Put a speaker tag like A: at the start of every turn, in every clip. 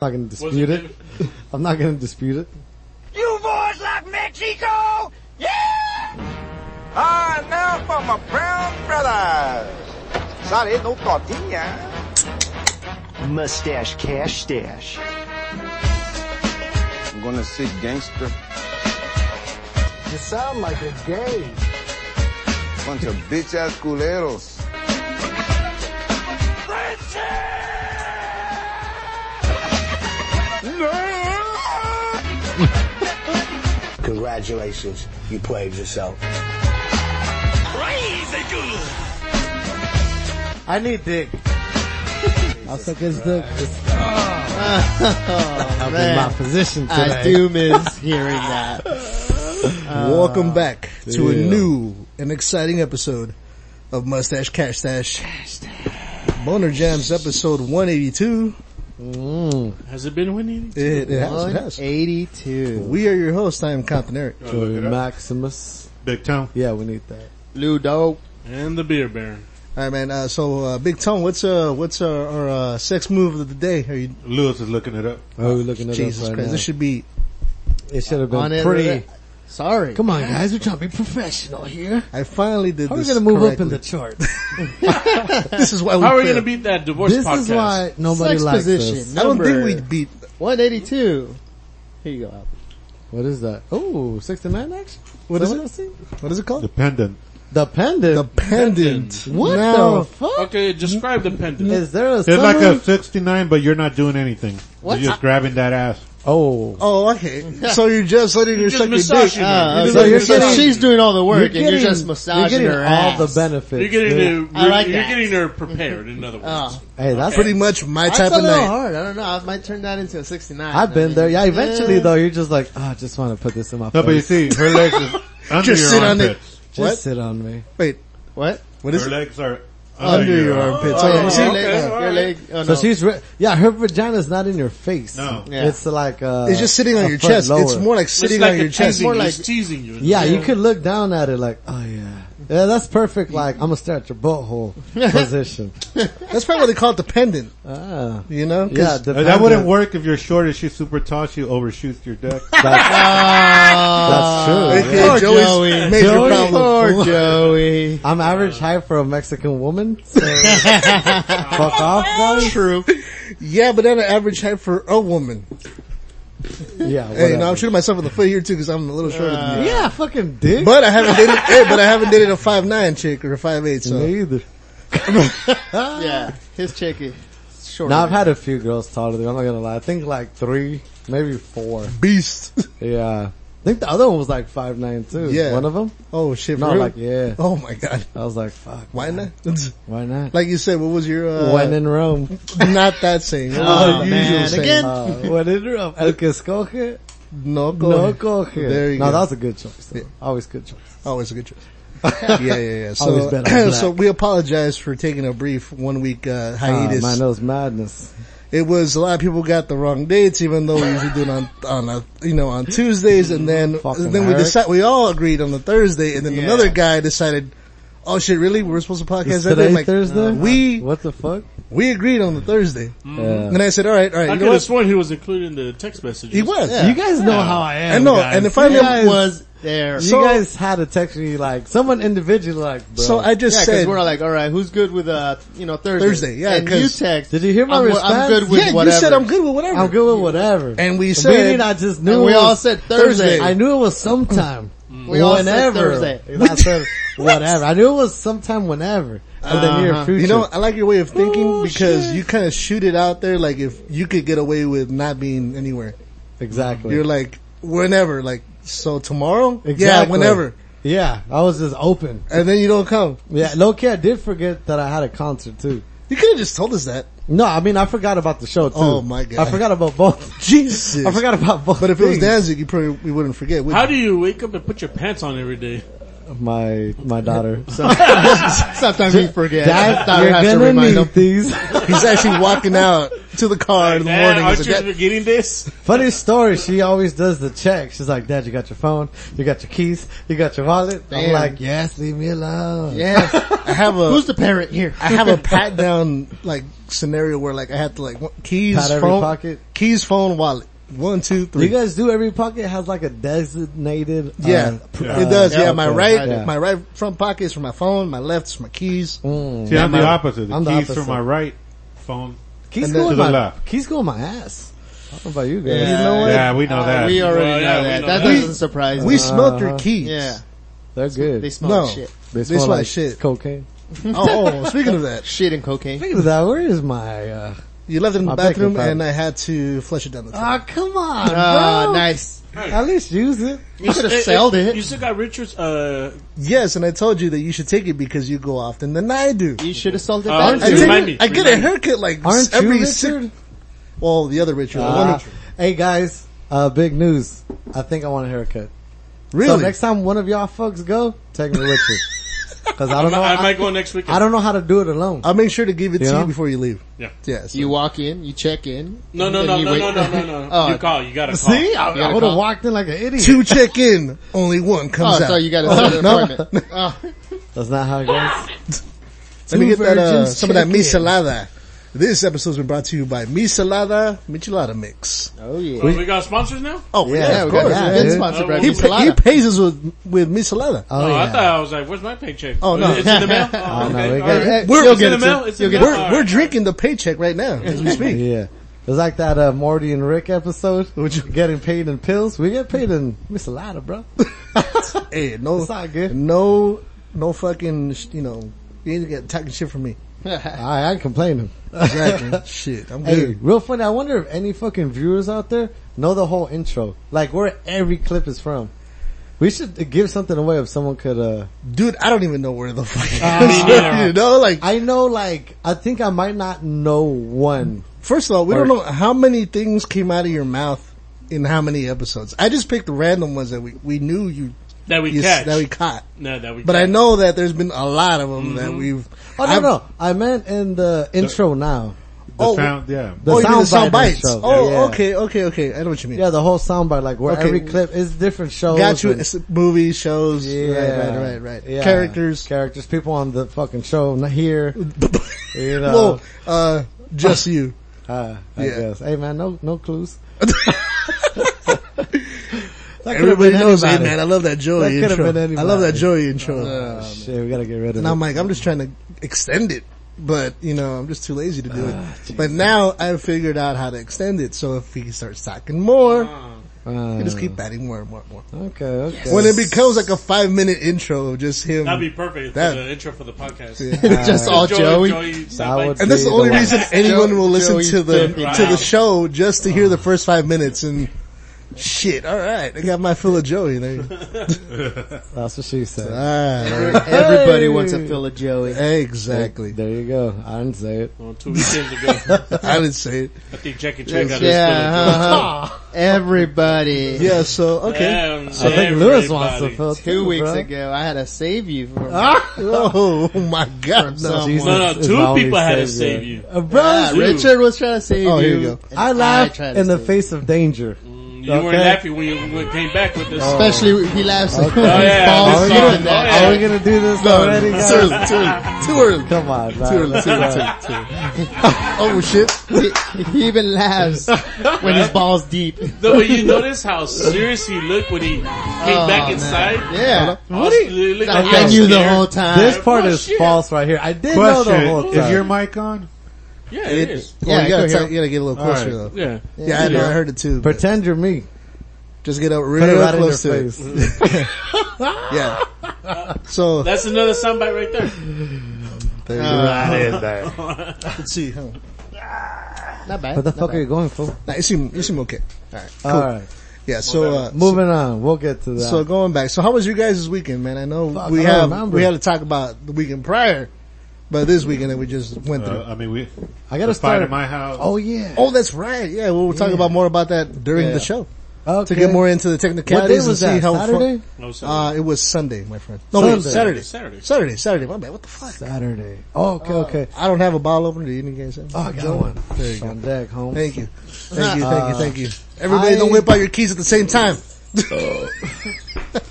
A: I'm not going to dispute it. I'm not going to dispute it.
B: You boys like Mexico? Yeah! Ah, now for my brown brothers. Sorry, no tortilla.
C: Mustache Cash Stash.
B: I'm gonna say gangster.
D: You sound like a gay.
B: Bunch of bitch ass culeros.
D: Congratulations, you played yourself.
A: I need dick.
E: I'll suck his dick.
A: I'm
E: man.
A: in my position today.
E: I do miss hearing that.
D: Welcome back to
A: Uh,
D: a
A: yeah.
D: new and exciting episode of Mustache Cash Stash. Boner Jams episode 182.
A: Mm.
F: Has it been winning?
D: It, it has, it has.
A: 182.
D: We are your hosts. I am Compton Eric.
A: Joey Maximus.
F: Big Tone.
A: Yeah, we need that.
E: Ludo.
F: And the Beer Baron.
D: All right, man. Uh, so, uh, Big Tone, what's uh, what's our, our uh, sex move of the day? Are you,
F: Lewis is looking it up.
A: Oh, we're looking it
D: Jesus
A: up right
D: Christ,
A: now.
D: this should be
A: It should have
E: On
A: been
E: it.
A: pretty.
E: Sorry.
A: Come on, guys, we're trying to be professional here.
D: I finally did
A: How are we
D: this.
A: going to move up
D: correctly.
A: in the charts?
D: This is why we.
F: How are we
D: fail.
F: going to beat that divorce
A: this
F: podcast?
A: is why nobody
E: Sex
A: likes
E: position.
A: us.
D: I don't think
E: number?
D: we beat.
E: 182. Here you go. Al.
A: What is that? Oh, 69 action?
D: What is
A: Someone
D: it?
A: else sing?
D: What is it called?
F: Dependent.
A: The pendant.
D: Dependent.
A: what
D: Now,
A: the fuck?
F: Okay, describe the pendant.
A: Is there a
G: It's like a
A: summary?
G: 69, but you're not doing anything.
E: What?
G: You're just grabbing that ass.
A: Oh.
D: Oh, okay. So you're just letting her
F: You're
D: suck
F: just
D: your dick.
F: massaging
E: Uh,
F: her.
A: You're doing-
E: so you're
A: you're
E: getting,
A: getting-
E: she's doing all the work and
A: getting-
E: you're just massaging
A: you're getting
E: her
A: all
E: ass.
A: the benefits.
F: You're getting
A: dude.
F: her,
E: I like
F: you're
E: that.
F: getting her prepared, in other words.
E: Oh.
A: Hey, that's
D: Pretty much my
E: I
D: type
E: type
D: of
E: a little
D: night.
E: hard. I don't know. I might turn that into a 69.
A: I've
E: I
A: been
E: mean,
A: there. Yeah, eventually
E: eh.
A: though, you're just like, oh, I just want to put this in my
G: No, but you
A: face.
G: see, her legs is under
D: Just
G: your
D: sit on it.
G: armpits.
A: Just
D: What?
A: sit on me.
D: Wait,
E: What?
D: what is
G: Her
D: it?
G: legs are under,
D: Under your armpits.
G: armpits.
D: Oh,
E: Your
D: see,
F: okay.
D: like, uh,
F: All
E: Your
F: right.
E: leg. Oh,
A: So
E: no.
A: she's, re- yeah, her vagina's not in your face.
G: No.
E: Yeah.
A: It's like, uh.
D: It's just sitting
A: a
D: on your
A: foot
D: chest.
A: lower.
D: It's more like
F: It's
D: sitting
F: like
D: on
F: a
D: your chest.
F: teasing.
D: More like
F: He's teasing you.
A: Yeah, you could look down at it like, oh yeah. Yeah, that's perfect, like, I'm gonna stare at your butthole position.
D: that's probably what they call it dependent.
A: Ah.
D: You know? 'Cause
A: Yeah,
G: Uh, That wouldn't work if you're short and she's super tall. She overshoots your dick.
A: That's
E: Uh,
A: true.
D: Okay,
A: Yeah.
D: Joey's major
A: Oh, Joey.
D: problem.
A: Poor Joey. I'm average height for a Mexican woman. So fuck off, guys.
D: True. Yeah, but at an average height for a woman.
A: Yeah,
D: Hey,
A: whatever. Uh.
D: now I'm shooting myself in the foot here too because I'm a little shorter than you.
A: yeah, fucking dick.
D: But I haven't dated. hey, but I haven't dated a five nine chick or a five eight. So
A: Me either.
E: yeah, his chick is short.
A: Now I've had a few girls taller than me, I'm not gonna lie. I think like three, maybe four.
D: beast.
A: Yeah. I think the other one was like five nine too.
D: Yeah.
A: One of them.
D: Oh shit!
A: No,
D: for real?
A: like yeah.
D: Oh my god.
A: I was like, fuck.
D: Why not?
A: Why not?
D: Like you said, what was your uh,
A: when in Rome.
D: not that saying? What was
A: Oh,
D: the
A: man,
D: usual saying?
E: again?
A: Uh, when in Rome. El que escoge,
D: No, go
A: no
D: ahead.
A: coge.
D: There you
A: no,
D: go.
A: that was a good choice. though. Always good choice.
D: Always Oh, a good choice. yeah, yeah, yeah.
A: Always better
D: So,
A: than
D: so
A: that. Ah,
D: we apologize for taking a brief one week uh, hiatus.
A: man, that was madness.
D: it was a lot of people got the wrong dates, even though we usually do it on on a, you know on Tuesdays, and then
A: Fucking
D: and then we
A: Eric.
D: decided we all agreed on the Thursday, and then
E: Yeah.
D: another guy decided. Oh shit! Really? We're supposed to podcast
A: Is
D: that
A: today
D: day? I'm like, "Uh,
A: Thursday? Uh,
D: We
A: What the fuck?
D: we agreed on the Thursday,
E: Mm.
A: Yeah.
D: and then I said, "All right, all right."
F: I
D: you
F: could
D: know what?
F: have sworn he was included in the text messages.
D: He was.
A: You guys know how I am.
D: I know,
A: guys.
D: and if I
A: You
D: didn't-
A: guys-
E: was there.
A: you
D: So-
A: guys had to text me like someone individually like bro.
D: So I just
E: yeah, because
D: said,
E: we're like, all right, who's good with uh, you know, Thursday?
D: Thursday, yeah,
E: and
D: 'cause-
E: you text.
A: Did you hear my
E: I'm,
A: response?
E: I'm good with
D: "Yeah,
E: whatever.
D: you said I'm good with whatever."
A: I'm good with whatever.
D: And we
A: The
D: said-
A: meeting, I just knew
E: And we
A: it was-
E: all said Thursday.
A: I knew it was sometime.
E: We all said
A: whenever.
E: Thursday.
A: I said whatever. I knew it was sometime whenever. In the near
E: Uh-huh.
A: future.
D: You know, I like your way of thinking
E: Oh,
D: because you kind of shoot it out there, like if you could get away with not being anywhere.
A: exactly.
D: You're like, whenever, like, so tomorrow? Yeah,
A: Exactly.
D: whenever.
A: yeah, I was just open.
D: And then you don't come.
A: Yeah, low key, I did forget that I had a concert too.
D: You could have just told us that.
A: No, I mean I forgot about the show too.
D: Oh, my God.
A: I forgot about both.
D: Jesus.
A: I forgot about both.
D: But if it was
A: things.
D: Danzig, you probably we wouldn't forget. Would
F: How
D: you?
F: do you wake up and put your pants on every day?
A: my my daughter. So
E: Sometimes we forget.
A: Dad,
E: Daughter
A: you're
E: has to
A: gonna
E: remind
A: need
E: them.
A: these.
D: He's actually walking out to the car in the morning.
F: aren't
D: He's
F: you
D: like, "Dad,
F: getting this?
A: Funny story. She always does the check. She's like, Dad, you got your phone, you got your keys, you got your wallet.
E: Damn.
A: I'm like, Yes, leave me alone.
E: Yes.
D: I have a
E: Who's the parent here?
D: I have a pat down like scenario where like I have to like one- keys
A: Pat every
D: phone
A: pocket?
D: keys phone wallet one two
A: Do you
D: three
A: guys do every pocket has like a designated? uh,
D: yeah
A: pr-
D: it does
E: yeah,
D: yeah, my
E: okay. I
D: right
A: do.
D: my right front pocket is for my phone my left is for my keys
A: mm.
G: See, I'm the opposite. The
A: I'm the
G: keys
A: opposite.
G: for my right phone.
A: Keys
D: And then
A: go
G: to
A: in
G: the
A: my
G: left.
A: keys go in my ass. I don't know about you guys.
E: Yeah. You know what?
G: Yeah, we know
E: Uh,
G: that.
E: We already
F: Well,
E: know
F: yeah, we
E: that.
F: know
E: that
F: that.
E: doesn't surprise
D: we
E: me.
D: smelled
A: Uh-huh.
D: your keys
E: Yeah.
A: They're good.
E: They smell
D: No.
E: like shit.
A: They
D: smell like shit.
A: Cocaine.
D: oh, oh, speaking of that
E: Shit and cocaine.
A: Think of that. Where is my? uh
D: you left it in the
A: My picking
D: bathroom
A: problem.
D: and I had to flush it down the toilet
A: Ah, come on,
E: Ah,
A: bro.
E: nice.
A: At least use it.
E: You should
F: Eh, eh,
E: have sold
F: You
E: it.
F: still got Richards, uh,
D: yes and I told you that you should take it because you go often than I do
E: You should have sold it.
F: Uh,
E: back.
D: I,
F: you-
D: take
F: remind
D: it-
F: me,
D: I get a
F: remind me.
D: haircut like
A: Aren't you
D: every
A: Richard?
D: six well the other Richard the one
A: Ah.
D: Richard.
A: hey guys, uh big news. I think I want a haircut.
D: really
A: So next time one of y'all folks go, take me with you. Cause I don't know.
F: I,
A: I,
F: might go next weekend.
A: I don't know how to do it alone.
D: I'll make sure to give it
A: You
D: to
A: know?
D: you before you leave
F: Yeah.
D: yes
E: You walk in, you check in.
F: no, no,
E: then
F: no,
E: you
F: no,
E: wait-
F: no, no, no, no,
E: Oh.
F: You call. You gotta call.
A: See, I,
E: You gotta Oh,
A: would have
E: call.
A: walked in like an idiot.
D: two check in, only one comes
E: Oh,
D: out.
E: so you got to set an appointment. Oh,
A: That's not how it goes.
D: Let me
A: two
D: get that, uh,
A: virgins
D: some of that
A: check in.
D: misalada. This episode's been brought to you by Misalada Michelada Mix.
E: oh yeah.
F: Well, we got sponsors now?
D: Oh
A: Yeah,
E: yeah,
A: of
E: we got
A: course,
E: that.
A: yeah,
E: Vince
A: dude.
E: sponsored
F: Oh,
E: by
F: well,
D: He,
F: we-
D: pa- he
E: Michelada.
D: pays us with, with Misalada.
A: Oh,
F: I
A: yeah.
F: thought I was like, where's my paycheck?
D: Oh, no.
F: It's in the mail? Oh,
A: Oh, no,
F: okay.
A: we
F: All
A: got-
F: right.
D: We're,
F: It's in the mail? It's in the mail?
D: we're,
F: All right.
D: we're drinking the paycheck right now as we speak.
A: yeah. It's like that uh, Morty and Rick episode. Which getting paid in pills. We get paid in misalada, bro.
D: Hey, no,
A: It's all good.
D: no, no fucking, sh- you know, you ain't got talking shit from me.
A: I, I ain't complaining.
D: Exactly. shit, I'm
A: Hey,
D: good.
A: real funny. I wonder if any fucking viewers out there know the whole intro, like where every clip is from. We should give something away if someone could. uh
D: Dude, I don't even know where the fuck
A: Ah,
F: neither.
D: You know, like,
A: I know, like I think I might not know one.
D: First of all, we
A: Or-
D: don't know how many things came out of your mouth in how many episodes. I just picked the random ones that we, we knew you,
F: That we
D: you
F: catch.
D: that we caught.
F: no, that we
D: But
F: catch.
D: I know that there's been a lot of them that we've.
A: Oh no,
D: I've-
A: no, I meant in the intro now.
G: The
D: Oh,
G: sound, yeah.
A: The
D: oh, you mean the sound
A: soundbite
D: bites?
A: intro.
D: Oh,
A: Yeah.
D: okay, okay, okay. I know what you mean.
A: Yeah, the whole soundbite, like where
D: Okay.
A: every clip is different shows.
D: Got you.
A: and-
D: It's movies, shows.
A: Yeah.
D: Right, right, right, right.
A: Yeah.
D: Characters.
A: characters, people on the fucking show not here. You know,
D: Well, uh, just you.
A: uh, I
D: yeah.
A: guess. Hey man, no, no clues. That could've
D: Everybody
A: been
D: knows, hey
A: anybody.
D: man, I love that
A: That
D: Joey
A: could've
D: intro.
A: been
D: I love that
A: anybody. Uh,
D: Joey intro.
A: Shit, we gotta get rid of
D: And
A: it.
D: I'm like, I'm just trying to extend it, but you know, I'm just too lazy to do it.
E: Ah,
D: But now I've figured out how to extend it. So if he starts talking more,
A: Uh,
D: we just
E: Ah.
D: keep adding more and more and more.
A: okay, okay.
D: When it becomes like a five minute intro of just him,
F: That'd be perfect
D: That-
F: for the intro for the podcast.
E: Just all
F: Joey.
E: Oh, Joey.
A: That would
D: and that's the
A: be
D: only
A: the
D: reason anyone will listen
E: Joey Ah.
D: to the
E: Dippin'
D: to the
F: Down.
D: show just to hear the first five minutes and. Shit! All right, I got my fill of Joey there.
A: That's what she said.
D: All right,
E: Everybody wants a fill of Joey.
D: exactly.
A: There you go. I didn't say it.
F: Well, Oh, two weekends ago,
D: I didn't say it.
F: I think Jackie Chan got
E: Yeah,
F: his fill of
E: uh-huh. everybody.
D: Yeah. So
F: Joey.
D: okay.
F: Damn,
A: I think Lewis wants to
F: everybody.
A: fill
E: Two
A: too,
E: weeks
A: bro. Ah.
E: ago, I had to save you from
D: Oh my God! No.
E: someone.
A: Jesus
F: No, no,
A: is
F: two
A: my only
F: people had to
A: savior.
F: save you.
A: Uh, bro,
E: Ah,
F: Dude.
E: Richard was trying to save
D: Oh, here
E: you.
D: you go.
E: and
A: I laughed
E: tried to
A: in the
E: save
A: face of danger.
F: You weren't
A: Okay. Oh.
F: happy when you when you came back with this.
E: you. Especially if he laughs at
A: Okay.
E: his
A: Oh,
F: yeah,
E: balls
F: this
E: on
F: song.
E: that.
F: Oh, yeah.
A: Are we gonna do this already, guys?
D: Too early, too early, too early.
A: Come on, man.
D: early, too early, Oh shit.
E: he, he even laughs when his balls deep.
F: No, but you notice how serious he looked when he came back inside.
E: Yeah,
F: What do you? Look like
E: I
F: he
E: knew
F: was
E: the
F: scared.
E: whole time.
A: This part
F: Oh,
A: is
F: shit.
A: false right here. I did know the whole
G: Question,
A: time.
G: is your mic on?
F: Yeah, it is.
D: Yeah, you,
E: go
D: gotta
E: here.
D: t- you gotta get a little closer
G: right.
D: though.
F: Yeah.
D: Yeah, I, know, I heard it too. but
A: Pretend you're me.
D: just get up
A: Put
D: real
A: it right in your
D: close to it.
A: face.
D: Yeah. So
F: That's another soundbite right there.
D: there you go. let's see. Huh?
E: not bad.
A: What the
E: not
A: fuck are
E: bad.
A: you going for?
D: Nah, you seem you seem okay. All right. Cool.
A: All right,
D: Yeah. So uh,
A: moving on. We'll get to that.
D: So going back. So how was your guys' weekend, man? I know
A: Fuck,
D: we
A: I don't
D: have
A: remember.
D: we had to talk about the weekend prior, but this weekend that we just went through.
G: Uh, I mean, we.
A: I
G: The
A: gotta
G: fight at
A: start.
G: my house.
A: Oh yeah.
D: oh, that's right. Yeah, we'll talk about more about that during the show.
A: Okay.
D: to get more into the
A: What day
D: technicalities and
A: was
D: see
A: that?
D: how fu-
A: Saturday?
F: No,
D: uh,
F: Saturday.
D: it was Sunday, my friend. No, wait,
A: Sunday.
D: Saturday.
F: Saturday.
D: Saturday, Saturday. My bad. What the fuck?
A: Saturday. Oh, okay, okay.
D: I don't have a bottle opener. You didn't get some?
A: Oh, I got one.
D: There you
A: It's
D: go.
A: on deck, home.
D: Thank you. Thank you, thank you, thank you. Everybody
A: I-
D: don't whip out your keys at the same time.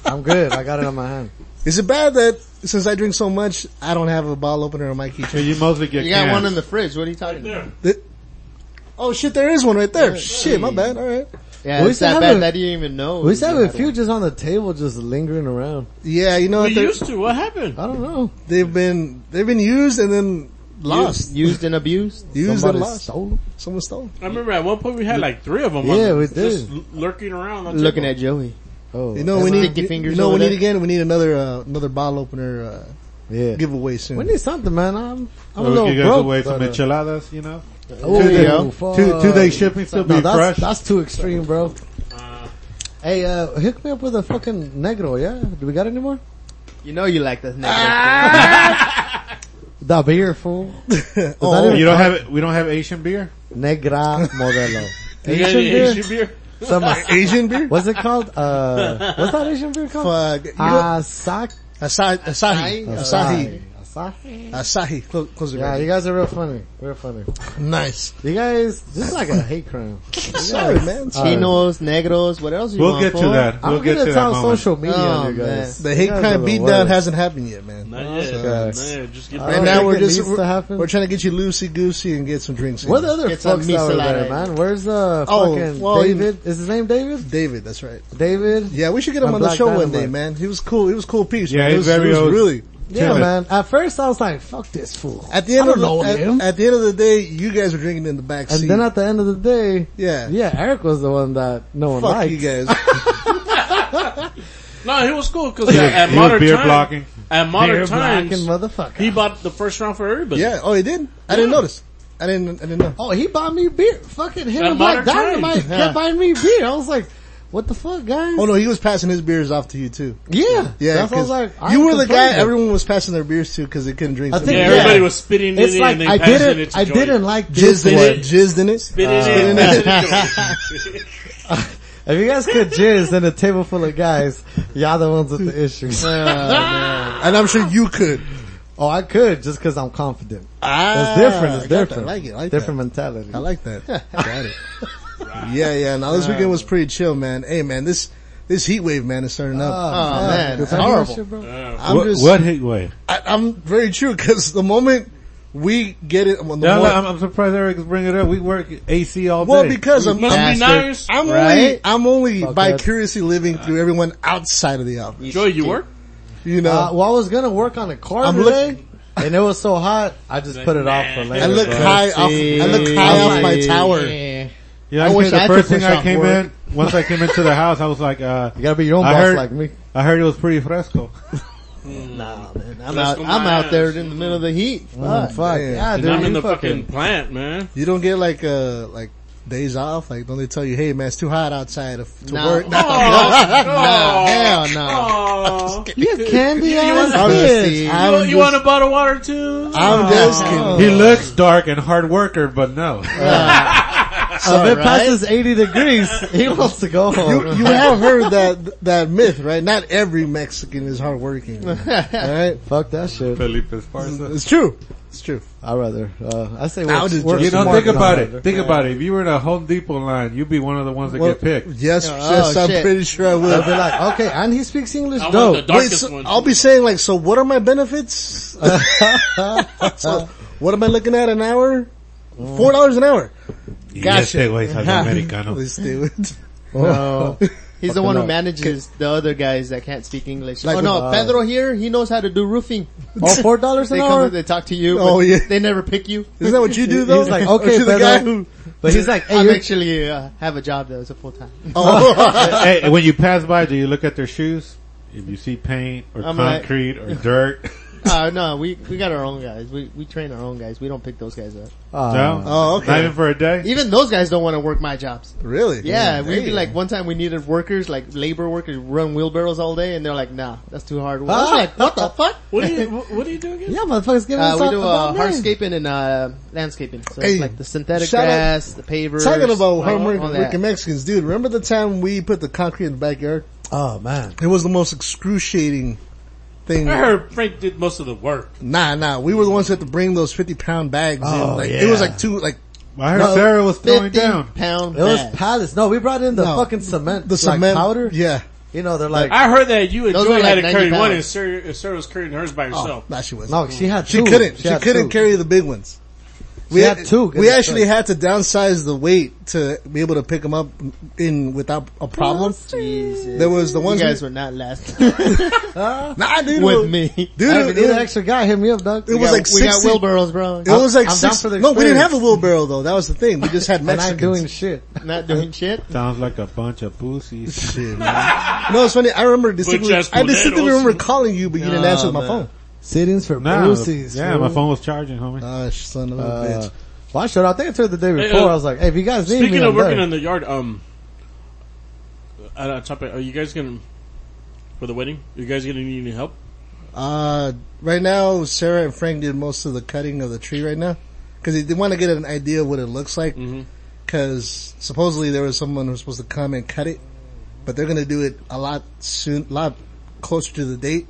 A: I'm good. I got it on my hand.
D: Is it bad that since I drink so much, I don't have a bottle opener on my
G: So
D: keychain?
G: you mostly get
E: You got
G: cans.
E: one in the fridge. What are you talking about?
F: Yeah.
D: Oh shit, there is one right there. Shit, my bad. All right.
E: Yeah,
A: We
E: it's
A: used to
E: that
A: have
E: bad
A: a-
E: that you didn't even know.
A: We used to
E: you
A: have a
E: had
A: few
E: one.
A: just on the table, just lingering around.
D: Yeah, you know
F: We
D: what? They're,
F: used to. What happened?
A: I don't know.
D: they've been they've been used and then lost.
E: Used and abused.
D: Used and
A: Somebody
D: lost.
A: stole 'em.
D: Someone stole.
F: I remember at one point we had like three of them.
A: Yeah,
F: on,
A: we
F: Just
A: did.
F: l- lurking around. On
E: Looking
F: table.
E: at Joey.
A: Oh,
D: You know we need.
E: Sticky
D: You
E: fingers
D: know we
E: over
D: need
E: there.
D: again. We need another uh, another bottle opener uh,
A: yeah.
D: giveaway soon.
A: We need something, man. I'm, I'm a
G: So
A: little
G: you guys
A: broke.
G: away some
A: but, uh,
G: enchiladas, you know?
A: oh,
G: two, day,
A: yeah.
G: two, two day shipping still
A: No,
G: be
A: that's,
G: fresh.
A: that's too extreme, bro. Hey, uh, hook me up with a fucking negro, yeah? Do we got any more?
E: You know you like this
D: Ah.
E: nigga.
A: The beer, fool.
D: Oh,
A: that
G: you don't have we don't have Asian beer.
A: Negra modelo.
F: You got
A: Asian
F: any
A: beer?
F: Asian beer?
A: Some, uh,
D: Asian beer.
A: what's it called? Uh, what's that Asian beer called?
D: Fuck. You know,
A: Asahi.
D: Uh, Asahi. Asahi. Asahi.
A: Asahi. Asahi.
D: Asahi. Close, close it.
A: Yeah, you guys are real funny. Real funny.
D: Nice.
A: You guys, this is like a hate crime.
D: Sorry, man.
A: Uh,
E: Chinos, negros, what else you
G: We'll
E: want
G: get
E: for?
G: to that. We'll
A: I'm
G: get
A: gonna
G: to
A: it's
G: that
A: on
G: moment.
A: social media on you
E: Oh, man.
A: guys.
D: The
A: You
D: hate
A: guys
D: crime
A: are the
D: beatdown
A: worst.
D: hasn't happened yet, man.
F: Not yet.
A: Okay.
F: Not yet. Just get
A: I
F: back.
A: don't
D: And now
A: think
D: we're
A: it
D: just
A: needs to happen.
D: we're trying to get you loosey goosey and get some drinks. in.
A: What other
E: Get some
A: fucks out there,
E: micellar.
A: man? Where's uh
D: Oh,
A: fucking
D: well, you-
A: David? Is his name David?
D: David, that's right.
A: David?
D: Yeah, we should get him
A: My
D: on the
A: Black
D: show one
A: Dynamite.
D: day, man. He was cool. He was cool piece.
G: Yeah,
D: man.
G: he's
D: he was,
G: very
D: he was
G: old.
D: really.
A: Yeah,
G: Timid.
A: man. At first I was like, fuck this fool.
D: At the end
A: I
D: of
A: don't
D: the,
A: know
D: at,
A: him.
D: at the end of the day, you guys were drinking in the back
A: And
D: seat.
A: then at the end of the day,
D: yeah,
A: yeah, Eric was the one that no one
D: fuck
A: liked.
D: you guys.
F: No, he was cool because at, at
G: He was
F: modern
G: beer
F: time,
G: blocking.
F: at modern
A: Fucking
F: times,
A: motherfucker.
F: he bought the first round for everybody.
D: yeah. Oh, he did. I didn't notice. I didn't. I didn't know.
A: oh, he bought me beer. Fucking him
F: At
A: and Black
F: modern times.
A: Dynamite kept buying me beer. I was like, what the fuck, guys?
D: Oh no, he was passing his beers off to you too.
A: yeah.
D: Yeah,
A: That's what I was
D: 'cause
A: like. I
D: you
A: ain't
D: were the guy
A: complaining.
D: everyone was passing their beers to because they couldn't drink.
A: I
D: some
A: think-
F: Yeah,
D: beer.
F: everybody
A: Yeah.
F: was spitting
A: It's
F: in
A: like
F: it and
A: I
F: then passing it
A: didn't,
F: to
A: I
F: Joey.
A: didn't like this
D: jizzed in
A: one.
D: it. Jizzed in it. Uh,
F: Spitting in and passing it to Joey.
A: If you guys could jizz in a table full of guys, y'all the ones with the issues.
D: And I'm sure you could.
A: oh, I could just because I'm confident.
D: Ah,
A: That's different. It's
D: I got that.
A: different.
D: I like it. I like that.
A: different mentality.
D: I like that. Got it. Yeah, yeah. Now this weekend was pretty chill, man. Hey, man, this this heat wave, man, is starting up.
A: Oh,
E: man,
A: It's
E: it's
A: horrible.
D: I'm
G: what,
D: just,
G: what hate way?
D: I, I'm very true because the moment we get it, well, the
G: No,
D: moment,
G: I'm, I'm surprised Eric's bringing it up. We work AC all
D: well
G: day.
D: because I'm,
F: Must
D: I'm,
F: be nice.
D: I'm only
A: Right?
D: I'm only
A: Fuck that.
D: vicariously living through everyone outside of the office.
F: Joey, you work?
D: You know,
A: Uh, well, I was gonna work on a car
D: I'm
A: today, and it was so hot, I just
F: Like,
A: put it off
F: nah.
A: for later.
D: I look
A: bro.
D: high off. I look high
A: Oh,
D: off my tower.
E: Yeah.
G: yeah,
D: I
G: I,
D: wish
G: think the
D: I could
G: first thing
D: push
G: I
D: off
G: came
D: work.
G: in, once I came into the house, I was like, uh,
A: You gotta be your own
G: I
A: boss
G: heard-
A: like me.
G: I heard it was pretty fresco.
E: Nah, man. I'm
F: Let's
E: out,
F: go
E: I'm
F: my
E: out
F: ass.
E: there in the middle of the heat.
A: Oh,
E: Fuck.
A: fuck
D: damn.
A: yeah, dude!
F: I'm in
A: you
F: the
A: fucking,
F: fucking plant, man.
D: You don't get like uh like days off. Like don't they tell you, hey man, it's too hot outside of, to
E: No.
D: work?
F: Oh,
E: Hell no.
F: oh,
A: you candy ass
D: I'm just-
A: bitch.
D: I'm
F: you, you
D: just-
F: want a bottle of water too?
D: I'm
A: Oh.
D: just kidding.
G: He looks dark and hard worker, but no.
A: Uh, if it passes eighty degrees, he wants to go home.
D: You have heard that that myth, right? Not every Mexican is hardworking. All right,
A: fuck that shit.
G: Felipe Esparza.
D: it's true. It's true.
A: I rather. Uh, I say
D: I'll
A: work.
D: just-
A: work
G: You know,
A: smart
G: think
A: than
G: about
A: harder.
G: it. Think about it. If you were in a Home Depot line, you'd be one of the ones that
D: Well,
G: get picked.
D: Yes,
E: Oh,
D: yes, I'm
E: shit.
D: pretty sure I
A: They'll
D: will.
A: be like, okay, and he speaks English.
F: I
A: Dope.
F: want the
D: Wait,
F: darkest
D: so
F: one.
D: I'll be saying like, so what are my benefits?
A: Uh-huh.
D: so what am I looking at an hour? Four dollars an hour.
E: Mm.
D: Gotcha.
G: Este güey es algo americano.
D: Please stay with-
A: Oh,
E: No. He's the one
A: up.
E: who manages the other guys that can't speak English.
D: Like
E: oh
D: with-
E: no,
D: uh,
E: Pedro here, he knows how to do roofing.
A: Oh, four dollars
E: They
A: an
E: come,
A: hour.
E: and they talk to you.
D: Oh,
E: but
D: yeah.
E: They never pick you.
D: Isn't that what you do though?
A: He's like,
D: Aren't
A: okay,
D: you the guy
A: Pedro.
D: who?
A: But he's like, hey,
E: I
A: you're-
E: actually uh, have a job that is a full time.
G: Oh. hey, and when you pass by, do you look at their shoes? If you see paint or
E: I'm like-
G: concrete or dirt,
E: Uh, no, we, we got our own guys. We, we train our own guys. We don't pick those guys up.
G: No?
D: Oh,
G: Uh, Not
D: okay.
G: even for a day?
E: Even those guys don't want to work my jobs.
D: Really?
E: Yeah,
D: Mm,
E: we
D: damn.
E: like one time we needed workers, like labor workers, run wheelbarrows all day, and they're like, "Nah, that's too hard." work." I was like, "What the fuck?"
F: What do you What do you do again?
A: Yeah, motherfuckers, give
E: Uh,
A: us
E: we
A: up
E: do uh,
A: about me.
E: hardscaping and uh, landscaping, so
D: Hey,
E: it's like the synthetic
D: shout out-
E: grass, the pavers.
D: Talking about
E: like,
D: homework
E: all
D: working
E: that.
D: Mexicans, dude. Remember the time we put the concrete in the backyard?
A: Oh man,
D: It was the most excruciating thing.
F: I heard Frank did most of the work.
D: Nah, nah. We were the ones who had to bring those fifty pound bags.
A: Oh,
D: in. Like,
A: yeah.
D: It was like two, like
G: I heard
A: No.
G: Sarah was throwing
E: Fifty
G: down.
E: pound
A: it was
E: bag.
A: pallets. No, we brought in the
D: No.
A: fucking cement,
D: the cement
A: powder.
D: Yeah,
A: You know, they're like,
F: I heard that you and
E: Those
F: Joy
E: were
F: had
E: like
F: to carry
E: 90
F: one,
E: pounds.
F: and Sarah, and Sarah was carrying hers by herself.
D: Oh, nah. She was.
A: no, she had.
D: she
A: two.
D: couldn't. She,
A: had
D: couldn't
A: two.
D: carry the big ones. We
A: had two.
D: We
A: Good
D: actually
A: choice.
D: had to downsize the weight to be able to pick them up in without a problem.
E: Jesus.
D: There was the
E: you
D: ones
E: guys were not lasting
D: nah, dude, it
E: with
D: was-
E: me.
D: dude.
A: I
D: it-
A: mean,
D: it-
A: need an extra guy. Hit me up, dog.
D: It was like
E: we got
D: sixty.
E: wheelbarrows, bro.
D: It was like
A: I'm down
D: six.
A: for the
D: No, we didn't
A: experience.
D: have a wheelbarrow though. That was the thing. We just had
A: and I'm
D: Mexicans.
A: doing shit.
E: not doing shit.
G: Sounds like a bunch of pussies.
D: Shit, man. no, it's funny. I remember distinctly.
F: Muchas
D: I distinctly
F: culeros.
D: remember calling you, but you didn't
E: Nah,
D: answer my
E: man.
D: phone.
A: Sittings for
G: Nah,
A: pussies.
G: yeah,
A: fool.
G: my phone was charging, homie.
D: Oh, son of a
A: Uh,
D: bitch.
A: well, I showed up. I think I told you the day
F: Hey,
A: before.
F: uh,
A: I was like, hey, if you guys need
F: Speaking
A: me,
F: of
A: I'm
F: working
A: there.
F: on the yard, um, at a topic, are you guys gonna for the wedding? Are you guys gonna need any help?
D: Uh, right now, Sarah and Frank did most of the cutting of the tree right now because they, want to get an idea of what it looks like.
F: Mm-hmm.
D: Because supposedly there was someone who was supposed to come and cut it, but they're gonna do it a lot soon, a lot closer to the date.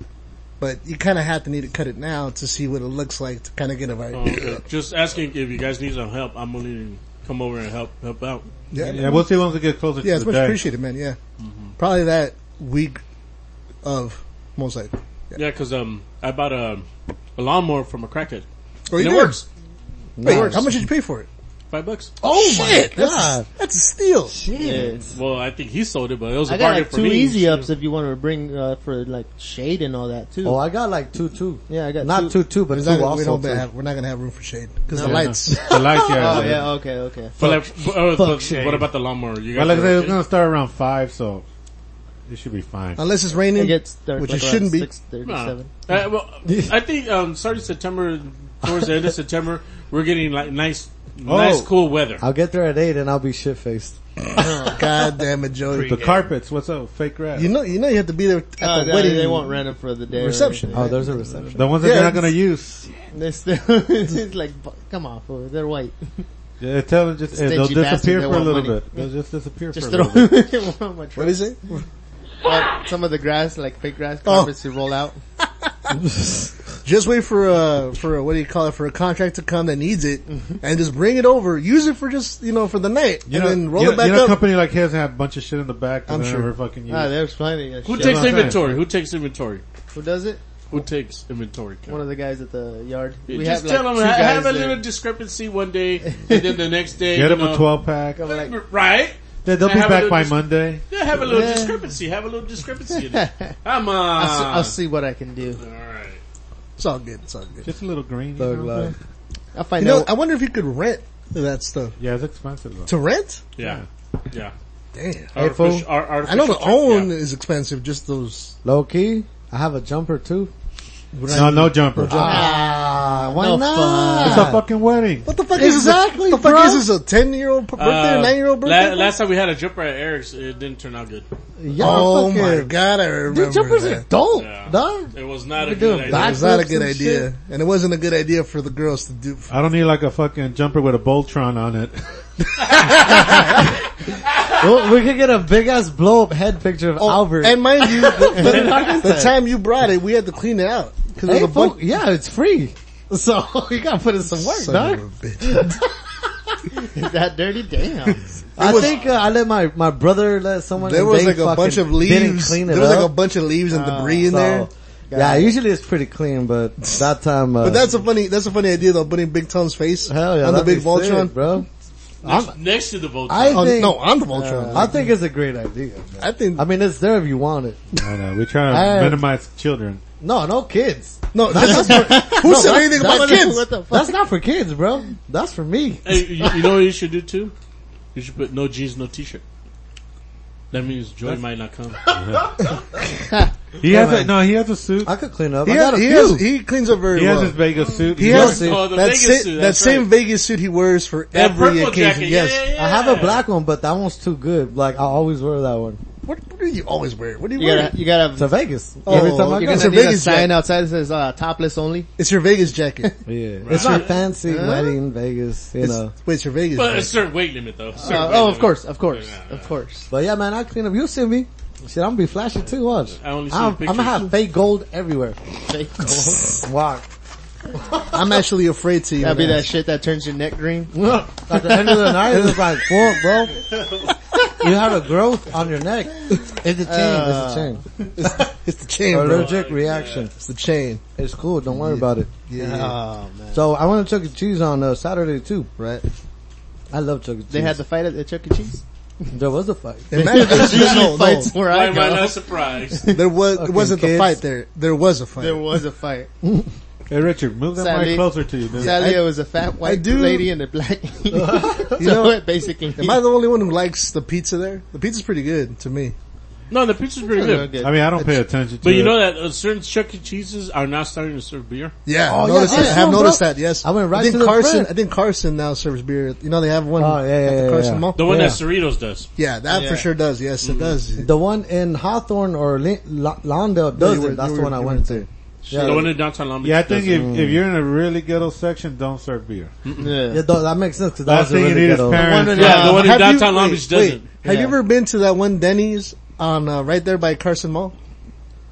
D: But you kind of have to need to cut it now to see what it looks like to kind of get a
F: Oh,
D: idea.
F: okay. Just asking if you guys need some help. I'm willing to come over and help help out.
D: Yeah,
G: Yeah, we'll see once we get closer
D: Yeah,
G: to
D: it's
G: the
D: much
G: day.
D: appreciated, man. Yeah,
F: Mm-hmm.
D: probably that week of most likely.
F: Yeah, because um, I bought a, a lawnmower from a crackhead.
D: Oh,
F: And
D: you
F: it
D: did?
F: works.
D: Wait,
A: Nice.
D: how much did you pay for it?
F: Five bucks.
D: Oh
A: Shit,
D: my god,
G: Uh,
A: God.
D: that's a steal.
E: Yes.
F: Well, I think he sold it, but it was a
E: I got
F: bargain
E: like
F: for
E: two
F: me.
E: easy uh, ups if you want to bring uh, for like shade and all that too.
A: Oh, I got like two, two.
E: yeah, I got
A: Not two, two, but
D: We're
A: two
D: not, gonna-
A: also.
D: we don't
A: Two.
D: have, we're not gonna have room for shade because
G: Yeah,
D: the
G: no.
D: lights.
G: The lights, yeah.
E: Oh
G: the-
E: yeah, okay, okay.
F: But like, but, uh, but
A: shit.
F: what about the lawnmower? You
G: Well,
F: guys
G: like uh, I said,
F: are
G: it was
F: okay?
G: gonna start around five, so it should be fine.
A: Uh,
D: Unless it's
E: It
D: raining,
E: gets dark,
D: which
E: like
D: it shouldn't be.
E: Six thirty-seven.
F: Nah. Uh, well, I think um, starting September, towards the end of September, we're getting like nice, nice cool weather.
A: I'll get there at eight and I'll be shit faced.
D: God damn it, Joey.
G: the carpets, what's up? Fake grass.
D: You know, you know, you have to be there at
E: Oh,
D: the
E: they,
D: wedding.
E: they won't rent it for the day. or
D: Reception.
E: anything.
A: Oh, there's a reception.
G: the ones that
D: Yeah,
G: they're not
D: it's-
G: gonna use.
E: They still- it's like, bu- come on, fool. They're white.
G: Yeah, tell them just eh,
E: Stingy
G: they'll disappear
E: bastards, they
G: for a
E: want
G: little
E: money.
G: bit. They'll just disappear
E: Just
G: for a
E: throw
G: little bit.
E: on my
D: What
E: truck.
D: is it?
E: Uh, Some of the grass, like fake grass carpets, to roll out.
D: Just wait for a for a, what do you call it for a contract to come that needs it, and just bring it over. Use it for just Mm-hmm. you know for the night,
G: You
D: and
G: know,
D: then roll
G: you
D: it
G: know,
D: back
G: you know
D: up.
G: company like his have a bunch of shit in the back. that
D: I'm
G: they
D: sure.
G: Never fucking use.
E: Ah, there's plenty of
F: Who
E: shit.
F: takes
G: what I'm saying.
F: inventory? Who takes inventory?
E: Who does it?
F: Who takes inventory?
E: One of the guys at the yard.
F: Yeah,
E: we
F: just
E: have like
F: tell them
E: two
F: ha-
E: guys
F: have a
E: there.
F: little discrepancy one day, and then the next day.
G: Get
F: you
G: him a
F: know,
G: twelve pack.
E: I'm like,
F: Right?
G: They- They'll be
F: have a
G: back
F: little
G: by
F: dis-
G: Monday.
F: Yeah, have a little
E: Yeah.
F: discrepancy. Have a little discrepancy. In it. Come on.
E: I'll, see, I'll see what I can do.
F: All right.
D: It's all good. It's all good.
G: Just a little green. You
A: Thug
G: know?
A: life.
E: I'll find
D: You know,
E: out.
D: I wonder if you could rent that stuff
G: Yeah, it's expensive though.
D: to rent.
F: Yeah. Yeah.
D: Damn.
F: Artifici- ar-
D: I know the
F: artificial turf,
D: own
F: yeah.
D: is expensive. Just those.
A: Low key, I have a jumper too.
G: No, no jumper.
A: Ah, why not?
G: It's a fucking wedding.
D: What the fuck
A: Exactly,
D: is this? What the fuck
A: bro.
D: is this? A ten year old birthday?
F: Uh,
D: Nine year old
F: la-
D: birthday?
F: last time we had a jumper at Eric's, it didn't turn out good.
A: Y'all
D: oh
A: fucking-
D: my god! I remember
A: Dude, jumpers
D: that.
A: are dope,
F: Yeah.
A: dog.
F: It was not a
A: We're
F: good
A: doing
F: idea.
A: back-
D: It's not a
A: backflips
D: good
A: and
D: idea, and it wasn't a good idea for the girls to do.
G: I don't need like a fucking jumper with a Boltron on it.
A: Well, we could get a big ass blow up head picture
D: Oh,
A: of Albert.
D: And mind you, the, the time you brought it, we had to clean it out because
A: Hey,
D: there's a
A: fool,
D: bunch.
A: yeah, it's free. So you gotta put in some work,
D: Son
A: dog.
D: of a bitch.
E: Is that dirty? Damn.
A: I
D: was-
A: think uh, I let my my brother let someone.
D: There
A: and
D: was
A: they
D: like a
A: fucking
D: bunch of
A: Didn't
D: leaves.
A: clean it
D: There was
A: up. Oh,
D: like a bunch of leaves and debris in
A: So,
D: there.
A: Yeah, usually it's pretty clean, but that time. Uh,
D: But that's a funny. That's a funny idea though. Putting Big Tom's face
A: hell yeah,
D: on the
A: that'd be
D: big Voltron.
A: sick, bro.
F: next, next to the Voltron.
A: I
D: Oh,
A: think
D: no, on the Voltron.
A: I think it's a great idea. man.
D: I think
A: I mean, it's there if you want it.
G: I know. We're trying to
A: I-
G: minimize children.
A: No, no kids.
D: no. That's who
A: No,
D: said
A: that-
D: anything
A: that
D: about
A: one-
D: kids?
E: what the fuck?
A: That's not for kids, bro. That's for me.
F: Hey, you, you know what you should do too? You should put no jeans, no t-shirt. That means Joy might not come.
G: He has a,
A: man.
G: no, he has a suit.
A: I could clean up.
D: He,
A: I got a
D: has, he,
A: few.
D: has, he cleans up very
G: He has
D: well.
G: his Vegas suit.
D: He
G: He's
D: has
A: We'll see.
F: Oh, the
D: that,
F: Vegas
D: sa-
F: suit,
D: that
F: that's
D: same
F: right.
D: Vegas suit he wears for
F: That
D: every
F: purple
D: occasion.
F: jacket,
D: yes.
F: yeah, yeah, yeah.
A: I have a black one, but that one's too good. Like I always wear that one
D: What, what do you always wear? What do you,
E: You
D: wear?
E: gotta, you gotta,
A: to Vegas
D: Oh,
A: every time I
D: okay.
A: go.
E: you're
D: it's
E: gonna
D: a
E: need a
D: Vegas
E: sign
D: jacket.
E: outside that says, uh, topless only.
D: it's your Vegas jacket.
A: Yeah, it's not fancy wedding Vegas, you
D: It's,
A: know.
D: wait, it's your Vegas
F: But a
D: jacket.
F: certain weight limit though. A certain
E: Uh,
F: weight
E: oh, of
F: limit.
E: course, of course,
F: Yeah.
E: of course.
A: But yeah, man, I clean up. You see me? Shit, I'm gonna be flashing too. Watch.
F: I only see
A: I'm, I'm
F: pictures.
A: gonna have fake gold everywhere.
E: Fake
A: Wow.
D: I'm actually afraid to.
E: That'd be
D: even
E: that
D: ask.
E: shit that turns your neck green.
A: At the end of the night, it's like, whoa, bro. You had a growth on your neck. It's a chain. it's a chain.
D: It's the chain, bro.
A: Allergic reaction.
D: It's the chain.
A: It's cool. Don't worry about it.
D: Yeah.
E: Oh man,
A: So I went to Chuck E. Cheese on uh, Saturday too.
D: Right.
A: I love Chuck E. Cheese.
E: they had the fight at the Chuck E. Cheese.
A: there was a fight.
D: Imagine
E: There's usually
D: no,
E: fights where
F: Why
E: I
F: am I
E: go.
F: not surprised?
D: No. There was it
A: Fucking
D: wasn't the
A: kids.
D: fight there. There was a fight.
E: There was a fight.
G: hey Richard, move that
E: Sadly-
G: mic closer to you, dude.
E: Sadly, it was a fat white
D: do-
E: lady and a black. you
D: know-
E: it basically.
D: Am I the only one who likes the pizza there? The pizza's pretty good to me.
F: no, the picture's pretty good.
E: Okay.
G: I mean, I don't pay attention to
F: But you
G: it.
F: know that uh, certain Chuck E. Cheese's are now starting to serve beer.
D: Yeah,
A: Oh,
D: I
A: yeah,
D: noticed
A: I
D: that. I have
A: saw, bro.
D: noticed that. Yes,
A: I went right
D: I think
A: to the
D: Carson.
A: front.
D: I think Carson now serves beer. You know they have one
A: Oh, yeah,
D: at
A: yeah,
D: the
A: yeah,
D: Carson
A: yeah.
D: Mall.
F: The one Mm.
D: yeah.
F: that Cerritos does.
D: yeah, that for sure does. Yes, it does.
A: The one in Hawthorne or Lin- La- Lawndale doesn't.
D: were-
A: That's
D: you
A: the
D: were-
A: one I
D: you
A: went
D: were-
A: to.
F: The
A: Yeah,
F: one in downtown Long Beach.
G: Yeah, I think
F: does it.
G: if, if you're in a really ghetto section, don't serve beer.
A: yeah,
E: Yeah.
A: though, that makes sense because that
G: Last
A: was a
G: thing you
A: really
G: need
A: good
G: is
A: old.
G: parents.
F: Yeah, the one in
D: have you-
F: downtown Long
D: wait,
F: Beach doesn't.
D: wait. Have you ever been to that one Denny's on uh, right there by Carson Mall?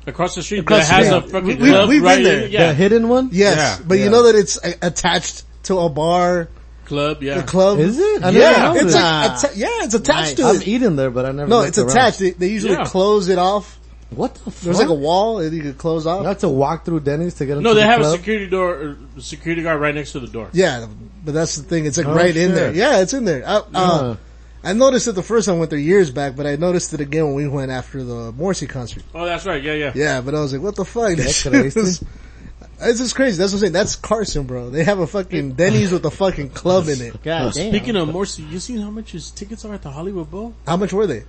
F: Across the street,
D: Across
F: that has
D: the
F: a
D: street.
F: fucking
D: We- we-
F: club
D: we've been
F: right
D: there.
F: in- Yeah,
A: The hidden one?
D: Yes,
G: Yeah.
D: but
A: Yeah.
D: you know that it's uh, attached to a bar,
F: club, yeah.
D: a club.
A: Is it? I
D: yeah,
A: never
D: it's
A: noticed.
D: like atta- yeah, it's attached
A: I've
D: to it.
A: eaten there, but I never.
D: No,
A: looked
D: it's
A: around.
D: attached. They, they usually
F: Yeah.
D: close it off.
A: What the fuck?
D: There's like a wall that you could close off.
A: You have to walk through Denny's to get into
F: No, they
A: the
F: have a
A: club?
F: security door, uh, security guard right next to the door.
D: Yeah, but that's the thing. It's like
G: Oh,
D: right in
G: shit.
D: there. Yeah, it's in there. I, uh, I noticed it the first time I went there years back, but I noticed it again when we went after the Morrissey concert.
F: Oh, that's right. Yeah, yeah.
D: Yeah, but I was like, what the fuck? That shit
A: crazy?
D: was- It's just crazy. That's what I'm saying. That's Carson, bro. They have a fucking Denny's with a fucking club in it.
E: God damn.
F: Oh, Speaking of Morsi, you seen how much his tickets are at the Hollywood Bowl?
D: How much were they?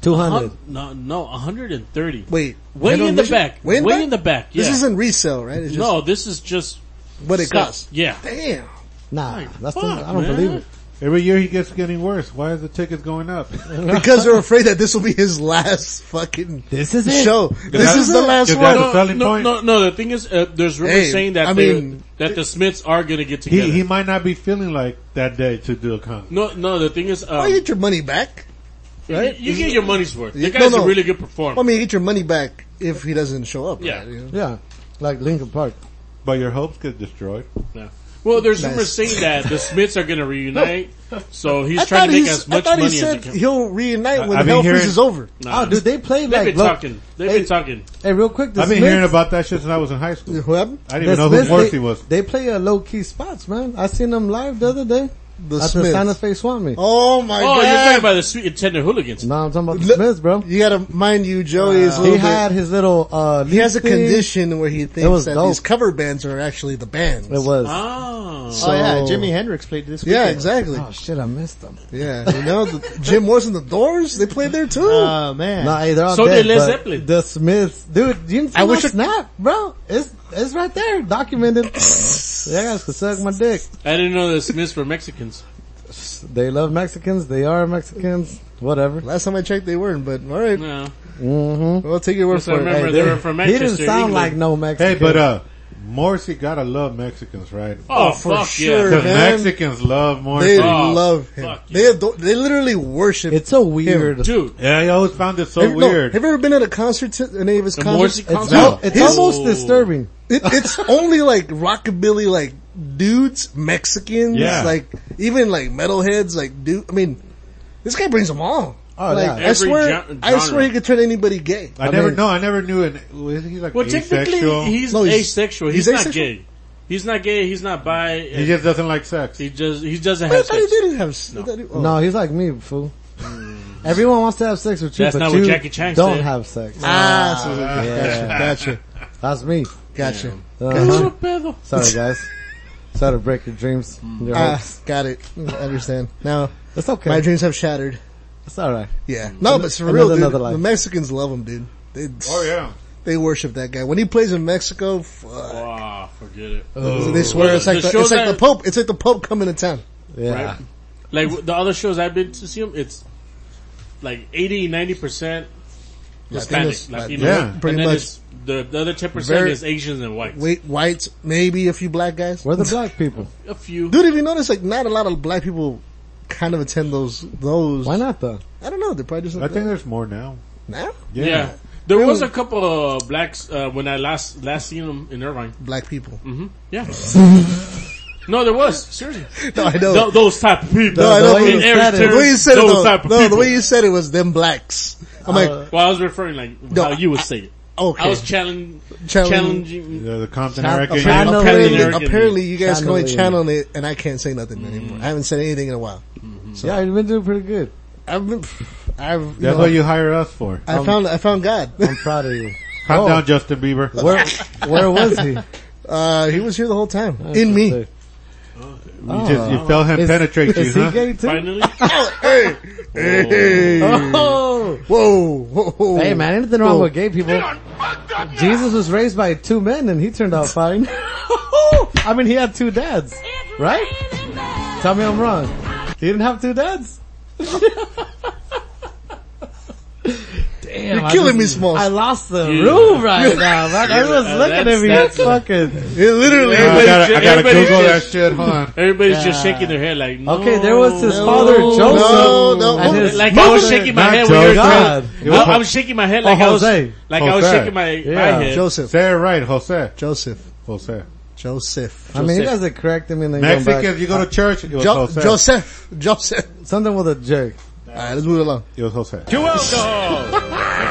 A: Two hundred.
F: Hun- No, no, 130.
D: Wait,
F: Way in the
D: Mission-
F: back.
D: Way in, the back?
F: the back. Yeah.
D: This isn't resale, right? It's just
F: no, this is just
D: what it
F: stuff.
D: costs.
F: Yeah.
D: Damn.
A: Nah, that's the,
F: fuck,
A: I don't
F: man.
A: believe it.
G: Every year he gets getting worse. Why is the tickets going up?
D: Because they're afraid that this will be his last fucking
A: This is it.
D: show. This is the last
G: Because
D: one.
G: that's a
F: No,
G: selling
F: no,
G: point.
F: no, no, the thing is, uh, there's rumors
D: Hey,
F: saying that
D: I
F: they-
D: mean-
F: that the Smiths are gonna get together.
G: He, he might not be feeling like that day to do a concert.
F: no, no, the thing is, um,
D: Why get your money back?
F: you, you get your money's worth. The
D: Yeah,
F: guy's
D: no, no.
F: a really good performer.
D: Well, I mean, you get your money back if he doesn't show up.
F: Yeah.
D: right, you know?
A: Yeah, like Lincoln Park.
G: But your hopes get destroyed.
F: Yeah. Well, there's
D: Nice.
F: rumors saying that the Smiths are going to reunite, so he's
D: I
F: trying
D: thought,
F: to make
D: he's-
F: as
D: I
F: much
D: thought
F: money
D: he
F: as he
D: said
F: can.
D: he'll reunite when
G: I've been
D: Hell
G: hearing-
D: Freeze is over.
F: Nah.
A: Oh, dude, they play
F: They've
A: like
F: been
A: look-
F: talking. They've been talking.
A: Hey, real quick, the
G: I've been
A: Smiths-
G: hearing about that shit since I was in high school.
D: Who happened?
G: I
A: the
G: didn't even know
A: Smiths,
G: who Morrissey
A: they,
G: was.
A: They play a low key spots, man. I seen them live the other day
D: The
A: at the
D: Smiths.
A: Santa Fe Swap Meet.
D: Oh my
F: Oh, you're talking
D: god!
F: about the sweet and tender hooligans.
A: No, I'm talking about the
D: Look-
A: Smiths, bro.
D: you gotta mind you, Joey is
A: He
D: a little
A: had his little. uh
D: bit. He has a
A: leaf thing.
D: condition where he
A: was
D: thinks that
A: dope.
D: these cover bands are actually the bands.
A: It was.
F: Oh.
E: oh yeah,
D: So-
E: Jimi Hendrix played this.
D: Yeah,
E: weekend.
D: exactly.
A: Oh shit, I missed them.
D: Yeah, you know, the, Jim Morrison, the Doors, they played there too.
E: Oh man.
A: Nah, hey, they're all
F: So
A: dead,
F: did Led
A: but
F: Zeppelin.
A: The Smiths, dude. You didn't see
D: I
A: my
D: wish I-
A: snap, bro. It's it's right there, documented. yeah, guys can suck my dick.
F: I didn't know the Smiths were Mexicans.
A: They love Mexicans. They are Mexicans. Whatever.
D: Last time I checked, they weren't. But all right,
F: No.
A: Mm-hmm.
D: well, I'll take your word
F: Yes, I
D: for it.
F: remember
A: Hey,
F: they
A: they-
F: were from
A: he
F: Manchester.
A: didn't sound
F: England.
A: like no Mexican.
G: Hey, but uh, Morrissey gotta love Mexicans, right?
F: Oh,
D: for
F: fuck
D: sure.
F: yeah.
G: Because
D: man.
G: Mexicans love Morrissey.
D: They
F: Oh,
D: love him.
F: fuck
D: They adore, they literally worship.
A: it's so weird.
F: Dude.
G: yeah, I always found it so
D: Have you- no,
G: weird.
D: have you ever been at a concert? To, any of his
F: The
D: concerts?
F: Morrissey
A: It's,
F: concert.
A: no,
F: No,
A: Oh, it's
D: his-
A: almost disturbing.
D: It, it's only like rockabilly, like dudes, Mexicans,
G: Yeah.
D: like even like metalheads, like dude. I mean, this guy brings them all.
A: Oh,
D: like,
A: yeah.
D: I
F: Every
D: swear,
F: gen-
D: I swear
F: genre.
D: he could turn anybody gay.
G: I,
A: I
G: never,
A: mean-
G: no, I never knew. An, was he like
F: Well, technically,
G: asexual?
F: he's,
D: No, he's-
F: asexual.
D: he's
F: He's, not
D: asexual?
F: gay. He's not gay. He's not bi.
G: he
F: and
G: just doesn't like sex.
F: He just he doesn't
D: I
F: have
D: thought he
F: sex.
D: didn't have. s- I thought he- oh.
A: No, he's like me, fool. Everyone wants to have sex with you,
F: That's
A: but
F: not
A: you
F: what Jackie Chan
A: don't
F: said.
A: have sex.
D: Ah, so-
A: Yeah,
D: gotcha,
A: that's me.
D: gotcha,
A: Uh-huh. Sorry, guys. Sorry to break your dreams. Your
D: Ah,
A: hopes.
D: got it. I understand now.
A: It's okay.
D: My dreams have shattered.
A: It's all right.
D: Yeah, no, but it's for
A: Another-
D: real, dude.
A: another life.
D: The Mexicans love him, dude. They,
G: Oh yeah.
D: they worship that guy. When he plays in Mexico, fuck.
F: Wow, Ah, forget it.
D: They swear it's like
F: The
D: the,
F: shows
D: it's like
F: that-
D: the Pope. It's like the Pope coming to town.
A: Yeah.
F: Right? Like w- the other shows I've been to see him, it's like 80, 90% Hispanic.
D: Latinos,
F: Latino.
G: yeah,
F: And
D: pretty
F: then
D: much.
F: it's- The, the other 10%
D: Very-
F: is Asians and whites.
D: Wait, whites, maybe a few black guys.
A: We're the black people.
F: A few.
D: Dude, if you notice, like not a lot of black people kind of attend those those.
A: Why not though?
D: I don't know. They probably just
G: I think there's more now.
D: now
F: yeah. There was a couple of blacks uh, when I last last seen them in Irvine.
D: black people.
F: Mm. Yeah. no, there was. Seriously.
D: No, I know.
F: Th- those type of people.
D: No, I know.
F: In
D: the,
F: every
D: way
F: term,
D: you said it,
F: those
D: though,
F: type of
D: no, the
F: people.
D: way you said it was them blacks. I'm like,
F: well, I was referring like how you would say it.
A: Uh,
D: okay.
F: I was challenging,
D: Challenge-
F: challenging.
G: The, the Compton
A: Channel-
G: American.
A: Channel-
F: Pan
D: apparently,
F: American.
D: apparently, you guys can only
A: Channel-
D: channel it, and I can't say nothing anymore. I haven't said anything in a while.
A: Yeah, you've been doing pretty good.
D: I've been, I've, you
G: That's
D: know,
G: what you hire us for.
D: I found, I found God.
A: I'm proud of you.
G: Calm down, Justin Bieber.
A: Where where was he?
D: Uh, he was here the whole time in me.
G: You just you felt him penetrate
A: Oh.
G: you,
A: Is he
G: huh?
A: gay too?
F: Finally,
A: Oh,
D: Whoa, whoa, whoa.
A: hey man, anything wrong with gay people? Jesus was raised by two men and he turned out fine. I mean, he had two dads, right? Tell me I'm wrong. He didn't have two dads. Damn,
D: You're
A: I
D: killing me,
A: just-
D: Smalls.
A: I lost the room right now, man. Everyone's
F: Yeah,
A: looking at
F: that's-
A: me.
F: that's-
A: fucking.
D: It literally,
G: Uh, I gotta, I gotta
F: Everybody
G: Google that
F: just-
G: shit. Hold on.
F: everybody's just shaking their head like, no.
A: Okay, there was his father Joseph.
D: no, no.
A: And his
F: Like I was
A: mother-
F: shaking my
G: Not
F: head when you were
A: God.
F: talking. No, I was shaking my head like
A: Oh,
F: I was
A: Jose.
F: like I was
G: Jose.
F: shaking my,
A: Yeah.
F: my head.
D: Joseph,
G: Say it right, Jose.
D: Joseph,
G: Jose.
D: Joseph,
A: I mean, he doesn't correct him and then go back.
G: Mexicans, you go to church. It was
D: jo-
G: Jose.
D: Joseph, Joseph.
A: Something with a jerk.
D: All right, let's move along.
G: It was Jose.
H: to alcohol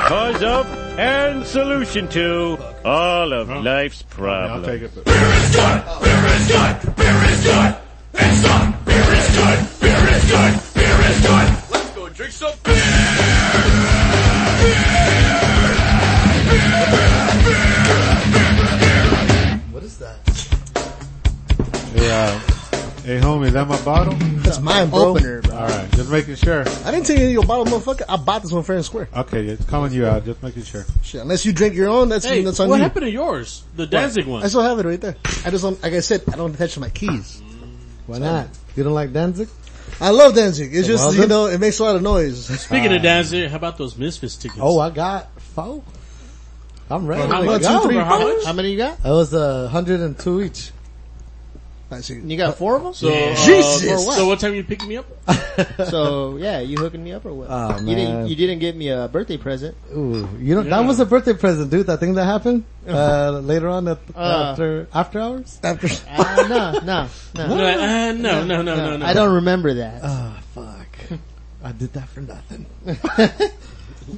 H: because of and solution to uh, all of life's
G: I'll
H: problems.
G: take it.
D: What is that?
G: Yeah. Hey, homie, is that my bottle?
D: That's mine, bro.
E: Opener, bro.
G: All right, just making sure.
D: I didn't take any of your bottle, motherfucker. I bought this one fair and square.
G: Okay, it's calling you out. Just making sure.
D: Shit, unless you drink your own, that's
F: Hey,
D: that's on
F: what
D: you.
F: happened to yours? The Danzig one.
D: I still have it right there. I just don't, like I said, I don't attach my keys.
A: Why not? You don't like Danzig?
D: I love Danzig. It's just,
A: Well
D: you
A: done.
D: know, it makes a lot of noise.
F: Speaking of Danzig, how about those Misfits tickets?
A: Oh, I got four. I'm ready.
F: how
A: to
F: much?
A: go.
F: Two, three, how much?
E: How many you got?
A: It was uh, 102 each.
D: I see.
E: You got four of them?
F: So, uh,
D: Jesus.
F: So what time you picking me up?
E: So yeah, you hooking me up or what?
A: Oh,
E: You
A: man.
E: didn't you didn't get me a birthday present.
A: Ooh, you know that was a birthday present, dude. That thing that happened uh, later on at, after after hours.
D: After,
E: Uh, no, no, no.
F: They're like, "Ah, no, no, no, no, no.
E: I don't remember that.
A: Ah, fuck! I did that for nothing.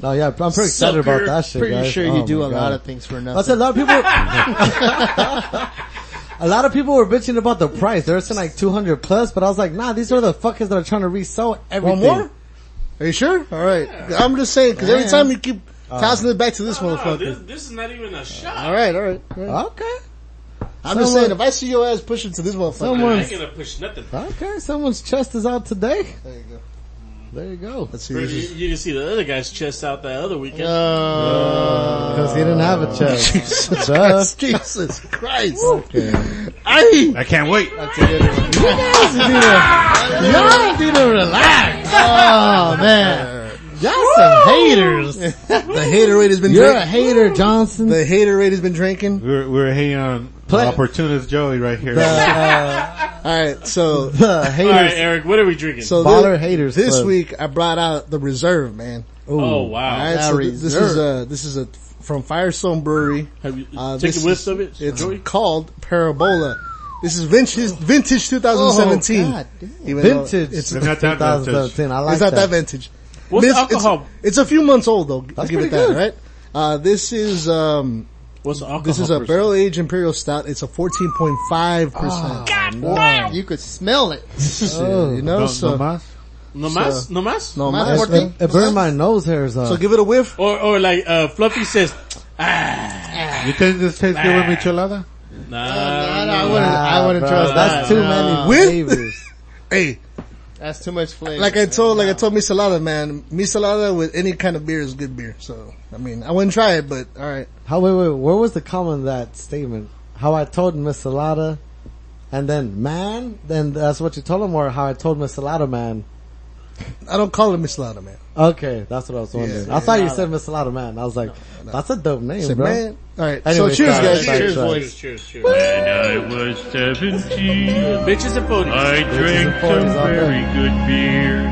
A: no, yeah, I'm pretty excited about that shit.
E: Pretty
A: guys.
E: sure
A: Oh
E: you do
A: my
E: a
A: God.
E: lot of things for
A: I said a
E: nothing.
A: lot of people. a lot of people were bitching about the price. They were saying like 200 plus, but I was like, nah, these are the fuckers that are trying to resell everything.
D: One more? Are you sure? All right. I'm just saying, because every time you keep tossing it back to this
F: No,
D: motherfucker.
F: this, this is not even a shot.
D: all right, all right. all right.
A: Okay.
D: I'm
A: someone-
D: just saying, if I see your ass pushing to this motherfucker,
F: I
A: Someone's,
F: ain't gonna push nothing.
A: okay, someone's chest is out today.
D: there you go.
A: There you go.
D: Let's see.
F: You,
D: this is-
F: you can see the other guy's chest out that other weekend.
D: Uh,
A: Because he didn't have a chest.
D: Jesus
A: Duh.
D: Christ. Jesus Christ.
G: I can't wait.
A: Y'all need to relax. Oh man. Y'all some haters.
D: The hater rate has been
A: You're a
D: drinking.
A: hater, Johnson.
D: The hater rate has been drinking.
G: We're, we're hating on
A: Play-
G: opportunist Joey right here.
D: All right, so
A: The
F: All right,
A: haters.
F: Eric, what are we drinking?
D: so
A: Baller
D: this,
A: haters
D: this
A: club.
D: week I brought out the reserve, man.
F: oh
D: All
F: wow!
D: right,
E: Now
D: so th- this
E: reserve.
D: is a this is a from Firestone Brewery.
F: Have you
D: Uh,
F: take
D: this
F: a whiff
D: is-
F: of it,
D: It's
F: Joey?
D: called Parabola. This is vintage vintage 2017.
E: Oh, God
D: Even though
A: Vintage.
D: It's,
G: They're not that
A: 2017. I like
D: it's not that vintage.
F: What's
D: It's-
F: the
D: it's-
F: alcohol?
D: It's, a few months old though. I'll give
A: pretty
D: it that,
A: good.
D: right? Uh, this is um,
F: What's the alcohol?
D: this is a
F: percent?
D: barrel aged imperial stout. It's a 14.5
A: Oh.
D: percent.
E: Wow, you could smell it.
D: You know,
G: No,
D: so
G: no mas?
F: No mas, no mas.
D: no,
E: Mas
D: mas-
E: Forte.
A: It, it burned my nose hairs off.
D: So give it a whiff.
F: Or or like uh, Fluffy says, ah,
G: You think this tastes good with michelada?
F: nah.
D: Uh,
E: I wouldn't. I wouldn't
A: Nah,
E: trust
A: bro, That's
E: that.
A: too many
D: With-
A: flavors.
D: Hey,
E: That's too much flavor.
D: Like I told, like I told Misalada, man, Misalada with any kind of beer is good beer. So, I mean, I wouldn't try it, but alright.
A: How, wait, wait, where was the comma in that statement? How I told Miss Salada and then man? Then that's what you told him or how I told Miss Salada man?
D: I don't call it Misalada, man.
A: Okay, that's what I was wondering.
D: Yeah,
A: I thought you said Miss Salada man. I was like, that's a dope name,
D: Say,
A: bro.
D: man. Alright.
A: Anyway,
D: so cheers
A: sorry,
D: guys.
A: sorry,
F: Cheers,
A: sorry.
F: boys. Cheers, cheers.
H: When I was 17,
F: Bitches and ponies.
H: I drank
A: and
H: some
A: forties out there.
H: very good beer.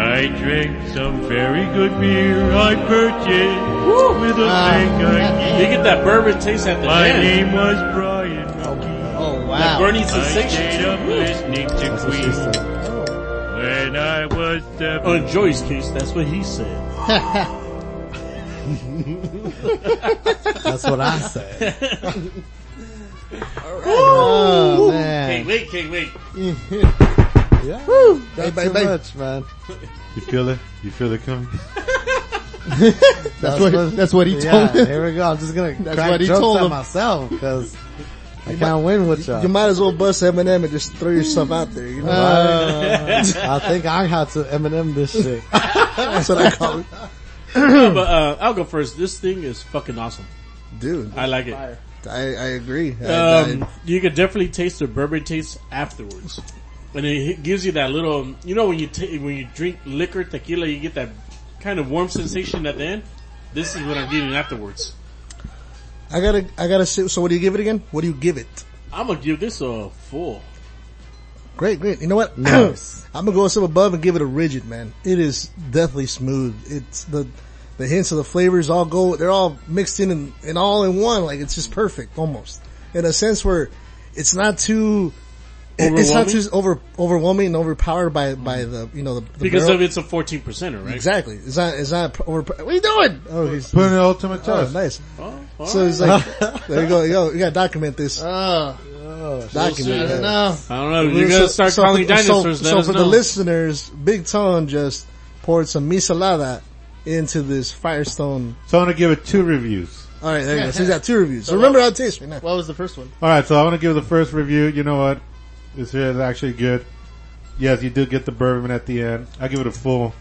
H: I drank some very good beer I purchased with a bank I
F: You get that bourbon taste at the
H: My
F: end.
H: name was Brian.
E: Oh wow.
F: Bernie
H: I
F: sensation.
H: stayed up
F: too. Woo.
H: listening to
A: That's what she
H: Queen
A: said.
H: when I was
F: On
H: 17.
F: Joy's case, that's what he said.
A: That's what I said.
E: Oh
F: Can't
E: man.
F: wait, can't wait.
A: Yeah. That's
D: Bye,
A: too
D: bye, bye.
A: much, man.
G: You feel it? You feel it coming?
E: That's what. That's what he
A: Yeah,
E: told. me.
A: here we go. I'm just gonna crack
E: what he
A: jokes
E: told
A: at
E: him.
A: myself because I can't win with y'all.
D: You might as well bust Eminem and just throw yourself out there. You know,
A: uh, I think I had to Eminem this shit.
D: that's what I call it,
F: No, but uh, I'll go first. This thing is fucking awesome.
D: dude.
F: I like it.
D: I, I agree. I,
F: Um,
D: I-
F: you can definitely taste the bourbon taste afterwards, and it hit- gives you that little. You know when you ta when you drink liquor tequila, you get that kind of warm sensation at the end. This is what I'm getting afterwards.
D: I gotta, I gotta. Sit, so, what do you give it again? What do you give it?
F: I'm gonna give this a four.
D: Great, great. You know what?
A: Nice.
D: I'm gonna go a step above and give it a rigid, man. It is deathly smooth. It's the the hints of the flavors all go. They're all mixed in and, and all in one. Like it's just perfect, almost in a sense where it's not too. it- It's not
F: Overwhelming?
D: too over overwhelming and overpowered by by the you know the, the
F: Because
D: barrel.
F: of it's a 14 percenter, right?
D: exactly. It's not it's not over. What are you doing? Oh, he's
G: Put in an ultimate
D: oh,
G: test.
D: nice.
F: Oh,
D: So it's like there you go. Yo, you gotta document this.
E: Oh,
D: document.
E: I
D: it.
E: don't know.
F: I don't know. You're gonna start calling
D: for-
F: dinosaurs.
D: So,
F: let
D: so
F: us
D: for
F: know.
D: the listeners, Big Tone just poured some misalada into this Firestone.
G: So I'm gonna give it two reviews.
D: All right, there you go. So he's got two reviews. So remember how it tastes right now.
E: What was the first one?
G: All right, so I want to give the first review. You know what? This here is actually good. Yes, you do get the bourbon at the end. I give it a full.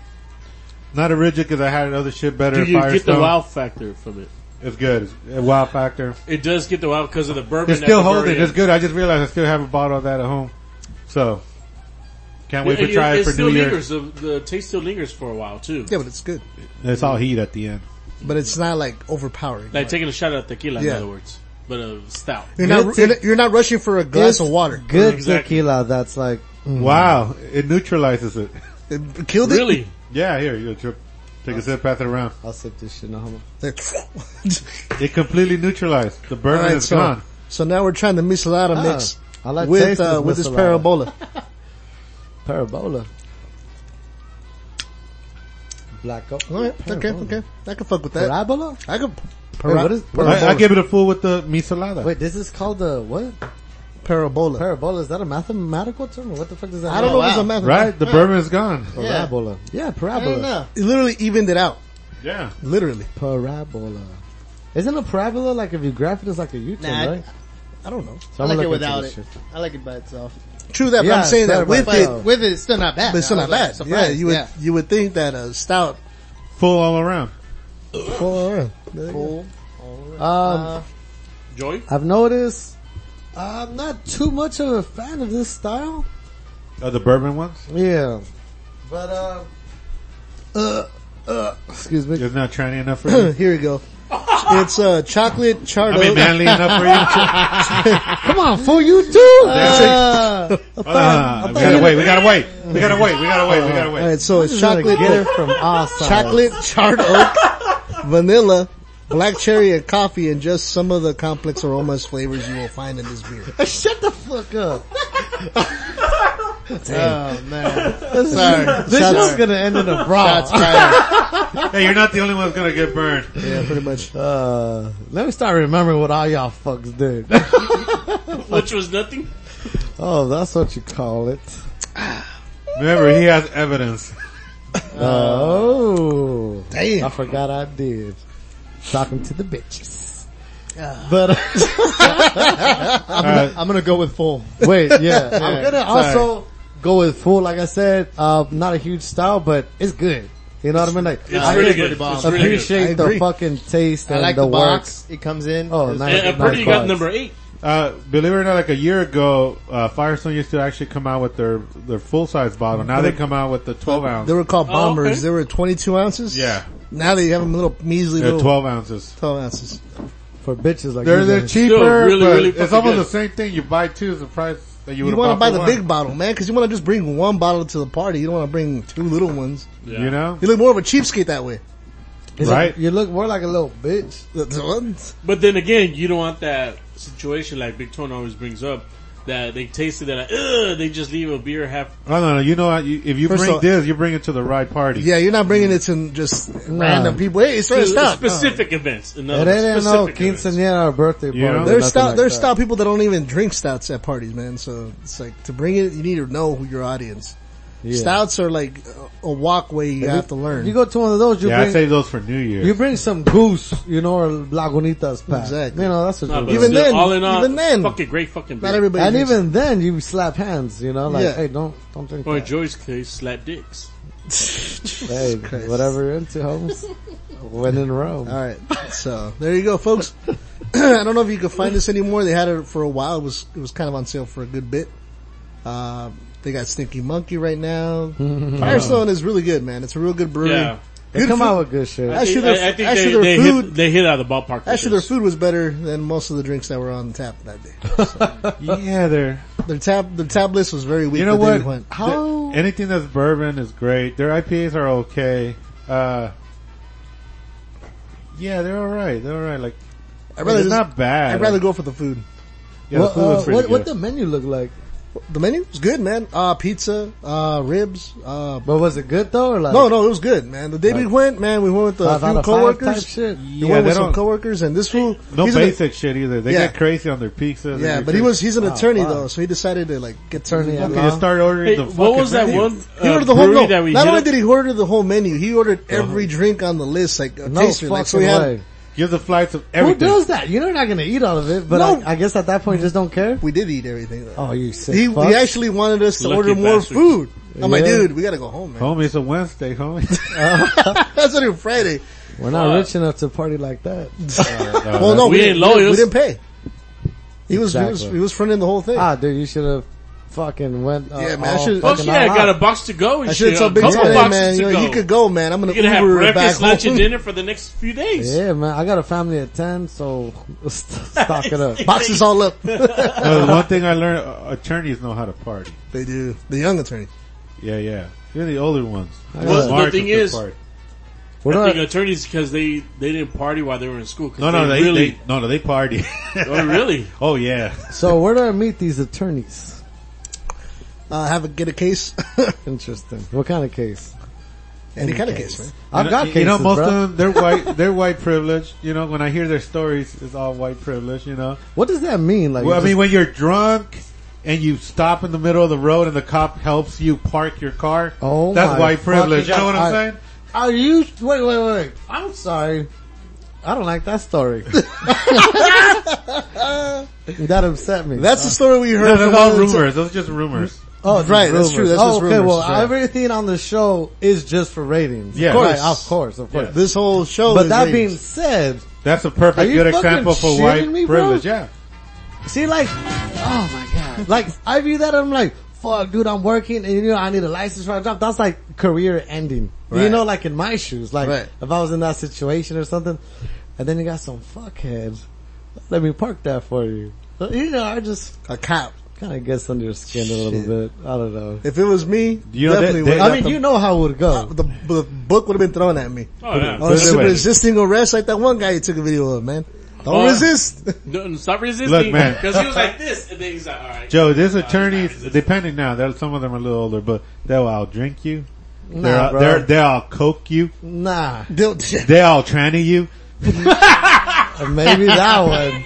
G: Not a rigid because I had other shit better.
F: Do
G: at
F: you get
G: Firestone.
F: the wow factor from it?
G: It's good. It's a wow factor.
F: It does get the wow because of the bourbon.
G: It's
F: at
G: still
F: the very
G: holding.
F: end.
G: It's good. I just realized I still have a bottle of that at home. So can't wait
F: It-
G: to try
F: it,
G: it for
F: still
G: New Year.
F: lingers. The, the taste still lingers for a while too.
D: Yeah, but it's good.
G: It's all heat at the end.
D: But it's not like overpowering.
F: Like taking a shot at tequila, in
D: Yeah.
F: other words, but a stout.
D: you're, not, you're, not, you're not rushing for a glass of water.
A: Good
F: Exactly.
A: tequila that's like,
G: Wow, it neutralizes it.
D: It killed it.
F: Really?
G: Yeah, here you go. Trip. Take a sip, pass it around.
A: I'll sip this shit, no homo.
D: There.
G: It completely neutralized. The
D: All
G: bourbon
D: right,
G: is
D: so,
G: gone.
D: so now we're trying to misalada
A: Ah,
D: mix
A: I like
D: with
A: taste
D: uh, with this
A: misalada.
D: parabola.
A: Parabola. Black up.
D: All right, okay, okay. I can fuck with that.
A: Parabola?
D: I can
A: Wait, what is,
G: I, I give it a full with the misalada.
A: Wait, this is called the, what?
D: parabola.
A: Parabola, is that a mathematical term? What the fuck does that
D: I don't know
A: mean?
D: if it's a math.
G: Oh, Right? The bourbon is gone.
A: Parabola. Yeah,
E: I don't
A: parabola.
E: know.
D: It literally evened it out.
G: Yeah.
D: Literally.
A: Parabola. Isn't a parabola like if you graph it, it's like a U-turn,
E: Nah, I-
A: right?
D: I don't know.
A: So
E: I
A: I'm
E: like
A: gonna
E: it
A: look into
E: without
A: this
E: it.
A: shit.
E: I like it by itself.
D: True that, but
A: Yeah,
D: I'm saying that
A: it's
D: with
A: better,
D: it,
A: Oh.
E: With it, it's still not bad.
D: but it's still
E: I
D: not
E: was,
D: bad.
E: like,
D: yeah,
E: surprised.
D: you would
E: Yeah.
D: you would think that a stout.
G: Full all around.
D: Full around.
A: Um,
D: Uh,
F: Joy?
A: I've noticed I'm not too much of a fan of this style.
G: Uh, the bourbon ones?
A: Yeah. But, um, uh, uh, excuse me.
G: It's not tranny enough for you?
D: Here we go. It's uh, chocolate chardo.
G: I mean, manly enough for you?
A: Come on, fool, you too!
G: Uh, we gotta wait, we gotta wait. We gotta wait, we gotta wait, we gotta
D: All
G: wait.
D: right, so it's chocolate,
A: get it from us.
D: chocolate charred oak, vanilla, black cherry, and coffee, and just some of the complex aromas flavors you will find in this beer.
A: Shut the fuck up.
E: Oh man.
A: This
D: Shots-
A: is gonna end in a brawl.
G: Hey, you're not the only one that's gonna get burned.
D: Yeah, pretty much.
A: Uh, let me start remembering what all y'all fucks did.
F: Which was nothing?
A: oh, that's what you call it.
G: Remember, he has evidence.
A: Uh, oh. I
D: Damn.
A: forgot I did. Talking to the bitches. But
G: All right.
E: I'm gonna go with full.
A: wait, yeah, I'm
E: Yeah,
A: gonna also go with full. Like I said, uh, not a huge style, but it's good. You know what I mean? Like,
F: It's
A: I
F: really
A: can
F: good. It's really good.
A: appreciate
D: I
A: the
D: agree.
A: fucking taste
E: I
A: and
E: like
A: the,
E: the,
A: work.
E: box. It comes in.
A: Oh,
E: It's-
A: nice.
F: And, and pretty
A: Nice
F: got
A: box.
F: number eight.
G: Uh, believe it or not, like a year ago, uh, Firestone used to actually come out with their, their full size bottle. Now they come out with the 12
D: They
G: ounce.
D: were called
F: Oh,
D: bombers.
F: okay.
D: They were 22 ounces.
G: Yeah.
D: Now they have them little measly
G: They're
D: little
G: 12 ounces.
D: 12 ounces.
A: for bitches like
G: They're,
A: you
G: they're
A: guys.
G: cheaper,
F: really,
G: but
F: really
G: it's
F: fucking
G: almost
F: good.
G: the same thing. You buy two is the price that you would
D: You
G: want to
D: buy the big bottle, man, because you want to just bring one bottle to the party. You don't want to bring two little ones.
G: You know?
D: You look more of a cheapskate that way.
A: It's
G: right?
A: like- you look more like a little bitch.
D: The- the ones-
F: But then again, you don't want that situation like Big Tone always brings up that they taste it, they're like, ugh, they just leave a beer half.
G: No, no, no. You know what? You, if you
D: First
G: bring
D: off-
G: this, you bring it to the right party.
D: Yeah, you're not bringing it to just random people. Hey, Uh-huh. it's
F: For
D: free stout.
F: specific events.
A: It
F: Another
A: ain't no
F: specific events.
A: quinceañera or birthday party.
G: You know?
A: or
D: There's
A: nothing
D: stout,
A: like
D: there's
A: that.
D: stout people that don't even drink stouts at parties, man. So it's like to bring it, you need to know who your audience.
A: Yeah.
D: Stouts are like a a walkway you
A: If
D: have to learn.
A: You go to one of those, you
G: Yeah, I
A: bring
G: save those for New Year.
A: you bring some goose, you know, or Lagunitas pack.
D: Exactly.
A: You know, that's what
F: Nah,
A: you
F: Uh, but
A: do.
D: Even
F: still,
D: then,
F: all in all,
D: even then.
F: fucking great fucking beer.
D: not everybody.
A: and
D: drinks.
A: even then, you slap hands, you know, like,
D: Yeah.
A: hey, don't, don't drink
F: or in
A: that.
F: Joy's case, slap dicks.
A: Hey,
D: Christ.
A: whatever you're into, homes. when in Rome.
D: All right, so there you go, folks. I don't know if you can find this anymore. They had it for a while. It was it was kind of on sale for a good bit. Uh, they got Stinky Monkey right now. Firestone is really good, man. It's a real good brewery.
F: Yeah.
A: They
D: Good
A: come
D: food.
A: out with good shit.
F: I
D: Actually,
F: think,
D: their-
F: I, I think
D: actually,
F: they,
D: their
F: they, hit,
D: food-
F: they hit out of the ballpark. with
D: Actually, their
F: this.
D: food was better than most of the drinks that were on tap that day.
G: yeah, they're.
D: Their tab their tab list was very weak.
G: You know
D: the day we
G: what?
D: went.
G: How anything that's bourbon is great. Their IPAs are okay. Uh, yeah, they're all right. They're all right. Like,
D: I'd
G: it's
D: rather just,
G: not bad.
D: I'd rather go for the food.
G: Yeah, the
A: Well,
G: food was
A: uh,
G: pretty
A: what, what
G: good.
A: the menu look like?
D: The menu was good, man. Uh, pizza, uh, ribs. Uh,
A: But was it good though, or like?
D: no, no, it was good, man. The day we went, man, we went with a
A: Five out
D: few
A: of five type
D: coworkers.
A: shit.
D: We
G: Yeah,
D: went
G: they
D: with some
G: don't-
D: coworkers, and this fool.
G: no
D: he's an-
G: basic shit either. They
D: Yeah.
G: get crazy on their pizza. and
D: Yeah,
G: their
D: but he
G: shit.
D: was he's an
A: Wow,
D: attorney
A: Oh, wow.
D: though, so he decided to like get
A: Attorney
D: some-
A: at
G: Okay, you start ordering
F: Hey,
G: the
F: what was
G: fucking
F: that
G: menu.
F: one
D: He
F: uh,
D: ordered the whole
F: brewery
D: no.
F: that we
D: Not
F: hit Uh-huh.
D: only
F: up?
D: did he order the whole menu, he ordered every drink on the list, like a
A: no
D: taster. Like, so
A: fucking
D: we had
A: way.
G: Gives the flights of
A: Who
G: everything.
A: does that? You know, you're not gonna eat all of it, but
D: No.
A: I, I guess at that point, you just don't care.
D: we did eat everything. Though.
A: Oh, you sick.
D: he
A: fuck.
D: he actually wanted us to
F: Lucky
D: order more
F: bastard.
D: food. I'm like,
A: Yeah.
D: dude, we gotta go home, man.
G: Homie, it's a Wednesday, homie.
D: That's on Friday.
A: We're not
F: Uh,
A: rich enough to party like that.
D: Well, no,
F: We
D: we,
F: ain't
D: didn't, we
F: lawyers.
D: didn't pay. He was, he
A: Exactly.
D: was he was fronting the whole thing.
A: ah, dude, you should have fucking went. Uh,
D: Yeah, man, I
A: all
D: should-
F: Fuck
A: fucking
F: yeah, Oh, I
A: all
F: got a
A: out.
F: box to go and
D: I should
F: shit.
D: have
F: A
D: told Big
F: couple
D: Tony,
F: boxes
D: man,
F: to
D: you, know,
F: go.
D: you could go, man. I'm gonna
F: You're gonna have
D: Uber it back
F: breakfast, lunch,
D: home.
F: and dinner for the next few days.
A: Yeah, man, I got a family at ten, so st- stock it up.
D: Boxes all up. they
G: No, the one thing I learned, uh, attorneys know how to party.
D: do. The young attorney.
G: Yeah, yeah. You're the older ones.
F: Well, the
G: Mark
F: thing
G: could
F: is-
G: party.
A: What
F: I
A: do I-
F: think attorneys because they they didn't party while they were in school. 'cause
G: no, no, they,
F: really.
G: they, no, no, they party.
F: oh, really?
G: oh yeah.
A: so where do I meet these attorneys?
D: Uh, have a get a case.
A: Interesting. What kind of case?
D: Any kind of case, man.
A: I've
G: you
A: got
G: know,
A: cases,
G: you know, most
A: bro.
G: of them they're white. They're white privilege. You know, when I hear their stories, it's all white privilege. You know,
A: What does that mean? Like,
G: well, I
A: you
G: mean, when you're drunk and you stop in the middle of the road and the cop helps you park your car,
A: Oh
G: that's
A: my
G: white privilege.
A: fucking
G: You know what
A: God.
G: I'm saying?
A: just- are you? Wait, wait, wait. I'm sorry. I don't like that story. that upset me.
D: That's the story we
G: No,
D: heard.
G: that's
D: from
G: all
D: other-
G: rumors. Those are just rumors.
A: oh,
D: right, that's true, that's
A: oh,
D: just
A: okay.
D: rumors,
A: Well,
D: that's right.
A: everything on the show is just for ratings.
G: Yeah.
A: of course,
G: Right,
A: of course, of course.
G: Yeah.
D: This whole show.
A: But
D: is
A: that
D: ratings.
A: being said,
G: That's a
A: Are
G: perfect
A: you
G: good
A: fucking
G: example for
A: shitting
G: white
A: me, bro?
G: privilege. Yeah.
A: See, like, oh my god, like I view that I'm like, fuck, dude, I'm working, and you know, I need a license for a job. That's like career ending. You
D: Right.
A: know, like in my shoes, like
D: Right.
A: if I was in that situation or something, and then you got some fuckhead, let me park that for you. You know, I just
D: a cop.
A: kind of gets under your skin a little bit. I don't know.
D: If it was me,
G: You know, that-
D: definitely.
G: that-
D: would
A: I
D: have
A: mean,
D: the,
A: you know how it would go.
D: the, the book would have been thrown at me.
F: Oh yeah.
D: Oh,
G: Put it
D: it's a
G: away.
D: resisting arrest, like that one guy you took a video of, man. Don't
G: Uh,
F: Oh.
D: resist.
F: No, no, stop resisting.
G: Look, man.
F: Because he was like this, and then he's like, all right.
G: Joe, these attorneys, depending now, they're, some of them are a little older, but they'll out drink you.
A: Nah,
G: they're,
A: bro.
G: they're, they'll out coke you.
A: Nah,
D: Don't-
G: They all tranny you.
A: maybe that one.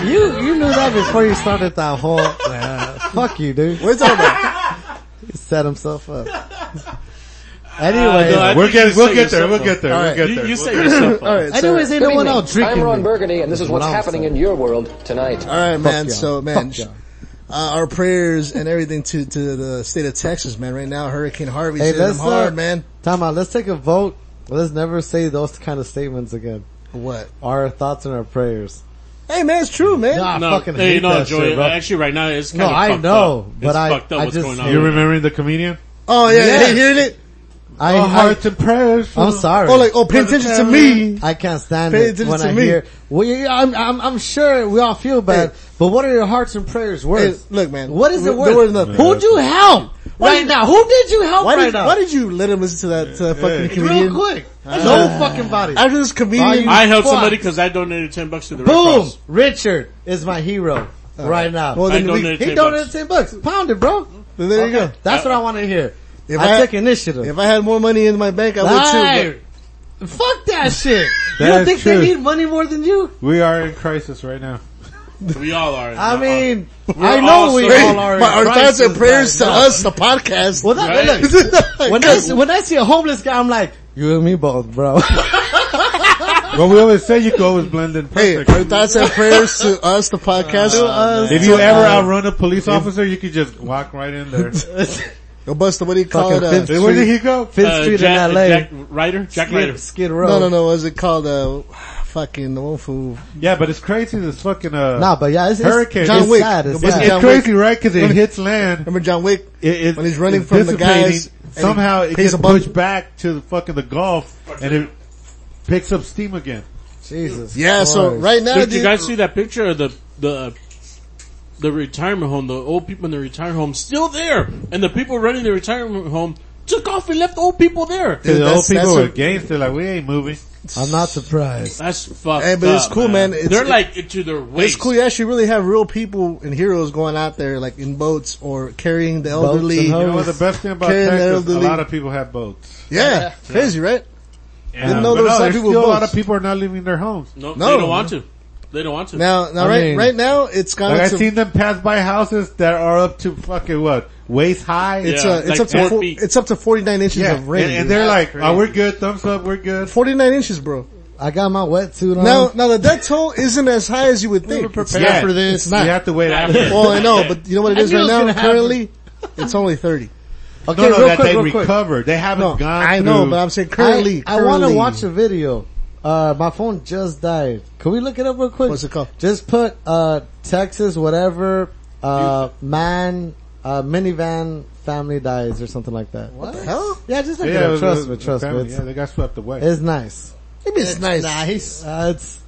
A: You you knew that before you started that whole. Nah, fuck you, dude.
D: We're talking about
A: set himself up.
F: Uh, no, I
A: Anyways,
G: We're
F: think you
G: getting, we'll
F: set
G: get there.
F: yourself
G: We'll
F: up.
G: get there. We'll
D: Alright.
G: get
F: You,
G: there.
F: you set yourself
D: all
F: up.
D: right.
A: anyways,
D: sir.
A: ain't no one
I: I'm
A: out drinking.
I: Ron
A: me.
I: Burgundy, and this is what's
A: Wow,
I: happening
A: sir.
D: Uh,
I: in your world tonight.
D: all right, man.
A: y'all.
D: So, man,
A: Fuck y'all.
D: uh, our prayers and everything to, to the state of Texas, man. Right now, Hurricane Harvey's
A: Hey,
D: hitting them
A: let's, uh,
D: hard, man.
A: Time out. Let's take a vote. Let's never say those kind of statements again.
D: What?
A: Our thoughts and our prayers.
D: Hey, man, it's true, man.
A: Nah, I
F: No,
A: fucking
F: hey,
A: hate
F: no,
A: that
F: Joey.
A: shit, bro.
F: Actually, right now it's
A: No,
F: kind of
A: I
F: fucked
A: know,
F: up.
A: but
F: it's
A: I-
F: fucked up
A: I
F: what's
A: just-
F: going
A: you
G: You
F: on.
G: remembering the comedian?
D: Oh yeah,
A: Yes.
D: you hearing it?
A: I,
G: Oh,
A: I,
G: hearts and prayers. for-
A: am sorry.
D: Oh, like oh, pay attention to me.
A: I can't stand
D: Pay
A: it
D: attention
A: when
D: to
A: I
D: me.
A: hear. Well, you- I'm, I'm, I'm sure we all feel bad,
D: Hey.
A: but what are your hearts and prayers
D: Hey,
A: worth?
D: look, man.
A: what is
D: there-
A: it worth?
D: There was nothing.
A: Who'd you help right now? Who did you help
D: Why
A: right
D: did,
A: now?
D: why did you let him listen to that uh, fucking comedian? Uh,
A: Real quick, no fucking body.
D: After this comedian,
A: you-
F: I helped
A: Fuck.
F: somebody because I donated ten bucks to the Red
A: Boom!
F: Cross.
A: Richard is my hero right now.
D: Uh, Well,
F: I
D: then we,
F: donated
A: he
F: 10
A: donated
F: bucks.
A: ten bucks. Pound it, bro.
D: then there you go.
A: Okay, That's what I want to hear.
D: If
A: I,
D: I-
A: took initiative.
D: If I had more money in my bank, I would too.
A: Hey, Fuck that shit. you
G: That
A: don't
G: is
A: think
G: true.
A: they need money more than you?
G: We are in crisis right now.
F: We all are.
A: I mean,
F: We're
A: I know
F: all
A: we
D: But hey,
A: all are.
D: my, our
A: in
D: thoughts and
A: crisis,
D: prayers to
A: but-
D: us, the podcast.
A: Well, that,
F: Right?
A: look, when I, see- when I see a homeless guy, I'm like, you and me both, bro.
G: Well, we always say you can always blend in
D: hey,
G: perfect.
D: our thoughts and prayers to us, the podcast.
G: if you ever outrun a police officer, you could just walk right in there.
D: Go bust. What do you call it?
A: Fucking
D: Uh,
A: fifth-
G: Where did he go?
A: Fifth Street
F: Uh, Jack,
A: in LA.
F: Jack Ryder? Jack Ryder.
A: Skid, Skid Row.
D: no, no, no. Was it called? Uh, fucking the one who
G: Yeah, but it's crazy. This fucking uh,
A: Nah, but yeah, it's,
G: Hurricane.
A: it's,
G: John
A: it's
D: Wick.
A: sad. It's
D: Listen,
A: sad.
G: it's
D: John Wick.
G: crazy, right? Because it hits land.
D: remember John Wick?
G: It, it,
D: When he's running
G: it's
D: from the
G: dissipating.
D: guys and he
G: somehow it
D: pays
G: gets
D: a bump.
G: pushed back to the fucking the Gulf, and it picks up steam again.
A: Jesus.
D: Yeah. So
A: Christ.
D: right now,
F: Did you
D: dude-
F: guys see that picture of the the the retirement home? The old people in the retirement home still there, and the people running the retirement home took off and left the old people there.
D: Dude,
G: Because the
D: that's-
G: old people
D: that's
G: were
D: what-
G: against. They're like, we ain't moving.
A: I'm not surprised.
F: That's fucked.
D: Hey, but it's
F: up,
D: cool, man. It's-
F: They're
D: it-
F: like to their waist.
D: It's cool. You actually really have real people and heroes going out there, like in boats or carrying the elderly.
A: and
G: You know
A: hoes.
G: what? The best thing about
D: Ken
G: Texas, a
D: Elderly.
G: lot of people have boats.
D: yeah, crazy, right? Didn't know there was
G: But no,
D: a lot of
G: there's
D: people
G: still a
D: with
G: lot
D: boats.
G: of people are not leaving their homes.
D: No,
F: No, they
D: man.
F: don't want to. They don't want to.
D: Now, now,
A: I
D: right,
A: mean-
D: right now, it's gone
G: Like I've
D: to
G: seen them pass by houses that are up to fucking what waist high.
D: it's
F: Yeah,
D: uh, it's
F: like
D: up to
F: four
D: four,
F: feet.
D: it's up to forty nine inches
G: yeah,
D: of rain.
G: and, and they're like, "Oh, we're good. Thumbs up. We're good."
D: forty nine inches,
A: Um,
D: bro.
A: I got my wetsuit on.
D: Now, now the death toll isn't as high as you would think. It's
G: Yeah,
D: not for this.
G: You have to wait. After.
D: Well, I know, but you know what it
A: I
D: is
A: knew it
D: right
A: was
D: now.
A: gonna happen.
D: Currently, it's only thirty.
A: okay,
G: No, no,
A: real
G: that
A: quick,
G: they
A: real quick.
G: recovered. They haven't
D: No,
G: gone.
D: I know,
G: through-
D: but I'm saying currently.
A: I, I want to
D: currently.
A: watch a video. Uh, my phone just died. Can we look it up real quick?
D: What's it called?
A: Just put, uh, Texas, whatever, uh, man, uh, minivan family dies or something like that. What?
D: the hell?
A: Yeah, just look
G: Yeah,
A: it
G: it
A: up.
G: was
A: Trust
G: a-
A: me,
G: a
A: trust me.
G: family.
A: It's,
G: Yeah, they got swept away.
A: it's nice.
D: It's nice.
A: Nice. Uh, it's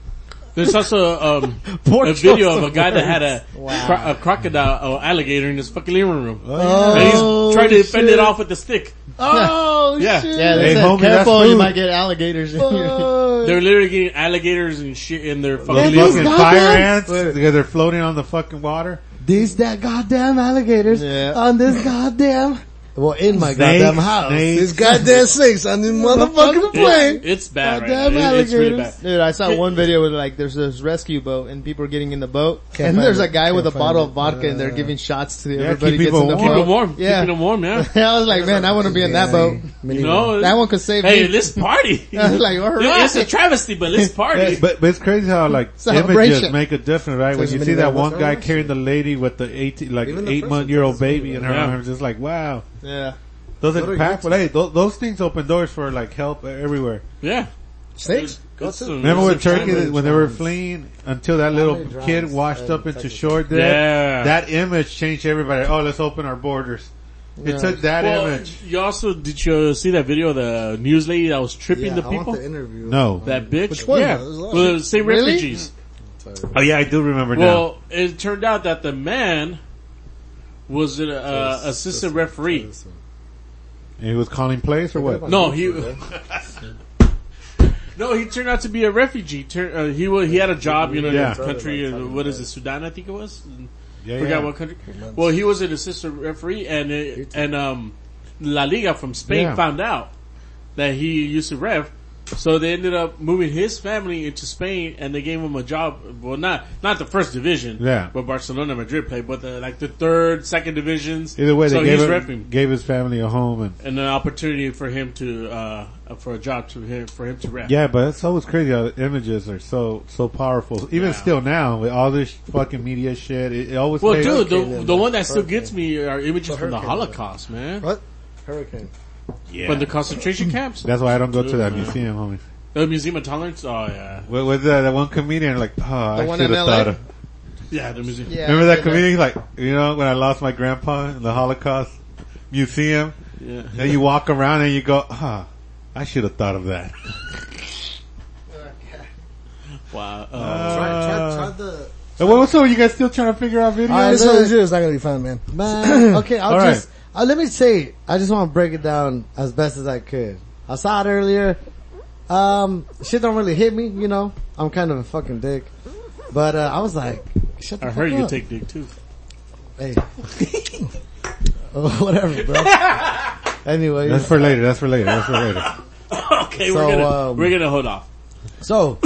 F: There's also um,
A: Poor
F: a video of a
A: Joseph
F: guy that had a, cro- a crocodile or alligator in his fucking living room.
D: Oh,
F: and he's trying to fend it off with a stick.
A: Oh
F: Yeah.
A: shit!
E: Yeah, they
G: Hey,
E: said,
G: homie, that's
E: careful, you
G: food.
E: might get alligators. in your
F: They're literally getting alligators and shit in their
G: Those
F: fucking
A: these
G: fucking
A: guys-
G: fire ants because they're floating on the fucking water.
A: These that goddamn alligators
E: Yeah.
A: on this goddamn well in my goddamn house.
G: snakes.
D: These goddamn snakes on this motherfucking plane.
F: It, it's bad right now.
A: Goddamn
F: It- it's really bad.
A: alligators.
E: Dude, I saw one video with like there's this rescue boat and people are getting in the boat
D: Can't
E: and
D: find
E: there's
D: it.
E: a guy with a
D: Can't find
E: bottle
D: it.
E: of vodka and they're giving shots to
G: keep
E: everybody gets
G: people
E: in the
G: warm.
F: Keep
E: boat.
F: them warm.
E: Yeah.
F: Keeping them warm, yeah.
E: I was like, man, I want to be in that boat.
F: You know,
E: That one could Uh, save
F: Hey,
E: me.
F: let's party.
E: I was like, all right.
F: It's a travesty, but let's party.
G: But, but it's crazy how like images
E: Celebration.
G: make a difference, right? When
D: There's
G: you
D: a
G: see that
D: minivan
G: one
D: bus.
G: guy carrying the lady with the eighteen, like
A: Even the
G: eight month year old baby in her
F: Yeah.
G: arms, it's like wow,
E: yeah.
G: those
A: What are
G: impactful. Hey, those, those things open doors for like help e-, everywhere.
F: yeah.
D: Snakes?
F: It's- it's-
G: Remember with
F: it's a
G: Turkey
F: travesty.
G: that when they were fleeing until that little
A: drowns
G: kid washed
A: are
G: up
A: in
G: into
A: Texas?
G: shore dead?
F: Yeah.
G: That image changed everybody. Oh, let's open our borders. It took that
F: Well,
G: image.
F: you also did you see that video of the news lady that was tripping the
A: I
F: people?
A: want the interview.
G: No.
F: that bitch.
D: one?
F: Yeah,
D: There's a lot.
F: well, the same
D: Really?
F: refugees.
G: Oh yeah, I do remember
F: Well, it turned out that the man was an uh, assistant referee.
G: now. He was calling plays or what?
F: No, he. No, he turned out to be a refugee. Tur- uh, he wa- he had a job, you know,
G: Yeah.
F: in the country. uh, What is it, Sudan? I think it was. Mm,
G: Yeah,
F: Forgot
G: yeah.
F: what country. Well, he was an assistant referee, and it, and um, La Liga from Spain
G: Yeah.
F: found out that he used to ref, So they ended up moving his family into Spain, and they gave him a job. Well, not not the first division,
G: Yeah.
F: But Barcelona, Madrid played, but the, like the third, second divisions.
G: Either way, they
F: so
G: gave
F: he's
G: him,
F: repping
G: gave his family a home, and
F: and an opportunity for him to uh for a job to him for him to rep.
G: yeah, but it's always crazy how the images are so so powerful. Even
F: Yeah.
G: still now with all this fucking media shit, it, it always.
F: Well,
G: plays-
F: dude, the,
D: then,
F: the
D: like,
F: one that still
D: hurricane.
F: gets me are images from the
D: hurricane,
F: Holocaust, man.
D: What? Hurricane.
G: Yeah.
F: From the concentration camps,
G: That's why I don't go to
F: Dude,
G: that
F: man.
G: museum, homie.
F: the Museum of Tolerance. Oh yeah,
G: What was that? That one comedian like, oh, I
E: one
G: should
E: in
G: have
E: LA?
G: thought of.
F: yeah, the museum.
E: Yeah,
G: Remember that
E: I've been
G: comedian? Like, you know, when I lost my grandpa in the Holocaust museum,
F: Yeah.
G: and you walk around and you go, huh, I should have thought of that.
F: Wow. Uh,
A: the
G: And what so you guys still trying to figure out videos?
A: I
D: This
A: know-
D: whole shit is not gonna be fun, man.
A: man. Okay, I'll
G: All right.
A: just uh, let me say. I just want to break it down as best as I could. I saw it earlier. Um, shit don't really hit me, you know. I'm kind of a fucking dick, but uh, I was like, shut the
F: I
A: fuck
F: heard you
A: up.
F: take dick too.
A: Hey. Oh, whatever, bro. anyway,
G: That's for later. That's for later. That's for later.
F: okay,
A: So,
F: we're gonna
A: um,
F: we're gonna hold off.
A: so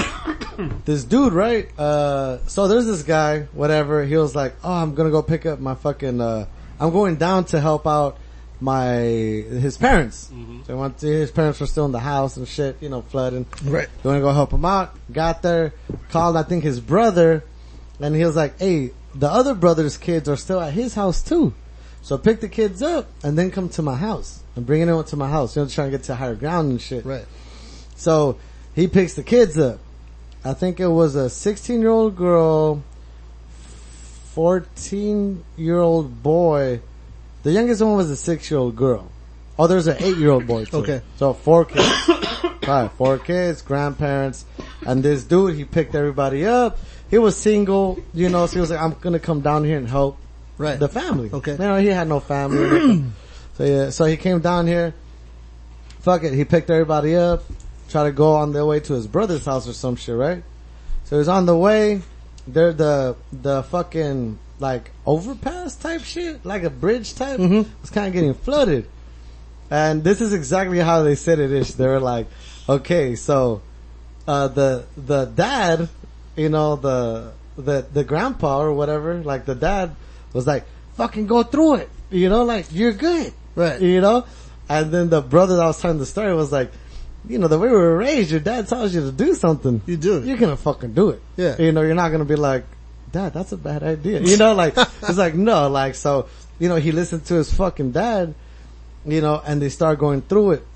A: this dude, right? Uh, so there's this guy, whatever. He was like, "Oh, I'm gonna go pick up my fucking. Uh, I'm going down to help out my his parents. So I went to, his parents were still in the house and shit, you know, flooding.
D: Right.
A: They want to go help him out. Got there, called I think his brother, and he was like, "Hey, the other brother's kids are still at his house too." So pick the kids up and then come to my house. I'm bringing them to my house. You know, trying to get to higher ground and shit.
D: Right.
A: So he picks the kids up. I think it was a 16 year old girl, 14 year old boy. The youngest one was a six year old girl. Oh, there's an eight year old boy too.
D: Okay.
A: So four kids. Alright, four kids, grandparents, and this dude, he picked everybody up. He was single, you know, so he was like, I'm gonna come down here and help
D: Right.
A: the family.
D: Okay.
A: You know, he had no family. or nothing. so yeah, so he came down here. Fuck it. He picked everybody up, try to go on their way to his brother's house or some shit, right? So he's on the way. They're the, the fucking like overpass type shit, like a bridge type.
D: Mm-hmm.
A: It's kind of getting flooded. And this is exactly how they said it is. They were like, okay, so, uh, the, the dad, you know, the, the, the grandpa or whatever, like the dad was like, fucking go through it. You know, like you're good.
D: Right.
A: You know? And then the brother that was telling the story was like, you know, the way we were raised, your dad tells you to do something.
D: You do it.
A: You're gonna fucking do it.
D: Yeah.
A: You know, you're not gonna be like, dad, that's a bad idea. You know, like, it's like, no, like, so, you know, he listened to his fucking dad, you know, and they start going through it.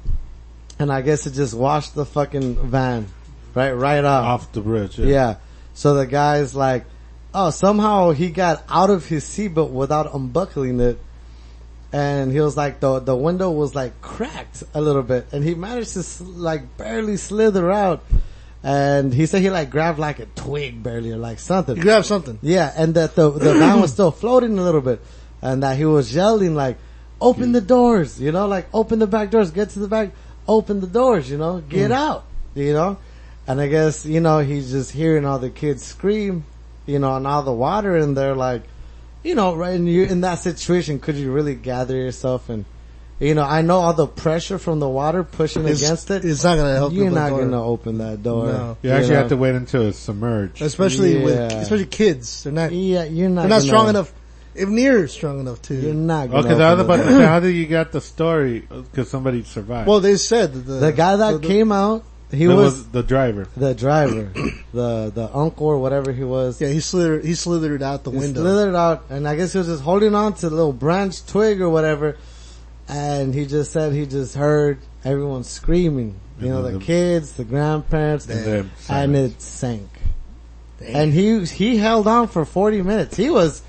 A: And I guess it just washed the fucking van, right, right off.
G: Off the bridge.
A: Yeah. So the guy's like, oh, somehow he got out of his seatbelt without unbuckling it. And he was like, the, the window was like cracked a little bit and he managed to s- like barely slither out. And he said he like grabbed like a twig barely or like something.
D: You grab something.
A: Yeah, and that the the van was still floating a little bit, and that he was yelling like, "Open the doors!" You know, like open the back doors, get to the back, open the doors. You know,
D: Hmm.
A: get out. You know, and I guess you know he's just hearing all the kids scream, you know, and all the water in there, like, you know, right? And you in that situation, could you really gather yourself and? You know, I know all the pressure from the water pushing
D: It's-
A: against it.
D: it's not gonna help
A: You're
D: open the
A: not
D: door.
A: going to open that door.
D: No.
G: You actually
A: know?
G: have to wait until it's submerged.
D: Especially with,
A: Yeah.
D: especially kids. They're not,
A: Yeah, you're not.
D: they're not
A: gonna-
D: strong enough, if near strong enough to.
A: You're not. Gonna
G: Okay, I was
A: open
G: about
A: the
G: to
A: door.
G: say, how did you got the story? Because somebody survived.
D: Well, they said that the,
A: The guy that
D: the- the-
A: came out, he
G: That
A: was,
G: the driver.
A: the driver, the the uncle or whatever he was.
D: yeah, he slithered, he slithered out the
A: he
D: window.
A: slithered out, and I guess he was just holding on to the little branch twig or whatever. And he just said he just heard everyone screaming. You know, the
G: Mhm.
A: kids, the grandparents,
G: Damn.
A: and it sank. And he he held on for forty minutes. He was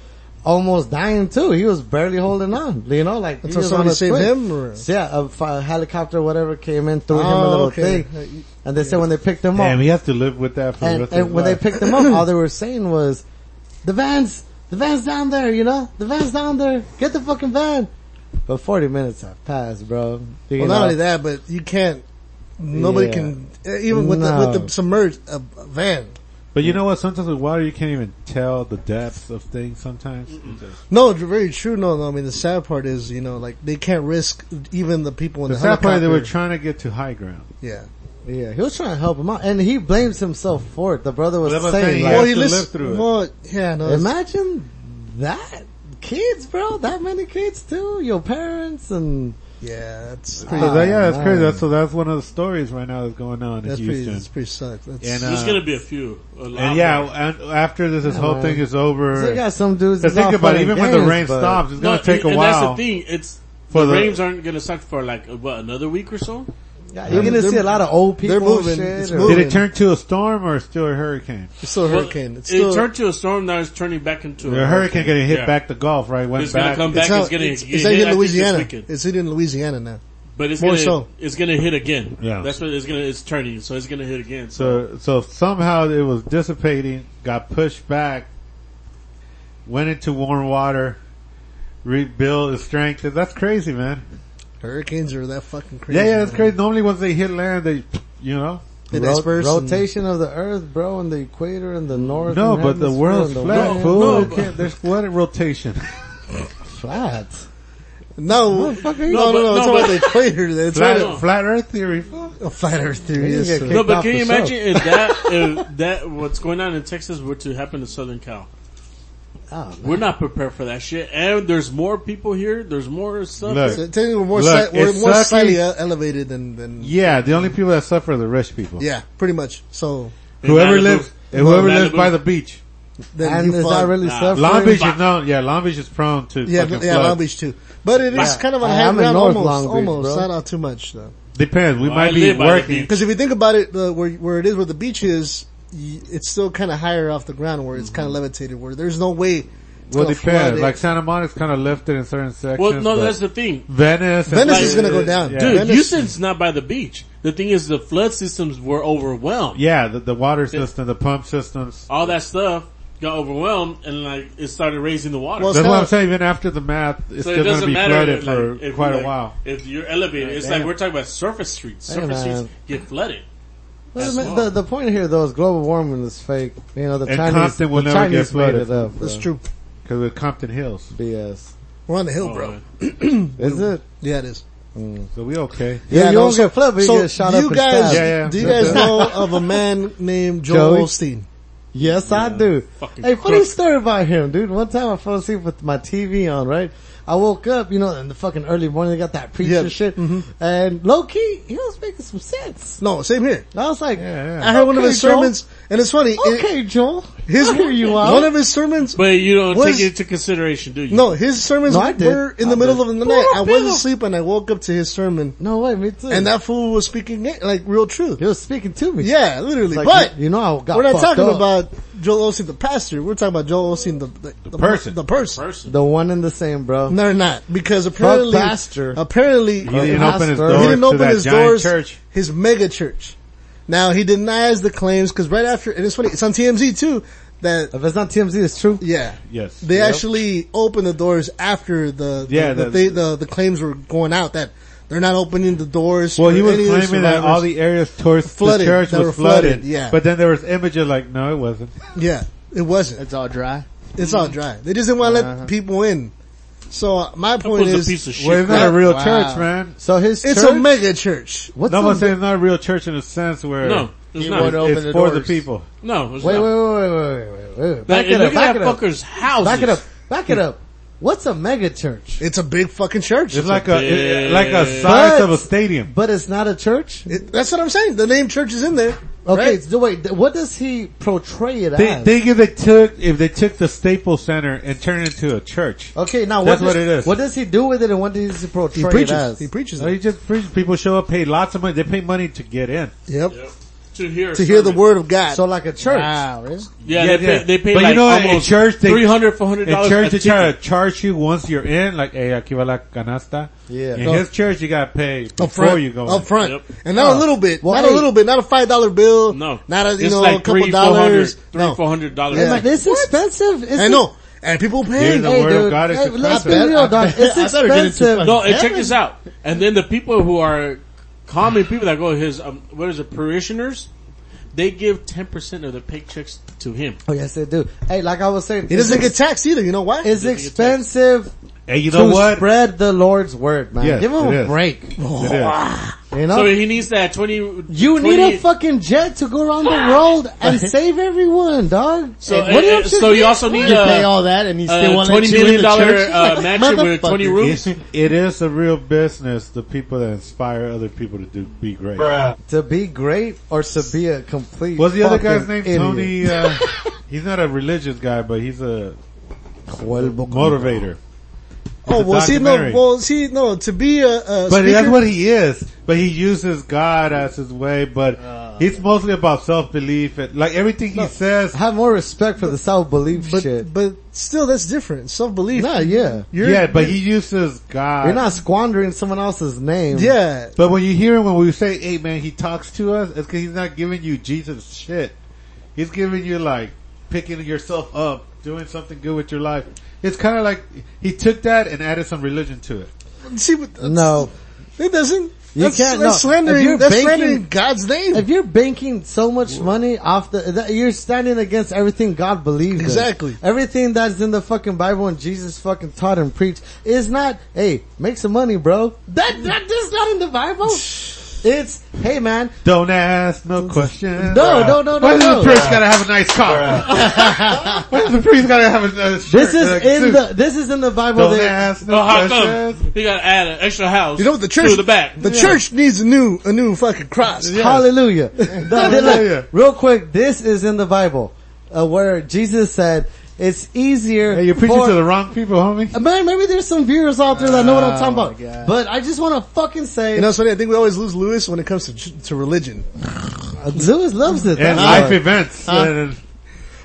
A: almost dying too. He was barely holding on. You know, like he
D: Until
A: was
D: somebody
A: on a
D: saved
A: twig.
D: him or-
A: So, yeah, a, fi- helicopter, or whatever, came in threw him a
D: Oh,
A: little
D: okay. Uh,
A: thing.
D: you-
A: And they said when they picked him up,
G: Damn, he has to live with that for the
A: and,
G: rest of
A: and
G: his
A: when they
G: life.
A: picked them up, all they were saying was, "The van's, the van's down there, you know, the van's down there. Get the fucking van." But forty minutes have passed, bro. You
D: Well,
A: know?
D: not only that, but you can't. Nobody
A: Yeah.
D: can eh, even with
A: No.
D: the with the submerged uh, van.
G: but you know what? Sometimes with water, you can't even tell the depths of things. Sometimes, It's just-
D: No, it's very true. No, no. I mean, the sad part is, you know, like they can't risk even the people in
G: the
D: the,
G: sad part
D: helicopter.
G: they were trying to get to high ground.
D: yeah,
A: Yeah, he was trying to help him out, and he blames himself for it. The brother was
G: That's what I'm
A: saying,
G: saying,
A: like,
G: yeah.
D: Well,
G: have
D: he
G: to
D: listened.
G: live through it.
D: well, yeah, no, it's-
A: imagine that kids, bro, that many kids too, your parents and Ah,
D: yeah, that's
G: So
D: pretty.
G: that- yeah, that's crazy.
A: Oh, man.
G: That's, so that's one of the stories right now that's going on in
D: that's pretty.
G: Houston.
D: That's pretty sucked. That's,
G: and,
F: There's
G: uh,
F: gonna be a few. A lot
G: and yeah,
F: more.
G: and after this, this whole
A: man.
G: thing is over.
A: so you got some dudes.
G: Because
A: that's
G: think
A: all
G: about
A: fun
G: it, even
A: and
G: when the
A: games,
G: rain
A: but-
G: stops, it's
F: No,
G: going to take a
F: and that's
G: while.
F: the thing. It's
G: For
F: the,
G: the-
F: rains aren't gonna suck for like uh, what another week or so.
A: Yeah, you're gonna see a lot of old people.
D: they're moving.
A: shit,
D: It's
A: or-
D: moving.
G: Did it turn to a storm or still a hurricane?
D: it's still a
F: Well,
D: hurricane. It's
F: it
D: still
F: turned to a storm. Now it's turning back into a
G: The hurricane going to hit
F: Yeah.
G: back the Gulf, right? Went
F: It's gonna
G: back.
F: come
D: It's
F: back.
D: out.
F: it's gonna
D: it's,
F: hit
D: it's out
F: hit,
D: in
F: I think, this
D: Louisiana.
F: weekend.
D: It's in Louisiana now.
F: But it's
D: More
F: gonna,
D: so.
F: it's gonna hit again.
G: Yeah.
F: That's what it's gonna, it's turning, so it's gonna hit again. So,
G: So, so somehow it was dissipating, got pushed back, went into warm water, rebuilt, its strength. That's crazy, man.
D: Hurricanes are that fucking crazy.
G: Yeah, yeah, that's
D: man.
G: crazy. Normally once they hit land, they, you know.
D: It
A: Ro-
D: disperses and-
A: rotation of the earth, bro, and the equator and the north.
G: No, but the world's flat,
A: flat.
G: fool.
F: no,
G: You
F: but-
G: can't- there's flat rotation.
A: flat.
D: No, no, no,
F: No,
D: no,
F: but-
D: it's
F: no,
D: about
F: but-
D: the equator. That's
G: Flat,
F: No.
G: flat earth theory. fool.
D: a flat Earth theory.
A: You
D: Yes,
A: get
D: sir.
A: kicked
F: no, but
A: off
F: can
A: the
F: you
A: show.
F: imagine if that, if that, what's going on in Texas were to happen to Southern Cal?
A: Oh,
F: We're not prepared for that shit. And there's more people here. There's more stuff.
G: Look.
D: So, technically, we're more,
G: Look,
D: si- we're
G: it's
D: more
G: sucky.
D: slightly ele- elevated than, than yeah.
G: Yeah, the only people that suffer are the rich people.
D: pretty much. So
G: Whoever
F: Malibu.
G: lives, whoever
F: Malibu.
G: lives by the beach.
D: then
A: and
D: you
A: is that
D: fall-
A: really
F: Nah.
A: suffering?
G: Long Beach is known, yeah, Long Beach is prone to
D: Yeah,
G: fucking
D: yeah,
G: floods.
D: Long Beach too. But it is
A: Yeah.
D: kind of on
A: I-
D: high
A: I'm in
D: ground,
A: North
D: almost,
A: Long Beach,
D: almost.
A: bro.
D: Not out too much though.
G: Depends, we
F: Well, I
G: might be
F: live by the
G: working.
F: beach.
D: Because if you think about it, uh, where where it is, where the beach is, y- it's still kind of higher off the ground, where it's kind
A: Mm-hmm.
D: of levitated, where there's no way. it's
G: Well,
D: gonna flood
G: depends.
D: it.
G: Like Santa Monica's kind of lifted in certain sections.
F: Well, no,
G: but
F: that's the thing.
G: Venice. and-
D: Venice is gonna go down.
G: Yeah,
F: Dude,
D: Venice-
F: Houston's not by the beach. The thing is the flood systems were overwhelmed.
G: yeah the, the water system, the pump systems.
F: All that stuff got overwhelmed and like it started raising the water.
D: Well,
G: That's what
D: kinda-
G: I'm saying. Even after the math, it's
F: so it
G: still going
F: doesn't
G: to be
F: matter
G: flooded
F: if,
G: for
F: like, if,
G: quite
F: like,
G: a while.
F: If you're elevated, it's like we're talking about surface streets.
A: Hey,
F: Surface
A: man.
F: streets get flooded.
A: Wait a
F: That's
A: minute,
F: wrong.
A: the, the point here though is global warming is fake. You know the
G: And
A: Chinese,
G: Compton will
A: the
G: never get
A: Chinese made
G: flooded.
A: it up.
D: That's
A: bro.
D: true.
G: Because with Compton Hills,
A: BS.
D: We're on the hill,
F: Oh,
D: bro.
F: man.
A: Is it?
D: Yeah, it is.
G: so we okay.
A: Yeah, you
D: no,
A: don't get flooded, but you
D: so
A: get shot
D: do
A: up
D: you
A: and
D: guys,
A: stabbed.
G: Yeah, yeah.
D: do you guys know of a man named Joel
A: Joey?
D: Osteen?
A: Yes, I do.
F: Fucking
A: Hey, funny
F: crook.
A: story about him, dude. One time I fell asleep with my TV on, right? I woke up, you know, in the fucking early morning, they got that preacher
D: Yeah.
A: shit. And low key, he was making some sense.
D: No, same here.
A: I was like,
G: Yeah, yeah.
D: I heard one of
A: Okay,
D: his
A: Joel.
D: sermons, and it's funny. it-
A: Okay, Joel.
D: his
A: I hear you out.
D: one of his sermons.
F: But you don't
D: What
F: take
D: is-
F: it into consideration, do you?
D: No, his sermons
A: No, I did.
D: were in
A: I
D: the middle
A: did.
D: of the night. I was
A: Pero-
D: asleep and I woke up to his sermon,
A: No way, me too.
D: and that fool was speaking it, like real truth.
A: he was speaking to me.
D: Yeah, literally.
A: Like,
D: but
A: you know, I got
D: we're not
A: fucked
D: talking
A: up.
D: about Joel Osteen, the pastor. We're talking about Joel Osteen, the the, the
G: person.
D: The person.
F: Person.
A: the one and the same, bro.
D: No, they're not because apparently,
A: pastor.
D: apparently, uh,
G: He didn't
A: Pastor.
G: open his
A: He
G: doors
D: he didn't
G: to
D: open
G: that
D: his
G: giant
D: doors.
G: church.
D: His mega church. Now he denies the claims because right after, and it's funny, it's on TMZ too. That
A: If it's not TMZ, it's true.
D: yeah,
G: Yes.
D: they actually opened the doors after the the,
G: Yeah,
D: the,
G: the-
D: the, the the claims were going out that they're not opening the doors.
G: Well,
D: for
G: he was
D: any of the
G: claiming that all the areas towards
D: Flooded,
G: the church
D: that were
G: was
D: flooded,
G: flooded.
D: yeah.
G: But then there was images like, no, it wasn't.
D: survivors. yeah, it wasn't.
E: It's all dry.
D: It's all dry. They just didn't want to
E: Uh-huh.
D: let people in. So uh, my
F: That
D: point
F: was
D: is,
F: a piece of shit.
G: Well, it's not a real
E: Wow.
G: church, man.
A: So his
D: it's
A: church,
D: a mega church.
A: what's
G: no,
A: a-
G: I'm saying it's not a real church in a sense where
F: no, it's
E: He
F: not.
E: won't open
G: it's
E: the
G: for
E: doors.
G: the people.
F: No, it's
A: Wait,
F: not.
A: wait, wait, wait, wait, wait, wait, wait.
F: That,
A: Back it up,
F: look
A: back
F: at
A: it
F: that
A: up.
F: fucker's house.
A: Back it up, back it up. What's a mega church?
D: It's a big fucking church.
G: It's like a it-
F: big-
G: like a size
A: But-
G: of a stadium.
A: But it's not a church?
D: It- that's what I'm saying. The name church is in there.
A: Okay,
D: right?
A: so wait, th- what does he portray it
G: Thi-
A: as?
G: Think if they took if they took the Staples Center and turned it into a church.
A: okay, now
G: That's
A: what,
G: what
A: does,
G: it is.
A: what does he do with it and what does he portray
D: he
A: it
D: preaches.
A: as?
D: He preaches
G: So
D: it.
G: you just preach, people show up, pay lots of money. They pay money to get in.
D: Yep.
F: Yep. To hear
D: To hear the
F: sermon.
D: word of God.
A: so like a church.
D: wow, really?
F: Yeah,
G: Yeah,
F: they,
G: yeah.
F: Pay, they pay
G: But you
F: like
G: know, in
F: almost
G: church, they-
F: three hundred, four hundred
G: In
F: dollars.
G: church,
F: a
G: they try to
F: ticket.
G: charge you once you're in, like, hey, aquí va la canasta.
A: Yeah.
G: In
A: No.
G: his church, you gotta pay before
D: Up front.
G: you go in.
D: Up front.
F: Yep.
D: And not a little bit.
A: Well,
D: not
A: hey.
D: a little bit. Not a five dollar bill.
F: No,
D: Not a, you
F: it's
D: know,
F: like
D: a couple
F: three,
D: dollars.
F: $400,
D: no.
F: $300, $400.
A: Hey,
D: Yeah.
A: man, it's expensive. It's
D: I know. And people pay.
G: Here's the
A: Hey,
G: word
A: dude,
G: of God is
A: hey, let's be
G: expensive.
A: real, dog. It's
D: I better get into
A: expensive.
F: No, and check this out. And then the people who are common people that go his um, what is it parishioners, they give ten percent of their paychecks to him.
A: Oh yes, they do. Hey, like I was saying,
D: He doesn't get taxed either. You know why?
A: It's
F: Doesn't get
A: expensive
G: Hey, you know
A: to
G: what?
A: spread the Lord's word, man.
G: Yes,
A: Give him
G: it
A: a
G: is.
A: break.
G: It is.
A: You know?
F: So he needs that 20.
A: you
F: 20
A: need a fucking jet to go around the world and save everyone, dog.
F: So,
A: Hey, what
F: uh,
A: are
F: uh,
A: you
F: so you also need
E: You pay
F: a,
E: all that and you still
F: a
E: want to
F: twenty million dollar uh, mansion with twenty rooms.
G: It's- It is a real business. The people that inspire other people to do be great.
A: to be great or to be a complete
G: What's the other guy's
A: fucking
G: name?
A: idiot?
G: Tony. Uh, he's not a religious guy, but he's a motivator.
D: Oh
G: It's a
D: well, see no,
G: documentary.
D: well see no. To be a, a
G: But
D: speaker,
G: that's what he is. But he uses God as his way. But he's
D: Uh.
G: mostly about self belief. and Like everything he says,
A: Have more respect for the self belief
D: but
A: shit.
D: but still, that's different. Self belief.
A: Nah, yeah.
G: yeah. But he uses God.
A: You're not squandering someone else's name.
D: Yeah,
G: But when you hear him, when we say, hey man, he talks to us, it's cause he's not giving you Jesus shit. He's giving you like picking yourself up, doing something good with your life. It's kind of like he took that and added some religion to it.
D: see, but that's-
A: No.
D: it doesn't.
A: You
D: that's,
A: can't-
D: that's
A: no. If
D: slandering.
A: you're
D: That's
A: banking-
D: slandering God's name.
A: If you're banking so much money off the, that you're standing against everything God believes in.
D: Exactly.
A: Everything that's in the fucking Bible and Jesus fucking taught and preached is not, hey, make some money, bro. That, that, that's not in the Bible. It's, hey man,
G: Don't ask no questions.
A: No, no, no, no,
G: Why does
A: no.
G: the priest gotta have a nice car? Why does the priest gotta have a, a shirt?
A: this is
G: uh,
A: in
G: suit?
A: the, this is in the Bible.
G: Don't
A: That,
G: ask no
F: Oh, how
G: questions.
F: come? He got to add an extra house.
D: You know the church.
F: to the back.
D: The church needs a new a new fucking cross.
A: Hallelujah. No, they- look,
G: Hallelujah.
A: real quick, this is in the Bible, uh, where Jesus said, it's easier
G: Hey, you're preaching
A: for-
G: to the wrong people, homie.
A: Man, maybe there's some viewers out there that know what I'm talking about.
E: Oh, my God.
A: But I just want to fucking say,
D: You know, it's funny. I think we always lose Lewis when it comes to ch- to religion.
A: Zeus loves it.
G: And
A: though.
G: life events. And-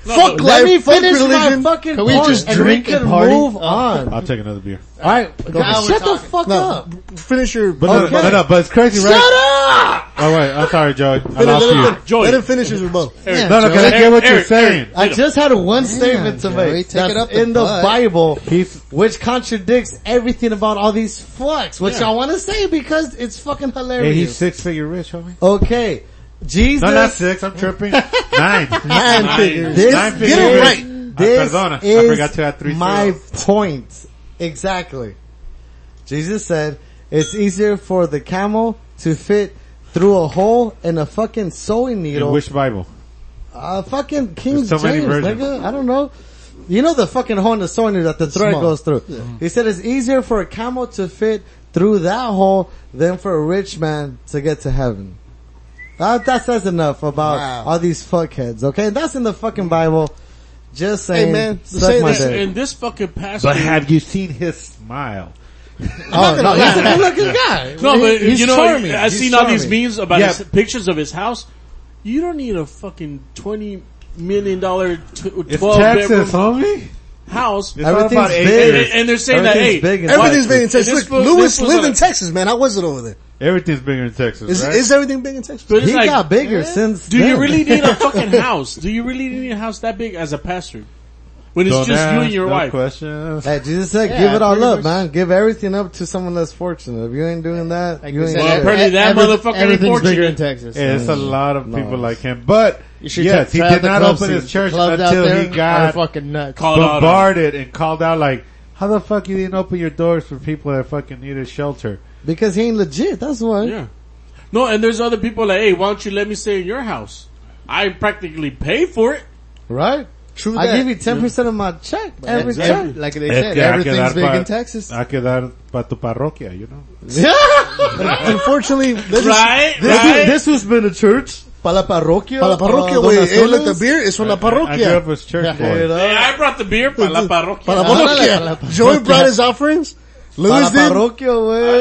D: fuck
A: Let me
D: life, fuck
A: finish
D: religion.
A: my fucking
E: Can we
A: point
E: just
A: and
E: drink
A: we
E: and
A: can
E: party?
A: move on.
G: I'll take another beer.
A: All right,
E: Now we're
A: shut the
E: talking.
A: fuck
D: No,
A: up.
D: b- finish your. uh,
G: But no, no, no, but it's crazy, right? Oh wait, I'm sorry, Joey. I
D: Let,
G: lost
D: him-
G: you.
D: let, him-
F: Joey.
D: let him finish his rebuttal.
F: Eric,
G: No, no, can I get what
F: Eric,
G: you're saying?
A: I just had one statement to
E: Joey,
A: make
E: take it
A: that's
E: up the
A: in the
E: butt.
A: Bible,
G: He's
A: which contradicts everything about all these fucks, which I want to say because it's fucking
G: hey, he's
A: hilarious.
G: six figure rich, homie.
A: Okay, Jesus.
G: No, not six. I'm tripping. Nine.
F: Nine.
A: This
G: Nine
A: is-
G: figure rich. Ah,
A: This
G: perdona.
A: is
G: I forgot to add three
A: my
G: zeros.
A: point. Exactly. Jesus said, it's easier for the camel to fit through a hole in a fucking sewing
G: In
A: needle.
G: which Bible?
A: uh, fucking King
G: There's so
A: James,
G: many versions.
A: nigga. I don't know. You know the fucking hole in the sewing needle that the thread
D: Small.
A: goes through. He said it's easier for a camel to fit through that hole than for a rich man to get to heaven. That, that says enough about
D: Wow.
A: all these fuckheads, okay? that's in the fucking Bible. Just saying,
D: man,
A: suck
D: say
A: my
D: that-
A: dick.
F: And this fucking pastor.
G: But have you seen his smile?
A: Oh, no, he's a good looking guy.
F: No, but
A: He's
F: you know,
A: charming.
F: I've
A: He's
F: seen all these
A: charming.
F: memes about
G: Yeah.
F: his pictures of his house. You don't need a fucking twenty million dollar tw-
G: It's
F: twelve
G: Texas,
F: bedroom
G: homie.
F: house, and,
G: It's all about
A: Everything's big.
G: acres.
F: and- and they're saying that hey,
A: Everything's big and
D: Everything's
F: why-
D: big in Texas.
F: this
D: Look,
F: fool-
D: Lewis
F: this fool's
D: lived
F: a-
D: in Texas, man. How was it over there?
G: Everything's bigger in Texas,
D: Is,
G: right?
D: is everything big in Texas?
F: but it's
A: He
F: like,
A: got bigger since
F: Do you
A: then.
F: really need a fucking house? Do you really need a house that big as a pastor? When it's
G: Don't
F: just you
G: ask
F: and your
G: no
F: wife.
G: Questions.
A: Hey, Jesus said,
E: Yeah,
A: give it all
E: pretty
A: up,
E: much.
A: man. Give everything up to someone that's fortunate. If you ain't doing that,
E: Like
A: you
E: we
A: ain't
E: said,
F: Well,
A: shit.
F: apparently
E: every-
F: that
E: every-
F: motherfucker
E: everything's bigger
F: unfortunate.
E: in Texas.
G: Yeah, it's a lot of people
A: No.
G: like him, but
E: You should
G: yes, he
E: try
G: did
E: the
G: not
E: clubs
G: open
E: and
G: his church
E: clubs out
G: until
E: there
G: he got
E: are fucking nuts.
F: Called out on-
G: bombarded and called out like, how the fuck you didn't open your doors for people that fucking needed shelter?
A: Because he ain't legit, that's why.
F: Yeah. No, and there's other people like, hey, why don't you let me stay in your house? I practically pay for it.
A: Right?
D: True
A: I
D: that.
A: give you 10% of my check every
E: That's every-
A: check.
E: like they
G: Es
E: said,
G: que hay que
E: everything's
G: dar
E: big
G: pa-
E: in Texas.
G: A quedar pa tu parroquia, you know?
D: Unfortunately, this is
F: Right?
A: This,
F: right?
A: this has been a church. Pa la parroquia.
D: para la parroquia, güey. Eh, look, the beer is from la
G: I grew up
D: parroquia.
G: as church boy.
F: Hey, I brought the beer para la parroquia.
D: Para la
A: Para la
D: parroquia.
A: parroquia.
D: Joey brought his offerings. Lewis did. The
A: parroquia,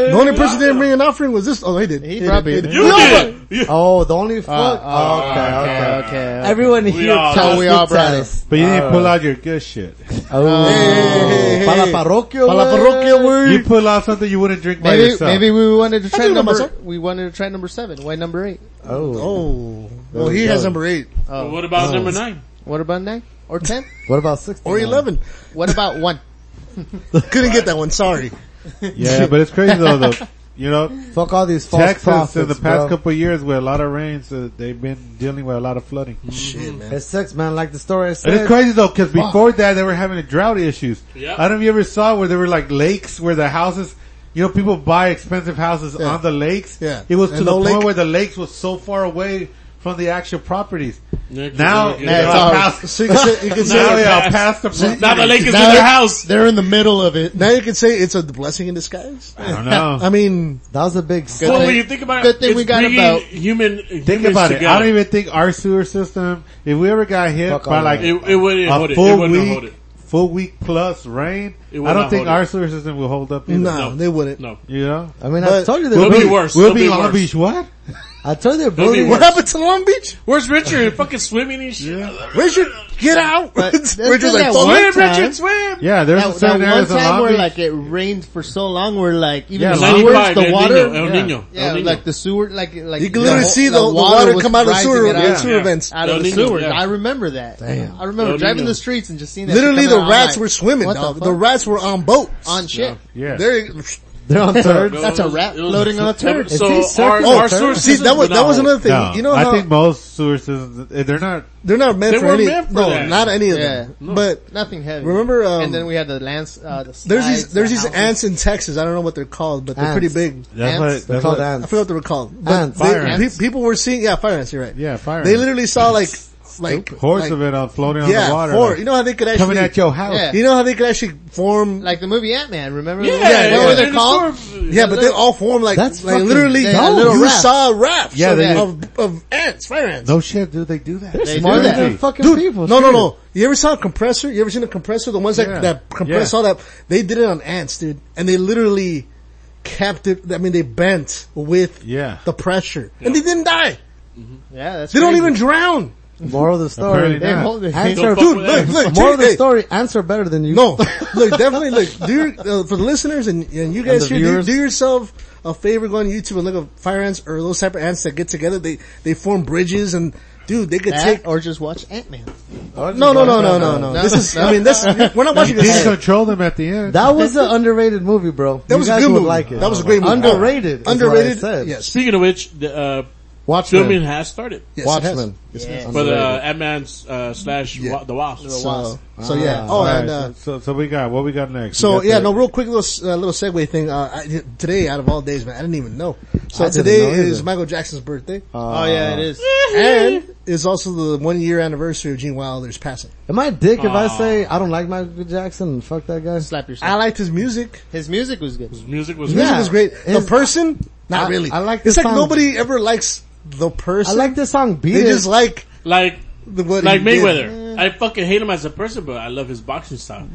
A: güey.
D: only person that didn't bring an offering was this. Oh, he did. He,
E: brought beer.
F: you
D: No,
F: did it. You-
A: Oh, the only fuck. Oh, okay, okay.
E: Okay.
A: Everyone here
F: all-
A: tells
E: we
A: the
E: all brought
A: test.
G: But you didn't pull out your good shit.
A: Oh.
D: hey, hey,
A: Pa la
D: hey.
A: parroquia,
D: Pa la
A: güey.
D: parroquia,
G: You pull out something you wouldn't drink by
E: Maybe
G: yourself.
E: maybe we wanted to
D: do
E: try
D: it by
E: number
D: myself.
E: we wanted to try number seven. Why number eight?
A: Oh.
D: Oh. Well, he has number eight.
F: But what about number nine?
E: What about nine or ten?
A: What about 60?
D: Or 11.
E: what about one?
D: Couldn't get that one. Sorry.
G: Yeah, but it's crazy though. The, You know,
A: Fuck all these false
G: Texas
A: prophets,
G: in the
A: bro.
G: past couple of years with a lot of rain, so they've been dealing with a lot of flooding.
A: Mm.
D: Shit, man.
A: It sucks, man. Like the story I said.
G: And it's crazy though, because before that they were having drought issues.
F: Yeah.
G: I don't know if you ever saw where there were like lakes where the houses, you know, people buy expensive houses
D: Yeah.
G: on the lakes.
D: Yeah.
G: It was to
D: And
G: the
D: no
G: point
D: lake.
G: where the lakes was so far away from the actual properties.
F: Yeah, 'cause
G: Now,
F: they're-
G: they're
F: they're
G: all
D: ours.
G: past-
D: So you can say, you can say
G: now
F: they're
G: they all
F: past-
G: past the property.
F: Now the lake is in
E: Now-
F: their house.
E: They're in the middle of it.
D: now you can say it's a blessing in disguise.
G: I don't know.
D: I mean,
A: that was a big
E: Good
F: Well,
E: thing-
F: when you think about it,
E: good thing
F: it's
E: we got
F: bringing
E: about-
F: human.
G: Think about it. I don't even think our sewer system, if we ever got hit
A: Fuck
G: by
A: all
G: like
A: that.
F: It, it wouldn't
G: a
F: hold it. It
G: full
F: wouldn't hold
G: week,
F: it.
G: full week plus rain,
F: It will
G: I
F: not
G: don't think
F: hold it.
G: our sewer system will hold up either.
D: no,
F: No.
D: they wouldn't.
F: No,
G: You know?
A: I mean, I
D: But-
A: told you
F: It'll
A: they're
F: be
A: building,
F: worse.
G: We'll
F: It'll
G: be
F: be
G: Long
F: worse.
G: Beach what?
A: I told you they're
F: It'll be
A: building.
D: What happened to Long Beach?
F: Where's Richard? Fucking swimming and shit.
D: Richard, get out!
E: That's-
D: Richard's
E: that's that
D: like,
E: one
D: "Fuck
F: Swim,
E: time-
F: Richard, swim.
G: Yeah, there's
E: That,
G: a
E: that
G: certain
E: one
G: areas in
E: time
G: Long
E: where
G: Beach.
E: like it rained for so long, where like even
G: Yeah,
E: the
G: Long
E: sewers,
F: Ninety-five.
E: the
F: El
E: water,
F: Nino. El
G: Yeah.
F: Nino.
E: yeah,
F: El Nino.
E: like the sewer, like like
D: You can
E: the
D: literally
E: whole-
D: see the, the water,
E: was
D: come out of the
E: rising
D: sewer,
E: it
D: the
E: out,
D: sewer
F: Yeah.
D: vents.
E: out of
F: El
E: the
F: Nino,
E: sewers.
F: yeah.
E: I remember that. I remember
F: El
E: driving
F: Nino.
E: the streets and just seeing that.
D: Literally,
E: shit
D: the
E: coming out. I'm
D: rats
E: like,
D: were swimming,
E: what the
D: dog. The,
E: fuck?
D: rats were on boats.
E: on shit.
G: Yeah.
D: They're,
A: They're on third.
E: That's a rat floating on a turd.
A: Is he
F: So our,
A: circling
F: our
A: a turd? See,
D: Oh,
F: sewer
D: see,
F: system
D: that was
F: would
D: that
F: not
D: was
F: hold.
D: another thing.
G: No,
D: you know
G: I
D: how
G: think most sewer systems, eh, they're not,
D: they're not meant
F: They
D: for
F: weren't
D: any.
F: meant for
D: no,
F: that.
D: not any of
E: Yeah.
D: them. But
E: Nothing heavy.
D: Remember, um,
E: and then we had the lands. Uh, the
D: there's these
E: slides,
D: there's
E: the
D: these
E: houses.
D: ants in Texas. I don't know what they're called, but they're pretty
A: Ants.
D: big.
G: that's
E: Ants?
G: what,
A: They're
G: that's
A: called
G: what,
D: I
A: ants.
D: forgot what they were called. But
A: Ants.
D: they-
G: Fire
D: pe-
G: ants.
D: people were seeing, yeah, fire ants. You're right.
G: yeah, fire.
D: They
G: ants.
D: literally saw like like
G: horse
D: like,
G: of it on floating on
D: Yeah,
G: the water.
D: four.
G: like,
D: you know how they could actually
G: coming at your house.
E: Yeah.
D: You know how they could actually form.
E: like the movie Ant Man. Remember?
F: Yeah,
E: what
F: yeah,
E: were
F: yeah.
E: they
F: In the
E: called?
F: sewer-
D: yeah, but they all form like
A: That's
D: like
A: fucking-
D: literally.
E: they had little
D: you
E: rafts.
D: saw rafts.
G: Yeah,
D: of,
G: they did.
D: of, of ants, fire ants.
G: No shit, dude, they do that.
E: They
A: Smarter
E: do that.
A: than fucking
D: Dude,
A: people.
D: no, no,
A: shit.
D: no. You ever saw a compressor? You ever seen a compressor? The ones that,
G: Yeah.
D: that compress
G: Yeah.
D: all that. They did it on ants, dude. And they literally kept it. I mean, they bent with
G: Yeah.
D: the pressure. And they didn't die.
E: Yeah, that's
D: They don't
E: crazy.
D: even drown.
A: Moral of the story.
G: Apparently
E: They
G: Yeah.
E: hold it.
A: Answer,
F: Don't fuck
A: dude,
F: with
A: look,
F: that.
A: look,
D: Moral
A: moral
D: of
A: of
D: the
A: the story, answer better than you.
D: No, look, definitely look. Do your, uh, for the listeners and, and you guys
A: the
D: here, do,
A: viewers.
D: do yourself a favor, go on YouTube and look up fire ants or those type of ants that get together. They they form bridges and dude, they could
E: That,
D: take.
E: or just watch Ant Man.
D: No, no, no, no, no, no. This is. I mean, this we're not watching
G: Didn't
D: this.
G: control them at the end.
A: That was an underrated movie, bro.
D: That
A: You
D: was a
A: guys
D: good
A: would
D: movie.
A: Like it.
D: That was a great movie.
A: Underrated. is what I
D: Underrated.
A: said.
D: Yes.
F: Speaking of which, the uh, filming
A: Watchmen.
F: has started
D: Yes, it has.
A: Watchmen.
E: Yeah.
F: for the Ant Man uh, slash wa- the Wasp.
D: So, so
A: Ah.
D: yeah. Oh,
G: All right,
D: and uh,
G: so, so we got, what we got next? We
D: so
G: got
D: yeah.
G: the-
D: No, real quick little s- uh, little segue thing. Uh, I, today, out of all days, man, I didn't even know. Ah. So
A: I didn't
D: today
A: know either.
D: is Michael Jackson's birthday,
E: Oh yeah, it is.
D: and is also the one year anniversary of Gene Wilder's passing.
A: Am I a dick if I say I don't like Michael Jackson and fuck that guy?
E: Slap yourself.
D: I liked his music.
E: His music was good.
F: Music was
D: His music
A: Yeah.
D: was great. The
A: His-
D: person, not
A: I-
D: really.
A: I like the
D: It's like
A: song.
D: nobody ever likes the
A: I
D: person.
A: like the song Beat
D: They
A: It.
D: just like
F: like
D: the what
F: like
D: he did.
F: Mayweather. I fucking hate him as a person, but I love his boxing style.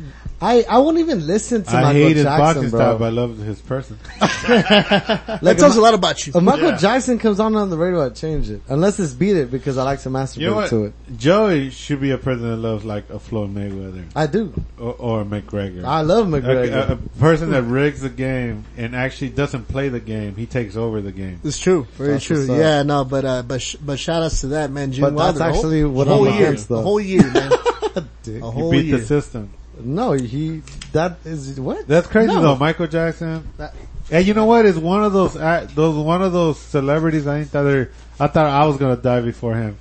A: I, I won't even listen to
G: I
A: Michael
G: hate his
A: Jackson,
G: boxing
A: bro.
G: style, but I love his person.
D: That tells a lot about you.
A: If Michael Jackson comes on on the radio, I change it. Unless it's Beat It because I like to masturbate
G: You know what?
A: to it.
G: Joey should be a person that loves like a Floyd Mayweather
A: I do.
G: or, or McGregor.
A: I love
G: A-
A: McGregor.
G: A, a person that rigs the game and actually doesn't play the game, he takes over the game.
D: It's true. Very
A: That's
D: true.
A: what's up.
D: Yeah, no, but, uh, but, sh- but shout outs to that, man. Gene
A: But that's
D: Wilder. The whole-
A: actually what
D: the whole
A: I'm
D: year.
A: against, though.
D: The whole year, man. a
G: He
D: whole
G: beat
D: year.
G: the system.
A: no, he, that is, what?
G: That's crazy
A: No.
G: though, Michael Jackson.
E: That-
G: And you know what? It's one of those uh, those one of those celebrities. I didn't thought they were- I thought I was gonna die before him.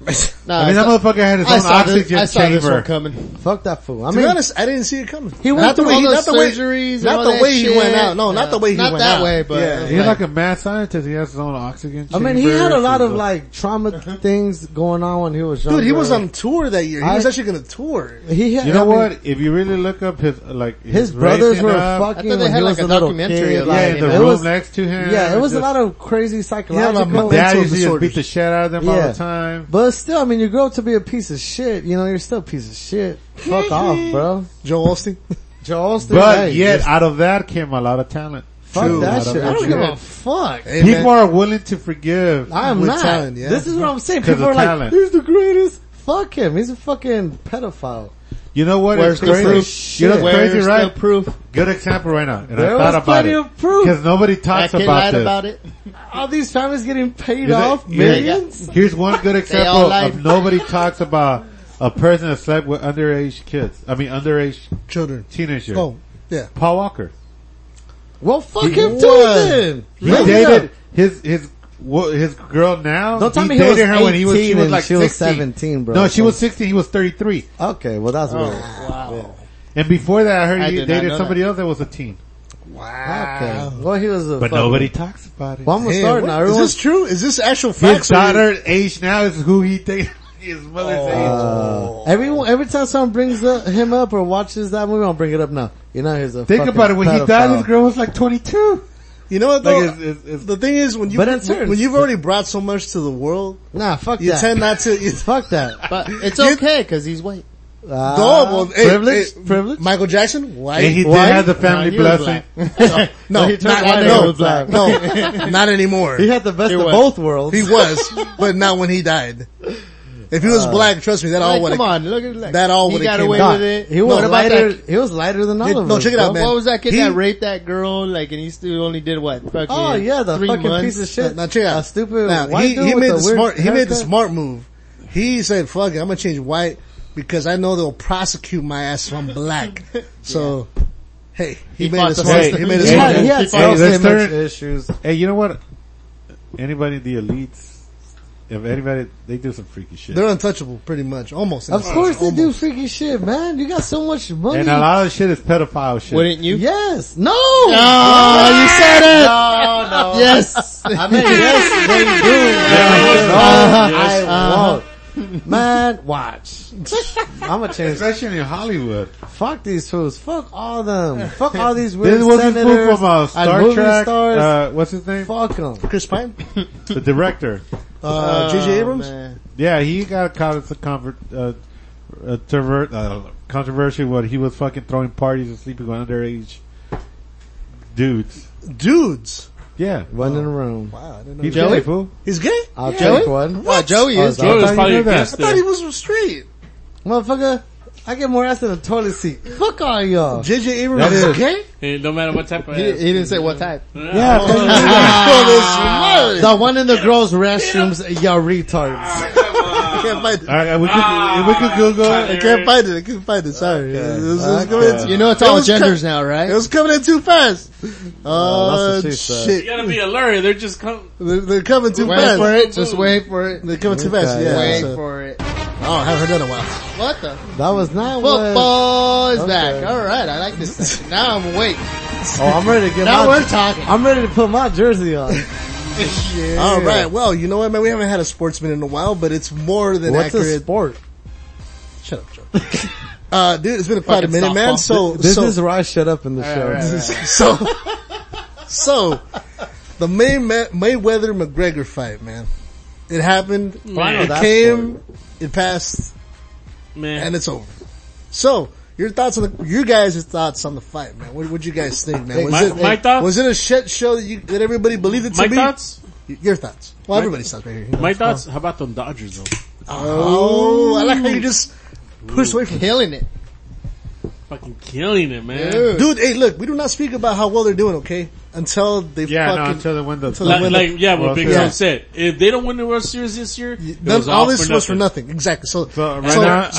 E: No,
A: Uh,
G: I mean, that
E: saw-
G: motherfucker had his
E: I
G: own
E: saw this-
G: oxygen
E: I saw this one
G: chamber.
E: coming.
A: Fuck that fool. I
D: to
A: mean,
D: be honest, I didn't see it coming.
A: He went
D: not the
A: through
D: way
A: all
D: he,
E: those
D: not the way,
E: surgeries and all
D: not the
E: that
D: way he
E: shit.
D: went out. No, not
E: Yeah.
D: the way he
E: Not
D: went
E: that
D: out.
E: way, but-
D: yeah.
G: He's like a mad scientist. He has his own oxygen.
A: I mean, he had a lot of like trauma things going on when he was young.
D: dude, he was on tour that year. He
A: I-
D: was actually going to tour.
A: He had,
G: You
A: I
G: know
A: mean,
G: what? If you really look up his like
A: His brothers
G: raising
A: were
G: up,
A: fucking.
E: I thought they
A: when
E: had
A: he
E: like
A: was
E: a
A: little
E: documentary
A: kid,
E: of
G: Yeah,
A: like,
G: in the
A: it
G: room
A: was,
G: next to him.
A: yeah, it was a
G: just-
A: lot of crazy psychological.
G: Dad
D: mental
G: used to just
D: disorders.
G: beat the shit out of them all
A: Yeah.
G: the time.
A: but still, I mean, you grow up to be a piece of shit. You know, you're still a piece of shit. Fuck off, bro.
D: Joe Osteen.
A: Joe Austin,
G: But
A: hey,
G: yet,
A: just
G: out of that came a lot of talent.
A: fuck that
G: out of
A: shit. I
G: that
A: don't
G: shit.
A: give a fuck.
D: Hey, man.
G: People are willing to forgive.
A: I am
D: With
A: not.
D: talent, yeah.
A: This is what I'm saying.
G: 'Cause
A: People
G: of
A: are like,
G: talent.
A: he's the greatest. Fuck him. He's a fucking pedophile.
G: You know what?
E: Where's
G: It's
E: the
G: crazy.
A: proof?
G: You know what's
E: Where's
G: crazy,
E: the
G: right?
E: proof?
G: Good example right now. And
A: There
G: I thought
A: was
G: about
A: plenty
G: it.
A: of proof.
G: Because nobody talks
E: That kid
G: about
E: lied
G: this.
E: about it.
A: All these families getting paid
G: You know-
A: off
G: you know-
A: millions.
G: Here's one good example
E: lied.
G: of nobody talks about a person that slept with underage kids. I mean, underage
D: Children.
G: teenagers.
D: Oh, yeah.
G: Paul Walker.
A: Well, fuck
G: He
A: him too
D: was.
A: then.
G: He
A: Raise it
G: dated
A: up.
G: his his wo- his girl now.
A: Don't tell
G: he
A: me he
G: dated
A: was
G: her when he was she
A: 18
G: was
A: and
G: like
A: she was
G: 16.
A: 17, bro.
G: No, she was Oh, sixteen. He was thirty three.
A: Okay, well that's weird.
G: And before that, I heard
E: I
G: he
E: did not
G: dated
E: know
G: somebody else that was a teen.
A: Okay. Well, he was a
G: But
A: fuck-
G: nobody talks about it.
A: Well, I'm gonna
D: Hey,
A: start
D: what-
A: now.
D: is
A: Everyone's
D: this true? Is this actual
G: His
D: facts? or-
G: daughter's age now is who he dated. His mother's
A: Uh, everyone, every time someone brings up, him up or watches that movie, I'll bring it up now. You know, he's a
G: age. Think
A: fucking
G: about it. When he died,
A: pedophile.
G: his girl was like twenty two.
D: You know what
G: Like
D: though?
G: it's, it's, it's
D: the thing is, when you
A: But it's serious.
D: when you've already brought so much to the world,
A: Nah, fuck
D: you
A: that.
D: tend not to. You,
A: fuck that.
E: But it's okay because he's white.
A: Ah,
D: Dog, well, hey,
A: privilege,
D: hey,
A: privilege.
D: Michael Jackson, white.
G: and he did
D: white.
G: have the family
E: he was
G: blessing.
D: no,
A: he turned white
D: not,
A: and he
D: no,
A: was black.
D: no, not anymore.
A: he had the best of
E: was.
A: both worlds.
D: He was, but not when he died. If he was
A: Uh,
D: black, trust me, that all
E: Like,
D: would have.
E: come on, look at that.
D: That all
E: He
D: would've
E: got
D: came
E: away
D: out.
E: with it.
A: He was
E: what about
A: lighter.
E: that?
A: He was lighter than all
D: Yeah,
A: of us.
D: no, check it out,
A: bro.
D: man.
E: What was that kid
D: He-
E: that raped that girl? Like, and he still only did what? Fucking
A: Oh yeah, the
E: three
A: fucking
E: months.
A: piece of shit.
D: Now check it out.
A: A stupid
D: Now,
A: white
D: he,
A: dude
D: he
A: with
D: made
A: a
D: the
A: weird
D: smart. He made the
A: haircut.
D: smart move. He said, "Fuck, it, I'm gonna change white because I know they'll prosecute my ass if I'm black." So, hey, he,
E: He
D: made
E: fought
D: a
E: the
D: smart.
E: system.
D: He made a
A: He
D: smart.
A: had,
D: move.
A: he had
G: Hey, let's
A: self-image
G: turn-
A: issues.
G: Hey, you know what? Anybody in the elites, if anybody, they do some freaky shit.
D: They're untouchable, pretty much, almost.
A: Of course they
D: Almost.
A: do freaky shit, man. You got so much money.
G: and a lot of shit is pedophile shit.
E: Wouldn't you?
A: Yes. No.
E: Oh, you said it. Yes.
A: I mean, yes, they do.
F: Yes.
A: I won't. Man, watch. I'm gonna change.
G: Especially in Hollywood.
A: Fuck these fools. Fuck all them. Fuck all these weird
G: This was this fool
A: senators
G: from uh,
A: and
G: Star
A: movie
G: Trek.
A: stars.
G: Uh, what's his name?
A: Fuck them.
D: Chris Pine,
G: The director.
D: uh, J.J. Abrams.
E: man.
G: Yeah, he got caught in some convert, uh, uh, terver- uh, controversy where he was fucking throwing parties and sleeping with underage dudes.
D: Dudes.
G: Yeah.
A: One in a room.
D: Wow, I didn't know.
G: He's
D: Joey?
G: gay, fool.
D: He's gay.
A: I'll
D: Joey?
A: take one.
D: What?
E: Joey
A: Oh,
E: is.
A: so-
F: Joe
G: thought
F: was
G: you
F: probably
G: knew that.
F: against
D: I thought he
F: it.
D: was straight.
A: Motherfucker, I get more ass than a toilet seat. Fuck all y'all.
D: J.J. Abrams is gay.
F: It don't matter what type of
E: He,
F: ass.
E: he didn't say what type.
G: Yeah, I thought you knew that.
D: Oh, this
A: Ah. The one in the girls' restrooms, y'all retards.
D: I can't find it.
G: All right, uh, we could, we
A: Ah,
G: could Google it.
D: I can't find it. I can't find it. Sorry, it was, it was coming in-
E: You know it's all
D: was cut-
E: genders now, right?
D: It was coming in too fast. Oh
A: that's what she said.
D: shit!
F: You gotta be alert. They're just come.
D: They're, they're coming too
E: uh, wait
D: fast.
E: for it. Just wait for it.
D: They're coming too fast.
A: Okay,
D: Yeah.
E: Wait
D: so-
E: for it.
D: oh, I haven't heard that in a while.
E: What the
A: That was not what.
E: football is
A: Okay.
E: back? All right, I like this. Thing. Now I'm awake.
A: Oh, I'm ready to get
E: Now
A: my.
E: we're talking.
A: I'm ready to put my jersey on.
D: All right. Well, you know what, man? We haven't had a sportsman in a while, but it's more than
A: What's a
D: accurate.
A: sport?
D: Shut up, Joe. uh, dude, it's been quite a
E: Fucking
D: minute, man.
E: softball.
D: So,
A: This
D: so,
A: is where I shut up in the show.
E: right, right.
D: so, so, the May, Mayweather McGregor fight, man. It happened.
F: I know
D: it
A: that
D: came. It passed,
F: Man,
D: and it's over. So, your thoughts on the, your guys' thoughts on the fight, man? What would you guys think, man? Was
F: my-
D: it
F: my thoughts?
D: was it a shit show that you that everybody believed it to
F: my
D: be?
F: thoughts.
D: Your thoughts? Well, everybody's thoughts right here. You know,
F: My
D: it's fine.
F: thoughts. How about them Dodgers though?
D: Oh, I like how you just pushed away from
E: Killing it.
F: Fucking killing it, man.
D: Dude, hey, look, we do not speak about how well they're doing, okay? Until they
G: Yeah, no,
D: fucking.
G: until the window.
D: until the
F: Like,
D: win-
F: like yeah, what
G: World
F: Big
G: Series.
F: Sam said. If they don't win the World Series this year, it
D: None-
F: was
D: all
F: all
D: this
F: for
D: was for
F: nothing.
D: nothing, exactly. So,
G: So right now,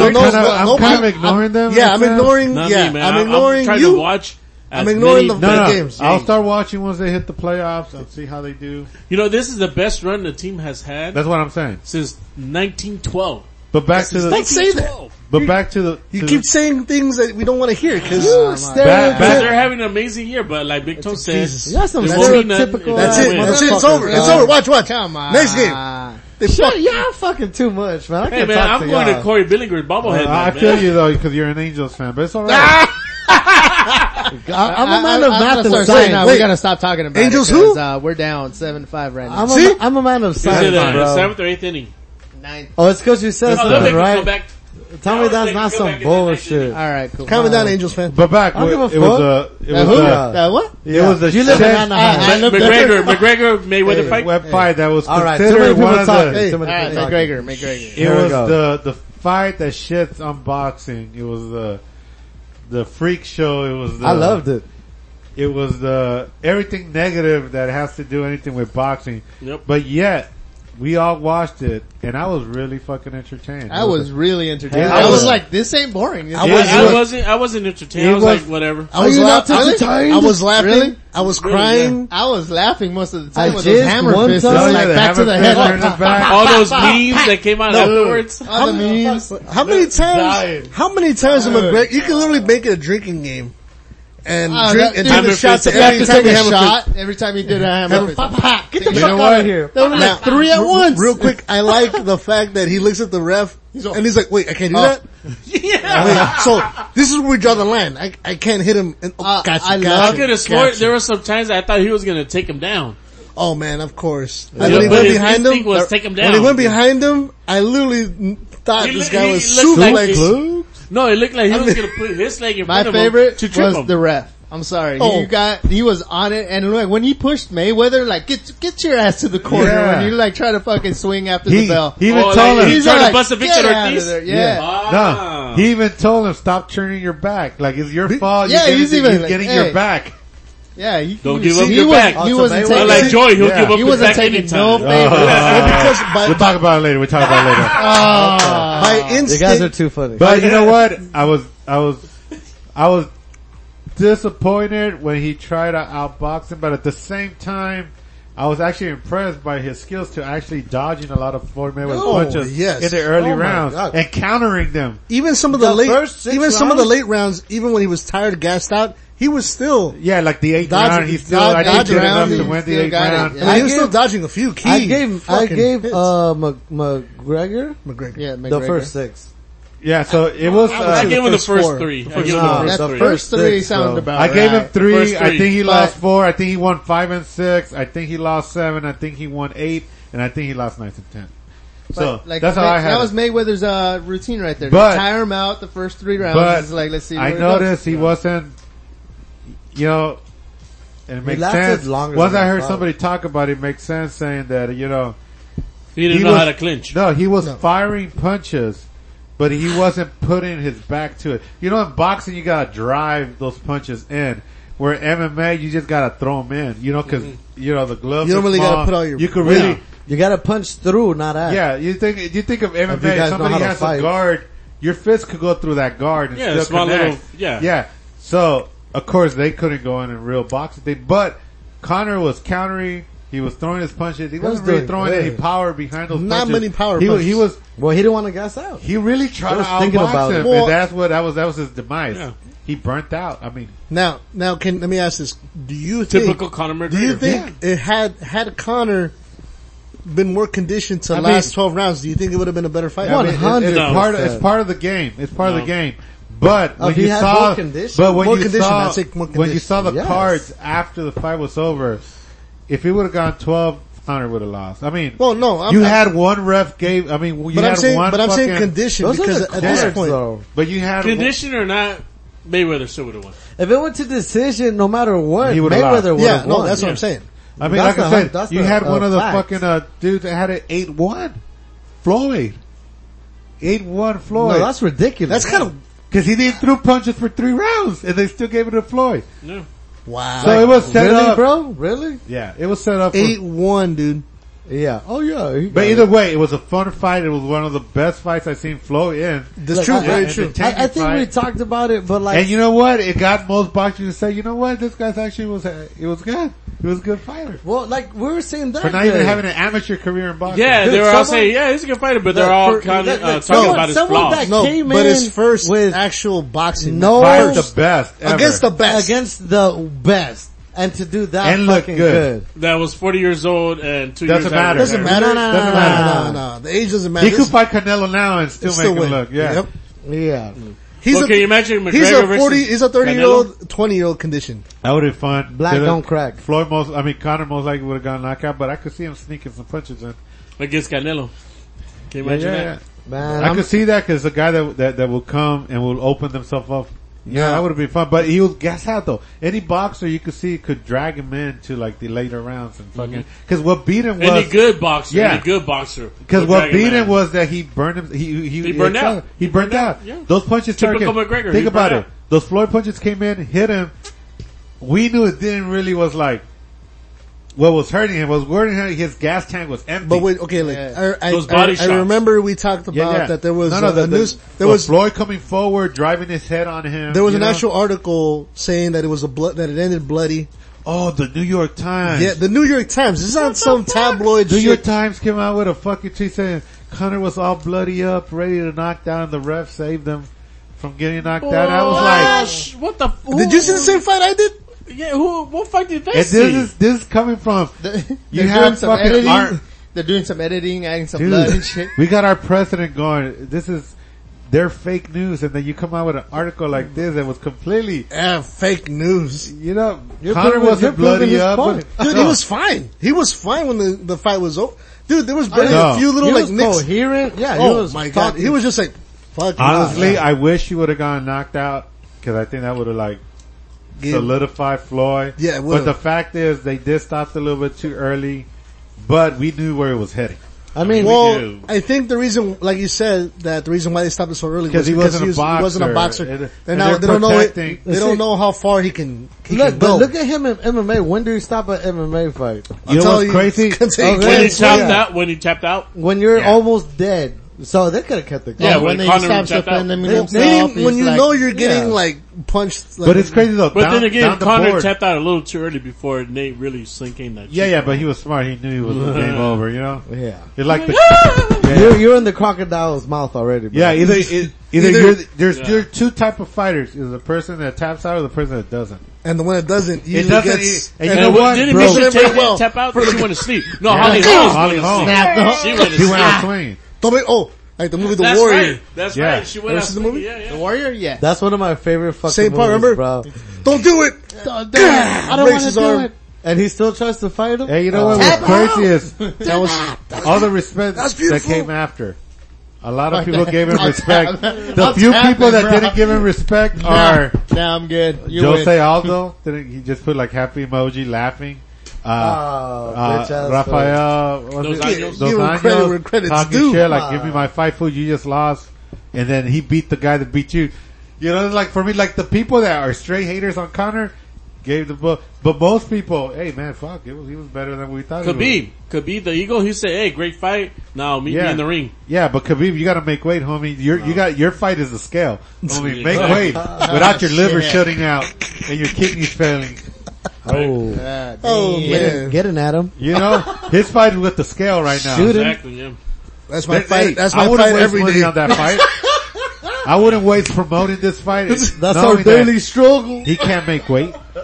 G: I'm,
D: no-
G: kind of,
D: no-
G: I'm
D: no-
G: kind of ignoring them.
D: Yeah, I'm
G: myself.
D: ignoring.
F: Not
D: yeah,
F: me, man.
D: I'm ignoring
F: trying
D: you.
F: to watch.
D: I'm
F: as
D: ignoring
F: many-
D: the-
G: No, no.
D: games.
G: I'll start watching once they hit the playoffs and see how they do.
F: You know, this is the best run the team has had
G: That's what I'm saying.
F: since 1912.
G: But back to the,
D: Don't say that.
G: but back to the,
D: You
G: to
D: keep
G: the,
D: saying things that we don't want to hear because
G: back,
F: But
G: back,
F: they're having an amazing year, but like Big Toe says,
A: You got some
F: It won't be nothing.
A: stereotypical. uh,
D: that's
A: ass
D: it.
F: Yeah.
D: That's it. It's
A: motherfuckers,
D: over. It's
A: dog.
D: over. Watch, watch.
E: Come on.
D: Next game. They fuck.
A: Shut y'all fucking too much, man. I
F: hey
A: can't
F: man,
A: talk
F: I'm
A: to uh,
F: going
A: y'all.
F: to Corey Billinger's bobblehead.
G: Uh, I
F: man.
G: feel you though, because you're an Angels fan, but it's alright.
A: I, I'm a man
E: I-
A: of math
E: I'm gonna
A: and
E: start
A: science.
E: saying now.
A: Wait,
E: We gotta stop talking about
D: Angels
E: it,
D: who?
E: 'cause, Uh, we're down seven five right now.
A: I'm
D: See?
A: a, I'm a man of
F: Is
A: science,
F: it uh,
A: bro.
F: seventh or eighth inning?
E: Nine.
A: Oh, it's because you said
F: Oh, they'll make
A: something,
F: us go
A: right?
F: back.
A: Tell
F: They'll
A: me that's
F: make
A: not
F: us go back
A: some
F: and then make
A: bullshit.
E: All right, cool.
D: Calm it
A: Uh,
D: down, Angels fan.
G: But back,
A: I don't
G: it,
A: give a
G: it was
A: fuck.
G: a, it
A: That
G: was
A: who?
G: a,
E: Uh, what?
G: it was a
A: You live in
G: shit
A: Anaheim.
E: I looked
F: McGregor, McGregor, Mayweather
G: web
F: fight.
G: fight that was
A: All right, too many
G: considered
A: people
G: one of
A: talking.
G: the,
A: Too many
E: All right,
A: people talking.
E: McGregor, McGregor.
G: it
A: Here we
G: was
A: go.
G: the, the fight that shits on boxing. It was the, the freak show. It was the,
A: I loved it.
G: It was the everything negative that has to do anything with boxing.
F: Yep.
G: But yet, We all watched it, and I was really fucking entertained.
E: I was really entertained.
G: Yeah,
E: I,
G: I
E: was,
G: was-
E: like, this ain't boring.
D: I
F: Yeah,
D: was-
F: I wasn't. I wasn't entertained. I
G: It
F: was,
G: was-
F: like, whatever.
D: I was,
E: you
D: la-
E: not
D: I was-
E: entertained?
D: I was laughing.
E: Really?
D: I was
F: Really, yeah.
D: crying.
E: I was laughing most of the time
A: I
E: with those
A: jizzed
E: hammer
A: one
E: fists.
A: time.
E: It's
A: Oh,
E: like
G: yeah, the
E: back to
G: hammer
E: the
G: fist
E: head.
G: turned his back.
F: All those memes that came out afterwards.
E: All the memes.
D: How many times?
G: dying.
D: How many times am McGregor? You can literally make it a drinking game, and
E: Oh,
D: drink
E: that-
D: and
E: Hammer
D: take the
F: fist.
D: shots
F: You
E: You have
D: every
E: to
D: time
E: take
D: you
E: a
D: have a
E: shot every time you did a hammer.
D: Hammer
E: fist. Pa, pa, Get the
A: You
E: fuck
A: know
E: out
A: what?
E: of
A: Here.
E: here. There were like
D: Now-
E: three at once.
D: Real quick, I like the fact that he looks at the ref and he's like, "Wait, I
E: Oh.
D: can't do that." Yeah. so this is where we draw the line. I I can't hit him. And, oh,
E: Uh,
D: gotcha,
E: I
F: I
E: love-
D: gotcha,
F: could have sworn
D: gotcha.
F: there were some times I thought he was gonna take him down.
D: Oh man, of course.
F: Yeah,
D: when he
F: but
D: went
F: his
D: behind him, uh,
F: instinct was take him
D: when he
F: down.
D: went behind him, I literally thought
F: He
D: this
F: look-
D: guy
F: he
D: was
F: looked
D: suplex.
F: like he- No, it looked like he was gonna put his leg in
E: My
F: front of him
E: favorite
F: to trip
E: was
F: him.
E: the ref. I'm sorry.
D: Oh.
E: He got, he was on it and like when he pushed Mayweather, like get, get your ass to the corner
G: Yeah.
E: when you like try to fucking swing after
G: He,
E: the bell.
G: he even
F: Oh,
G: told
F: like,
G: him.
F: he's
E: He's
F: trying to
E: like,
F: bust a
E: "Get
F: Victor
E: out of
F: Ortiz.
E: there. Yeah.
F: Ah.
G: No, he even told him stop turning your back. Like it's your fault.
E: yeah,
G: you're
E: he's
G: getting,
E: even
G: you're
E: like,
G: getting
E: hey.
G: your back.
E: Yeah. He,
F: Don't
E: he,
F: give up
E: he
F: your
E: was,
F: back.
E: He wasn't
A: Mayweather.
F: But
E: taking,
F: like Joy, he'll
G: Yeah.
F: give up
E: he
F: his
E: wasn't
F: back
E: taking
F: anytime.
E: no
G: Uh-huh.
E: favors.
D: because by,
G: Uh, We'll talk about it later. We'll talk about it later.
D: by instinct,
A: You guys are too funny.
G: But you know what? I was, I was, I was disappointed when he tried to outbox him, but at the same time, I was actually impressed by his skills to actually dodging a lot of Floyd Mayweather's
D: Oh,
G: punches
D: yes.
G: in the early
D: Oh my
G: rounds
D: God.
G: and countering them.
D: even some of the,
G: The
D: late,
G: first six
D: even some of the
G: rounds?
D: late rounds, even when he was tired, gassed out, he was still,
G: Yeah, like the eighth
D: Dodge-
G: round, he still,
D: dodge-
G: I think,
D: dodge
G: did
D: around,
G: enough to
D: he
G: win the
E: still
G: eighth
E: got it.
G: round.
D: I mean,
A: I
D: he was
A: gave-
D: still dodging a few key.
A: I gave I
D: fucking
A: gave
D: hits.
A: uh Mc- McGregor
D: McGregor.
E: Yeah,
A: the
E: McGregor.
A: first six.
G: Yeah, so it was,
F: I
G: uh,
F: gave him the
D: first
F: first
D: four.
F: three. I
A: first
F: gave him
A: four.
F: the
A: That's
F: first three.
E: First three
A: Six,
E: sounded
A: so-
E: about
G: I gave him
E: right.
G: three.
F: First
G: I
F: three.
G: think he
E: But-
G: lost four. I think he won five and six. I think he lost seven. I think he won eight. And I think he lost nine and ten. So
E: But, like,
G: that's how
E: May-
G: I had
E: That
G: it.
E: was Mayweather's uh, routine right there.
G: But-
E: tire him out the first three rounds.
G: But
E: It's like let's see. where
G: I
E: it goes.
G: noticed he wasn't, you know, and it makes
A: lasted
G: sense.
A: longer
G: Once
A: than
G: I
A: I
G: heard
A: thought.
G: somebody talk about it, it makes sense saying that, you know,
F: He didn't
G: He
F: know
G: was-
F: how to clinch.
G: no, he was firing punches, but he wasn't putting his back to it. You know, in boxing, you gotta drive those punches in. Where MMA, you just gotta throw them in, you know, cause, you know, the
D: Mm-hmm.
G: gloves
D: You
G: are
D: don't really gotta
G: small.
D: put all your-
G: You could really,
A: You got to punch through, not at.
G: Yeah, you think you think of
A: you
G: MMA.
A: guys know
G: Somebody
A: how to
G: has
A: fight.
G: a guard. Your fist could go through that guard and
F: Yeah,
G: still
F: small
G: connect.
F: little- yeah.
G: yeah. So of course they couldn't go in and real boxing thing, but Connor was countering. He was throwing his punches. He wasn't really
A: doing
G: throwing
A: good.
G: any power behind those.
D: Not
G: punches.
D: many power
G: He was.
D: punches.
G: He was.
A: Well, he didn't want to gas out.
G: He really
A: I
G: tried to
A: was thinking
G: outbox
A: about it.
G: him,
D: Well-
G: and that's what that was. That was his demise.
F: Yeah.
G: He burnt out. I mean,
D: Now, now can, let me ask this. Do you think,
F: Typical Conor McGregor.
D: do you think it had, had Connor been more conditioned to
G: I
D: last
G: mean-
D: 12 rounds, do you think it would have been a better fight?
G: I mean, it- it's,
F: No.
G: part of, it's part of the game. It's part of
F: No.
G: the game. But
A: Oh,
G: when
A: he
G: you
A: had
G: saw,
A: more condition.
G: but when
D: More
G: you
D: condition,
G: saw,
D: I'd say more
G: when you saw the
A: condition, yes.
G: cards after the fight was over, if it would have gone twelve, Hunter would have lost. I mean,
D: Well, no, I'm,
G: you
D: I'm-
G: had one ref gave. I mean, you
D: but
G: had
D: I'm saying,
G: one.
D: but I'm saying
G: fucking-
D: condition
A: Those
D: because
A: are the
D: at this
A: cards,
D: point,
A: though.
G: But you had one-
F: Condition or not, Mayweather still would have won.
A: If it went to decision, no matter what,
G: He would've
A: Mayweather would
D: yeah,
A: have
D: no,
A: won.
D: that's what I'm
F: Yeah.
D: saying.
G: I mean,
A: That's
G: like
A: the-
G: I said,
A: that's
G: you
A: the,
G: had one
A: uh,
G: of the
A: facts.
G: fucking uh, dudes that had an eight one, Floyd, eight one Floyd.
A: no, that's ridiculous.
D: That's kind of,
G: because he didn't throw punches for three rounds, and they still gave it to Floyd.
F: No.
D: wow.
G: So it was set
A: really,
G: up.
A: bro. Really?
G: Yeah, it was set up. For,
D: 8-1, dude.
A: Yeah. Oh yeah. he
G: but
A: got
G: either
A: it.
G: way, it was a fun fight. It was one of the best fights I've seen Flo in.
D: That's
A: Look,
D: true,
A: I-
D: very
G: I-
D: true.
G: I-
A: I, I think we
G: Right.
A: talked about it, but like,
G: And you know what? It got most boxers to say, you know what? This guy's actually was it was good. He was a good fighter
A: well, like we were saying that.
G: for not even
A: day.
G: having an amateur career in boxing.
F: Yeah,
A: Dude,
F: they were all
A: someone-
F: saying, yeah, he's a good fighter, but they're
A: Look,
F: all
A: for-
F: kind
A: look,
F: of
A: look,
F: uh, talking
A: someone-
F: about his
A: someone
F: flaws.
A: back-
D: No,
A: Came
D: but his
A: in
D: first
A: with-
D: actual boxing.
A: No.
G: Fired
A: First.
G: the best ever.
D: against the best.
A: against the best, and to do that
G: And look
A: fucking
G: good.
F: that was 40 years old and two
G: Doesn't
F: years
G: matter.
F: after
D: Doesn't
F: that.
D: matter.
A: No, no, no,
D: Doesn't
A: no,
D: matter.
A: no, no,
D: no, no. The age doesn't matter.
G: he could
D: It's-
G: fight Canelo now and still
D: it's
G: make
D: still
G: him
D: win.
G: look. Yeah,
D: Yep.
A: Yeah.
D: He's
F: Well,
D: a,
F: can you imagine
D: he's
F: McGregor
D: a
F: versus
D: forty. He's a thirty-year-old,
F: Canelo?
D: twenty-year-old condition.
G: that would have been fun.
A: Black
G: Could've-
A: don't crack.
G: Floyd most. I mean Connor most likely would have gone knockout, but I could see him sneaking some punches in.
F: Against Canelo. Can you
G: Yeah,
F: imagine
G: yeah,
F: that?
G: yeah.
A: Man,
G: I
A: I'm,
G: could see that because the guy that, that that will come and will open themselves up. Yeah, that would have been fun. But he was guess out though. Any boxer you could see could drag him into like the later rounds and fucking. Because what beat him
F: Mm-hmm. Any
G: was
F: good boxer,
G: Yeah.
F: any good boxer.
G: because
F: would
G: what
F: drag
G: beat
F: out.
G: him was that he burned him. He he,
F: He burned out.
G: He burned out.
F: yeah.
G: Those punches started.
F: Typical
G: getting-
F: McGregor,
G: Think
F: he
G: about
F: burned
G: it. Those Floyd punches came in, hit him. We knew it didn't really was like. what was hurting him was hurting him. His gas tank was empty.
D: But wait, okay, like I, I,
F: Those body
D: I- I
F: shots.
D: remember we talked about
G: Yeah, yeah.
D: that there was
G: No, no,
D: a,
G: the-
D: a
G: the-
D: news. There
G: the
D: was
G: Floyd coming forward, driving his head on him.
D: there was
G: you
D: an
G: know?
D: actual article saying that it was a blood that it ended bloody.
G: Oh, the New York Times.
D: Yeah, the New York Times. This is not some tabloid
G: New York
D: shit.
G: Times came out with a fucking tweet saying Connor was all bloody up, ready to knock down. The ref saved him from getting knocked out. I was like,
F: Gosh, what the? f-
D: Did you see the
F: who-
D: same fight I did?
F: Yeah, who? What fight did they
G: and this
F: see?
G: is this is coming from you
E: They're doing
G: have
E: some
G: fucking
E: editing.
G: art.
E: They're doing some editing, adding some blood and shit.
G: Dude, we got our president going. This is their fake news, and then you come out with an article like this that was completely,
D: Ah, fake news.
G: you know,
A: You're
G: Connor
A: proving- you're
G: wasn't
A: proving
G: bloody
A: his
G: up.
A: point.
G: but-
D: Dude, he
G: No.
D: was fine. He was fine when the, the fight was over. Dude, there was barely
G: know.
D: a few little
A: He
D: like
A: was
D: nicks.
A: coherent. Yeah, he
D: Oh
A: was
D: my god,
A: talking.
D: he was just like, fuck.
G: honestly.
D: nah.
G: I wish he would have gone knocked out because I think that would have like
D: Give-
G: solidified Floyd.
D: Yeah, it
G: but
D: would've.
G: the fact is they did stop a little bit too early, but we knew where it was heading
A: I mean,
D: Well,
G: do.
D: I think the reason, like you said, that the reason why they stopped it so early
G: because
D: was
G: he
D: because
G: wasn't a
D: was-
G: boxer.
D: he wasn't a boxer.
G: And-
D: They're
G: and
D: not-
G: they're
D: they don't know it.
G: protecting-
D: They don't know how far he can, he
A: look,
D: can
A: but
D: go.
A: look at him in MMA. When do you stop an MMA fight?
G: You know
D: Until
G: what's
D: he
G: crazy?
D: can take
A: Okay.
F: when he
D: it.
A: Yeah.
F: tapped out. When he tapped out.
A: When you're
G: Yeah.
A: almost dead. So they could have kept the
F: Yeah,
A: going.
F: when
E: they
F: Conor
E: stops
F: tapped out.
E: defending
D: They-
E: himself,
D: they didn't- when
E: he's
D: you
E: like-
D: know you're getting
A: yeah.
D: like punched, like,
G: But it's crazy though.
F: But
G: down-
F: then again,
G: down the
F: Connor
G: board-
F: tapped out a little too early before Nate really sunk in that.
G: Yeah, yeah, but he was smart. He knew he was game over. You know,
A: Yeah.
G: it's like the yeah.
A: You're, you're in the crocodile's mouth already. Bro.
G: Yeah, either it, either,
D: Either-
G: you're, there's
F: Yeah.
G: there are two type of fighters: is the person that taps out or the person that doesn't.
D: and the one that doesn't, usually
G: doesn't-
D: gets,
G: and you
F: And
G: know
F: what
G: what,
F: didn't
G: bro?
F: Misha
D: Didn't
F: take
D: very well.
F: tap out? She went to sleep. No,
G: Yeah.
F: Holly Holm.
G: Holly Holm.
F: went to sleep. She went
G: He
F: to
G: went out
F: sleep.
G: swinging.
D: don't be, oh, like the movie The
F: That's
D: Warrior.
F: right. That's
G: Yeah.
F: right. She went out
D: Versus the
F: sleeping.
D: movie?
F: Yeah, yeah.
E: The warrior, yeah.
A: That's one of my favorite fucking
D: Same part,
A: movies, bro.
D: remember? Don't do it!
A: I don't
D: Breaks
A: want to
D: his
A: do
D: arm.
A: it. And he still tries to fight him? Oh.
G: Hey, you know what was
D: Tap
G: crazy is
D: That was,
G: all the respect
D: That's
G: that
D: beautiful.
G: came after. A lot of people gave him respect. The
E: I'll
G: few
E: tap
G: people
E: him,
G: that
E: bro.
G: didn't give him respect are
E: Now I'm good. You
G: Jose
E: win.
G: Aldo. Didn't he just put like happy emoji laughing? Uh,
A: Oh,
G: uh,
A: bitch ass.
G: Rafael, what was
F: Dos
G: it?
F: Anjos.
G: Dos
D: Give him credit
G: Anjos
D: where credit's
G: talking
D: due.
G: shit like, give me my fight food, you just lost. And then he beat the guy that beat you. You know, like for me, like the people that are straight haters on Connor gave the book, but most people, hey man, fuck, it was, he was better than we thought. he was.
F: Khabib, Khabib, the eagle. He said, "Hey, great fight. Now meet me
G: Yeah.
F: in the ring."
G: Yeah, but Khabib, you got to make weight, homie. Your you got your fight is a scale, homie. Make
F: Exactly.
G: weight without your liver shutting out and your kidneys failing.
A: Oh,
E: Ah,
D: oh
E: damn.
D: man.
A: getting at him.
G: You know, his fight is with the scale right now.
A: Shoot it.
F: Exactly. Yeah.
D: That's my
G: Hey,
D: fight, that's
G: I
D: my
G: wouldn't
D: fight
G: waste
D: every
G: money
D: day.
G: on that fight. I wouldn't waste promoting this fight.
A: That's
G: knowing
A: our
G: that
A: daily struggle.
G: He can't make weight two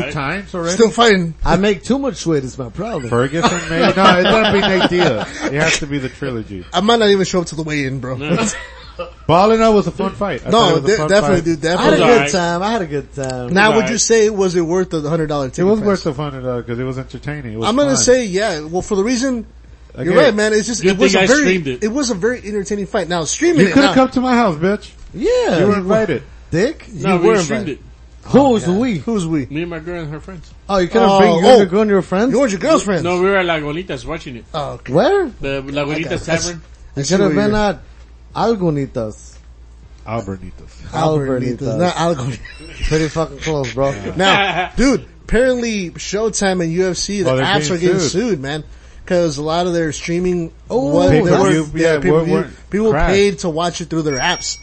F: Right.
G: times already.
D: Still fighting.
A: I make too much weight is my problem.
G: Ferguson, maybe no. It's gonna be Nate Diaz. It has to be the trilogy.
D: I might not even show up to the weigh-in, bro.
G: Ballin' out was a fun fight. I thought it
D: No,
G: was a
D: de-
G: fun
D: definitely,
G: fight.
D: dude,
A: I had a
D: definitely.
F: It was
A: good
F: alright.
A: time. I had a good time.
D: Now, would
F: Right.
D: you say was it worth the hundred dollar
G: It
D: ticket?
G: was
D: price?
G: worth the fun because it was entertaining. It was
D: I'm gonna
G: fun.
D: say yeah. Well, for the reason
G: Okay.
D: you're right, man. It's just
F: Good
D: it was
F: thing
D: a
F: I
D: very
F: streamed it.
D: was a very entertaining fight. Now streaming
G: You
D: it
G: could have
D: now-
G: come to my house, bitch.
A: yeah,
G: You were invited.
A: dick.
F: No,
A: you were
F: we streamed
A: invited.
F: it.
G: Oh,
A: Who's we?
D: Who's we?
F: Me and my girl and her friends.
A: Oh, you couldn't
D: Oh,
A: bring you
D: oh.
A: and your girl and your friends.
D: You were your girlfriend.
F: No, we were at La Golitas watching
G: Uh,
F: it.
D: Oh, okay.
A: Where?
F: The La Golitas
D: That's-
F: Tavern.
D: I
A: You
D: see
A: could have
D: where
A: been
D: you're-
A: at Algonitas.
G: Albernitas.
A: Albernitas.
D: Not Albernitas.
A: Pretty fucking close, bro.
D: Now, dude, apparently Showtime and UFC, the
G: Oh, they're
D: apps
G: getting
D: are getting
G: sued.
D: sued, man. Cause a lot of their streaming,
A: Oh,
D: was-
A: Pay-per-view,
D: there was-
G: yeah,
D: pay-per-view.
G: were- were-
D: people
G: crashed.
D: paid to watch it through their apps,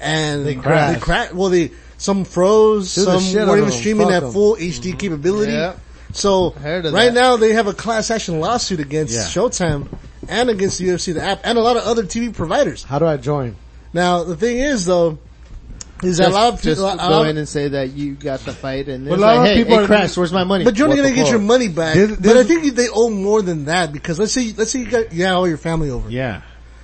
D: and they
A: crashed.
D: cra- well, they some froze,
A: Sue the
D: some
A: shit out
D: weren't
A: of
D: even
A: them.
D: streaming
A: Fuck
D: at
A: them.
D: full HD capability.
E: Yeah.
D: So
E: Heard of
D: right
E: that.
D: now they have a class action lawsuit against
G: Yeah.
D: Showtime and against the UFC, the app, and a lot of other TV providers.
A: How do I join?
D: Now the thing is though, is that
E: Just,
D: a lot of
E: just
D: a lot- a
E: go
D: lot of-
E: in and say that you got the fight, and
G: Well,
E: it's
G: a lot
E: like,
G: of
E: hey,
G: people
E: it
G: are-
E: crashed. Where's my money?
D: But you're
E: What
D: only gonna
E: the
D: get
E: fuck?
D: your money back.
G: This- this-
D: but I think they owe more than that because let's say let's say you got you had all your family over.
G: Yeah.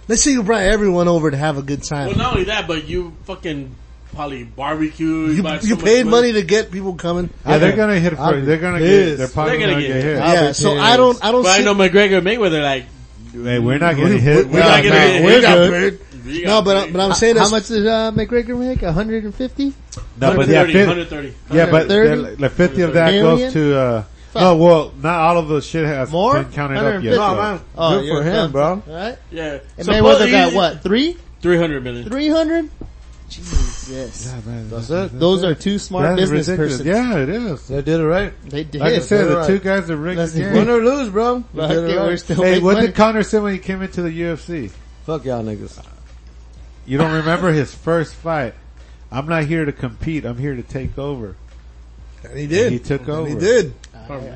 D: Let's say you brought everyone over to have a good time.
F: Well, not only that, but you fucking probably barbecued.
D: you
F: by so
D: you
F: much
D: paid money to get people coming.
G: Yeah, they're gonna hit.
A: I'll be
G: They're gonna
A: pissed.
G: get. They're probably
F: They're gonna
G: gonna,
F: get
G: get
A: hit.
G: hit.
D: yeah, so I don't I don't
F: But I
D: see
F: know McGregor and Mayweather like
G: Hey, we're not getting hit.
F: we're not gonna get hit. we
D: no,
F: got
D: but I,
F: paid.
D: but I'm saying
E: How
D: that's
E: much did uh, McGregor make? 150?
G: No, but yeah,
F: 130,
G: fifty.
F: 130.
G: Yeah, but they're
E: 130?
G: like like fifty of that
E: Million?
G: goes to. uh No, well, not all of the shit has
E: More?
G: been counted up
E: 150?
G: yet. so-
E: Oh,
A: Good
E: you're
A: for him,
E: done.
A: bro.
E: All right.
F: yeah.
E: And
F: So,
E: Mayweather
F: but
E: got
F: he-
E: what? Three?
F: 300 million.
E: 300? Yes.
A: That's it.
E: Those are two smart
G: That's
E: business
G: ridiculous.
E: persons.
G: Yeah, it is.
A: They did it right.
E: They did.
G: Like I said, the
A: right.
G: two guys that rigged
E: That's
G: the game.
A: Win or lose, bro. They
E: Fuck
A: did
E: it,
A: it
E: we're
A: right.
E: still
G: Hey,
E: making
G: what
E: money.
G: did Connor say when he came into the UFC?
A: Fuck y'all niggas.
G: You don't remember his first fight. I'm not here to compete. I'm here to take over.
D: And he did.
G: He took
D: And He
G: over.
D: did.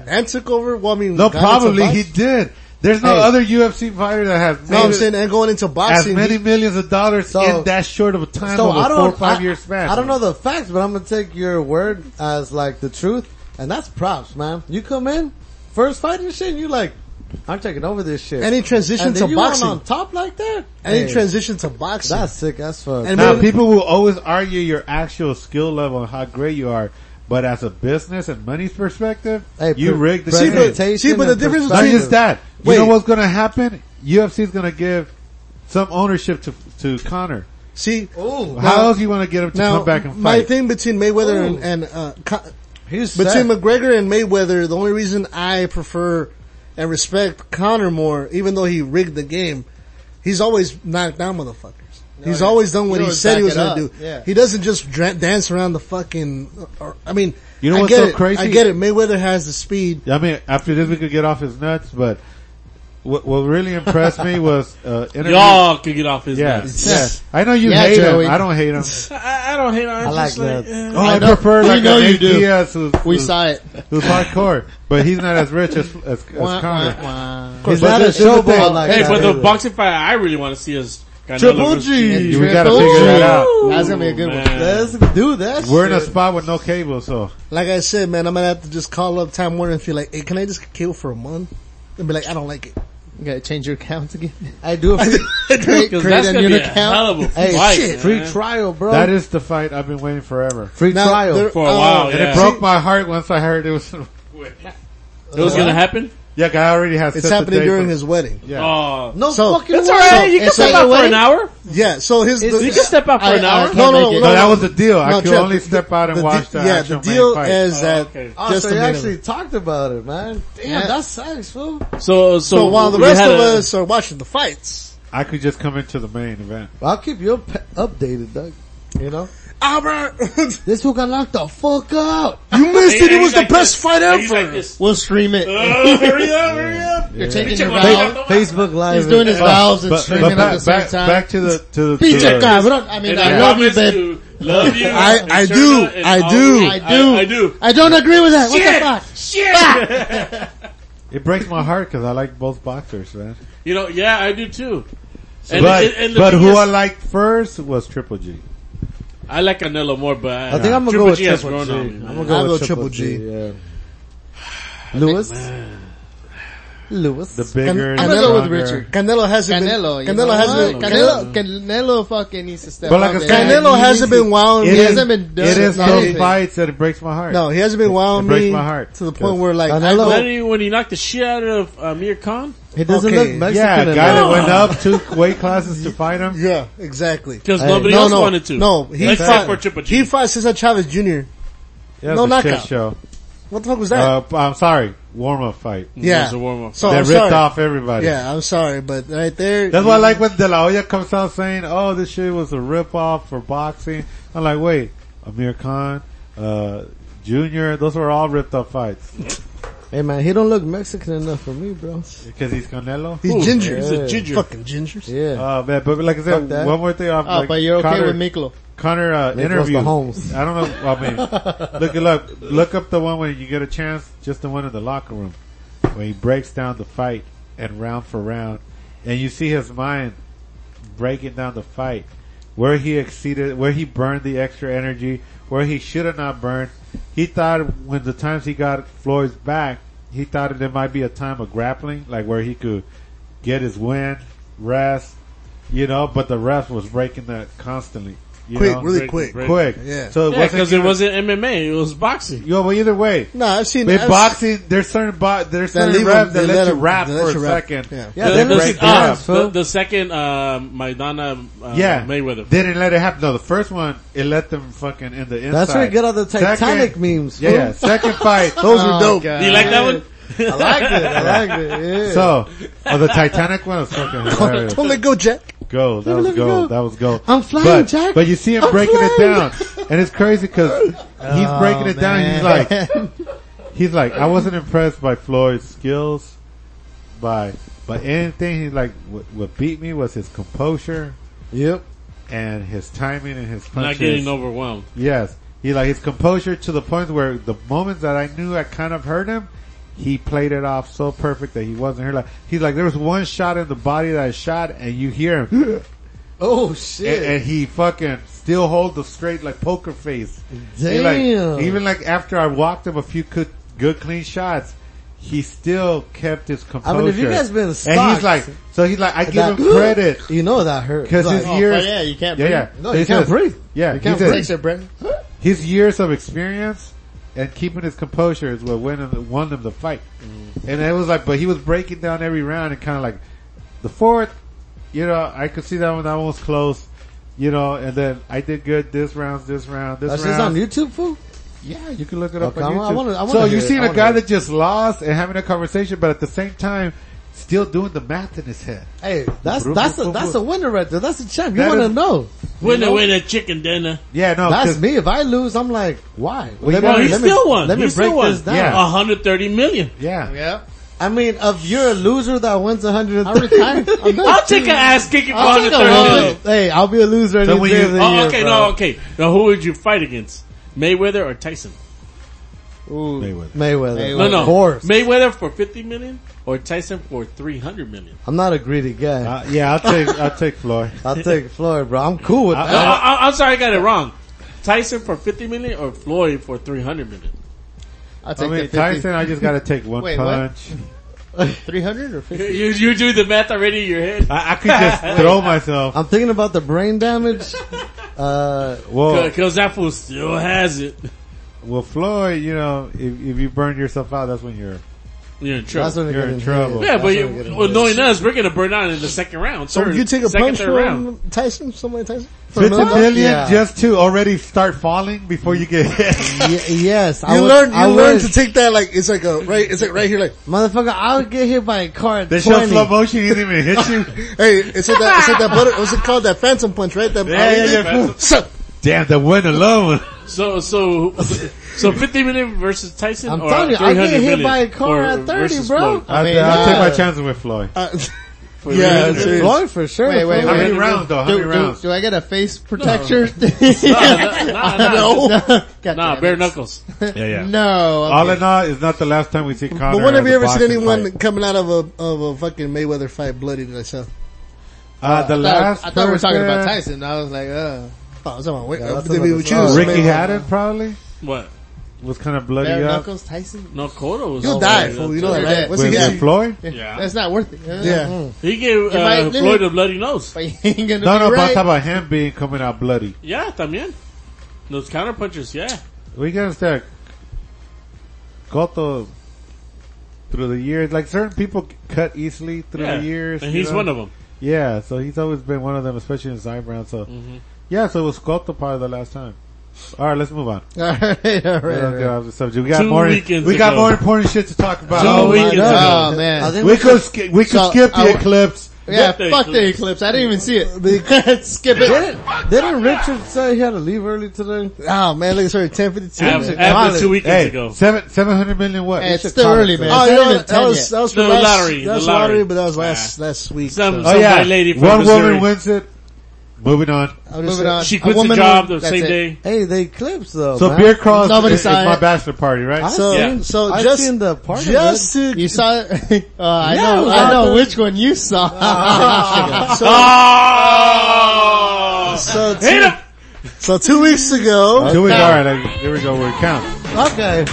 D: and took over. Well, I mean,
G: No,
D: got into
G: probably he
D: box-
G: did. There's no
D: Hey.
G: other UFC fighter that has
D: No,
G: made
D: I'm saying and going into
G: as
D: boxing.
G: many
D: he-
G: millions of dollars
A: So-
G: in that short of a time
A: So
G: of a
A: I
G: four or
A: don't.
G: five
A: I,
G: year span.
A: I don't know the facts, but I'm gonna take your word as like the truth, and that's props, man. You come in first fight and shit, and you like, I'm taking over this shit.
D: and he transitioned
A: And
D: to
A: then you
D: boxing.
A: went on top like that.
D: and
A: Hey,
D: he transitioned to boxing.
A: That's sick as fuck.
D: And
G: Now
D: maybe-
G: people will always argue your actual skill level and how great you are, but as a business and money perspective,
A: Hey,
G: you
A: pre-
G: rigged the
A: See,
G: game.
A: but- presentation
D: see, but the
A: and
D: difference
G: Not
A: perspective.
D: between
G: just that.
D: Wait.
G: You know what's going to happen? UFC is going to give some ownership to to Connor.
D: see
G: How else you want to get him to
D: now
G: come back and
D: my
G: fight?
D: thing between Mayweather and, and uh, Co-
A: He's
D: between
A: set.
D: McGregor and Mayweather, the only reason I prefer and respect Connor more, even though he rigged the game, he's always knocked down motherfuckers. He's always done what
E: He'll
D: he said he
E: back
D: was
E: it
D: going to
E: up,
D: do.
E: yeah.
D: He doesn't just dra- dance around the fucking. Or, I mean,
G: You know
D: I
G: what's
D: get
G: so
D: it.
G: crazy?
D: I get it. Mayweather has the speed.
G: I mean, after this, we could get off his nuts, but what, what really impressed me was uh, interview.
F: Y'all could get off his
G: Yeah,
F: nuts.
G: yeah. I know you
E: Yeah,
G: hate
E: Joey.
G: him. I don't hate him.
F: I, I don't hate on.
A: I like that.
G: Oh, I, prefer
E: we
G: like
E: know
G: a
E: you
G: Nate
E: do.
G: Diaz who's,
E: We
G: who's,
E: saw it.
G: who's hardcore, but he's not as rich as as, as Conor.
A: He's
G: But
A: not a
G: this is the thing.
A: showboy like
F: Hey,
A: that.
F: but the
A: either.
F: boxing fight I really want to see is Canelo
G: Triple
F: versus-
G: G.
E: Ooh.
G: We gotta figure that out.
E: That's gonna be a good
F: man.
E: one.
A: Let's do that.
G: We're in a
A: shit.
G: spot with no cable, so
D: Like I said, man, I'm gonna have to just call up Time Warner and feel like, hey, can I just get killed for a month? And be like, I don't like it.
E: You gotta change your accounts again.
A: I do. A free,
E: Create,
F: Cause
E: create
F: that's
E: a
F: gonna
E: new
F: be a
E: account.
F: hell of a
A: hey,
F: fight,
A: shit,
F: man.
A: free trial, bro.
G: that is the fight I've been waiting forever.
A: free
D: Now,
A: trial.
D: there- uh,
F: For a while,
G: And
F: Oh, yeah.
G: it broke my heart once I heard it was.
F: It was gonna happen.
G: yeah, I already have.
D: It's happening during his wedding.
G: Yeah.
F: Oh,
A: no
D: so-
A: fucking.
F: that's
A: way.
F: all right. You can
D: it's
F: step
D: like-
F: out for an hour.
D: Yeah, so his
F: You can step out for
E: I-
F: an
E: I
F: hour.
E: can't
D: no, no,
E: make
D: no,
E: it.
D: no,
G: No, that was the deal. I
D: No,
G: could
D: Chad,
G: only
D: the-
G: step out and
D: the
G: watch
D: de-
G: the
D: yeah,
G: actual
D: the deal
G: main uh, fight.
D: is
F: Oh,
D: that
F: okay.
A: Oh,
D: just
A: so
D: a
A: you
D: minute.
A: actually talked about it, man. Damn,
E: Yeah.
A: that sucks, fool.
F: So, so,
D: so while the
F: we
D: rest
F: had
D: of
F: a-
D: us are watching the fights,
G: I could just come into the main event.
A: I'll keep you up- updated, Doug. You know,
D: Albert, you
A: this fool got knocked the fuck out.
D: missed it. It
F: he's
D: was
F: like
D: the best
F: this.
D: fight
F: He's
D: ever.
F: like this.
E: We'll stream it.
F: Oh, hurry up, hurry up.
E: You're changing your
F: Check my
E: valve.
F: laptop.
A: Facebook Live.
E: He's doing his valves and
G: But,
E: streaming
G: but
E: it at the
G: back,
E: same
G: back,
E: time.
G: back to the to the. To
E: PJ
G: the
E: Cabrón. I mean,
F: And
E: I
F: I
E: love you,
F: promise
E: babe.
F: to love you.
D: I-
F: and
D: I
F: Sherna
D: do.
F: and
D: I
F: all
D: do.
F: of you.
D: I
E: do.
F: I, I do.
E: I don't agree with that.
F: Shit.
E: What the fuck?
F: Shit.
G: it breaks my heart because I like both boxers, man.
F: You know, yeah, I do too.
G: but
F: the
G: but
F: thing
G: who
F: is,
G: I liked first was Triple G.
F: I like Canelo more, but I,
A: I think I'm gonna
F: Triple
A: go with
F: G has
A: Triple G.
F: grown on me,
A: I'm
F: man.
A: gonna go
D: I'll
A: with
D: go
A: Triple
D: Triple
A: G. yeah. Lewis, Lewis.
G: The bigger,
D: I'm
G: the
D: gonna go with
G: stronger.
E: Richard.
D: Canelo hasn't
E: Canelo. you
D: been.
E: know
D: Canelo hasn't
E: what?
D: been.
E: Canelo, Canelo fucking needs to step
G: But like
E: up.
G: I
E: man.
G: said-
D: Canelo
E: He
D: hasn't
E: needs
D: been wowing.
G: It
D: me.
G: is-
E: hasn't been doing
G: It is
E: nothing.
G: those fights that it breaks my heart.
D: No, he hasn't been wowing
G: It breaks
D: me
G: my heart.
D: to the point where like I
A: Canelo-
F: When
D: go,
F: he- when he knocked the shit out of uh, Amir Khan,
A: He doesn't
D: Okay,
A: look Mexican
G: yeah, a guy that
A: enough.
G: went up two weight classes to fight him.
D: yeah, exactly.
F: because
A: Hey,
F: nobody
D: No,
F: else
D: no,
F: wanted to.
D: no. He fought.
F: Except for Triple G.
D: He fought Cesar Chavez Jr.
G: That was
D: No
G: a shit
D: knockout.
G: show.
D: What the fuck was that?
G: Uh, I'm sorry, warm up fight.
D: yeah,
F: was a warm-up.
D: So
G: that
D: I'm
G: ripped
D: sorry.
G: off everybody.
D: Yeah, I'm sorry, but right there.
G: That's why I
E: Mm.
G: like when De La Hoya comes out saying, "Oh, this shit was a rip off for boxing." I'm like, wait, Amir Khan, uh, Junior, those were all ripped up fights
A: Hey man, he don't look Mexican enough for me, bro.
G: because he's Canelo.
D: He's ginger.
A: He's a ginger.
D: Fucking gingers.
A: Yeah.
G: Oh man, but like I
A: Fuck
G: said,
A: that.
G: one more thing off.
E: Oh,
G: like,
E: but you're okay
G: Connor,
E: with Miklo.
G: Connor uh,
A: Nicholas
G: interview.
A: Mahomes.
G: I don't know. I mean, look it up. Look up the one when you get a chance. Just the one in the locker room when he breaks down the fight and round for round, and you see his mind breaking down the fight, where he exceeded, where he burned the extra energy, where he should have not burned. He thought when the times he got Floyd's back, he thought there might be a time of grappling, like where he could get his win, rest, you know. But the ref was breaking that constantly. You
D: Quick,
G: know?
D: really
F: break-
D: quick.
F: break-
G: quick.
D: Yeah.
G: So it
F: Yeah,
G: wasn't
F: because it
G: even-
F: wasn't MMA, it was boxing.
G: Yo, well, either way,
D: No, I've seen
G: with
D: I've-
G: boxing, there's certain bo- there's
D: They
G: certain
D: leave
G: refs
D: them-
G: that
D: they
G: let,
D: let
G: you
D: them-
G: rap
D: they let
G: for
D: you
G: a
D: rap.
G: second.
D: Yeah.
A: Yeah,
G: They
A: they let
G: break
A: you-
G: the
A: ah,
G: rap.
A: fool.
F: The, the second uh, Maidana uh,
G: Yeah,
F: Mayweather.
G: They didn't let it happen. No, the first one, it let them fucking in the inside.
A: That's where you get all the Titanic
G: Second-
A: memes.
G: Yeah,
A: fool.
G: yeah. second fight.
D: Those are
E: Oh,
D: dope.
E: God.
F: Do you like that one?
A: I like it. I like it. Yeah.
G: So, oh, the Titanic one was fucking hilarious.
D: Don't let go, Jack.
G: gold. That
A: me,
G: was
A: let me
G: gold.
A: go.
G: That was gold.
A: I'm flying,
G: but,
A: Jack.
G: But you see him
A: I'm
G: breaking it
A: flying. Oh,
G: down, and it's crazy because he's breaking it down. He's like, he's like, I wasn't impressed by Floyd's skills, by by anything. He's like, what, what beat me was his composure
A: Yep.
G: and his timing and his punches.
F: Not getting overwhelmed.
G: Yes. He like his composure to the point where the moments that I knew I kind of hurt him, he played it off so perfect that he wasn't hurt. Like he's like there was one shot in the body that I shot and you hear him
A: Oh
G: and,
A: shit.
G: and he fucking still hold the straight like poker face. He, like,
A: Damn.
G: even like after I walked him a few good, good clean shots, he still kept his composure.
A: I mean, if you guys been
G: and
A: stalked-
G: he's like, so he's like, I give
A: That-
G: him credit
A: you know that hurt.
G: because
A: Like,
G: his
E: oh,
G: years.
E: but yeah, you can't
G: Yeah,
E: breathe.
G: yeah.
A: no,
G: So
A: you
G: he
A: can't
G: says-
A: breather.
G: Yeah,
A: You
G: he
A: can't
G: says-
A: breathe.
E: Except Brent.
G: his years of experience and keeping his composure is what won him, won him the fight.
A: Mm-hmm.
G: And it was like, but he was breaking down every round and kind of like the fourth, you know, I could see that one, that one was close, you know, and then I did good this round, this round, this
A: That's just on
G: round.
A: YouTube, fool.
G: yeah, you can look it up
A: Okay,
G: on
A: I
G: YouTube.
A: wa- I wanna- I wanna
G: so
A: hear
G: you're
A: it.
G: seeing
A: I
G: a
A: wanna
G: guy
A: hear it.
G: that just lost and having a conversation, but at the same time, still doing the math in his head.
A: Hey, that's that's a that's a winner right there. That's a champ. You
G: That
A: want to
G: is-
A: know?
F: Winner, winner, chicken dinner.
G: Yeah, no, 'cause-
A: That's me. If I lose, I'm like, why?
G: you
A: Let me-
F: Well, he
A: let me-
F: still won.
A: Let me
F: he
A: break
F: still won.
A: this down.
G: Yeah.
F: 130 million.
G: Yeah.
E: Yeah.
A: I mean, if you're a loser that wins 100,
E: I'm retired. I'm done.
F: I'll take an ass kicking for
A: I'll take a
F: 130 million.
A: loss. Hey, I'll be a loser any
G: So when
A: day
G: you-
A: of the
F: Oh,
A: year,
F: okay,
A: bro.
F: no, okay. Now, who would you fight against? Mayweather or Tyson?
E: Ooh.
G: Mayweather.
A: Mayweather.
E: Mayweather.
F: no, no.
A: Of course.
F: Mayweather for 50 million or Tyson for 300 million?
A: I'm not a greedy guy.
G: Uh, yeah, I'll take, I'll take Floyd.
A: I'll take Floyd, bro. I'm cool with
G: I-
F: No,
A: that.
F: I, I, am sorry, I got it wrong. Tyson for 50 million or Floyd for 300 million?
E: I'll
G: I
E: take
G: mean,
E: the
G: Tyson, I just gotta take one
E: Wait, what?
G: punch.
E: 300 or 50?
F: You, you do the math already in your head?
G: I, I could just throw myself.
A: I'm thinking about the brain damage. Uh,
G: Well,
F: Because that fool still has it.
G: well, Floyd, you know, if, if you burn yourself out, that's when you're.
F: You're in trouble.
A: that's when it
G: You're
A: got
G: in
A: in
G: trouble.
A: head.
F: yeah, but
A: that's
F: you,
A: what I'm getting
F: well, knowing us, we're going to burn out in the second round.
D: So
F: third-
D: you take a
F: second,
D: punch
F: third round.
D: from Tyson, somebody Tyson? For
G: Fifty
D: another-
G: million
A: Yeah.
G: just to already start falling before you get hit.
A: Ye- yes, I
D: You
A: would-
D: learn, you
A: I
D: learn
A: would-
D: to take that like, it's like a, right, it's like right here like,
A: motherfucker. I'll get hit by a car at
G: They show
A: 20.
G: slow motion, he didn't even hit you.
D: hey, it's like that, it's like that butter, what's it called? That phantom punch, right? That,
G: Yeah, yeah, yeah.
D: So,
G: Damn, that win alone.
F: So, so, so 50 million versus Tyson
A: I'm
F: or
A: telling you, I get
F: 300
A: hit
F: million
A: by a car
F: or
A: at 30,
F: versus
A: bro.
F: Floyd?
G: I
D: mean,
G: will take
D: yeah.
G: my chances with Floyd.
D: uh, yeah,
F: really?
D: serious.
A: Floyd for sure.
E: Wait, wait,
A: Floyd.
G: How
E: wait.
G: many rounds though? How
E: Do,
G: many
E: do-
G: rounds?
E: do I get a face protector?
F: Nah, nah, nah,
E: no. God
F: nah,
E: damn
F: bare
E: it.
F: knuckles.
G: Yeah, yeah.
E: No.
G: All in all, it's not the last time we see Connor.
D: But when have
G: as a
D: you ever seen
G: boxing
D: anyone
G: fight.
D: coming out of a, of a fucking Mayweather fight bloody like so?
E: I
G: Uh, the
E: thought,
G: last
E: I thought we were talking about
G: person-
E: Tyson. I was like, uh.
D: Oh, I was talking about, wait,
A: Yeah,
D: uh,
A: that's
D: they
A: another
D: would
A: story.
D: choose
G: Ricky
D: Mayweather.
G: Haddon, probably
F: What?
G: was kind of bloody
E: Bare
G: up.
E: knuckles, Tyson?
F: No, Cotto was
D: You'll
F: all
D: die,
F: right.
D: fool. You know that,
E: You're
D: right?
E: dead.
D: What's
G: With,
D: he
G: with
D: got?
G: Floyd?
F: Yeah.
E: That's not worth it. Uh,
D: Yeah.
F: He gave
E: might
F: uh,
E: literally-
F: Floyd a bloody nose.
E: But you ain't gonna
G: No,
E: be
G: no, but I'm
E: right.
G: talking about him being coming out bloody.
F: Yeah, también. Those counterpunchers, yeah.
G: We can understand. Goto through the years, like certain people cut easily through
F: yeah.
G: the years.
F: And
G: you
F: he's
G: know?
F: one of them.
G: Yeah, so he's always been one of them, especially in his eyebrows. So,
F: Mm-hmm.
G: yeah, so it was Goto probably the last time. All right, let's move on.
E: Alright,
G: Let's
E: alright.
G: get off the subject. We got
F: Two
G: more.
F: weekends
G: We got
F: ago.
G: more important shit to talk about.
F: Two
G: Oh,
F: weekends
A: I know.
F: ago.
E: Oh, man.
A: I think
G: we could sk- we could
E: So,
G: skip
E: I
G: the
E: w-
G: eclipse.
E: Yeah,
F: the
E: fuck the
F: eclipse.
E: eclipse. I didn't even see it. Skip it.
A: Didn't, didn't Richard say he had to leave early today?
D: Oh man, look, sorry, 1052.
F: After,
D: man.
F: after two weekends
G: Hey,
F: ago.
G: seven seven hundred million what?
E: Hey, it's still early, man.
D: Oh,
E: It's
D: you
E: not
D: know,
E: even
D: that
E: 10
D: was,
E: yet.
D: that was
F: The
D: from last,
F: lottery,
D: that
F: the
D: was
F: lottery.
D: but that was last, last week.
F: Some,
D: so.
F: some white lady from
G: Oh, one
F: Missouri.
G: woman wins it. Moving on.
D: I'll just
E: Moving
D: say-
E: on.
F: She
E: A
F: quits her
E: woman
F: job
E: win-
F: the
E: that's
F: same
E: it.
F: day.
A: Hey, they eclipsed though.
G: So
A: man.
G: beer cross
D: Nobody
G: is, is
D: saw
G: my
D: it.
G: bachelor party, right?
A: I
D: So,
A: seen-
D: so
A: I
D: just,
A: seen the part of
D: just
A: it.
D: to,
E: You saw it? Uh, I
A: Yeah, it
E: know,
A: was
E: I
A: out
E: know
A: there.
E: which one you saw.
F: Oh!
D: so
F: Hit
D: two,
F: him!
D: so two weeks
E: uh,
D: ago,
G: Two weeks. All right, like, here we go. We count.
A: Okay.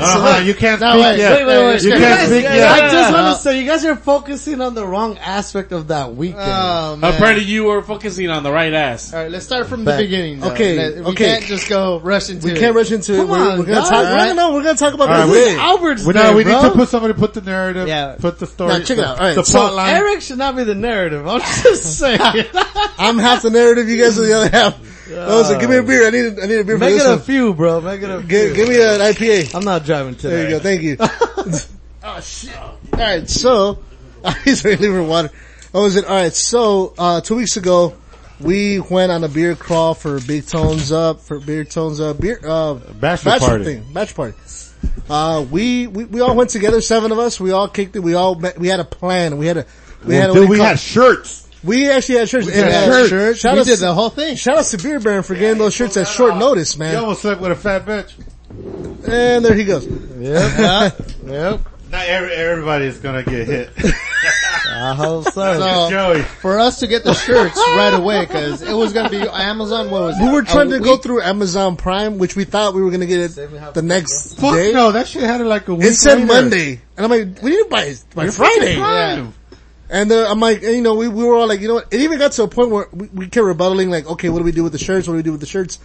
G: No, no, you can't
E: No,
G: speak
E: wait,
G: yet.
E: wait, wait, wait.
G: You
E: You
G: can't
E: guys-
G: speak
E: yeah,
G: yet. Uh-huh.
A: I just
E: yeah.
A: want to say you guys are focusing on the wrong aspect of that weekend.
G: Uh,
E: oh, man.
F: Apparently you were focusing on the right ass.
E: Alright, let's start from the
A: Back.
E: beginning. though.
D: Okay,
E: Let- We
D: okay.
E: can't just go rush into
D: we
E: it.
D: can't rush into it.
A: Come
D: We're,
A: on,
D: we're gonna
A: guys.
D: talk,
A: All
D: right?
A: right.
D: no, we're gonna talk about
G: All right,
D: this.
G: we-
D: is Albert's
G: Well,
D: day,
G: no, we
D: bro.
G: need to put somebody put the narrative,
E: Yeah.
G: put the story,
D: Now, check it out.
G: the,
D: All right,
G: the
D: so
G: plot line.
A: Eric should not be the narrative. I'm just saying.
D: I'm half the narrative, you guys are the other half. Oh, so give me a beer. I need, a, I need a beer for
A: Make
D: this
A: it a
D: one.
A: few, bro. Make it a few.
D: Give, give me an IPA.
A: I'm not driving
D: There you
A: today.
D: go. Thank you. oh shit. All right, so I need to leave her water. Oh, is it? All right. So uh, two weeks ago, we went on a beer crawl for Big Tones Up for Beer Tones Up beer uh,
G: Bachelor party.
D: thing bachelor party. Uh, we, we we all went together, seven of us. We all kicked it. We all met, we had a plan. We had a we had a, what
G: Dude,
D: do
G: we
D: you call-
G: had shirts.
D: we actually had shirts. We
G: had shirts.
D: Shout
E: we
D: out
E: did
D: to-
E: the whole thing.
D: Shout out to Beer Baron for getting those shirts at short notice,
G: You
D: man.
G: almost slept with a fat bitch.
D: And there he goes. Uh,
G: Not every, everybody is gonna get hit.
A: I hope so.
E: So
G: Joey,
E: for us to get the shirts right away, because it was gonna be Amazon. What was it?
D: We were trying
E: A
D: to go through Amazon Prime, which we thought we were going to get it the next
G: fuck
D: day.
G: no, that shit had it like a week.
D: It said
G: later.
D: Monday, and I'm like, we need to buy by Friday.
G: Prime.
D: And uh, I'm like, and, you know, we, we were all like, you know what? It even got to a point where we, we kept rebuttaling, like, okay, what do we do with the shirts? What do we do with the shirts?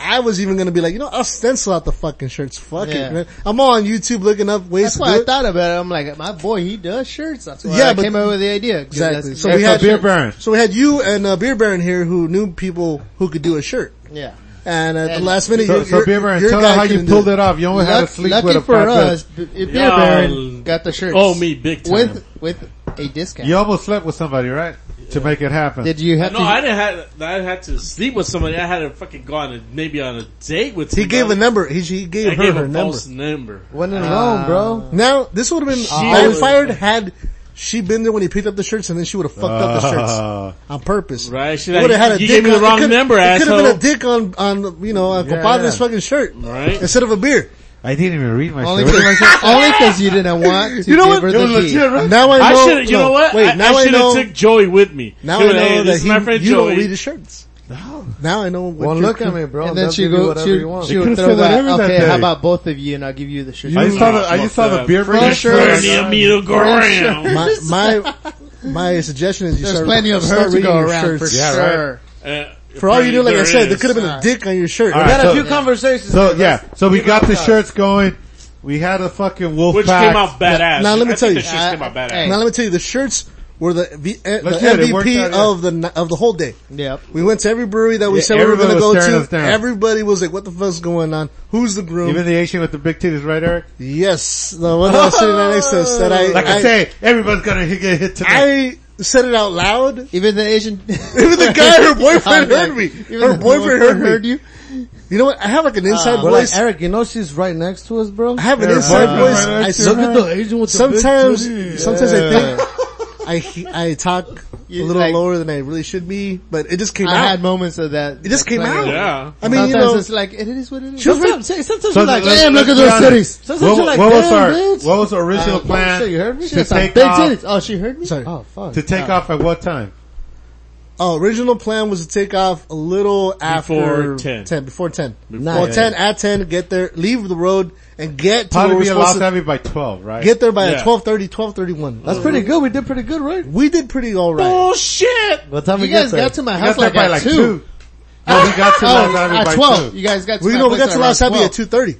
D: I was even gonna be like, you know, I'll stencil out the fucking shirts. Fuck
E: Yeah.
D: it, man. I'm all on YouTube looking up ways
E: That's
D: to
E: why
D: do
E: I
D: it.
E: thought about it. I'm like, my boy, he does shirts. That's why
D: Yeah,
E: I
D: but-
E: came up with the idea. 'cause
D: Exactly.
E: that's-
D: So
G: It's
D: we
G: a
D: had
G: beer
D: shirts.
G: burn.
D: So we had you and uh, Beer Baron here who knew people who could do a shirt.
E: yeah.
D: And at the
E: And-
D: last minute,
G: So,
D: your,
G: so
D: your-
G: Beer Baron,
D: your
G: tell
D: guy
G: her how you
D: couldn't do
G: pulled it off. You only had to
E: Luck-
G: sleep
E: lucky
G: with a
E: for
G: fat
E: us,
G: bitch.
E: B- Beer
F: Y'all
E: Baron got the shirts.
F: Oh, me, big time.
E: with with a discount.
G: You almost slept with somebody, right? To make it happen.
E: Did you have
F: no,
E: to?
F: I didn't have. I had to sleep with somebody. I had to fucking go on a, maybe on a date with.
D: He
F: Somebody.
D: gave a number. He, he gave
F: I
D: her
F: gave
D: her
F: a
D: number.
F: false number.
A: When in Rome, bro.
D: Now this would have been
F: She
D: I
F: was-
D: fired had she been there when he picked up the shirts, and then she would have fucked up the shirts
G: Uh,
D: on purpose.
F: Right? She
D: It
F: like,
D: would've
F: you gave me the
D: on- it
F: wrong
D: could-
F: number,
D: it could
F: asshole.
D: have been a dick on on you know a compadre's
G: yeah.
D: fucking shirt
F: Right?
D: instead of a beer.
G: I didn't even read my
E: only
G: shirt.
E: because you didn't want to
D: You know what?
E: give her
G: It
E: the
G: was
E: key.
G: legit, right?
D: Now I know.
F: I should. You
D: no,
F: know what?
D: Wait,
F: I,
D: now I,
F: should
D: know.
F: have took Joey with me.
D: now
F: He
D: I
F: was,
D: know
F: hey,
D: that
F: this is
D: he,
F: my friend
D: you
F: Joey.
D: don't read the shirts. Now I know. What
A: One
D: you-
A: look at me, bro.
E: And then
A: they'll
E: she
A: give you
E: go,
A: whatever
E: she,
A: you want.
E: she
G: You
E: would
G: could've
E: throw
G: said that
E: that.
G: every
E: Okay,
G: day.
E: how about both of you and I'll give you the shirt.
G: I just saw the, I just saw the beer brand.
E: Fresh shirts.
F: Bernie Amido go around.
D: My my my suggestion is you
E: There's
D: start
E: plenty of
D: start
E: her to
D: reading
E: go
D: your
E: around for
D: shirts.
E: sure.
F: Uh,
D: For all you knew, like I
F: there
D: said, there
F: is.
D: could have been a dick on your shirt.
A: We
G: All right,
A: had a
G: so-
A: few conversations.
G: So
A: here.
G: yeah, so we got the shirts going. We had a fucking wolf
F: Which
G: pack.
F: came out badass.
D: Now, let me
F: I
D: tell
F: think
D: you,
F: The shirts came out
E: I-
F: badass.
D: Now let me tell you, the shirts were the the, eh, the
G: Let's hear it. It worked
D: MVP
G: out, yeah.
D: of the ni- of the whole day.
E: Yep.
D: We went to every brewery that we
G: Yeah,
D: said we were going
G: everybody
D: to
G: was
D: go
G: staring us
D: to.
G: down.
D: Everybody was like, "What the fuck's going on? Who's the groom?"
G: Even the Asian with the big titties, right, Eric?
D: yes, the one that was sitting right next to us. That I
G: Like I,
D: I,
G: say, everybody's gonna hit- get hit tonight.
D: I said it out loud. Even
E: Even the Asian,
D: the guy, her boyfriend
E: Contact.
D: heard me.
E: Even
D: Her
E: the
D: boyfriend heard me.
E: heard you.
D: You know what? I have like an inside
A: But like
D: voice.
A: Eric, you know she's right next to us, bro.
D: I have an
G: Her
D: inside
G: boyfriend
D: voice.
G: right
D: I
G: next to
D: look
G: her.
D: at the
A: Asian with
D: sometimes sometimes I think I I talk a
E: You-
D: little
E: like-
D: lower than I really should be, but it just came
E: I
D: out.
E: had moments of that.
D: It just
E: that
D: came
E: plenty
D: out.
E: of-
F: Yeah.
D: I mean, you
E: Sometimes
D: know,
E: it's like it is what it is.
A: She was right. Sometimes, sometimes
G: So
A: she's like,
G: let's-
A: damn,
G: let's
A: look at
G: be
A: those
G: honest.
A: titties. Sometimes
G: What,
A: she's like,
G: what was
A: damn,
G: our
A: bitch.
G: what was the
E: Uh,
G: original plan
A: shit, you heard me?
E: She
G: to
E: has some
G: take
E: big
G: off?
E: titties. Oh, she heard me.
D: sorry.
A: Oh fuck.
G: To take off at what time?
D: Oh, original plan was to take off a little after
F: Before 10.
D: before ten.
A: Nah,
D: well,
A: yeah,
D: ten at ten, get there, leave the road, and get to where
G: Probably
D: we're
G: be allowed
D: supposed
G: to
D: to
G: have you by twelve, right?
D: get there by
F: Yeah.
D: 12.30, 12.31.
A: That's pretty good. We did pretty good, right?
D: we did pretty all right.
F: Bullshit.
A: What time
E: You
A: we get
E: guys
A: there?
E: got to my
G: We got
E: house
G: there
E: like
G: by
E: at
G: like
E: two.
G: two. No, we got to Los Abbey by
E: At twelve,
G: two.
E: you guys got to.
D: We
E: my
D: know we
E: place
D: got to
E: around
D: Los Happy
E: 12.
D: at two thirty.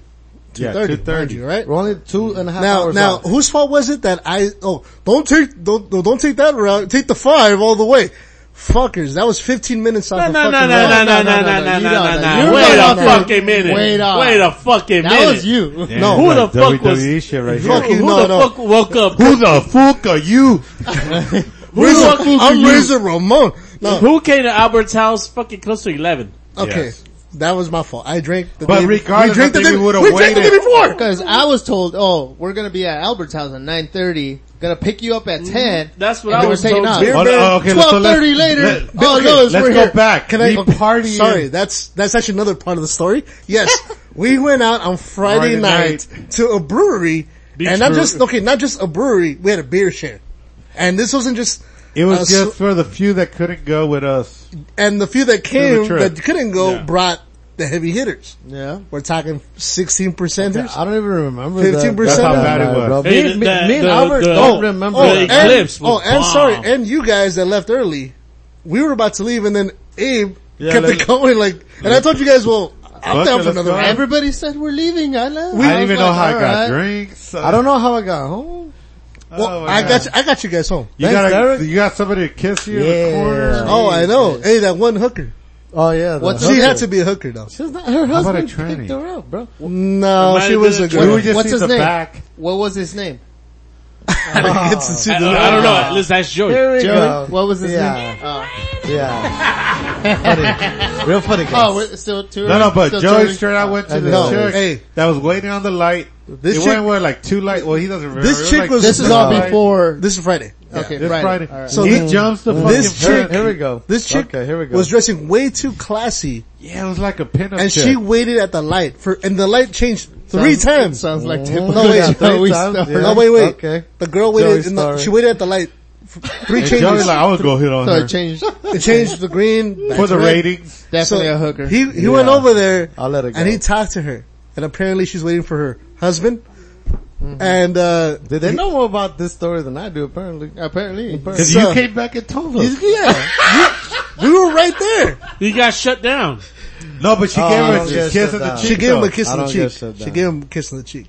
G: Yeah,
D: Thirty,
G: two thirty.
D: you, right?
A: We're only two and a half
D: Now,
A: hours
D: now,
A: out.
D: whose fault was it that I? Oh, don't take don't no, don't take that route. Take the five all the way, fuckers. That was fifteen minutes off
F: No,
D: the
F: no,
D: fucking
F: no, no,
D: route.
F: no, no, no,
E: no,
F: no,
E: no,
F: no,
E: no, you
F: no,
E: don't.
F: no,
E: You're
F: no. Wait
E: right
F: a
E: on there.
F: fucking minute.
E: Wait on.
F: Wait a fucking minute.
E: That was you.
D: No.
F: Who the
G: Like
F: fuck was?
G: WWE E shit right
D: Fuck
G: here.
D: you,
F: Who
D: no,
F: the
D: no.
F: fuck woke up?
G: Who the fuck are you?
F: Who
D: Razor-
F: fuck-
D: I'm Razor Ramon. No,
F: Who came to Albert's house fucking close to eleven?
D: okay,
G: Yes.
D: that was my fault. I drank. The
G: But
D: day,
G: regardless,
D: we drank
G: I
D: the
G: think
D: day,
G: we would've
D: drank the day
G: waited.
D: before.
E: Because I was told, oh, we're gonna be at Albert's house at nine thirty. Gonna pick you up at ten.
F: Mm-hmm. That's what
E: And
F: I
E: they were
F: was
E: taking
F: told.
E: off.
D: Beer
G: Oh,
D: Baron,
G: no, okay, so let's-
E: Twelve thirty later.
G: let-
E: oh,
G: okay,
E: Lois,
G: let's
E: we're
G: go
E: here.
G: back.
D: Can I
G: we party?
D: Sorry, that's that's actually another part of the story. Yes, we went out on Friday,
G: Friday
D: night, to a brewery,
F: Beach
D: and not
F: brewery.
D: just okay, not just a brewery. We had a beer share, and this wasn't just.
G: It was
D: uh, so-
G: just for the few that couldn't go with us.
D: and the few that came
G: trip.
D: that couldn't go
F: Yeah.
D: brought the heavy hitters.
E: Yeah.
D: We're talking sixteen percenters.
A: I don't even remember.
D: 15%
A: that,
D: That's how
G: bad it
A: night,
G: was.
A: bro.
F: Hey,
A: Me, me,
F: the- the-
A: me and
F: the-
A: Albert
F: the-
A: don't remember.
F: oh,
A: that.
F: and-
A: night.
F: Eclipse was
D: oh, and
F: bomb.
D: sorry, and you guys that left early, we were about to leave, and then Abe kept
G: let-
D: it going. Like, and I told you guys, well, I'm down
G: Fuck it,
D: for
G: let's
D: another
G: go.
D: round.
E: Everybody said we're leaving. I left.
G: I don't even know
E: was
G: how I
E: like,
G: got
E: "All right."
G: drinks. Oh,
A: I don't know how I got home.
D: Well, I got you, I got you guys home.
G: You
A: Thanks,
G: got
A: Eric.
G: you got somebody to kiss you in
A: Yeah.
G: the corner.
D: Oh, I know. Hey, that one hooker.
A: Oh yeah, the
E: What's
D: She
A: hooker.
D: had to be a hooker though.
A: She's not. Her
G: about a
A: husband
G: tranny?
A: picked her up, bro.
D: No,
F: Might
D: she
F: have
D: was
F: been
D: a
F: a
G: We
D: girl.
G: would just
E: What's
G: see
E: his
G: the
E: name?
G: back.
E: What was his name?
D: He gets into
F: I,
D: the-
F: I don't
D: uh,
F: know. Let's ask Joey.
A: Here we
E: Joey,
A: go.
E: what was his
A: Yeah.
F: Uh,
E: name? Oh,
A: Yeah. funny. Real funny guys.
E: oh we're still touring.
G: No, no, but
E: still
G: Joey
E: touring?
G: straight out went to the
A: No,
G: church
D: hey.
G: that was waiting on the light.
D: This
G: it
D: chick-
G: went where like two light. Well, he doesn't remember.
D: This
G: It
D: chick
G: like
D: was-
E: This is
G: two
E: all
G: light.
E: before.
D: This is Friday.
E: Okay,
G: This
E: Friday.
G: Friday.
E: All right.
G: So
D: He
G: he jumps the fucking
D: this chick,
A: Here we go.
D: This chick
A: Okay, here we go.
D: was dressing way too classy,
G: Yeah, it was like a pinup.
D: and
G: chick.
D: she waited at the light for, and the light changed three
E: Sounds-
D: times.
E: Sounds like
A: Mm-hmm.
E: typical.
D: No, wait,
E: Joey
A: three times,
E: story.
A: yeah.
D: No, Oh, wait, wait.
A: Okay.
D: The girl waited.
A: Joey's
D: In the,
A: story.
D: she waited at the light. for Three
G: And Joey's
D: changes.
G: like, I was gonna hit on
E: So
G: her
E: it changed.
D: it changed the green back
G: for
D: to
G: the
D: red.
G: ratings.
E: Definitely a hooker.
D: He he went over there.
A: I'll let it go.
D: And he talked to her, and apparently she's waiting for her husband. And uh
A: Did they know more about this story than I do, apparently.
E: Apparently.
G: Cause
D: So-
G: you came back and told us.
D: he's- yeah, we we were right there.
F: He got shut down.
G: No, but she
A: Oh, I don't
G: gave
A: get
G: her a kiss on
A: shut
G: the
A: down.
G: cheek.
D: She gave him
G: though.
D: a kiss
A: I
D: on the
A: don't get
D: cheek.
A: shut
D: She
A: down.
D: gave him a kiss on the cheek,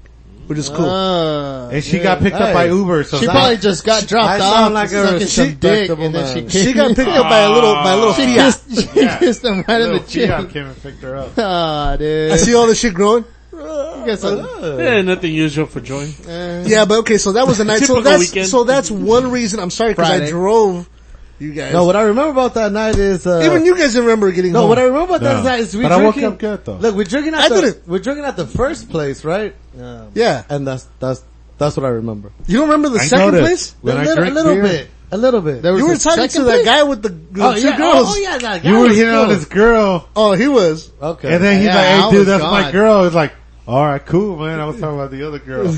D: which is cool.
E: Uh,
G: And she got picked
A: Hey.
G: up by Uber. So
E: she
G: that-
E: probably just got dropped
A: I
E: off.
A: sound like a
E: sucking some dick,
A: respectable
E: and then she
A: man.
E: kissed
D: she got picked up by a little by a little
E: She
D: fiat.
E: kissed, she kissed him right in the
G: Little Fiat
E: chin.
G: came and picked her up.
E: Ah, dude.
D: I see all this shit growing.
E: You guys are-
D: Uh,
F: Yeah, nothing usual for Joey.
D: Yeah, but okay, so that was the night. so
F: Typical
D: that's
F: weekend.
D: so that's one reason. I'm sorry because I
E: Friday.
D: drove you guys.
A: No, what I remember about that night is, uh,
D: even you guys didn't remember getting
A: no,
D: home.
A: what I remember about that
G: No.
A: night is we
G: But I woke
A: drinking.
G: up good, though.
A: Look, we're drinking at
D: I
A: the,
D: didn't.
A: we're drinking at the first place, right?
D: yeah,
A: And that's, that's, that's what I remember.
D: you don't remember the
G: I
D: second
G: noticed
D: place?
G: when
A: a
G: I
A: little,
G: drink
A: a little
G: beer-
A: bit, a little bit.
E: There was
D: You were
E: a
D: talking to
E: second
D: that
E: place?
D: guy with the, the
A: oh,
D: two
A: yeah,
D: girls.
A: Oh, oh, yeah, that guy
G: You were
A: was
G: hitting on
A: cool.
G: this girl,
D: Oh, he was.
A: Okay.
G: and then he's
E: Yeah,
G: like,
E: I
G: "Hey,
E: was
G: dude, that's
E: gone.
G: my girl." It's like, "All right, cool, man." I was talking about the other girl,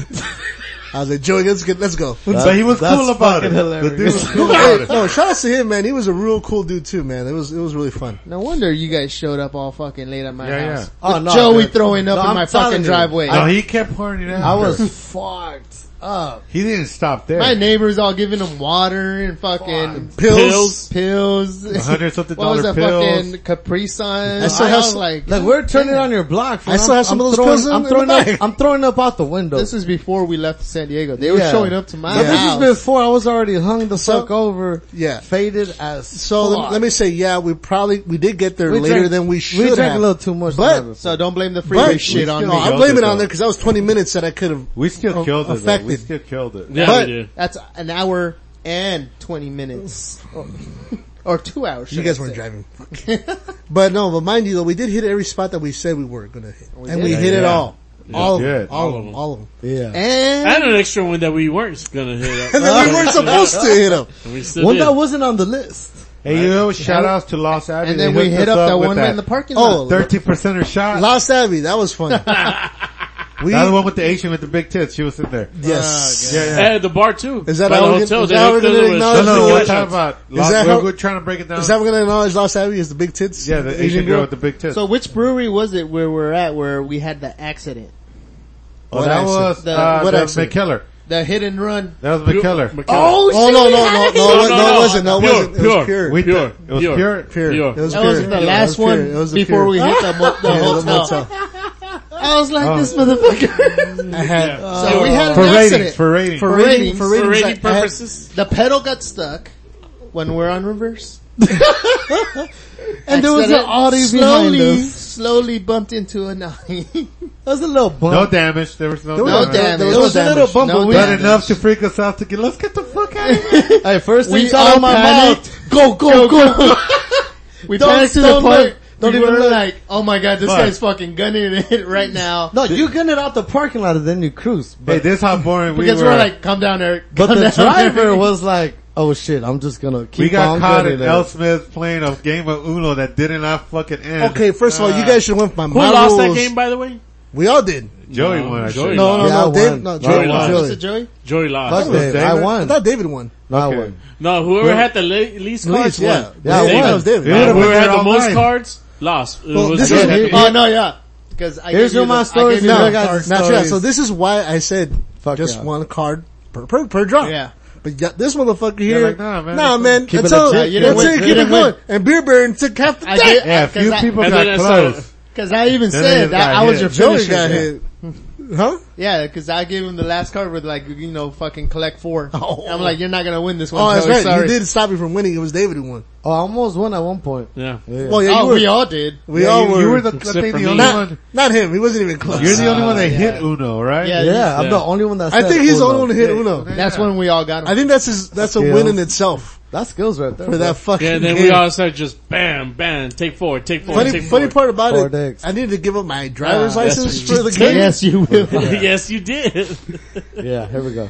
D: I was like, Joey, let's get, let's go.
G: but he was
A: that's
G: cool about it.
A: fucking
G: The dude
A: hilarious.
G: was cool about
D: Hey,
G: it.
D: no, shout out to him, man. He was a real cool dude too, man. It was, it was really fun.
E: No wonder you guys showed up all fucking late at my
G: Yeah,
E: house.
A: yeah. Oh,
E: With
A: no,
E: Joey
A: dude.
E: throwing up
A: No,
E: in
A: I'm
E: my
A: telling
E: fucking
A: you.
E: driveway.
G: No, he kept pouring it out.
A: I was fucked up.
G: He didn't stop there.
E: my neighbors all giving him water and fucking
F: Pills.
E: pills, pills,
G: A hundred something
E: what was
G: dollar
E: that
G: pills.
E: fucking Capri Sun?
D: I still have
E: was
D: some-
E: like,
A: Like we're turning on your block. fool.
D: I still
A: I'm-
D: have
A: I'm
D: some of those
A: throwing,
D: pills in
A: I'm
D: the
A: throwing up.
D: bag.
A: I'm throwing up out the window.
E: this is before we left San Diego. They were
A: Yeah.
E: showing up to my
A: No,
E: house.
A: This is before I was already hung the fuck over.
D: yeah.
A: Faded as
D: So
A: fuck.
D: let, let me say, yeah, we probably, we did get there
A: We
D: later
A: drank-
D: than we should
A: We drank
D: have.
A: a little too much.
D: But-
A: But
E: so don't blame the freeway
D: but
E: shit on
D: no,
E: me.
D: I
G: Killed
D: blame
G: it,
D: it on
G: though.
D: there because that was 20 minutes that I could have.
G: We still
D: Oh,
G: killed it. Though. We
D: affected.
G: still killed it.
F: Yeah,
D: But-
F: we did.
E: That's an hour and 20 minutes. Or, or two hours.
D: You
E: should
D: guys
E: I
D: weren't
E: say.
D: driving. but no, but mind you though, we did hit every spot that we said we were gonna hit. and
E: did.
D: we
E: Yeah,
D: hit it
G: yeah.
D: all. All of,
G: we
D: them,
G: did.
D: all of them, all of them.
A: yeah,
E: And
F: And an extra one that we weren't gonna hit
D: And
F: up.
D: then we weren't supposed to hit them.
F: And we still
A: one
F: did.
A: that wasn't on the list.
G: Hey, you know, shout outs to Los Angeles.
E: and then we hit up that one man in the parking
D: Oh,
E: lot.
G: Thirteen percenter shot.
D: Lost Abbey, that was fun. we,
G: That's the one with the Asian with the big tits. She was in there. Ah,
D: yes.
G: Yeah, yeah.
F: At the bar too.
D: Is that
F: By
D: how
F: the
D: we're gonna-
F: hotel?
D: is
F: They
D: that how
F: hooked
D: we're
F: us
D: gonna
F: up with
D: acknowledge
G: No,
F: shrimp
G: no, we're
F: scratch
G: talking
F: offs.
G: about. Los,
D: that
G: we're,
D: how-
G: we're trying to break it down.
D: Is that we're gonna acknowledge Lost Abbey is the big tits?
G: yeah, the Asian girl with the big tits.
E: So which brewery was it where we're at where we had the accident?
G: oh, that
D: accent?
G: was
E: The-
G: uh,
E: what
G: the
E: accent?
G: McKellar.
E: The hit and run.
G: That was McKellar.
F: Oh,
D: Oh no no no no no,
F: no,
D: no,
F: no.
D: it wasn't no it
F: Pure,
D: wasn't it was
F: pure.
D: pure.
G: We
F: Pure.
G: th- it was
F: Pure.
G: pure.
D: pure.
F: Pure.
D: It was
E: That
D: pure.
E: was the
D: Yeah, it
E: last
D: was
E: one
D: pure. It was the
E: before
D: pure.
E: we hit the, mo- the
D: Yeah, the
E: hotel.
D: motel.
E: I was like,
G: Oh.
E: this motherfucker.
D: I had
E: so we had an
G: For
E: accident.
G: ratings, for ratings.
E: For
D: for
E: ratings.
D: rating for ratings,
F: For
D: I had-
F: rating purposes.
E: The pedal got stuck when we're on reverse.
A: And there was an
E: Accident.
A: Audi
E: slowly,
A: behind us.
E: slowly bumped into a nine.
A: There was a little
G: no
A: bump.
G: damage. There was no,
E: no
G: damage.
E: damage.
A: There was a little bump,
E: No
A: but we-
G: But
E: damage.
G: enough to freak us out to get, let's get the fuck out of here.
A: Hey, first
E: We
A: thing out of
E: all
A: my
E: panicked.
A: mouth. Go go go.
E: We
A: Don't
E: panicked to the
A: stumble.
E: point.
A: Don't
E: we
A: even
E: were
A: look.
E: like, oh my god, this
G: But-
E: guy's fucking gunning it right now.
A: No, you gunned it out the parking lot and then you cruise.
G: hey,
A: But
G: this how boring we
E: because
G: were.
E: we're, like, calm down, Eric.
A: but
E: Calm
A: the
E: down, Eric."
A: driver was like, "Oh shit, I'm just gonna keep
G: we got
A: on
G: caught
A: gunning
G: in
A: it."
G: L. Smith playing a game of Uno that did not fucking end.
D: Okay, first of all,
G: Uh,
D: you guys should have went by
F: Who
D: my
F: lost that
D: rules.
F: game, by the way?
D: We all did.
G: Joey won. I
F: Joey
G: think.
D: No, no,
A: Yeah, I
D: no, Dave,
A: won.
D: no,
A: I
D: Joey,
F: won.
D: Joey.
E: Mr. Joey?
F: Joey lost.
A: Fuck Dave, I
G: David?
D: I
A: won.
D: thought David won.
A: No, I
G: Okay.
A: won.
F: No, whoever had the le- least cards
D: Please, yeah.
F: won.
A: Yeah,
D: David.
A: it
D: That
A: was.
D: was David.
G: It would've
F: Whoever
G: been
F: had
G: there
F: the
G: all
F: most
G: night.
F: cards lost. It was
D: this
F: just
D: is-
F: at the
A: here-
F: end.
E: Oh no, yeah. Because I
A: Here's
E: gave
A: your
E: you
A: my
E: the- I
A: stories
E: gave you
A: and
E: the
A: I got
E: cards.
D: Now,
A: Sorry.
D: yeah, so this is why I said
A: Fuck
D: just
A: yeah.
D: one card per, per, per drop.
E: Yeah.
D: But yeah, this motherfucker here,
G: like, nah, man, it's-
A: Keep it
D: until,
A: legit. You
D: until
E: didn't win.
D: you
E: You
D: keep it
E: didn't win.
D: going. And Beer Burn took half the
E: I
D: day.
E: did.
G: Yeah, a few
E: Because I-
G: people
F: and then
G: got
F: I saw-
G: close.
E: Cause I even
G: Then they
E: said
G: just
E: that
G: got
E: I was
G: hit.
E: your
D: Joey
E: finisher.
D: got
E: yeah.
D: hit. Huh?
E: Yeah, because I gave him the last card with like you know fucking collect four.
D: Oh.
E: I'm like, you're not gonna win this one.
D: Oh, that's
E: Joey,
D: right.
E: Sorry.
D: You did stop me from winning. It was David who won.
A: Oh, I almost won at one point.
F: Yeah.
D: Well, yeah,
E: oh,
D: you were,
E: we all did.
D: we
G: Yeah,
D: all
G: you,
D: were.
G: you were the, I
F: Except
G: think
F: for
G: the
F: me.
G: only
D: not,
G: one.
D: not him. He wasn't even close.
G: You're the only one that
E: yeah.
G: hit Uno, right?
E: Yeah.
A: Yeah, I'm the only one that.
D: I
A: said
D: think he's the
A: Uno.
D: only one who hit Uno.
E: That's when we all got him.
D: I think that's his, that's a
A: Yeah.
D: win in itself
A: That skills right there.
D: for that fucking
F: Yeah, and then
D: game.
F: we all started just bam, bam, take four, take four,
D: funny,
F: take
D: funny
F: four.
D: part about
A: Four
D: it,
A: dicks.
D: I needed to give up my driver's
E: Ah,
D: license for the game.
E: yes, you will.
F: yes, you did.
A: bro. Yeah, here we go.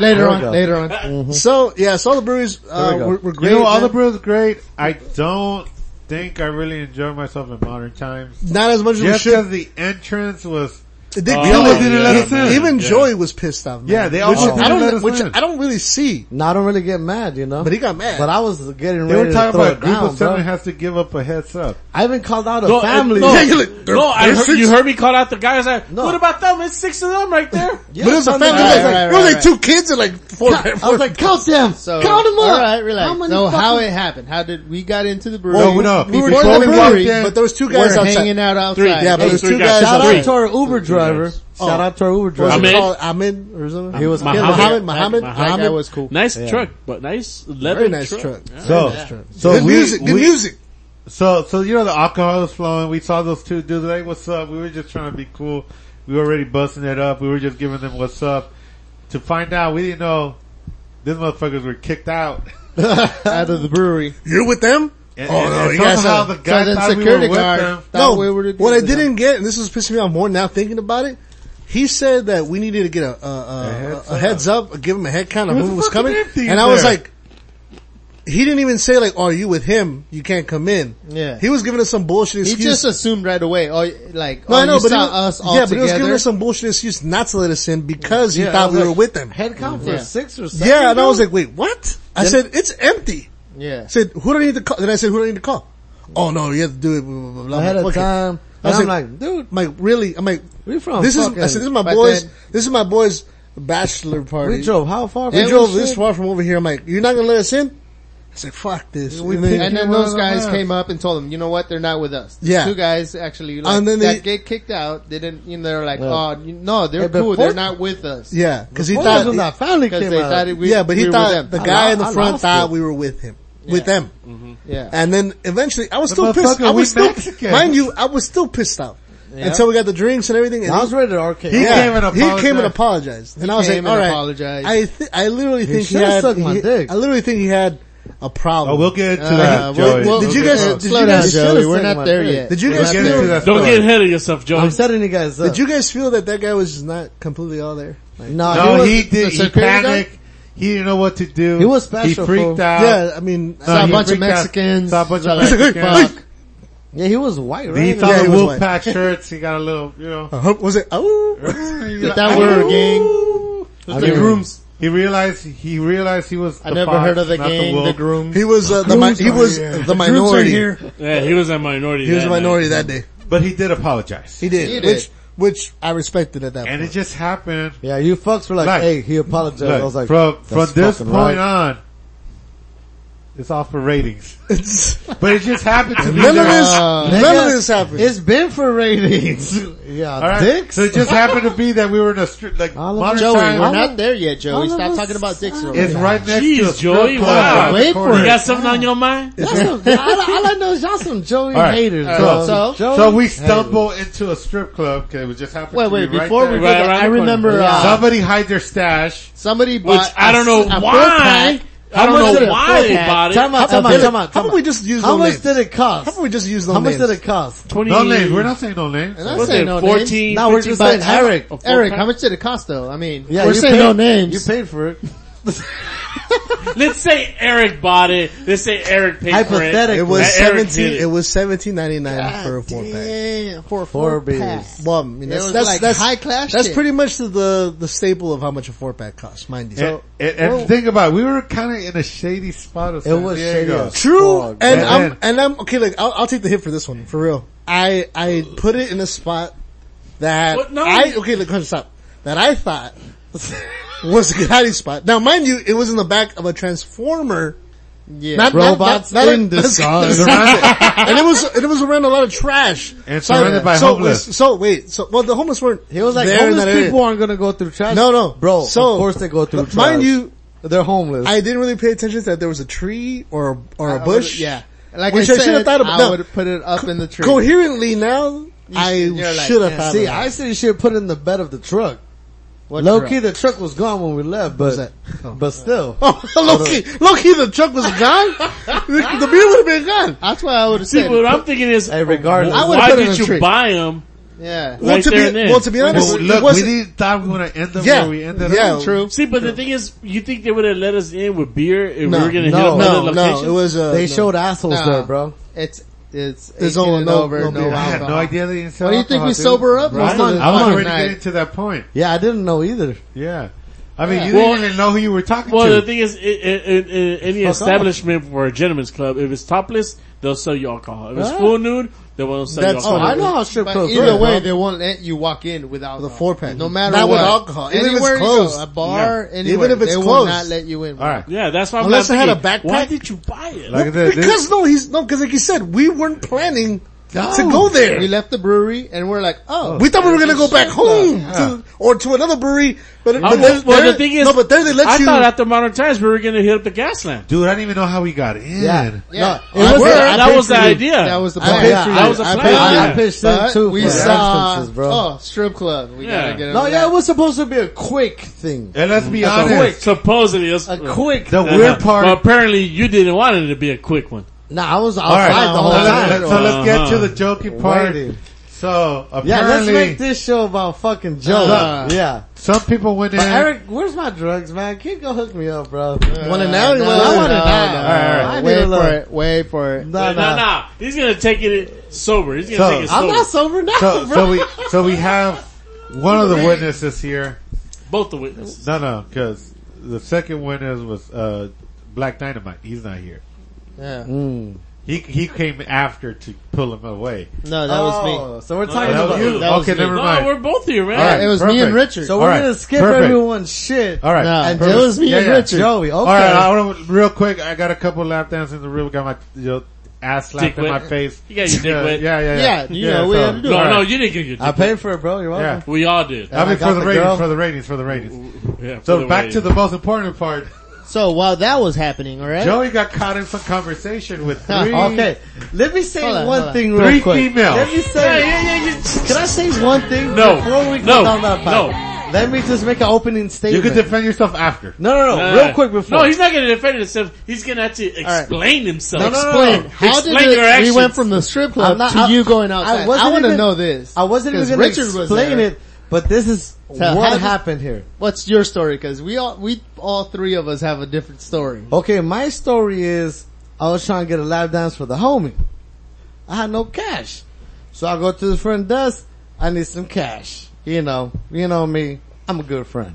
E: later
A: we
E: on,
A: go.
E: later on.
D: So yeah, so all the breweries uh,
A: we go.
D: were, were
G: You
D: great.
G: know, all the
D: man.
G: brews great. I don't think I really enjoy myself in modern times.
D: not as much as
G: Just
D: we should.
G: because the entrance was.
D: It did
F: Oh,
D: kill
F: yeah,
D: it.
G: didn't let
D: E-
G: us in.
D: Even
F: Yeah.
D: Joey was pissed off. Man.
G: Yeah, they all
D: which
G: didn't
D: I don't,
G: let us
D: which
G: in.
D: I don't really see,
A: No, I don't really get mad, you know.
D: but he got mad.
A: But I was getting
G: They
A: ready
G: were
A: to
G: talking
A: throw
G: about a
A: it
G: group
A: down,
G: of seven
A: bro.
G: has to give up a heads up.
A: I even called out a
F: No, it-
A: family.
F: no.
A: Yeah, you-
F: no, I heard, you heard me call out the guys. I,
A: No.
F: What about them? It's six of them right there.
A: yeah,
D: but it was a
A: son,
D: family.
A: I was like-
D: it was like,
E: right,
D: it was
E: right,
D: like two kids and like four.
A: I was like, count them.
E: So,
A: count them up.
E: All right, relax.
A: How many
E: no,
A: fucking-
E: how it happened? How did we got into the brewery?
G: Well, we know.
E: we were
G: Before
E: in the
G: we walked
E: brewery.
G: in-
D: but there was two
E: We're
D: guys outside.
E: hanging out outside.
F: Three.
D: Yeah, but
F: Hey,
D: there's
F: three
D: two guys
F: guys.
D: Oh.
A: Shout
D: outside.
A: out to our Uber driver. Shout out to our Uber
D: What was
A: driver.
D: it
F: Ahmed.
D: called? Ahmed or something?
A: He was
F: Muhammad.
D: Muhammad,
F: That-
D: Muhammad,
F: that
E: that guy
D: Muhammad.
E: was cool.
F: Nice truck, but nice leather
D: Very nice
F: truck.
D: truck.
G: So, so
D: Good
G: we,
D: music, good
G: we-
D: music.
G: So, so you know the alcohol was flowing. We saw those two dudes like, "What's up?" We were just trying to be cool. We were already busting it up. We were just giving them "What's up." To find out, we didn't know these motherfuckers were kicked out.
E: out of the brewery.
D: You're with them?
G: And,
D: Oh,
G: and-
D: no,
G: and
D: you guys
G: somehow
D: are-
G: the
E: So
G: guy
E: then
G: thought we were
E: security
G: with
E: guard
G: them.
E: thought
D: No,
E: we were to do
D: what I
E: with them.
D: didn't get, and this was pissing me off more now thinking about it, he said that we needed to get a, a, a,
G: heads
D: a, a heads up, give him a head count of
G: It was
D: who was
G: fucking
D: coming.
G: empty
D: And I was
G: there.
D: like, he didn't even say like, oh, are you with him? You can't come in.
E: Yeah.
D: He was giving us some bullshit
E: He
D: excuse.
E: just assumed right away. Oh, like
D: no,
E: oh,
D: I know,
E: you
D: but
E: saw
D: he was,
E: us all
D: yeah, but
E: together.
D: he was giving us some bullshit excuse not to let us in because he
A: Yeah, I
D: thought
A: was
D: we were
A: like,
D: with them.
A: Head count for
E: Yeah.
A: six or seven.
D: Yeah, and I was
A: dude?
D: like, wait, what? I said, it's empty.
E: yeah.
D: I said, who do I need to call? Then I said, who do I need to call? Oh no, you have to do it blah, blah, blah, blah.
A: ahead of
D: Okay.
A: time.
D: I
A: And
D: was
A: I'm
D: like-
A: like, dude,
D: I'm like, really? I'm like,
A: we from
D: this is, I
A: fucking-
D: said, this is my
E: But
D: boys,
E: then-
D: this is my boys bachelor party.
A: we drove how far?
D: We
A: from
D: drove
A: shit?
D: this far from over here. I'm like, you're not gonna let us in? I said, fuck this.
A: We
D: and, then,
E: And
A: picked-
E: then
A: One
E: those
A: of
E: guys
A: us.
E: came up and told them, you know what, they're not with us. These
D: uh, Yeah.
E: Two guys actually, like,
D: And then
E: that
D: they-
E: get kicked out. They didn't, you know, they're like,
A: Yeah.
E: oh, you- no, they're
A: Yeah, but
E: cool. They're
A: fourth-
E: not with us.
D: yeah, cause he
A: Boys
D: thought,
A: when that family
E: Because
A: came
E: they
A: out.
E: thought it, we,
D: yeah, but he
E: we were
D: thought
E: with
D: the
E: them.
D: guy
A: lo-
D: in the
A: I
D: front
A: lost
D: thought
A: it.
D: we were with him, with them.
E: Yeah.
D: And then eventually, I was still pissed.
G: motherfucker,
D: I was
G: we
D: still,
G: Mexican.
D: mind you, I was still pissed out until we got the drinks and everything. And
A: I
D: he-
A: was ready to arcade.
G: He
A: Yeah.
G: came and
D: He came and
G: apologized.
D: apologized, and I was
E: came
D: like,
E: and
D: "All right."
E: apologized.
D: I th- I literally think he
A: should've
D: had.
A: sucked my
D: he-
A: dick.
D: I literally think he had a problem.
G: Oh, we'll get to
E: Uh,
G: that,
E: well,
G: Joey.
E: well,
D: Did you guys-
E: uh,
D: did you
E: slow
A: guys-
E: down, Joey?
A: should've
E: We're
A: said
E: not
A: my
E: there
A: face.
E: yet.
D: did you
E: We're
D: guys
E: not
G: We'll get
D: feel?
G: to that
F: Don't
G: story.
F: get ahead of yourself, Joey.
A: I'm setting you guys up.
D: Did you guys feel that that guy was just not completely all there? Like,
A: No,
G: No,
A: was,
G: he did. He
E: security guard?
G: panicked. He didn't know what to do.
A: He was special,
G: He freaked
A: fool.
G: out.
D: yeah, I mean,
G: No,
D: I-
E: a
G: he
E: bunch of
G: freaked out.
E: Mexicans.
G: Saw a bunch of
E: He's like,
G: Mexicans.
E: "Hey, fuck."
A: Yeah, he was white, right?
G: He saw
D: Yeah,
G: the
D: he was white.
G: Wolfpack shirts. He got a little, you know.
D: uh, was it? Oh,
E: Get that word, gang.
A: I
F: the
A: mean,
F: grooms.
G: He realized. He realized he was.
E: I
G: the
E: never
G: fox,
E: heard of the
G: not
E: gang,
G: wolf.
E: the groom.
D: he was uh, the mi- he was the minority.
F: Yeah, he was a minority.
D: He was a
F: that night.
D: minority that day.
G: But he did apologize.
D: He did,
E: He did.
D: which which I respected at that
G: And it
D: point.
G: just happened.
A: Yeah, you fucks were like,
G: Like-
A: hey, he apologized. I was
G: Look,
A: like,
G: from
A: that's
G: from this
A: fucking
G: point
A: right.
G: on, it's all for ratings.
D: It's-
G: But it just happened to me.
D: none of
G: that-
D: this, none of this happened.
A: It's been for ratings. yeah,
G: all right.
A: dicks.
G: So it just happened to be that we were in a strip like
A: All of
G: modern
A: us-
E: Joey,
G: time.
E: we're
A: All
E: not
A: of-
E: there yet, Joey.
A: all of
E: Stop
A: us-
E: talking about dicks real
G: It's
E: quick.
G: right next to a
F: Jeez,
G: strip
F: Joey,
G: club
F: wow.
G: around the
E: Wait for
G: corner.
F: You got something on your mind?
A: Y'all some, all, all I know is y'all some Joey
G: All right.
A: haters.
G: All
A: bro.
G: right.
E: So-
A: Joey
G: So we stumble into a strip club. Okay, we just happened.
E: Wait,
G: to
E: wait,
G: be right
E: before
G: there.
E: we go
F: Right
E: there,
F: around
E: I
F: the corner.
E: remember, uh,
G: somebody hide their stash.
E: somebody
F: Which
E: bought
F: I don't
E: a
F: know
E: s- a four
F: why.
E: pack.
F: I
A: much
F: don't
A: did
F: know
A: it
F: why they
E: cost?
F: bought
A: Time
F: it.
A: out, time out, time out.
D: how about we just use
A: How
D: no
A: much
D: names?
A: did it
D: How about
A: cost?
D: we just use no
A: How much
D: names?
A: did it cost?
F: Twenty.
G: No names. We're not saying no names.
E: And I
F: What's
E: say
F: it?
E: no names.
F: Fourteen.
A: No, we're just saying Eric.
F: a four
E: Eric,
F: pack?
E: how much did it cost though? I mean,
A: Yeah,
E: we're
A: you
E: saying
A: paid-
E: no names.
A: You paid for it.
F: Let's say Eric bought it. Let's say Eric paid for it.
A: Hypothetically.
D: It was
F: That Eric
D: seventeen.
F: did
D: It.
F: it.
D: was seventeen ninety nine
E: God
D: for a four pack.
E: damn, for
A: Four
E: a four,
A: beers.
E: pack.
D: Well, I mean, that's
E: was
D: that's,
E: like
D: that's
E: high class
D: That's
E: shit.
D: pretty much the, the the staple of how much a four pack costs, mind you.
G: and and, and think about it, we were kind of in a shady spot of
A: It
G: San
A: was shady
G: Diego.
A: as
D: True,
A: fuck,
D: and
G: man.
D: I'm and I'm okay. Like I'll, I'll take the hit for this one for real. I I put it in a spot that
F: What? No.
D: I okay. Look, hold on, stop. That I thought was a good hiding spot. Now, mind you, it was in the back of a transformer
E: Yeah.
A: Robots in disguise.
D: and it was and it was around a lot of trash.
G: And surrounded by
D: so,
G: homeless.
D: So wait, so well the homeless weren't.
A: He was like,
D: there in
A: homeless
D: that area.
A: people aren't gonna go through trash.
D: No, no,
A: Bro,
D: So
A: of course they go through
D: mind
A: trash.
D: you,
A: they're homeless.
D: I didn't really pay attention that there was a tree or a, or a
E: I
D: bush.
E: would've- Yeah. Like
D: Which
E: I,
D: I
E: said,
D: should've thought about-
E: I
D: no.
E: would put it up in the tree.
D: Coherently now,
E: you're
D: I
E: like,
D: should have
E: yeah,
D: thought.
A: See,
D: of
A: I said you should put it in the bed of the truck.
E: What
A: Low
E: truck?
A: key, the truck was gone when we left, but
D: that?
A: but still,
D: that. Oh, Loki, Loki, the truck was gone. the, the beer would have been gone.
E: That's why I would have
F: See,
E: said.
F: what I'm thinking is,
A: hey, regardless,
E: I would've
F: why
E: put it in
F: did
E: a tree.
F: you buy them?
E: Yeah.
D: Well,
F: Right
D: to
F: there
D: be,
F: and then.
D: well, to be honest,
G: Well,
D: it
G: look, we
D: wasn't-
G: didn't thought we were going to end up
D: Yeah.
G: where we ended
D: Yeah.
G: up.
D: True.
F: See, but the thing is, you think they would have let us in with beer if we
D: No,
F: were going to hit
A: no,
F: up
D: no,
F: other
D: no,
F: locations?
D: it was uh,
A: they
D: no.
A: showed assholes
E: Nah.
A: there, bro.
E: It's, it's,
D: There's
E: 18
D: only
E: and
D: no-
E: over,
D: no
E: no,
D: beer.
G: I had
E: alcohol.
G: no idea they didn't sell
E: What do you think
G: alcohol,
E: we
G: dude.
E: sober up
G: I
E: most of
G: was
E: the
G: already
E: fucking
G: getting
E: night?
G: to that point.
A: Yeah, I didn't know either.
G: Yeah. I mean, you
F: Well-
G: didn't even know who you were talking
F: Well,
G: to.
F: the thing is, i- i- in, in any
A: Fuck
F: establishment for a gentleman's club, if it's topless, they'll sell you alcohol. If it's
A: Right.
F: full nude, they won't sell
D: That's-
F: you
A: oh, I
F: alcohol.
A: know how strip
E: But
A: clubs
E: either
A: work,
E: way,
A: huh?
E: they won't let you walk in without
D: The four pack.
E: No matter
D: Not
E: what.
D: with alcohol. Even if it's
E: Anywhere you
D: closed.
E: go, a bar,
D: Yeah.
E: anywhere,
D: Even if it's
E: they will
D: closed.
E: not let you in.
G: All right.
F: Yeah, that's why.
D: Unless
F: I'm
D: I had
F: not
D: a backpack.
F: thinking, Why did you buy it?
G: Like I said, this-
D: because no, he's no, because like you said, we weren't planning to go there.
E: We left the brewery and we're like, oh,
D: We thought we were gonna go back home to, or to another brewery, but, but
F: I-
D: there-
F: well,
D: there-
F: the thing is,
D: no, but there they let
F: I
D: you.
F: thought after modern times we were going to hit up the gas lamp.
G: Dude, I didn't even know how we got in.
A: Yeah.
E: yeah.
A: No, it
F: That
A: was
F: was,
A: the-
F: that
A: I
F: was the
A: paid for-
F: idea.
E: that
D: Oh,
E: was the
A: I
E: plan.
A: paid
E: Yeah,
A: for
E: I
A: you.
F: was a
A: I
F: plan.
A: paid- I
F: Yeah.
A: pitched in
E: But
A: too.
E: we
A: for
E: saw,
A: instances, bro.
E: oh, strip club. We
F: Yeah.
E: gotta get
A: No,
E: on
A: yeah,
E: that.
A: it was supposed to be a quick thing.
G: And let's be
A: That's a
G: honest.
A: quick-
F: Supposedly, that's
A: A quick.
G: The
A: thing.
G: weird part.
F: Well, apparently you didn't want it to be a quick one.
A: Nah, I was
G: all right.
A: outside the whole
G: so, let's,
A: time.
G: let's- so let's get to the joking part.
A: Waiting.
G: So
A: Yeah, let's
G: apparently,
A: make this show about fucking jokes.
G: Uh,
A: yeah.
G: some people went in. Uh,
A: But Eric, where's my drugs, man? Can you go hook me up, bro?
E: Want it
A: now or you want it
E: I
A: later?
E: want
A: No, no, no, no.
E: it now.
A: I need a
E: Wait
A: little-
E: for it. Wait for it.
A: Nah,
F: No,
A: nah.
F: no, no. He's going to take it sober. He's going to
G: So-
F: take it sober.
A: I'm not sober now,
G: so,
A: bro.
G: so we so we have one of the witnesses here.
F: Both the witnesses.
G: No, no, because the second witness was uh, Black Dynamite. He's not here.
E: Yeah.
G: He he came after to pull him away.
E: No, that was me.
A: Oh, So we're talking
G: that was
A: about
G: you.
A: you.
F: That
G: okay,
F: No,
G: never mind.
F: we're both here, man.
G: All right,
E: It was me and
G: perfect.
E: Richard.
A: So
G: All
A: we're
G: right,
A: gonna skip
G: perfect.
A: everyone's shit.
G: All right.
E: Nah,
A: And
E: perfect.
A: it was me
G: Yeah,
A: and
G: yeah.
A: Richard. Joey, okay.
G: All right, I wanna- real quick, I got a couple lap dances in the room. Got my you know, ass slapped
F: Dick
G: in my
F: wet.
G: face.
F: You got your dick
G: yeah,
F: wet.
G: Yeah, yeah, yeah.
E: Yeah, you know, we had to do
F: No,
G: all right.
F: no, you didn't get your
A: I
F: dick.
A: paid for it, bro. You're
G: Yeah.
A: welcome.
F: We all did.
G: I mean,
A: got
G: for the,
A: the
G: ratings,
A: girl.
G: for the ratings, for the ratings.
F: Yeah, for
G: So
F: the
G: back
F: way.
G: to the most important part.
E: So while that was happening, alright?
G: Joey got caught in some conversation with three,
A: Ah, Okay, let me say
E: Hold on,
A: one
E: hold on.
A: thing real
G: three
A: quick. Let me
G: females.
A: say, can I say one thing
F: No.
A: before we go
F: No.
A: down that path? Let me just make an opening
G: You
A: statement.
G: can defend yourself after.
A: no, no, no,
F: Uh,
A: real quick before.
F: No, he's not going to defend himself. He's going to have to explain himself.
A: No, no, no,
F: explain.
A: no.
E: How did
F: explain your
E: it, we
F: actions.
E: went from the strip club
A: I'm not-
E: to
A: I-
E: you going outside?
A: I
E: I,
A: wasn't
E: want to
A: even-
E: know this.
A: I wasn't even
E: 'Cause
A: going to
E: Richard was
A: explain
E: there.
A: it, but this is
E: So how
A: what
E: did-
A: happened here.
E: What's your story? Because we all we all three of us have a different story.
A: Okay, my story is I was trying to get a lap dance for the homie. I had no cash. So I go to the front desk, I need some cash. You know, you know me, I'm a good friend.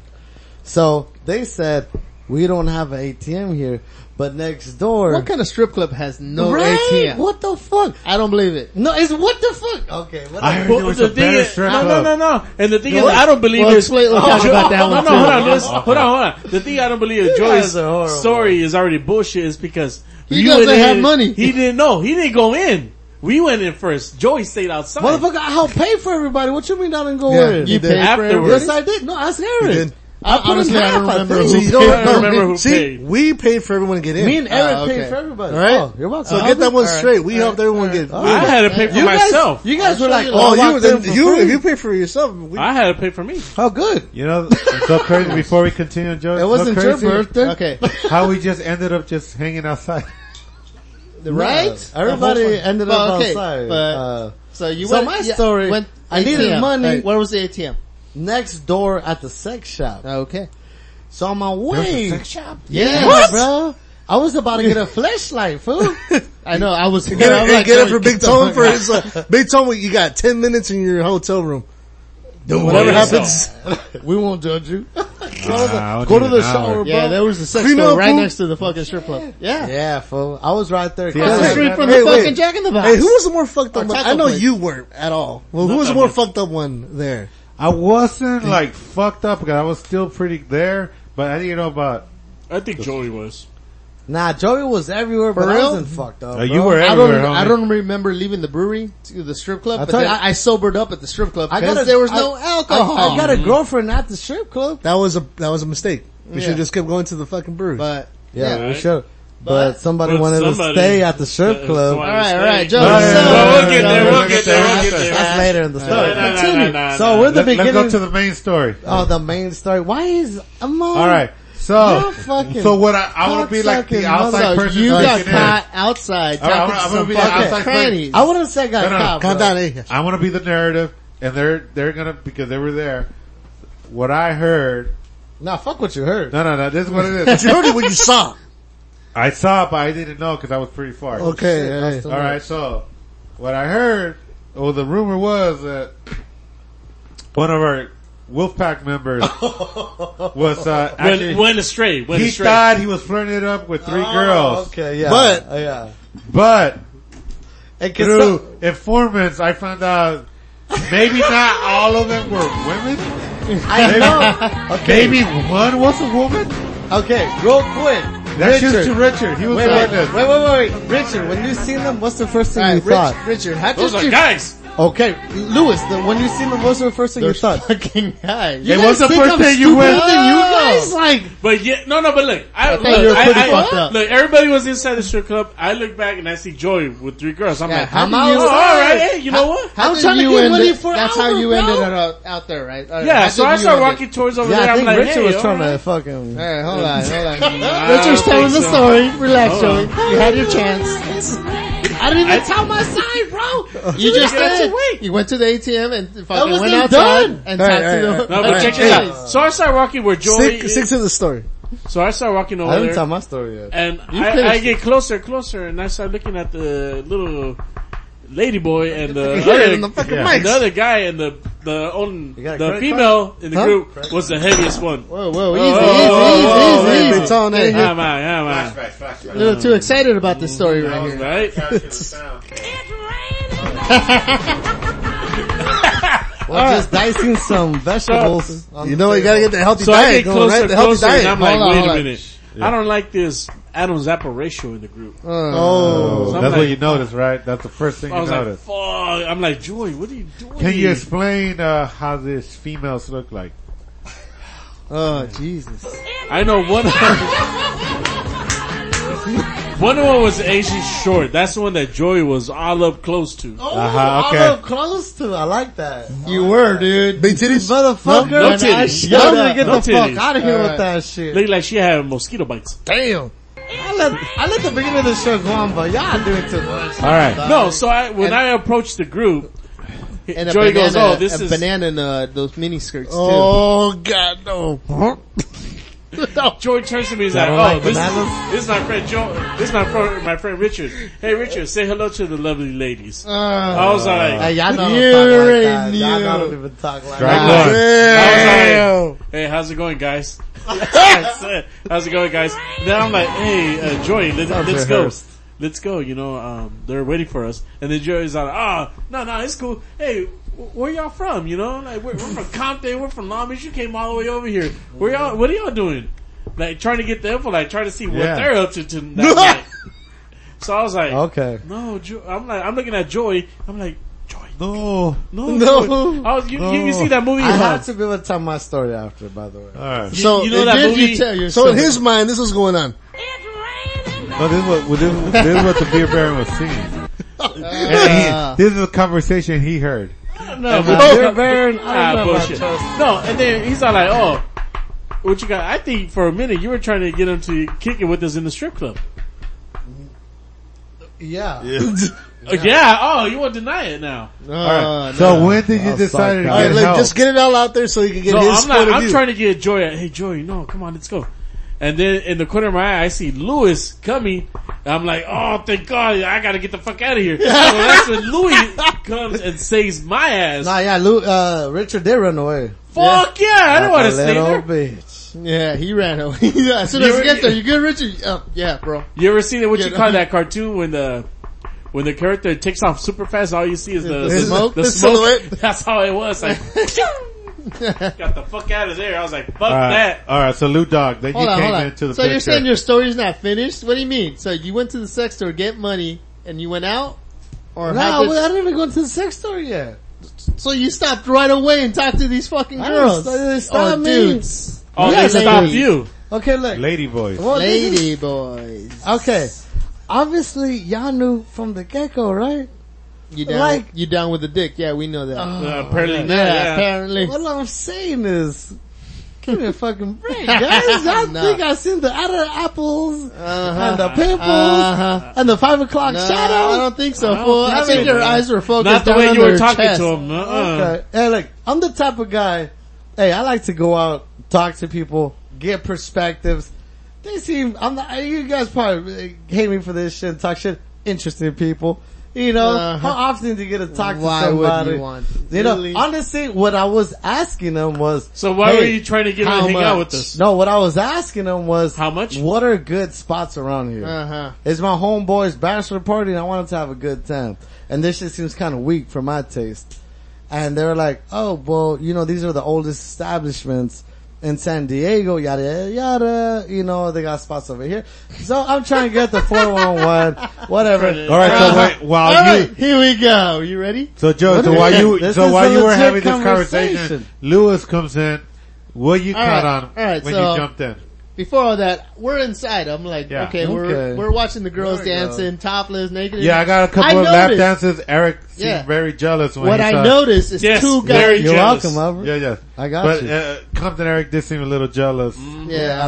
A: So they said, we don't have an ATM here, but next door.
E: What kind of strip club has no
A: Right?
E: ATM?
A: What the fuck?
E: I don't believe it.
A: No, it's what the fuck? Okay, what the
G: I heard
F: Well,
G: there was
F: the
G: a
F: thing
G: better
F: is-
G: strip
F: no, no,
G: club.
F: no, no. And the thing is,
E: Well,
F: I don't believe
E: well,
F: this.
E: explain- we'll talk about that one
F: no,
E: too.
F: no, hold on, this, hold on, hold on. The thing I don't believe is
A: guys are
F: Joy's
A: horrible.
F: story is already bullshit is because
E: He doesn't
F: went
E: have
F: in-
E: money.
F: He didn't know. He didn't go in. We went in first. Joey stayed outside.
A: Motherfucker, I helped pay for everybody. What you mean I didn't go
D: Yeah,
A: in?
D: you
E: paid
F: for everybody?
A: Yes, I did. No, ask Aaron.
D: did.
A: I put
E: Honestly,
A: in
E: I
A: half,
E: don't remember
A: think.
E: who
A: You
D: See,
A: don't
D: you
F: I don't
D: know,
F: remember who
D: see,
F: paid.
D: we paid for everyone to get in.
A: Me and Eric
E: Ah,
A: paid
E: okay.
A: for everybody.
D: All right.
A: Oh, you're welcome.
D: so get that one straight. We helped everyone get.
A: All
D: we-
A: right.
F: I had to pay for
A: You guys,
F: myself.
A: you guys were like,
D: Oh, you
A: then,
D: then you if you pay for yourself. We,
F: I had to pay for me.
A: how Oh, good?
G: You know, it's so crazy. Before we continue, Joey,
A: It wasn't
G: so
A: your
G: crazy
A: birthday.
E: Okay,
G: How we just ended up just hanging outside.
E: right?
A: Everybody ended up
E: Well, okay,
A: outside.
E: but-
A: uh,
E: So you
A: So
E: went,
A: my
E: yeah,
A: story,
E: went
A: I needed
E: ATM.
A: money.
E: Right. Where was the ATM?
A: next door at the sex shop.
E: Okay.
A: So on my way.
E: shop.
A: Yeah,
E: Yeah.
A: bro. I was about to get a flashlight, fool.
E: I know. I was.
D: get
E: I
D: up,
E: was like,
D: get up
E: Joey,
D: for
E: get
D: Big
E: the
D: Tone
E: fuck
D: for
E: out.
D: his, uh, Big Tone. You got ten minutes in your hotel room.
F: Whatever
D: happens-
A: we won't judge you.
G: Nah,
A: Go to
G: I'll do
A: the
G: an hour.
A: shower, bro.
E: Yeah, there was a sex
D: Clean
E: store
D: up,
E: right
D: fool.
E: next to the fucking strip club. Yeah.
A: Yeah, fool. I was right there.
G: Across the
A: Hey,
G: street
E: from
D: Hey,
E: the
D: wait.
E: fucking Jack in the Box.
D: Hey, who was the more fucked up
E: Or
D: one?
E: taco
D: I know
E: place.
D: you weren't at all. Well, who was the
F: that
D: more
F: much.
D: fucked up one there?
G: I wasn't like fucked up because I was still pretty there, but I didn't know about
F: I think Joey was.
A: Nah, Joey was everywhere, but I
E: real?
A: wasn't fucked up.
G: Uh, you
A: bro.
G: were
E: I don't.
G: everywhere, homie.
E: I don't remember leaving the brewery to the strip club,
A: I
E: but
A: tell
E: then
A: you-
E: I, I sobered up at the strip club
A: I got
E: because
A: a-
E: there was
A: I-
E: no
A: I,
E: alcohol.
A: I got a girlfriend at the strip club.
D: That was a that was a mistake. We should
E: Yeah.
D: have just kept going to the fucking brewery.
E: but
A: Yeah,
F: Yeah.
A: we should. But,
E: But-
A: somebody
F: But
A: wanted
F: somebody-
A: to stay at the strip
F: Uh,
A: club.
F: so I
E: all right,
F: stayed.
E: all right, Joe.
A: No,
E: so,
A: no,
F: Well,
A: no,
F: we'll get there. We'll get there. We'll get
A: That's
F: there.
A: later in the story.
F: No, no, no,
A: Continue.
F: no, no,
A: so
F: no.
A: we're the
G: Let, us
A: beginning.
G: go to the main story.
A: oh, the main story. Why is I'm on?
G: All right. So,
A: You're fucking
G: so what I, I want to be like
A: cocksucking
G: the
A: motherfucker.
G: outside person.
E: you
G: looking
E: got
G: in.
E: caught outside
G: All right, I'm
E: talking
G: gonna- I'm
E: to
G: gonna
E: some
G: be the outside
E: fucking
G: person.
E: crannies.
A: I wouldn't say I got
G: No, no, no.
A: caught.
D: calm
A: bro.
D: down, eh?
G: I want to be the narrative, and they're they're gonna because they were there. What I heard.
A: Nah, fuck what you heard.
G: No, no, no. This is what it is.
D: You heard it when you saw.
G: I saw, it, but I didn't know because I was pretty far.
D: Okay, yeah, yeah.
G: All right. So, what I heard, or the rumor was that one of our Wolfpack members was uh, actually
F: Went, went astray. Went
G: he
F: astray.
G: thought he was flirting it up with three girls,
A: Okay, yeah,
G: But-
A: uh, yeah.
G: but
A: And can
G: through
A: some-
G: informants, I found out maybe not all of them were women.
A: I know. Okay,
G: Maybe one was a woman.
A: okay, real quick.
G: That's just to
A: Richard.
G: Richard. He was
A: Wait,
G: like
A: wait,
G: this.
A: wait, wait, wait, Richard. When you seen them, what's the first thing
E: All
A: you
E: right,
A: thought?
E: Rich, Richard, how
F: Those
E: did
F: are
E: you?
F: guys.
A: Okay, Lewis. The, when you seen them, what's the first thing you
E: They're
A: thought?
E: fucking guys.
G: It was the first thing you went.
E: guys like
F: But yeah, no, no, but look, I,
E: thought you were
F: look, I,
E: pretty
F: I-
E: fucked up.
F: look, everybody was inside the strip club. I look back and I see Joy with three girls. I'm
E: Yeah,
F: like,
E: how
F: I'm
E: do
F: out.
E: you-
F: Oh, all right, hey, you know what?
E: How
A: I'm
E: did
A: trying to
E: you
A: get
E: ended,
A: money for
E: That's
A: Alma,
E: how you
A: bro.
E: ended it out, out there, right? All right,
F: Yeah,
E: how
F: so
E: did
F: I
E: you
F: start
E: end it?
F: walking towards over
A: Yeah,
F: there.
A: I
F: I'm
A: think
F: like,
A: Richard
F: hey,
A: was
F: yo.
A: trying to fucking.
E: All right, hold on, hold on.
F: I
E: Richard's
F: don't
E: telling
F: think
E: the
F: so.
E: story. Relax,
F: Hold on.
E: Joey. You had your chance.
I: I
E: I didn't even
F: I-
E: tell my side, bro. You just
F: got
E: did.
F: to wait.
E: You went to the ATM and fucking
A: was
E: went
A: it
E: outside
A: done.
E: and
D: All right,
E: talked
D: all
E: to
D: right,
E: them.
F: No, but check this out. So I start walking where Joy
D: Stick,
F: is.
D: stick to the story.
F: So I start walking over
A: I didn't
F: there.
A: tell my story yet.
F: And I, I get closer and closer, and I start looking at the little lady boy and the other,
D: the fucking
F: and the other guy, and the the on,
A: got a
F: the
A: credit
F: female in the group was the heaviest one.
E: Whoa, whoa,
F: Oh, oh,
E: easy,
F: oh,
E: easy, easy,
F: oh,
E: easy.
D: It's on
E: Hey,
D: that.
F: Am I? Am I?
G: Flashback, flashback.
E: A little too excited about this story
F: I
E: right
F: was
E: here.
F: right.
A: We're just dicing some vegetables. on
D: You
A: the
D: know, you gotta get the healthy
F: So I
D: diet
F: get
D: going,
F: closer,
D: right?
F: and
D: The healthy
F: closer, and
D: diet.
F: I'm like,
E: Hold on,
F: wait
E: hold
F: a
E: on.
F: minute. I don't like this Adam's apple ratio in the group.
G: Oh,
F: So I'm
G: that's
F: like-
G: what you notice, right? That's the first thing
F: I
G: you
F: was like,
G: notice.
F: fuck. I'm like, Joy, what are you doing?
G: Can you explain uh, how these females look like?
E: Oh, Jesus.
F: I know one. one of them was Asian short. That's the one that Joy was all up close to.
A: Oh,
F: Uh,
G: Uh-huh, okay.
A: I love close to. I like that.
E: You were, dude.
D: Big titties.
A: Motherfucker,
F: No
A: and I
F: titties.
A: shut
F: No
A: up. Get the
F: titties.
A: fuck out of here
E: All
A: with
E: right.
A: that shit.
F: Looked like she had mosquito bites.
D: Damn.
A: I let, I let the beginning of the show go on, but y'all doing too much.
G: All right.
F: No, so I when I approached the group,
E: And a
F: Joey
E: banana,
F: goes, "Oh, this
E: a
F: is."
E: banana in uh, those mini skirts
D: Oh god, no.
F: Joey turns to me, he's like, "Oh,
A: like
F: this,
A: bananas.
F: is, this is my friend Joe. This is my friend, my friend Richard. Hey, Richard, say hello to the lovely
E: Uh,
F: ladies." I was like,
A: Hey, y'all don't
E: You
A: talk like
E: already
A: that. Y'all
E: knew.
A: don't even talk like
G: Strike
A: that.
G: one.
F: I was like, hey, how's it going, guys? I said, how's it going, guys? Then I'm like, hey, uh, Joy, let, us go.
A: rehearsed.
F: Let's go, you know, um, they're waiting for us. And then Joey's like, ah, no, no, it's cool. Hey, wh- where y'all from? You know, like, we're, we're from Compton, we're from Long Beach, you came all the way over here. Where y'all, what are y'all doing? Like, trying to get the info, like, trying to see what
G: Yeah.
F: they're up to tonight. night. So I was like,
A: Okay.
F: no, jo- I'm like, I'm looking at Joy, I'm like, Joy,
G: No.
F: no,
A: No.
F: Joy. I was, you, you, you see that movie?
A: I
F: huh?
A: have to be able to tell my story after, by the way.
G: All right.
E: too. So
F: you know
E: it
F: that
E: did
F: movie-
E: You tell your
D: So in his mind, this was going on.
G: No, this is what this, is- this is what the beer baron was seeing. And he, this is a conversation he heard.
F: No,
A: Nah,
F: but-
A: Beer Baron, I don't
F: Ah,
A: know about
F: bullshit.
A: trust.
F: No, and then he's all like, oh, what you got? I think for a minute you were trying to get him to kick it with us in the strip club.
A: Yeah.
F: Oh, yeah, oh, you won't deny it now.
G: All right.
A: Uh,
G: so when did you decide to
A: psycho.
G: get
A: All right,
D: Alright, look,
G: help?
D: just get it all out there so you can get
F: No,
D: his
F: I'm not,
D: point of
F: I'm
D: view.
F: trying to get Joy, hey Joy, no, come on, let's go. And then in the corner of my eye, I see Lewis coming. And I'm like, oh, thank God, I gotta get the fuck out of here. so that's when Louis comes and saves my ass.
A: Nah, yeah, Lou, uh, Richard did run away.
F: Fuck yeah, I don't want
A: a
F: to stay
A: little
F: there.
A: bitch.
E: Yeah, he ran away. Yeah, as soon as
F: You
E: you
F: were-
E: get there, you good, Richard? Uh, yeah, bro.
F: You ever seen it? What
E: Yeah,
F: you call
E: no.
F: that cartoon when the when the character takes off super fast? All you see is the,
E: The smoke?
F: The,
E: The
F: smoke.
E: silhouette?
F: That's how it was. Like, Got the fuck out of there. I was like, fuck
G: All right,
F: that.
G: all right. So Lou Dog, then
E: Hold
G: you
E: on,
G: came
E: hold on.
G: into the
E: so
G: picture.
E: you're saying your story's not finished? What do you mean? So you went to the sex store, get money, and you went out? Or how
A: No,
E: did-
A: well, I didn't even go to the sex store yet.
E: so you stopped right away and talked to these fucking
A: I
E: girls. Oh,
A: didn't- I didn't
E: or
A: stop me.
E: dudes.
F: Oh,
E: Yeah,
F: they
E: lady.
F: stopped you.
A: Okay, look.
G: Lady voice.
A: Well, this is-
E: Lady boys.
A: okay. Obviously, y'all knew from the get-go, right?
E: You down,
A: Like-
E: you down with the dick. Yeah, we know that.
F: Uh, apparently not.
E: yeah,
F: Yeah.
E: apparently.
A: What I'm saying is, give me a fucking break, guys. Y'all
E: Nah.
A: think I seen the other apples and the pimples
E: Uh-huh.
A: and the five o'clock
E: Nah, I
A: shadow?
E: don't think so, fool. I
F: think
E: think
F: so,
E: your
F: man.
E: eyes were focused
F: Not the
E: down
F: way
E: on
F: you were
E: their
F: talking
E: chest.
F: to him. Uh-uh.
A: Okay. Hey, look, I'm the type of guy. Hey, I like to go out, talk to people, get perspectives. They seem. I'm. Not, you guys probably eh, hate me for this shit and talk shit. Interesting people. You know,
E: Uh-huh.
A: how often do you get to talk
E: Why
A: to
E: would you
A: somebody?
E: want-
A: You know,
E: Really?
A: honestly, what I was asking them was,
F: So why
A: Hey,
F: were you trying to get him to
E: how
F: hang out with
E: much?
F: us?
A: no, what I was asking them was,
F: How much?
A: What are good spots around here?
E: Uh-huh.
A: It's my homeboy's bachelor party and I wanted to have a good time. And this shit seems kind of weak for my taste. And they were like, oh, well, you know, these are the oldest establishments in San Diego, yada, yada, yada. You know, they got spots over here. So I'm trying to get the 411, whatever. Uh-huh.
G: All right. So wait, while
E: Uh, All
G: you,
E: right, here we go. You ready?
G: so Joe,
A: What
G: so
A: is
G: while you,
A: this?
G: so
A: This
G: while
A: is a
G: you were
A: legit
G: having this
A: conversation.
G: conversation, Lewis comes in. What you
E: All
G: caught
E: right,
G: on
E: all right,
G: when
E: so-
G: you jumped in?
E: Before all that, we're inside. I'm like,
G: Yeah.
E: okay, we're
A: Okay.
E: we're watching the girls
A: There we go.
E: dancing, topless, naked.
G: Yeah, I got a couple
E: I
G: of lap uh,
E: noticed.
G: dances. Eric seemed
E: Yeah.
G: very jealous when
E: What
G: he
E: I
G: saw-
E: noticed is
F: Yes,
E: two
F: very
E: guys.
A: You're
F: jealous.
A: welcome, Albert.
G: Yeah, yeah.
A: I got
G: but,
A: you.
G: uh, Compton Eric did seem a little jealous.
E: Yeah,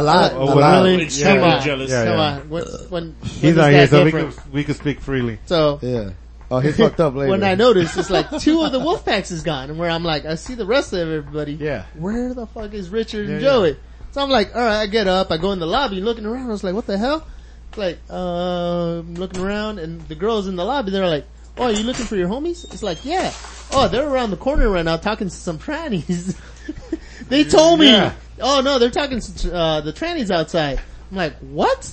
A: a lot,
G: Oh,
A: a
G: what I-
A: lot.
E: Really?
F: Yeah.
E: Come on,
F: jealous.
G: Yeah,
E: Come
G: yeah.
E: on. When, when, when
G: He's
E: is
G: out here,
E: that
G: so we
E: different?
G: can we could speak freely.
E: So
A: Yeah. Oh, he fucked up later.
E: when I noticed, it's like two of the wolf packs is gone, and where I'm like, I see the rest of everybody.
G: Yeah.
E: Where the fuck is Richard and
G: Yeah, yeah.
E: Joey? So I'm like, all right, I get up, I go in the lobby, looking around. I was like, what the hell? Like, uh, I'm looking around, and the girls in the lobby, they're like, oh, you looking for your homies? It's like, yeah. Oh, they're around the corner right now talking to some trannies. they told me.
G: Yeah.
E: Oh no, they're talking to uh, the trannies outside. I'm like, what?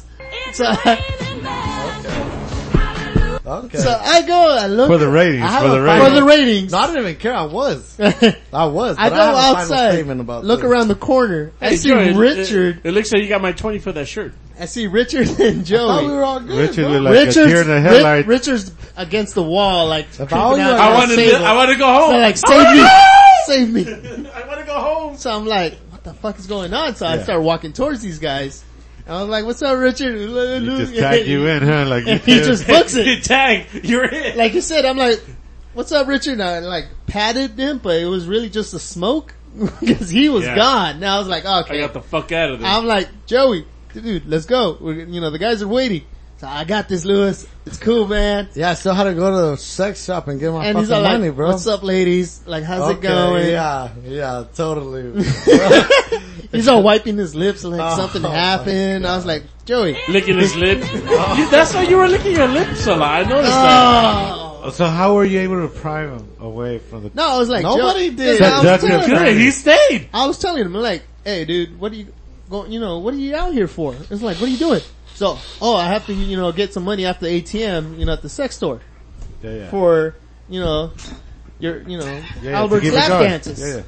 E: So I,
A: okay.
E: so I go, I look
G: For the ratings,
A: I have
G: for the
A: a
G: ratings.
E: for the ratings.
A: no, I didn't even care. I was. I was.
E: I
A: but I have a final
E: go outside,
A: statement about
E: look
A: this.
E: around the corner. I
F: Hey,
E: see
F: Joe, it-
E: Richard.
F: It, it looks like you got my 20 for that shirt.
E: I see Richard and
A: I thought we
E: Joey.
A: were all good.
G: Richard
E: Mm.
A: bro.
G: looked like a deer in the headlight.
E: Ri- Richard's against the wall, like creeping
A: I were you,
E: out. to
A: I
E: the
F: I want to,
E: table.
F: I want to go home.
E: They're like,
F: I
E: save me, save me.
F: wanna- I want to go home.
E: So I'm like, what the fuck is going on? So I start walking towards these guys. And I was like, what's up, Richard?
G: He just tagged you in, huh? Like you
E: He just books it.
F: Tag, you're in.
E: Like you said, I'm like, what's up, Richard? And I like patted them, but it was really just a smoke because he was
F: Yeah.
E: gone. And I was like,
F: I
E: okay,
F: got the fuck out of there.
E: I'm like, Joey, dude, let's go. We're, you know, the guys are waiting. So I got this, Lewis. It's cool, man.
A: Yeah, I still had to go to the sex shop and get my
E: And
A: fucking
E: he's all like,
A: money, bro.
E: what's up, ladies? Like, how's it
A: Okay,
E: going?
A: Yeah, yeah, totally.
E: He's all wiping his lips like
A: Oh,
E: something
A: my
E: happened. I was like, Joey.
F: licking his lip. You- that's why you were licking your lips a lot. I noticed
E: Uh,
F: that.
E: Oh.
G: So how were you able to pry him away from the?
E: No, I was like,
A: Nobody
E: Joe,
A: did.
E: Cause I was,
G: Seductive
E: telling, him-
F: Good, he stayed.
E: I was telling him, like, hey dude, what are you going, you know, what are you out here for? It's like, what are you doing? So, oh, I have to, you know, get some money off the ATM, you know, at the sex store.
G: Yeah, yeah.
E: for you know your you know
G: Yeah, yeah, to
E: Albert's
G: give it
E: lap
G: going.
E: dances.
G: Yeah, yeah.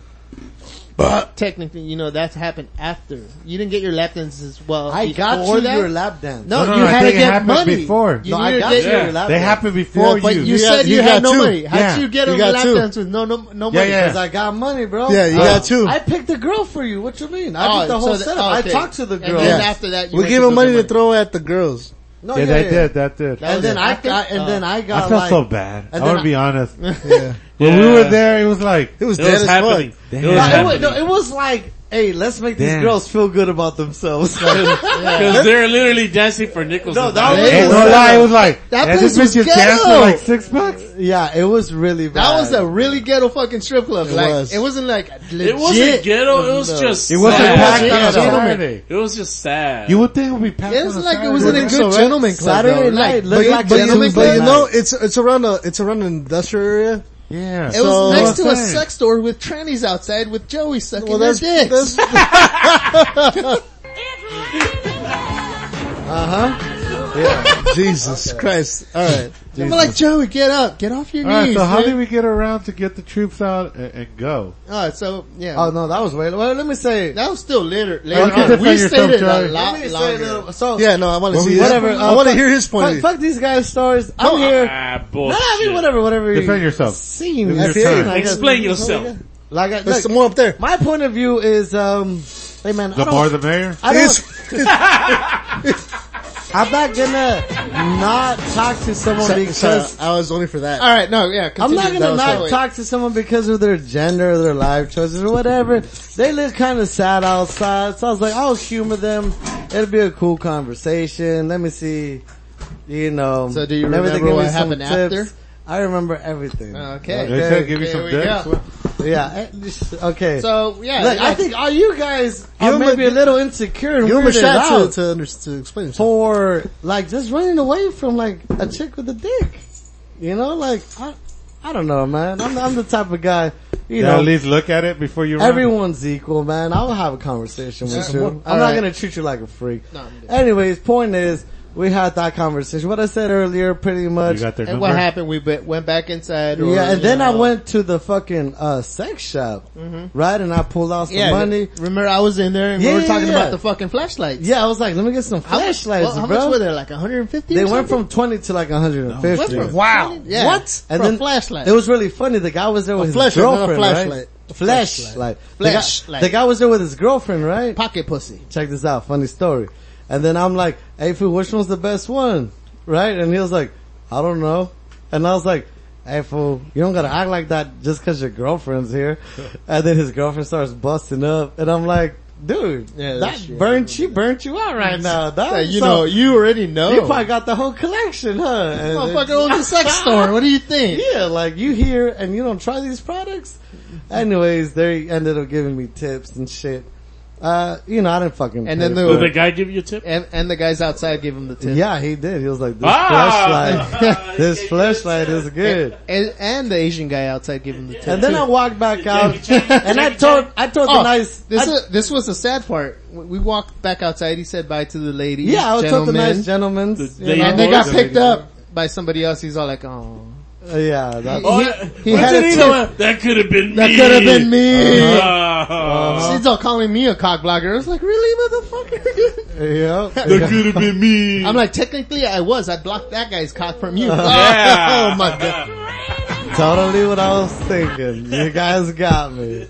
E: Technically, you know that's happened after you didn't get your lap dances. Well,
A: I got
E: before
A: you
E: that.
A: your lap dance.
E: No,
G: No, no,
E: you
G: no, I
E: had to
G: think it
E: get
G: happened
E: money
G: before.
E: You
A: no, I
E: needed
A: got
E: to
A: you
E: get
A: your lap
G: They
A: dance.
G: happened before
E: Yeah, but
G: you.
E: you, said you, had no money. How'd
G: Yeah.
E: you get
D: You
E: on the
D: got
E: lap
D: two.
E: dance with no no no
G: Yeah,
E: money?
G: yeah.
A: Cause I got money, bro.
D: Yeah, you
A: Uh,
D: got two.
A: I picked the girl for you. What you mean? I did the
E: Oh,
A: whole
E: so the-
A: setup.
E: okay.
A: I talked to the
E: And
A: girl.
E: then
D: Yeah.
E: after that, you
D: We
E: went
D: gave
E: to
D: him
E: go
D: money
E: get
D: to throw at the girls.
A: No,
G: yeah,
A: yeah,
G: they
A: yeah.
G: did. That did.
E: That
A: And then I,
E: After-
A: I and
E: oh.
A: then I got
G: I felt
A: like
G: so bad. I
A: and
G: want
A: then
G: to be honest.
F: When
G: We were there. It was like
D: It was
F: It
D: dead
F: was
D: as
F: happening.
D: fuck.
F: It
G: No,
F: was
A: No, it, was,
F: happening.
A: Oh, no, it was like, hey, let's make these
G: Damn.
A: girls feel good about themselves.
F: Because they're literally dancing for nickels.
A: No,
F: and
A: that
F: dimes.
A: was-
G: Ain't no lie. It was like
E: That
G: yeah, this
E: place
G: bitch
E: was
G: just danced for
E: ghetto.
G: like six bucks.
A: yeah, it was really bad.
E: That was a really ghetto fucking strip club.
D: It
E: like
D: was.
E: it wasn't like legit.
F: it wasn't gentlemen. ghetto. It was just.
G: It wasn't
F: sad.
G: packed
E: Yeah,
G: on a
E: gentlemen.
G: Saturday.
F: It was just sad.
G: You would think it would be packed.
E: It was
G: on a
E: like it was in
G: Saturday.
E: a good gentleman club. though.
A: Saturday
E: Like,
A: night.
D: But,
A: Looked
D: you-
A: like
D: but you-
A: gentlemen
D: but you
A: club.
D: know, it's it's around a it's around an industrial area.
G: Yeah.
E: It
A: Oh.
D: So-
E: was next to a
G: Same.
E: sex store with trannies outside with Joey sucking
D: Well,
E: their
D: that's
E: dicks.
D: that's
A: Uh huh.
D: Jesus Christ. All right.
E: I'm like, Joey, get up. Get off your
G: All right,
E: knees.
G: so how
E: dude."
G: did we get around to get the troops out and, and go?
E: Oh, so, yeah.
A: Oh no, that was way. Well, let me say.
E: that was still later. later
G: Okay,
E: on.
G: defend
E: We
G: yourself,
E: stayed it
G: Joey.
E: a
A: let
E: lot
A: me say
E: longer.
A: that, so
D: Yeah, no, I want to see
A: whatever.
D: His,
A: uh,
D: I want to
A: fuck-
D: hear his point of
A: Fuck,
D: view.
A: fuck these guys' stories. I'm here.
F: Ah,
A: No,
F: bullshit.
A: I mean whatever, whatever. you-
G: Defend yourself.
A: Scene.
G: This is your
A: scene,
G: turn.
A: I guess.
F: Explain yourself.
A: Like, I-
D: There's
A: look,
D: some more up there.
A: my point of view is, um, hey man, I
G: The
A: don't,
G: more the merrier.
A: I
D: It's-
A: don't, I'm not gonna not talk to someone
D: so-
A: because
D: so I was only for that.
E: All right, no, yeah.
A: I'm
E: Continue.
A: not
E: That
A: gonna
E: was
A: not
E: fine.
A: talk to someone because of their gender or their life choices or whatever. They look kind of sad outside, so I was like, I'll humor them. It'll be a cool conversation. Let me see, you know.
E: So do you
A: let me
E: remember
A: think of
E: what
A: me some
E: happened after?
A: I remember everything.
E: Okay.
G: They said give me
E: There
G: some
E: we
G: dicks.
E: go.
G: What-
A: Yeah. eh, Okay.
E: So, yeah.
A: look, I
E: yeah.
A: think all you guys
D: Give
A: are
D: 'em a-
A: maybe a little insecure and
D: Give him a
A: weirded
D: shot to,
A: out
D: to, under, to explain himself.
A: for like just running away from like a chick with a dick. You know, like I, I don't know, man. I'm, I'm the type of guy. You
G: Yeah,
A: know,
G: at least look at it before you. run.
A: Everyone's equal, man. I'll have a conversation with you. I'm not
E: right.
A: gonna treat you like a freak.
E: No, I'm good.
A: Anyways, point is, we had that conversation. What I said earlier, pretty much.
G: You got their
E: And
G: number.
E: what happened? We be- went back inside. Or,
A: yeah, and
E: you
A: then I
E: know.
A: went to the fucking uh sex shop, right? And I pulled out some
E: Mm-hmm. Yeah,
A: money.
E: remember I was in there and
A: Yeah,
E: we were
A: yeah,
E: talking
A: yeah.
E: about the fucking flashlights.
A: Yeah, I was like, let me get some
E: How much-
A: flashlights,
E: well, how
A: bro.
E: much were there? Like 150?
A: they went from 20 to like 150.
E: wow. Yeah.
A: What?
E: And
A: For a
E: then flashlight.
A: It was really funny. The guy was there with his
D: flashlight, not a
A: girlfriend,
D: flashlight.
A: right? Flashlight. The guy-
E: Flashlight.
A: The guy was there with his girlfriend, right?
E: pocket pussy.
A: check this out, funny story. And then I'm like, hey fool, which one's the best one? Right? And he was like, I don't know. And I was like, hey fool, you don't gotta act like that just cause your girlfriend's here. and then his girlfriend starts busting up and I'm like, dude,
E: Yeah,
A: that
E: that's true.
A: burnt, she burnt you out right now, dog.
E: Yeah, you
A: So,
E: know, you already know.
A: you probably got the whole collection, huh? And
E: Oh. motherfucker owns a sex store. What do you think?
A: yeah, like you hear and you don't try these products. Anyways, they ended up giving me tips and shit. Uh, you know, I didn't fucking.
E: And
A: pay
E: then
A: for
E: the-
A: it.
F: Did the guy give you a tip?
E: And, and the guys outside gave him the tip.
A: Yeah, he did. He was like, this
F: Ah!
A: flashlight, this flashlight is good.
E: And, and the Asian guy outside gave him the tip.
A: And then I walked back out,
F: Jackie Chan?
A: and I
F: Jackie
A: told, I told the
E: Oh,
A: nice,
E: this,
A: I-
E: is- this was the sad part. We walked back outside. He said bye to the lady.
A: yeah, I told the
E: gentlemen,
A: nice gentlemen.
F: lady-
E: And they got
F: Boys.
E: picked up by somebody else. He's all like, oh.
A: yeah, that,
F: Oh,
E: He-
F: that-
E: he
F: what
E: had
F: did
E: a
F: he know? That could have been
E: That
F: me.
E: could have been me.
F: Ah.
E: She's Uh-huh. all calling me a cock blocker. I was like, really, motherfucker?
A: yeah.
F: That could have been me.
E: I'm like, technically I was. I blocked that guy's cock from you.
A: Uh-huh.
F: Yeah.
E: oh my god.
A: totally what I was thinking. You guys got me.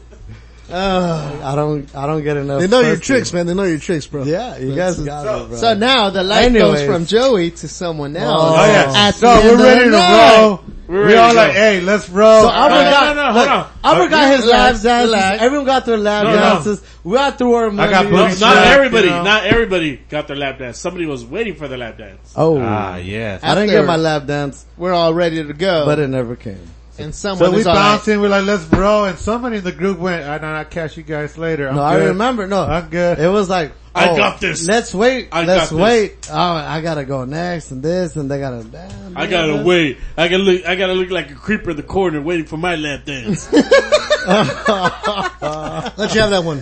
A: Ugh, I don't, I don't get enough.
D: They know your
A: pussy.
D: tricks, man. They know your tricks, bro.
A: Yeah, you guys got me, bro.
E: So now the light
A: Anyways.
E: goes from Joey to someone else.
A: Oh,
G: Oh yeah.
E: At
G: so
E: the end
G: we're
E: of
G: ready to
E: the night.
G: roll.
F: We're
G: we
F: ready
G: all
F: to go.
G: like, hey, let's roll.
A: So I
G: All right.
A: forgot,
F: No, no,
A: look,
F: hold on.
A: I forgot his
E: Relax,
A: last dances.
E: relax.
A: Everyone got their lap
F: No, no.
A: dances. We got through our money.
G: got
F: No,
G: booty
F: not
G: shot,
F: everybody.
G: you know?
F: Not everybody got their lap dance. Somebody was waiting for their lap dance.
A: Oh,
G: Ah, yes.
A: I didn't get
E: After-
A: my lap dance,
E: We're all ready to go.
A: but it never came.
E: and someone
G: So we
E: is all
G: bounced
E: like,
G: in. We're like, let's roll. And somebody in the group went, I know, I'll catch you guys later. I'm
A: No,
G: good.
A: I remember. No,
G: I'm good.
A: It was like
F: I
A: oh,
F: got this.
A: Let's wait.
F: I
A: let's
F: got this.
A: wait. Oh, I gotta go next and this and they gotta.
F: I gotta wait. I gotta look. I gotta look like a creeper in the corner waiting for my lap dance.
D: Let you have that one.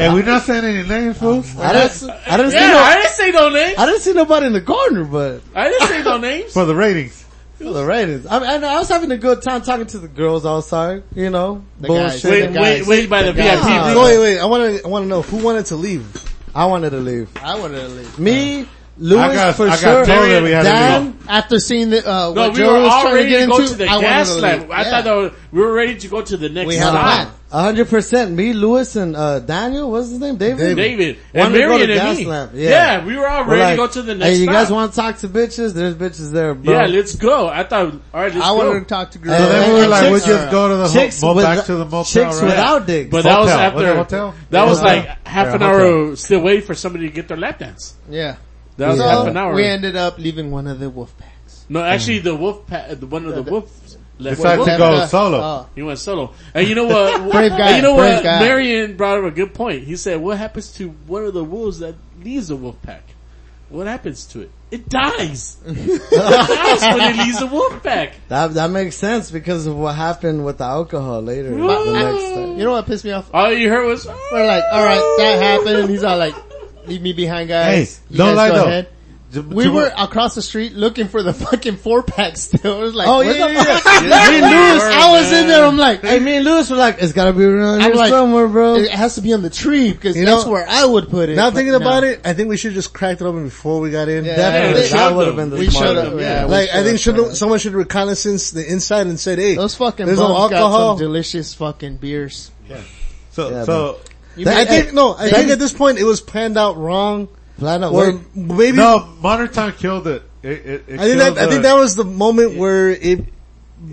G: And we're not saying any names, fools.
A: I didn't. I didn't see
F: yeah,
A: no.
F: I didn't say no name.
A: I didn't see nobody in the corner, but
F: I didn't say no names.
G: For the ratings.
A: for the ratings. I, mean, I, know, I was having a good time talking to the girls outside. You know,
E: guys.
A: bullshit.
F: Wait, wait, wait by the VIP
A: guys.
F: room.
D: So wait, wait. I want to. I want to know who wanted to leave.
A: I wanted to leave.
E: I wanted to leave.
A: Me, Louis,
G: I got,
A: for
G: I
A: sure.
G: got told that we had to
E: Dan, after seeing the,
F: No,
E: uh, what
F: we
E: Joey
F: were
E: was
F: all
E: trying
F: ready
E: to get
F: to go
E: into,
F: to the
E: I wanted
F: gas
E: to leave.
F: lamp. I
E: Yeah.
F: thought that was, we were ready to go to the next
E: We had a
F: stop.
E: plan.
A: A hundred percent. Me, Lewis, and uh, Daniel. What's his name? David.
F: David
A: Wanted
F: and
A: to go to
F: Marion
A: gas
F: and me.
A: lamp, yeah.
F: Yeah. we were all
A: We're
F: ready
A: like,
F: to go to the next.
A: Hey, you
F: stop.
A: guys want to talk to bitches? There's bitches there, bro.
F: Yeah, let's go. I thought. All right, let's
E: I
F: go.
E: wanted to talk to girls.
A: And-
G: So then we were
A: and
G: like, we'll
A: chicks-
G: just go to the
A: chicks
G: hotel,
A: with-
G: back to the motel.
A: chicks
G: right?
A: without dicks.
F: But that was
G: Hotel.
F: after
G: Was it hotel?
F: that was
G: Yeah.
F: like half
G: Yeah,
F: an
G: hotel.
F: hour still waiting for somebody to get their lap dance.
E: yeah.
F: That was
A: Yeah.
F: half an hour.
E: We ended up leaving one of the wolf packs.
F: No, actually, the wolf, pa- uh, the one of the wolves left.
G: Decided to
E: Wolf-
G: go
E: uh,
G: solo.
E: oh.
F: He went solo. And you know what?
E: Brave guy,
F: and you know
E: brave
F: what?
E: guy.
F: Marion brought up a good point. He said, "What happens to one of the wolves that leaves the wolf pack? What happens to it? It dies. it dies when it leaves the wolf pack.
A: That that makes sense because of what happened with the alcohol later. the
F: But
A: next day.
E: You know what pissed me off?
F: All Oh, you heard was
E: We're like, all right, that happened, and he's all like, Leave me behind, guys.
G: Hey, don't
E: guys
G: lie
E: go
G: though.
E: ahead.
G: To-
E: We
G: to-
E: were across the street looking for the fucking four pack still. It was like,
A: Oh,
E: what
A: yeah,
E: the
A: yeah, yeah.
E: fuck?
A: Me and Lewis,
E: I was in there. I'm like,
A: Hey, me and Lewis were like, it's gotta be around
E: I'm
A: here
E: like-
A: somewhere, bro.
E: it has to be on the tree because
D: You
E: that's
D: know,
E: where I would put it.
D: Now
E: But
D: thinking about
E: no.
D: it, I think we should just cracked it open before we got in.
A: Definitely, that
F: we showed
A: would have
F: them.
A: been the
E: we
A: smart
E: should
A: move.
E: have. Yeah, we
D: Like I
E: should've
D: think should
E: done it.
D: someone should reconnaissance the inside and said, "Hey,
E: Those fucking
D: There's
E: bums
D: no
E: got
D: alcohol.
E: some delicious fucking beers.
G: so,
A: Yeah,
G: so,
E: You
D: I
E: made-
D: think no. I think at this point it was planned out wrong,
A: Plan out
D: or
A: where-
D: maybe
G: no, modern time killed it. It, it, it
D: I think
G: killed
D: that I
G: the-
D: think that was the moment where it,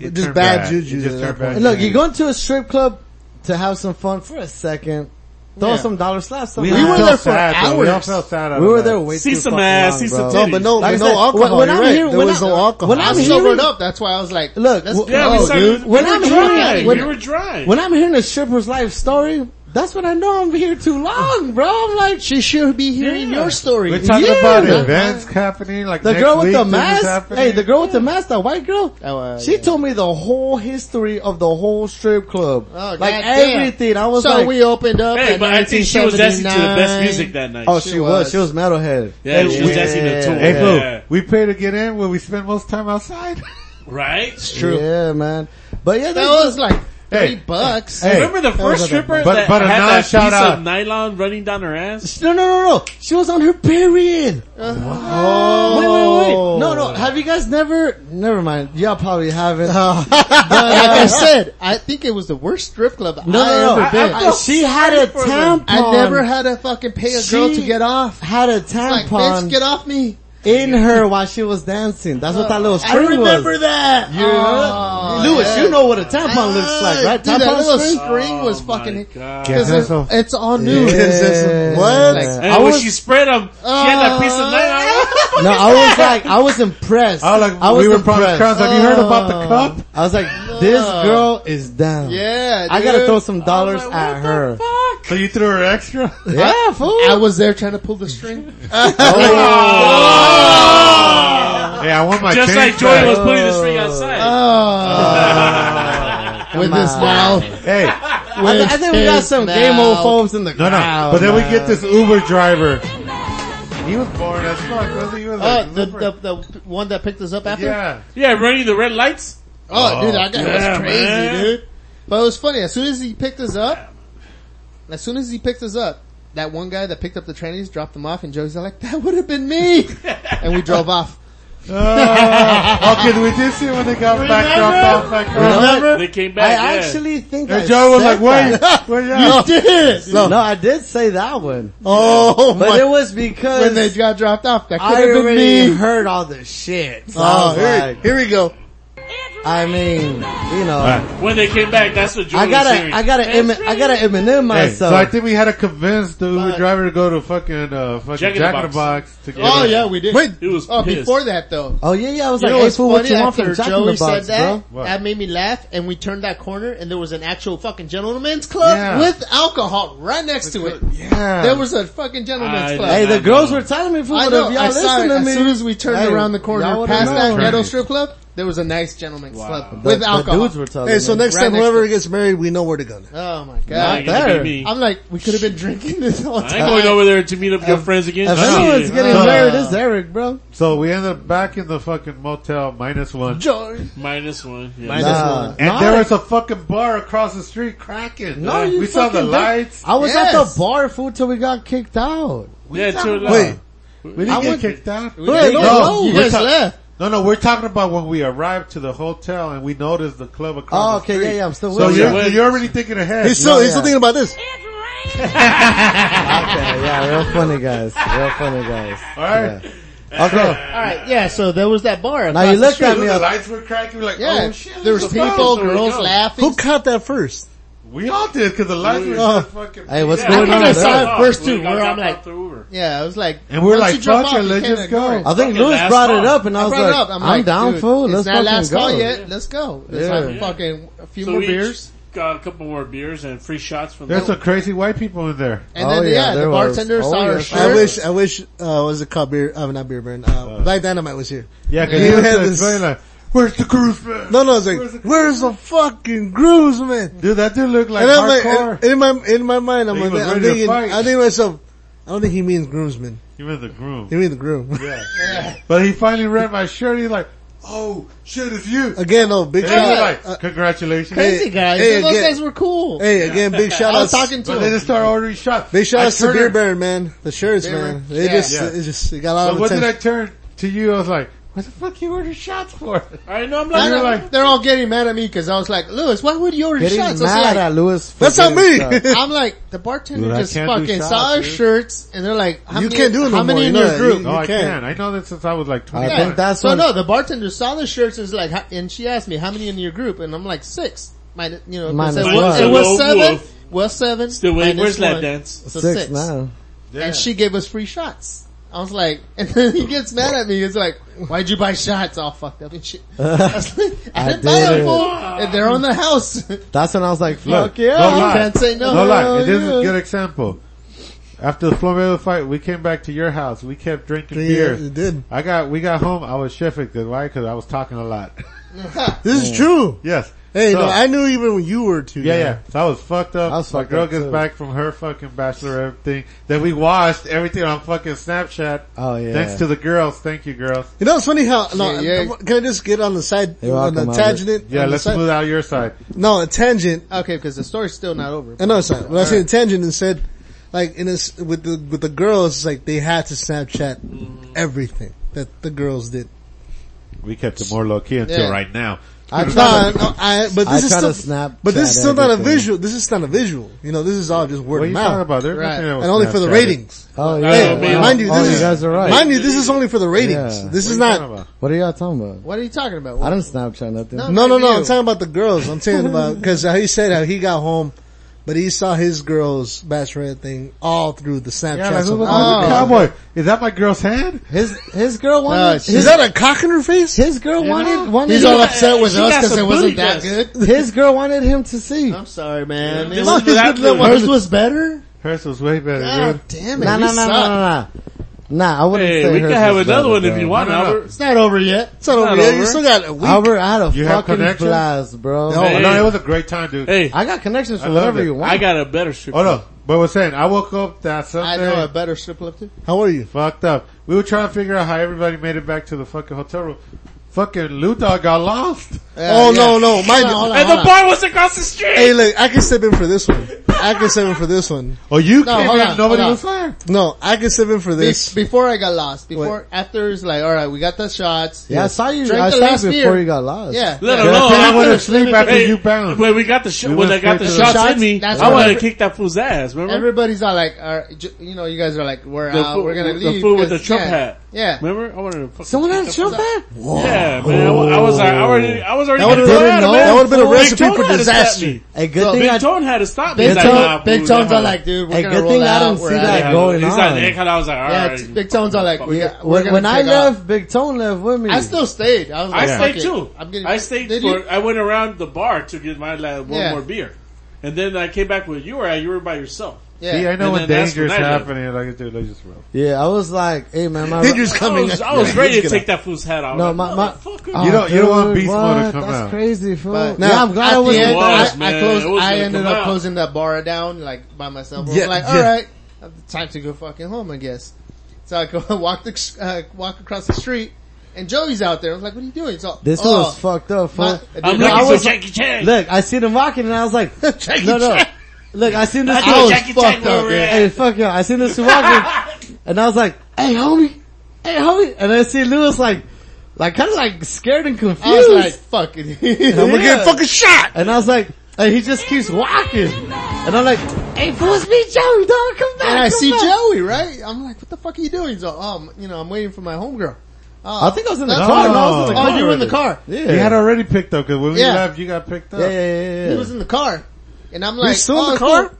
G: it
D: just
G: turned
D: bad
G: It
D: juju
G: just
D: at
G: turned
D: that
G: bad
D: point.
A: Look,
G: juju.
A: you go to a strip club to have some fun for a second. Throw
E: Yeah.
A: some dollar slaps.
G: we,
A: somewhere.
G: all
A: were
G: felt
A: there for
G: sad, though. We all
A: hours.
G: felt sad. out
A: We
G: of
A: were
G: that.
A: there way
F: See
A: too
F: some
A: fucking
F: ass,
A: long,
F: see
A: bro.
F: some
D: no, but no,
A: Like I
D: but no
A: said, when-
D: alcohol.
A: when
D: you're
A: I'm
D: right.
A: here-
D: there
A: when
D: was
A: I-
D: no alcohol.
A: when
E: I
A: I'm
D: I-
A: here-
E: sobered up. That's why I was like,
A: Look,
E: let's
A: w- oh,
F: Yeah,
E: go,
F: we started.
E: dude.
A: When
F: we
A: I'm
F: were dry.
A: hearing- when-
F: we were dry.
A: When I'm hearing a stripper's life story, that's when I know I'm here too long, bro. I'm like,
E: She should be hearing your story.
G: We're talking
A: Yeah,
G: about
A: man.
G: events happening, like
A: the
G: next
A: girl with
G: week
A: the
G: this is
A: mask.
G: happening.
A: Hey, the girl with the mask, that white girl.
E: Oh, uh,
A: she
E: yeah.
A: told me the whole history of the whole strip club,
E: Oh,
A: like
E: goddamn.
A: everything. I was
E: so
A: like,
E: we opened up.
F: hey,
E: at
F: but I think she was dancing to the best
E: 1979.
F: music that night.
A: oh, she,
E: She
A: was.
E: was.
A: she was metalhead.
F: yeah, she was
A: Yeah.
F: dancing to Tool.
G: Hey, fool,
F: yeah.
G: we pay to get in when we spend most time outside.
F: Right?
E: True.
A: Yeah, man. But yeah,
E: That was like
G: Hey.
E: three bucks.
G: Hey,
F: Remember the first stripper
G: But-
F: that
G: but a
F: had that piece
G: non-shout out.
F: of nylon running down her ass?
A: No, no, no, no. She was on her period.
E: Uh-huh. Oh.
A: Wait, wait, wait. No, no. Have you guys never? Never mind. Y'all probably haven't.
E: like I said, I think it was the worst strip club
A: no,
E: I
A: no, no.
E: ever been.
A: I- I- she had a tampon.
E: I never had to fucking pay a girl
A: She-
E: to get off.
A: had a
E: Like,
A: tampon
E: bitch, get off me.
A: in her while she was dancing. That's what that little string was.
E: that. Oh,
A: You heard? Lewis, you know what a tampon looks like, right?
E: Dude, that
A: tampon
E: little
A: string?
E: string was
F: Oh my
E: fucking,
F: God.
E: because
G: that's all.
E: it's all new.
A: Yeah.
E: What?
A: Like,
F: And
A: I
F: when
A: was-
F: she spread them, she had that piece of nylon.
A: No, I was like, I was impressed.
G: I was like,
A: I was
G: we were probably
A: impressed. Oh.
G: crowds. Have you heard about the cup?
A: I was like, this girl is down.
E: yeah,
A: I gotta
E: dude.
A: throw some dollars at her.
G: So you threw her extra?
A: Yeah, fool.
E: I was there trying to pull the string.
G: Oh. hey, I want my
F: Just like
G: change back.
F: Joy was putting the string outside.
E: Uh, oh. with his mouth.
G: Hey,
A: I, I think we got some
E: Now-
A: game phobes in the
G: no, no.
A: crowd.
G: but then we get this Uber driver. He was born as fuck. wasn't he? He was
E: Oh,
G: like
E: the,
G: super-
E: the, the one that picked us up after?
G: yeah.
F: Yeah, running the red lights.
E: Oh, dude, that guy
F: yeah,
E: was crazy,
F: man.
E: dude. But it was funny. As soon as he picked us up, as soon as he picked us up, that one guy that picked up the trannies dropped them off, and Joey's like, "That would have been me," and we drove off.
G: Oh, okay, we did see when they got back dropped off back
F: They came
A: I
F: back. yeah.
A: actually think I
G: And Joe was
A: said
G: like, where
A: that.
G: you, where you at?"
A: No, I did say that one.
D: Oh
A: But
D: my!
A: it was because
E: When they got dropped off, that
A: I
E: could have been
A: already
E: me.
A: heard all the shit. So I
D: Oh,
A: was
D: here,
A: like,
D: here we go.
A: I mean, you know,
F: when they came back, that's what Joy
A: I
F: was
A: gotta,
F: hearing.
A: I gotta, Emi- I gotta Eminem
G: Hey, so
A: myself.
G: I think we had to convince the Uber driver to go to fucking uh fucking Jack, in the Box to get
E: Oh
G: it.
E: yeah, we did.
D: Wait,
F: It was
E: oh,
F: pissed.
E: before that though,
A: oh yeah, yeah. I was
E: you
A: like,
E: know
A: hey,
E: what's
A: fool, what
E: funny?
A: you want
E: After
A: from Jack in the
E: Joey
A: Box,
E: said
A: bro?
E: that,
G: What?
E: that made me laugh, and we turned that corner, and there was an actual fucking gentleman's club
G: Yeah.
E: with alcohol right next to it.
G: Yeah.
E: There was a fucking gentleman's
F: I
E: club.
A: Hey,
F: I
A: the
F: know.
A: girls were telling me, fool,
E: I
A: but
E: know.
A: if y'all
E: I saw
A: listen
E: it.
A: to
E: As soon
A: me,
E: as we turned
A: Hey,
E: around the
A: y'all
E: corner,
A: would've
E: past that
G: known.
E: ghetto
G: Right.
E: strip club, there was a nice gentleman's club
A: the-
E: with
A: the
E: alcohol.
A: dudes were telling
D: Hey, so
A: me.
D: next
E: Right
D: time
E: next
D: whoever
E: to-
D: gets married, we know where to go. now.
E: oh my
F: Nah,
E: god!
F: you gotta
A: there.
F: be me.
E: I'm like, we could have been drinking this whole
F: I
E: time.
F: ain't going over there to meet up your friends again.
A: If
F: Shit.
A: anyone's getting
G: Uh,
A: married, it's Eric, bro.
G: So we ended up back in the fucking motel minus one.
E: Joy.
F: Minus one. Yeah.
A: Nah,
G: And
A: nah,
G: there was a fucking bar across the street cracking.
A: No, you
G: we saw the
A: fucking don't-
G: lights.
A: I was at
E: Yes.
A: the bar, fool, till we got kicked out.
F: yeah, too loud.
G: Wait, we didn't get kicked out.
A: Wait,
E: no,
G: no,
E: you
G: we're
E: guys
G: ta-
E: left.
G: No, no, we're talking about when we arrived to the hotel and we noticed the club across
A: Oh,
G: the
A: okay,
G: street.
A: yeah, yeah, I'm still
G: So
A: with you.
G: you're, you're already thinking ahead.
D: He's still,
A: No,
D: he's still
A: yeah.
D: thinking about this.
A: Okay, yeah, real funny guys, real funny guys.
G: All right.
A: Yeah. Okay,
E: All right, yeah. So there was that bar.
A: now you
E: across the
A: looked
E: street.
A: at
G: Dude,
A: me.
G: the
A: I-
G: lights were cracking. We're like,
E: Yeah,
G: oh shit.
E: there was
G: what the fuck?
E: people,
G: So we
E: girls
G: go.
E: laughing.
D: Who caught that first?
G: We all did because the lights were
D: Oh.
G: just fucking.
A: Hey, what's
F: Yeah,
E: I
A: going
E: kinda
A: on? there?
F: got
E: saw
F: dropped
E: it first, too,
F: We got
E: where I'm
F: dropped
E: like-
F: off the Uber.
E: Yeah, I was like,
G: And we're
E: once
G: like,
E: you drop
G: fuck
E: off,
G: it,
E: you
G: let's
E: can't
G: just go.
A: I think
F: Fucking
A: Lewis
F: last
A: brought it
F: call.
A: up, and I was
E: brought it
A: like,
E: up. I'm,
A: I'm,
E: like,
A: down,
E: dude,
A: fool.
E: It's
A: Let's
E: not
A: fucking
E: last
A: go.
E: call yet. Let's go. Let's
A: Yeah.
E: have
A: Yeah.
E: fucking a few
F: So
E: more
F: we
E: beers.
F: got a couple more beers and free shots from
G: There's
F: the-
G: some crazy white people in there.
E: And
A: Oh,
E: then,
A: yeah,
E: yeah,
A: there
E: the
A: was.
E: bartender
A: Oh,
E: saw
A: yeah, sure.
E: our shirt.
D: I wish, I wish, uh, what was it called? Beer, uh, not beer burn, uh, Black Dynamite was here.
G: Yeah, because
D: You
G: he was
D: had
G: uh,
D: this-
G: explaining, like, where's the cruise man?
D: No, no, it's like, where's the fucking grooves, man?
G: Dude, that dude looked like
D: and I'm
G: hardcore.
D: like, uh, in, in my in my mind, I'm,
G: He
D: like,
G: was
D: I'm
G: ready to
D: thinking,
G: fight.
D: I think to myself, I don't think he means groomsman.
G: You were the groom.
D: He means the groom.
G: But he finally read my shirt. He's like, "Oh shit, it's you!"
D: again, though, big
G: And
D: shout
G: he's
D: out.
G: like, "Congratulations!"
E: Crazy guys.
D: Uh, hey,
E: Those
D: again-
E: guys were cool.
D: Hey, again, big shout
E: I
D: out.
E: was talking to
G: But they
E: him.
G: just start ordering shots.
D: Big shout
G: I
D: out to
G: turned-
D: Beer Baron, man. The shirts, man. They
E: Yeah.
D: just,
G: Yeah.
D: it just, it got a lot
G: So
D: of
G: what did
D: attention.
G: I turn to you? I was like, "What the fuck you order shots for?"
F: I know. I'm
E: I
F: like,
E: know,
G: You're like-
E: they're all getting mad at me because I was like, Lewis, why would you order
A: Getting
E: shots? I was
A: mad
E: like,
A: at Lewis. for
D: That's not
A: getting
D: me!
A: stuff.
E: I'm like, the bartender
G: Dude, I
E: just
G: can't do
E: fucking
G: shots,
E: saw our
G: dude.
E: shirts and they're like, how
D: You
E: many,
D: can't do it no
E: how many
D: more,
E: in
D: you know
E: your
D: that.
E: group?
G: No, I
D: can't.
G: can. I know that since I was like
A: I
G: 20.
A: think that's
E: so
A: when-
E: no, the bartender saw the shirts and was like, how- and she asked me, how many in your group? And I'm like, six. Minus, you know, 'cause
A: Minus
E: it
A: one.
E: was, it
F: Hello,
E: was seven.
F: Wolf.
E: Was seven.
F: still waiting.
E: minus
F: Where's lap
E: one.
F: dance?
E: So
A: six now.
E: And she gave us free shots. I was like, and then he gets mad at me. He's like, why'd you buy shots? All fucked up and shit. I, was like, I
A: I Uh,
E: didn't buy them,
A: did.
E: fool. And they're on the house.
A: That's when I was like,
G: Look,
A: fuck
G: no
A: yeah.
G: lie.
E: can't say no.
G: No lie.
E: Hell
G: And this is
E: yeah.
G: a good example. After the Flamengo fight, we came back to your house. We kept drinking
D: Yeah,
G: beer.
D: it did.
G: I got, we got home. I was shifted. Cause why? Cause I was talking a lot.
D: This is true.
G: yes.
D: Hey,
G: So-
D: no, I knew even when you were too.
G: Yeah,
D: young.
G: yeah. So I was fucked up.
A: I was fucked
G: My girl
A: up,
G: gets
A: too.
G: back from her fucking bachelor everything. Then we washed everything on fucking Snapchat.
A: Oh, yeah.
G: Thanks to the girls. Thank you, girls.
D: You know, it's funny how, no,
E: Yeah, yeah.
D: can I just get on the side,
A: You're
D: on the
A: welcome,
D: tangent?
G: uh, Yeah,
D: on the
G: let's
D: side-
G: smooth out your side.
D: No, a tangent. Uh,
E: Okay, because the story's still not over.
D: I know it's not. But I said tangent and said, like, in this, with the, with the girls, it's like they had to Snapchat everything that the girls did.
G: We kept it more low key until
E: Yeah.
G: right now.
A: I
D: No,
A: tried to,
D: no, I, but
A: I
D: this is
A: try
D: still,
A: to snap
D: but
A: chat
D: this is still not a
A: everything.
D: visual, this is not a visual. You know, this is all just word
G: What are
D: of
G: you talking
D: mouth.
G: about? There's
E: Right.
G: nothing that
D: And
G: was
D: only for the
G: Snapchatted.
D: ratings.
A: oh yeah.
F: Hey,
A: Wow.
F: man.
D: Mind you,
A: oh,
D: this
A: you
D: is,
A: guys are right.
D: mind you, this is only for the ratings.
A: Yeah.
D: This
G: What are
D: is
G: you
D: not,
G: talking about?
A: what are y'all talking about?
E: What are you talking about?
A: I don't Snapchat nothing.
E: No.
D: No, no, no.
E: you.
D: I'm talking about the girls. I'm talking about because he said how he got home, but he saw his girls' bachelorette thing all through the Snapchat.
G: Yeah, like, who- who's
D: Oh,
G: a cowboy? Is that my girl's hand?
A: His his girl wanted
E: Uh,
A: his,
D: is that a cock in her face?
A: his girl wanted wanted
E: He's all upset with
F: She
E: us
F: got
E: because
F: some
E: it
F: booty
E: wasn't that
F: guts.
E: good.
A: his girl wanted him to see.
E: I'm sorry, man.
F: This
E: It
F: is
E: was-
F: without
E: hers
F: Lewis.
E: was better.
G: Hers was way better,
E: God
G: dude.
E: damn it.
A: Nah,
E: we
A: nah, nah, nah,
E: suck.
A: nah, nah. Nah, I wouldn't
F: Hey,
A: say
F: we
A: hers
F: can have
A: was
F: another
A: better,
F: one if
A: bro.
F: you want,
G: No, no, no.
F: Albert.
E: It's not over yet.
D: It's not over
F: not
D: yet. You
F: over.
D: still got a week.
A: Albert, I had a
G: You have
A: fucking
G: connections?
A: blast, bro.
G: No,
F: Hey.
G: no, it was a great time, dude.
F: Hey,
A: I got connections
G: I
A: for
G: loved
A: whatever
G: it.
A: you want.
F: I got a better strip.
G: Hold up. But we're saying, I woke up that
E: I know a
G: Sunday,
E: better strip club too.
D: How are you?
G: fucked up. We were trying to figure out how everybody made it back to the fucking hotel room. Fucking Lou Dog got lost.
D: oh no, no, mind
E: Hold on, hold
D: you.
E: on,
F: And
E: hold
F: the
E: on.
F: bar was across the street.
D: Hey, look, I can step in for this one. I can step in for this one.
G: Oh, you
E: No,
G: came
E: hold
G: in,
E: on,
G: nobody
E: hold
G: was there.
D: No, I can step in for
E: Be-
D: this.
E: before I got lost, before
D: What?
E: after it's like, all right, we got the shots.
A: yeah, I saw you.
E: Drink
A: I
E: the
A: saw you
E: last
A: before
E: beer.
A: you got lost.
E: Yeah,
F: Let
E: yeah.
F: alone.
G: I went to sleep after
F: Hey,
G: you bounced.
F: When we got the sh-
G: We
F: when
G: went
F: I got
G: straight
F: the
G: to the
F: shots
E: shots,
F: in me,
E: that's
F: I
E: what
F: wanted to
E: happened.
F: kick that fool's ass. Remember?
E: Everybody's all like, all right, j- you know, you guys are like, we're
F: The
E: out,
F: fool-
E: we're gonna
F: the
E: leave.
F: fool with the
E: 'cause-
F: Trump
E: yeah,
F: hat.
E: Yeah.
F: Remember? I wanted to. Fucking
A: Someone
F: kick
A: had
F: that
A: a show
F: fool's ass.
A: back.
F: Yeah, man. I, wa- I was like, I already, I was already.
D: That would've been-
F: gonna throw out of
D: that
F: it.
D: would've been a
F: Big
D: recipe
F: Tone
D: for
F: had to stop
D: disaster.
F: me.
A: A good
E: So,
A: thing I
F: Big Tone had to stop me.
E: Big,
F: He's like,
E: Tone-
F: nah,
E: Big
F: fool,
E: Tones
F: nah.
E: are like, dude, we're
A: Hey,
E: gonna
A: good
E: roll
A: thing I
E: out.
A: didn't
E: we're
A: see
E: out.
A: that
F: Yeah,
A: going
F: he's
A: on.
F: like, "Hey, I was like, all
E: Yeah,
F: right."
E: Big Tone's all like, we got, we're
A: when,
E: gonna
A: when I
E: take off.
A: left, Big Tone left with me.
E: I still stayed. I was like,
F: I
E: fuck
F: stayed
E: it.
F: too.
E: I'm getting,
F: I stayed
E: Did
F: for.
E: you?
F: I went around the bar to get my la one
E: Yeah.
F: more beer, and then I came back where you were at. You were by yourself.
E: Yeah.
G: See, I know
F: And
G: when
F: then that's
G: danger's
F: when I did.
G: happening. Like, dude, let's just roll.
A: yeah, I was like, hey man, my
D: Danger's coming.
F: I was, I was ready to
D: Get
F: take that fool's hat off.
A: No,
F: No,
A: my- uh,
F: my,
A: my-
F: motherfucker.
G: You don't- you don't want
A: Oh, dude,
G: Beast Mode to
A: what?
G: come
A: That's
G: out.
A: crazy, fool.
E: But
A: yeah, I'm glad
E: at
A: I
E: the
A: wasn't.
F: It
E: end,
F: was,
E: I, I
F: man.
E: closed.
F: It was
E: I
F: gonna
E: ended
F: come
E: up
F: out.
E: closing that bar down like by myself.
D: Yeah,
E: I'm like,
D: yeah.
E: all right, time to go fucking home, I guess. So I go walk the uh, walk across the street, and Joey's out there. I was like, what are you doing? So
A: This
E: oh,
A: was fucked up, fool.
E: my- dude,
F: I'm
E: no,
F: looking
E: I
F: for
E: was,
F: Jackie Chan.
A: Look, I seen him walking and I was like, no, no. Look, I seen this
F: I
A: fool.
F: know Jackie Chan
E: fucked
F: where
E: up,
F: we're at.
A: Hey, fuck y'all. I seen this fool walking and I was like, hey homie, hey homie. And I see Lewis like, like kinda like scared and confused.
E: I was like, fuck it.
D: I'm gonna
A: Yeah.
D: get fucking shot.
A: And I was like, and he just keeps walking. And I'm like, hey, fool, it's me, Joey, dog, come back.
E: and I
A: come
E: see
A: back.
E: Joey, right? I'm like, what the fuck are you doing? So, um, you know, I'm waiting for my homegirl.
A: I think I was in the
E: That's
A: car.
E: fine.
A: No, I was in the
E: Oh,
A: car.
E: you were in the
A: already.
E: car.
A: Yeah.
G: You had already picked up because when we
E: Yeah.
G: left, you got picked up.
A: yeah, yeah, yeah, yeah.
E: He was in the car, and I'm like,
D: still in
E: oh,
D: the car?
E: cool.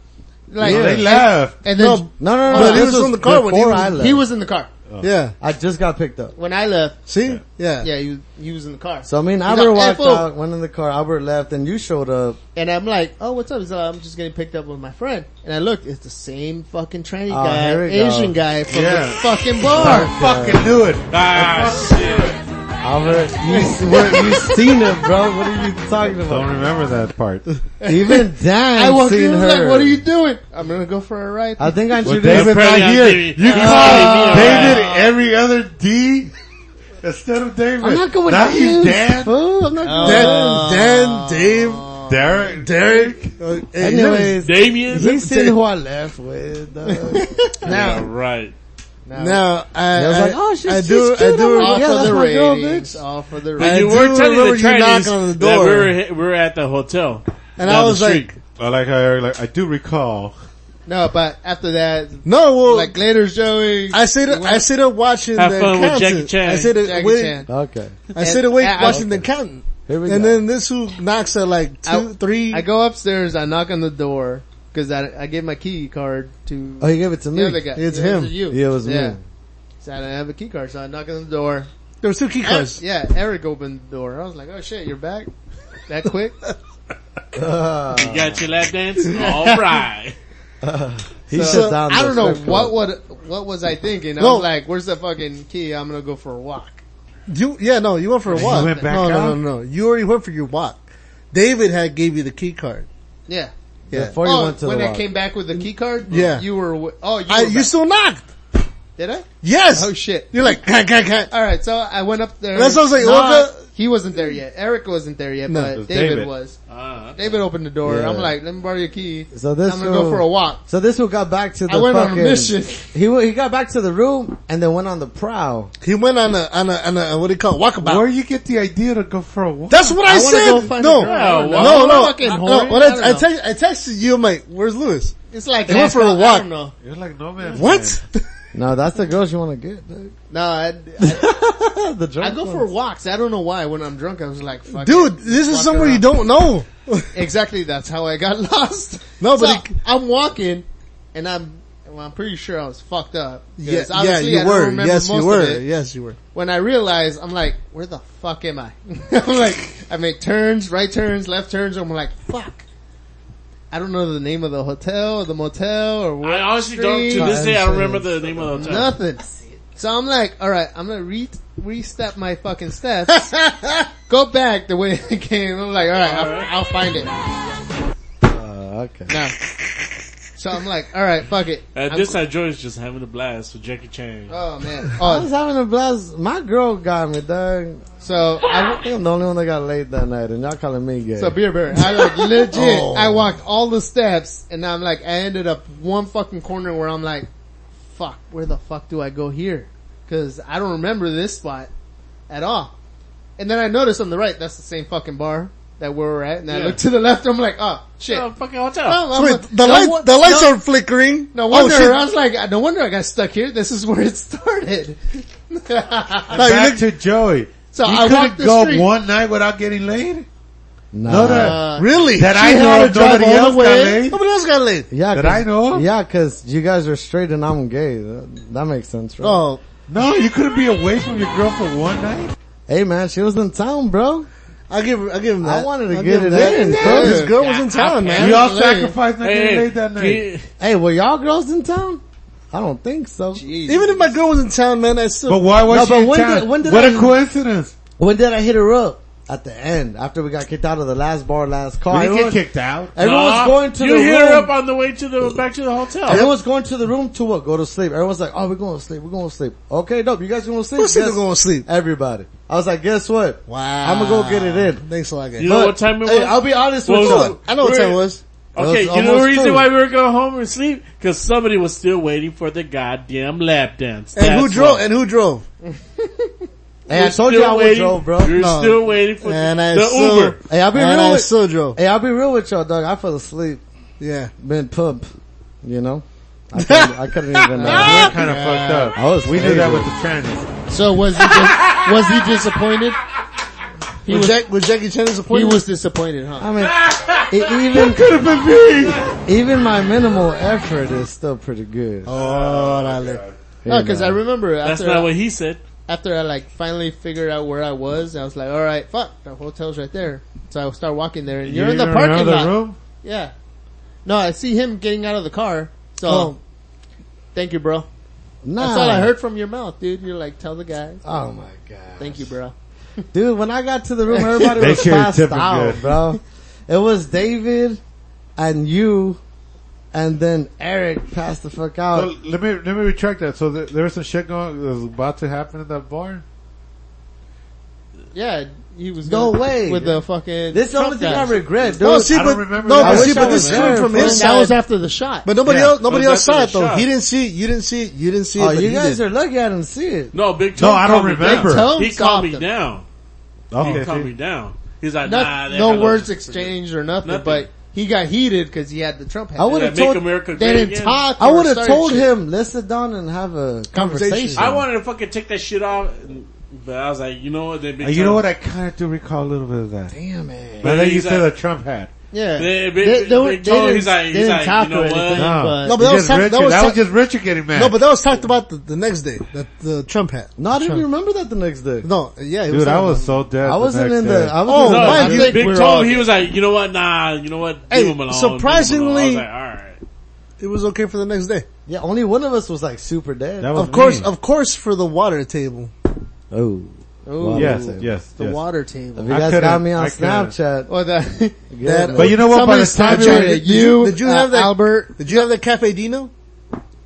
E: Like,
G: They
E: and-
G: left.
E: And then
A: No, no, no.
D: But
A: no,
D: he
A: this
D: was on the car when he
A: before
D: was-
A: I left.
E: he was in the car
D: Yeah.
A: I just got picked up.
E: when I left.
D: See? Yeah.
E: Yeah, he was, he was in the car.
A: So I mean,
E: He's
A: Albert
E: like,
A: walked
E: "Hey, fool."
A: out, went in the car. Albert left, and you showed up.
E: and I'm like, "Oh, what's up?" He's like, "I'm just getting picked up with my friend." And I looked, it's the same fucking tranny
A: Oh,
E: guy,
A: here we go.
E: Asian guy from
G: Yeah.
E: the fucking bar.
G: I fucking knew it.
F: Ah, shit.
A: Albert, you, what, you seen it, bro. What are you talking
G: Don't
A: about?
G: remember that part.
A: Even Dan
E: I walked
A: seen
E: in and was
A: her.
E: like, what are you doing? I'm gonna go for a ride.
A: I think I
G: Well,
A: introduced
G: David's
F: Apparently
G: not
F: I'm
G: here.
F: David.
G: You
F: He's
G: call
F: calling me around.
G: David every other D instead of David.
E: I'm not going
G: Not
E: to
G: you,
E: use
G: Dan.
E: food. I'm not
A: Oh.
G: Dan, Dan, Dave, Derek, Derek.
D: Uh, hey, you know,
A: Anyways,
F: Damien?
A: he seen who I left with. dog.
F: Yeah, right.
D: now I,
A: I was
D: I,
A: like, oh, she's-
D: I
A: she's
D: do,
A: cute.
D: I
A: I'm
D: do.
A: like,
E: All
A: Yeah,
E: for
A: that's
E: the
A: my girl,
E: ratings.
A: bitch.
E: All for the
D: I
E: ratings.
F: You
D: do
F: were telling
D: remember
F: the
D: you
F: Chinese
D: knocking on the
F: that
D: door.
F: we were, we were at the hotel.
D: and
F: down
D: I
F: the
D: was like,
F: street.
G: I like how Eric, like, I do recall.
E: No, but after that,
D: no, well,
E: like later showing.
D: I sit, up, I sit up watching
F: Have
D: the
F: fun with
D: accountant.
F: Jackie Chan.
D: I sit up,
E: Jackie
D: wait,
E: Chan.
A: Okay.
D: I sit awake
E: And I-
D: watching the accountant.
A: Here we
D: And
A: go.
D: then this who knocks at like two,
E: I-
D: three.
E: I go upstairs, I knock on the door, cause I, I gave my key card to
A: oh, he gave it to me.
E: the other guy.
A: It's
E: Yeah,
A: him.
E: It was you.
A: Yeah, it was
E: yeah.
A: me.
E: So I didn't have a key card, so I knock on the door.
D: there was two key cards.
E: Yeah, Eric opened the door. I was like, oh shit, you're back? That quick?
F: You got your lap dance? Alright.
A: He
E: So,
A: shut down.
E: I
A: the
E: don't know
A: strip
E: what
A: club.
E: what what was I thinking. I
D: No.
E: was like, "Where's the fucking key? I'm gonna go for a walk."
D: You, yeah, no, you went for a walk.
G: went back
D: no, no,
G: out?
D: no, no. You already went for your walk. David had gave you the key card.
E: Yeah.
D: Yeah.
A: Before you
E: oh,
A: went to
E: when
A: the
E: I
A: walk.
E: came back with the key card,
D: Yeah.
E: you were. wi- Oh, you,
D: I,
E: were
D: you
E: back.
D: still knocked.
E: did I?
D: Yes.
E: Oh shit!
D: You're like, can, can, can.
E: All right, so I went up there.
D: That's what I was like,
E: Not-
D: what
E: he wasn't there yet. Eric wasn't there yet,
D: No,
E: but
G: it was
E: David,
G: David.
E: was.
F: Uh,
E: David opened the door.
A: Yeah.
E: I'm like, "Let me borrow your key."
A: So this
E: I'm gonna go
A: will-
E: for a walk.
A: So this who got back to the
E: I went on a
A: fucking,
E: mission.
A: He w- he got back to the room and then went on the prowl.
D: He went on a, on a, on a, what do you call it? Walkabout.
G: Where you get the idea to go for a walk?
D: That's what I,
E: I wanna
D: said.
E: go find
D: no.
E: a girl. I don't know.
D: no,
E: I'm
D: no,
E: fucking
D: I- no.
E: horny.
D: When
E: I don't
D: I, I,
E: know.
D: text, I texted you, I'm like, where's Lewis?
E: It's like
D: He went
E: last
D: for a
E: time- I
D: walk.
E: don't know.
G: You're like no man.
D: What?
A: No, that's the girls you want to get. dude.
E: No, I, I,
A: The
E: I
A: drunk
E: go for
A: ones.
E: walks. I don't know why. When I'm drunk, I was like, "Fuck, it."
D: Dude, Oh, this is
E: Walk
D: somewhere you
E: around.
D: don't know.
E: Exactly. That's how I got lost.
D: No,
E: So,
D: but it-
E: I'm walking, and I'm well, I'm pretty sure I was fucked up. 'Cause
D: Yeah, yeah,
E: obviously
D: you
E: I don't
D: were.
E: remember
D: Yes,
E: most
D: you
E: of
D: were.
E: it.
D: Yes, you were.
E: When I realized, I'm like, where the fuck am I? I'm like, I make turns, right turns, left turns. And I'm like, fuck. I don't know the name of the hotel or the motel or what
F: I honestly don't, to
E: street,
F: this day, I don't remember the name of the hotel.
E: nothing. So I'm like, all right, I'm gonna re re-step my fucking steps, go back the way I came. I'm like, all right, I'll, I'll find it.
A: Uh, okay.
E: No. So I'm like, all right, fuck it.
F: At
E: I'm-
F: this, I enjoy just having a blast with Jackie Chan.
E: oh man.
A: I was
E: Oh,
A: having a blast. My girl got me, dog.
E: so
A: I
E: I
A: think I'm the only one that got laid that night, and y'all calling me gay.
E: so beer bear. I like legit.
D: Oh.
E: I walked all the steps, and I'm like, I ended up one fucking corner where I'm like, fuck, where the fuck do I go here? Because I don't remember this spot at all. And then I noticed on the right, that's the same fucking bar that we were at. And I
F: Yeah.
E: look to the left, I'm like, oh shit.
F: Oh, fucking hotel.
E: Oh, I'm
D: Wait,
E: like,
D: the
E: no
D: lights,
E: wo-
D: the lights
E: no-
D: are flickering.
E: No
D: oh,
E: wonder
D: shit.
E: I was like, no wonder I got stuck here. This is where it started.
D: No, you
G: Back
D: look-
G: to Joey.
E: so
G: you
E: I
G: couldn't
E: walked the
G: go
E: street. Uh,
G: one night without getting laid.
A: nah.
G: No, that
D: really?
G: that I
D: She had
G: know
D: to
G: of
D: drive
G: nobody
D: all the
G: else got
D: way.
G: laid.
D: Nobody else got laid.
A: yeah,
G: That
A: 'cause-
G: I know of?
A: Yeah, because you guys are straight and I'm gay. That, that makes sense, right?
D: Oh,
G: No, you couldn't be away from your girl for one night.
A: Hey, man, she was in town, bro.
D: I'll give, I'll give him
A: I
D: that.
A: wanted to
D: I'll
A: get
D: give him
A: it
D: that.
A: in,
D: Yeah,
A: bro.
D: This girl was in town, man.
G: We all
E: laid.
G: sacrificed not getting
F: Hey,
G: laid that night.
F: hey,
A: Hey, were y'all girls in town? I don't think so.
D: Even if my girl was in town, man, I still.
G: But why was
A: No,
G: she
A: but
G: in
A: when
G: town?
A: did- when did
G: what
A: I-
G: a coincidence!
A: When did I hit her up? At the end, after we got kicked out of the last bar, last car.
G: Did you
A: Everyone-
G: get kicked out?
A: Everyone's
F: nah,
A: going to
F: You
A: the
F: hit
A: room.
F: her up on the way to the, back to the hotel.
A: Everyone's going to the room to what? Go to sleep. Everyone's like, oh, we're going to sleep. We're going to sleep. Okay, dope. You guys going to sleep?
D: Who's still
A: Guess-
D: going to sleep?
A: Everybody. I was like, guess what?
D: Wow.
A: I'm gonna go get it in.
D: Thanks a lot, guys.
F: You know what time it was?
A: Hey, I'll be honest with
F: Well,
A: you.
D: I know what
F: We're-
D: time it was.
F: Okay,
A: It was
F: you know the
A: almost
F: reason
A: two.
F: why we were going home and sleep? Cause somebody was still waiting for the goddamn lap dance.
D: And who
F: That's
D: drove?
F: why.
D: And who drove?
A: Hey, I
F: You're
A: told you
F: still
A: I would
F: waiting-
A: drove, bro.
F: You're
D: No.
F: still waiting for
D: And I
F: the
D: still-
F: Uber.
A: Hey, I'll be
D: And
A: real.
D: I
A: With,
D: still drove.
A: hey, I'll be real with y'all, dog. I fell asleep,
D: Yeah.
A: been pump, you know. I couldn't, I couldn't even. Uh,
G: We're kind of fucked up.
A: I was
G: We knew that
A: crazy.
G: with the trannies.
E: So was he dis- was he disappointed? He
D: Was,
E: was,
D: Jack, was Jackie Chan
E: he
D: disappointed?
E: was disappointed, huh?
A: I mean, e- even
G: Could have been me.
A: even my minimal effort is still pretty good.
D: Oh, dale.
A: you
E: No, because
A: know.
E: I remember
F: That's
E: after
F: not what he said.
E: after I like finally figured out where I was, I was like, all right, fuck, the hotel's right there. So I start walking there, and you're in the
G: didn't remember
E: parking
G: the
E: lot.
G: room?
E: Yeah. No, I see him getting out of the car. So
D: Oh. Ah.
E: thank you, bro.
A: nah.
E: That's all I heard from your mouth, dude. You're like, tell the guy,
A: Oh my god.
E: thank you, bro.
A: Dude, when I got to the room, everybody
G: They
A: was
G: carry
A: passed
G: different
A: out,
G: good.
A: bro. It was David and you, and then Eric passed the fuck out.
G: So let me let me retract that. So there, there was some shit going that was about to happen in that bar.
E: Yeah, he was
A: No
E: gonna-
A: way.
E: with the fucking.
A: this is the only
E: Trump
A: thing I
E: guys.
A: regret, dude. Oh,
D: No, see,
G: I don't
D: but
G: remember
D: no,
G: that.
A: I
D: but see,
A: wish I
D: but
A: was
D: this came
A: there,
D: from
A: fool.
D: his
E: That was
D: side.
E: after the shot.
D: But nobody
G: Yeah.
D: else, nobody
F: It was
D: else saw it
F: after the
D: though.
F: shot.
D: He didn't see it. You didn't see it. You didn't see it.
A: oh,
D: but
A: you
D: he
A: guys
D: did.
A: are lucky I didn't see it.
F: No, Big Tom.
G: I don't
F: calmed me
G: remember.
F: down.
E: Tom
F: He
E: stopped
F: calmed me
E: him.
F: down. He calmed me
G: Okay,
F: down. He's like,
E: Not-
F: nah, that
E: no
F: fellow-
E: words exchanged or nothing,
F: Nothing.
E: But he got heated because he had the Trump hat.
A: I would
F: Yeah,
A: have
F: make
A: told,
F: America
E: They
F: great
E: didn't
F: again.
E: talk.
A: I
E: or
A: would have
E: started
A: told
E: shit.
A: him, let's sit down and have a conversation.
F: I wanted to fucking take that shit off, but I was like, you know what? Then Big
G: Uh, you
F: Tom-
G: know what? I kind of do recall a little bit of that.
A: Damn it.
G: But then you
F: He's
G: said
F: like-
G: a Trump hat.
F: They-
E: Yeah,
F: they-
E: They- they
F: they
E: don't-
F: told
E: they
F: him,
E: didn't-
F: he's like-
E: they
F: he's
E: didn't
F: like,
E: talk
F: you know
E: or anything,
F: what?
E: but-
D: No, but that was
G: You just
D: talk-
G: Richard-
D: that was
G: that
D: talk-
G: was just Richard getting mad.
D: No, but that was talked about the, the next day. The, the Trump hat.
A: No, I didn't even remember that the next day.
D: No, yeah, it was
G: Dude, I
D: talking
G: was
D: about-
G: so dead.
A: I
G: the
A: wasn't
G: next
A: in
G: day.
A: the, I was
D: Oh,
A: in the,
F: No,
D: Mine
F: I think
D: think
F: Big
D: we're all
F: Tom, he was like, you know what? Nah, you know what?
D: Hey,
F: leave him alone.
D: surprisingly-
F: leave him alone. I was like, all right.
D: It was okay for the next day.
A: yeah, only one of us was like super dead.
G: That was
D: Of course, uh,
G: me.
D: of course, for the water table.
A: oh.
E: Ooh,
G: yes, yes,
E: the
G: yes.
E: water
A: If
E: table.
G: I
A: you guys
G: could've-
A: got me on
G: I could've.
A: Snapchat,
E: Or the
A: that,
G: But you know what? By the
E: Somebody Snapchat
G: time you were,
E: it. you,
D: did you
E: uh,
D: have that
E: Albert.
D: Did you have that Cafe Dino?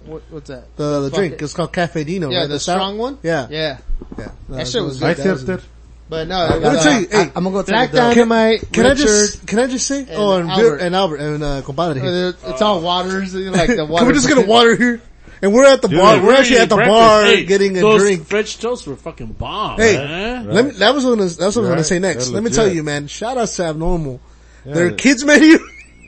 E: what, what's that?
D: The the
E: Fuck
D: drink.
E: it.
D: It's called Cafe Dino.
E: Yeah,
D: right?
E: the
D: stout?
E: strong one.
D: Yeah,
E: Yeah,
D: yeah.
E: that shit was
G: I
E: good.
G: tipped it.
E: But no, I
D: Let me
E: got,
D: tell
E: uh,
D: you, hey,
A: I'm gonna go take
E: Black
A: it down.
E: Dynamite.
D: Can I
E: Richard,
D: just can I just say? oh, and
E: Albert.
D: Albert and Albert and uh, compadre.
E: Uh,
D: Here.
E: It's all waters, like the water.
D: Can we just get a water here? And we're at the bar.
F: Dude,
D: We're, actually
F: eating
D: at the
F: breakfast.
D: bar
F: Hey,
D: getting a
F: those
D: drink.
F: French toasts were fucking bomb.
D: Hey,
F: man.
D: Let me, that was what I was, that's what I was gonna
G: Right.
D: say next.
G: They're
D: Let me tell
G: legit.
D: you, man. Shout out to Abnormal.
G: Yeah,
D: Their kids menu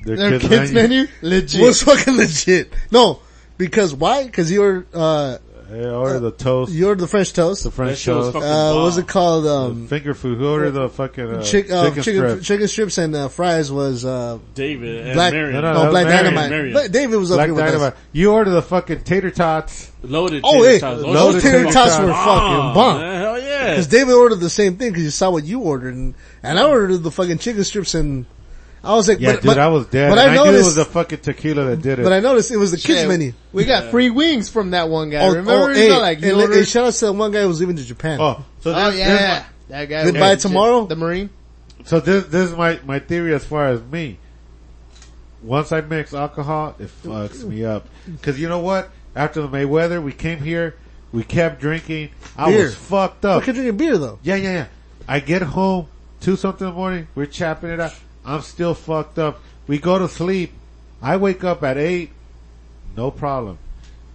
G: their
E: Their kids menu, legit.
D: was fucking legit. No, because why? Because you're uh
G: Hey, order the toast,
D: you're the French toast.
G: the
F: That
G: French
F: shit was
G: toast,
F: fucking
D: Uh,
F: bomb.
D: what's it called? Um,
G: finger food. Who ordered the fucking uh,
D: chick, uh,
G: chicken,
D: chicken chicken,
G: strips?
D: strips and uh, fries was uh
F: David and
D: Black-
F: Marion.
G: No, no,
D: no,
G: that was
D: oh, Black
G: Marion,
D: Dynamite.
F: Marion.
D: But David was up
G: Black
D: here with
G: Dynamite.
D: us.
G: You ordered the fucking tater tots.
F: Loaded
D: Oh,
F: tater
D: hey,
F: tots.
D: those
F: shit was
D: tater
F: fucking
D: tots were fucking bomb.
F: man. Hell yeah.
D: Because David ordered the same thing because you saw what you ordered, and, and I ordered the fucking chicken strips, and I was like,
G: Yeah,
D: but,
G: dude,
D: but-
G: I was dead.
D: But I
G: and I knew it was
D: noticed,
G: the fucking tequila that did it.
D: but I noticed it was the kids
E: Shit,
D: menu.
E: We got free wings from that one guy.
D: Oh,
E: Remember?
D: oh,
E: He's
D: hey,
E: all like, he
D: and,
E: ordered-
D: and shout out to that one guy who was leaving to Japan.
G: oh, so
E: oh
G: this, this
E: yeah, that guy.
D: Goodbye
E: was-
D: tomorrow?
E: The Marine.
G: So this this is my my theory as far as me. Once I mix alcohol, it fucks me up. Cause you know what? After the Mayweather, we came here, we kept drinking. I
D: Beer.
G: was fucked
D: I
G: up.
D: could drink a beer though.
G: Yeah, yeah, yeah. I get home two something in the morning. We're chapping it out. I'm still fucked up. We go to sleep. I wake up at eight. No problem.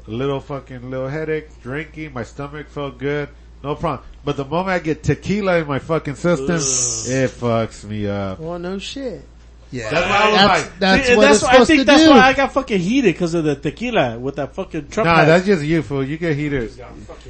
G: A little fucking little headache. Drinking. My stomach felt good. No problem. But the moment I get tequila in my fucking system, it fucks me up.
D: Oh,
E: Well, no shit.
G: That's why I was
E: That's-
G: like,
E: that's
F: See, and
E: what it's
F: why- I
E: supposed
F: think
E: to
F: that's
E: do.
F: why I got fucking heated because of the tequila with that fucking Trump
G: nah,
F: hat.
G: that's just you, fool. You get heated.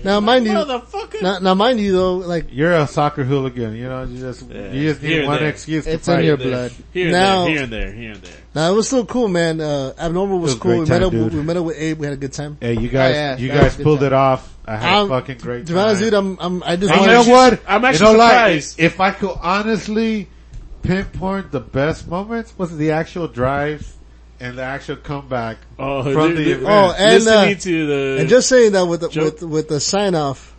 D: Now mind you,
F: Motherfucker.
D: now, now mind you though, like
G: You're a soccer hooligan. You know, you just you just need
F: Here,
G: one
F: there.
G: excuse
E: It's
G: to
E: in
G: fight.
E: your
F: There.
E: blood.
F: Here and
D: Now-
F: there, here and there, here and there.
D: now it was still cool, man. Uh, Abnormal was,
G: It was a
D: cool.
G: great
D: We
G: time,
D: met up,
G: dude.
D: we met up with Abe. We had a good time.
G: Hey, you guys,
E: Oh, yeah,
G: you
E: that was
G: guys
E: a good
G: pulled
E: time.
G: it off. I had
D: I'm-
G: a fucking great
D: To be honest,
G: time.
D: dude, I'm, I'm I just
G: And you
D: wanted
G: know what?
F: I'm actually
G: You know, like,
F: surprised.
G: if I could honestly pinpoint the best moments, was the actual drives and the actual comeback.
F: Oh,
G: From
F: dude,
G: the-
F: dude,
D: Oh, and, uh,
F: listening to the
D: and just saying that with the,
F: Joe-
D: with with the sign off,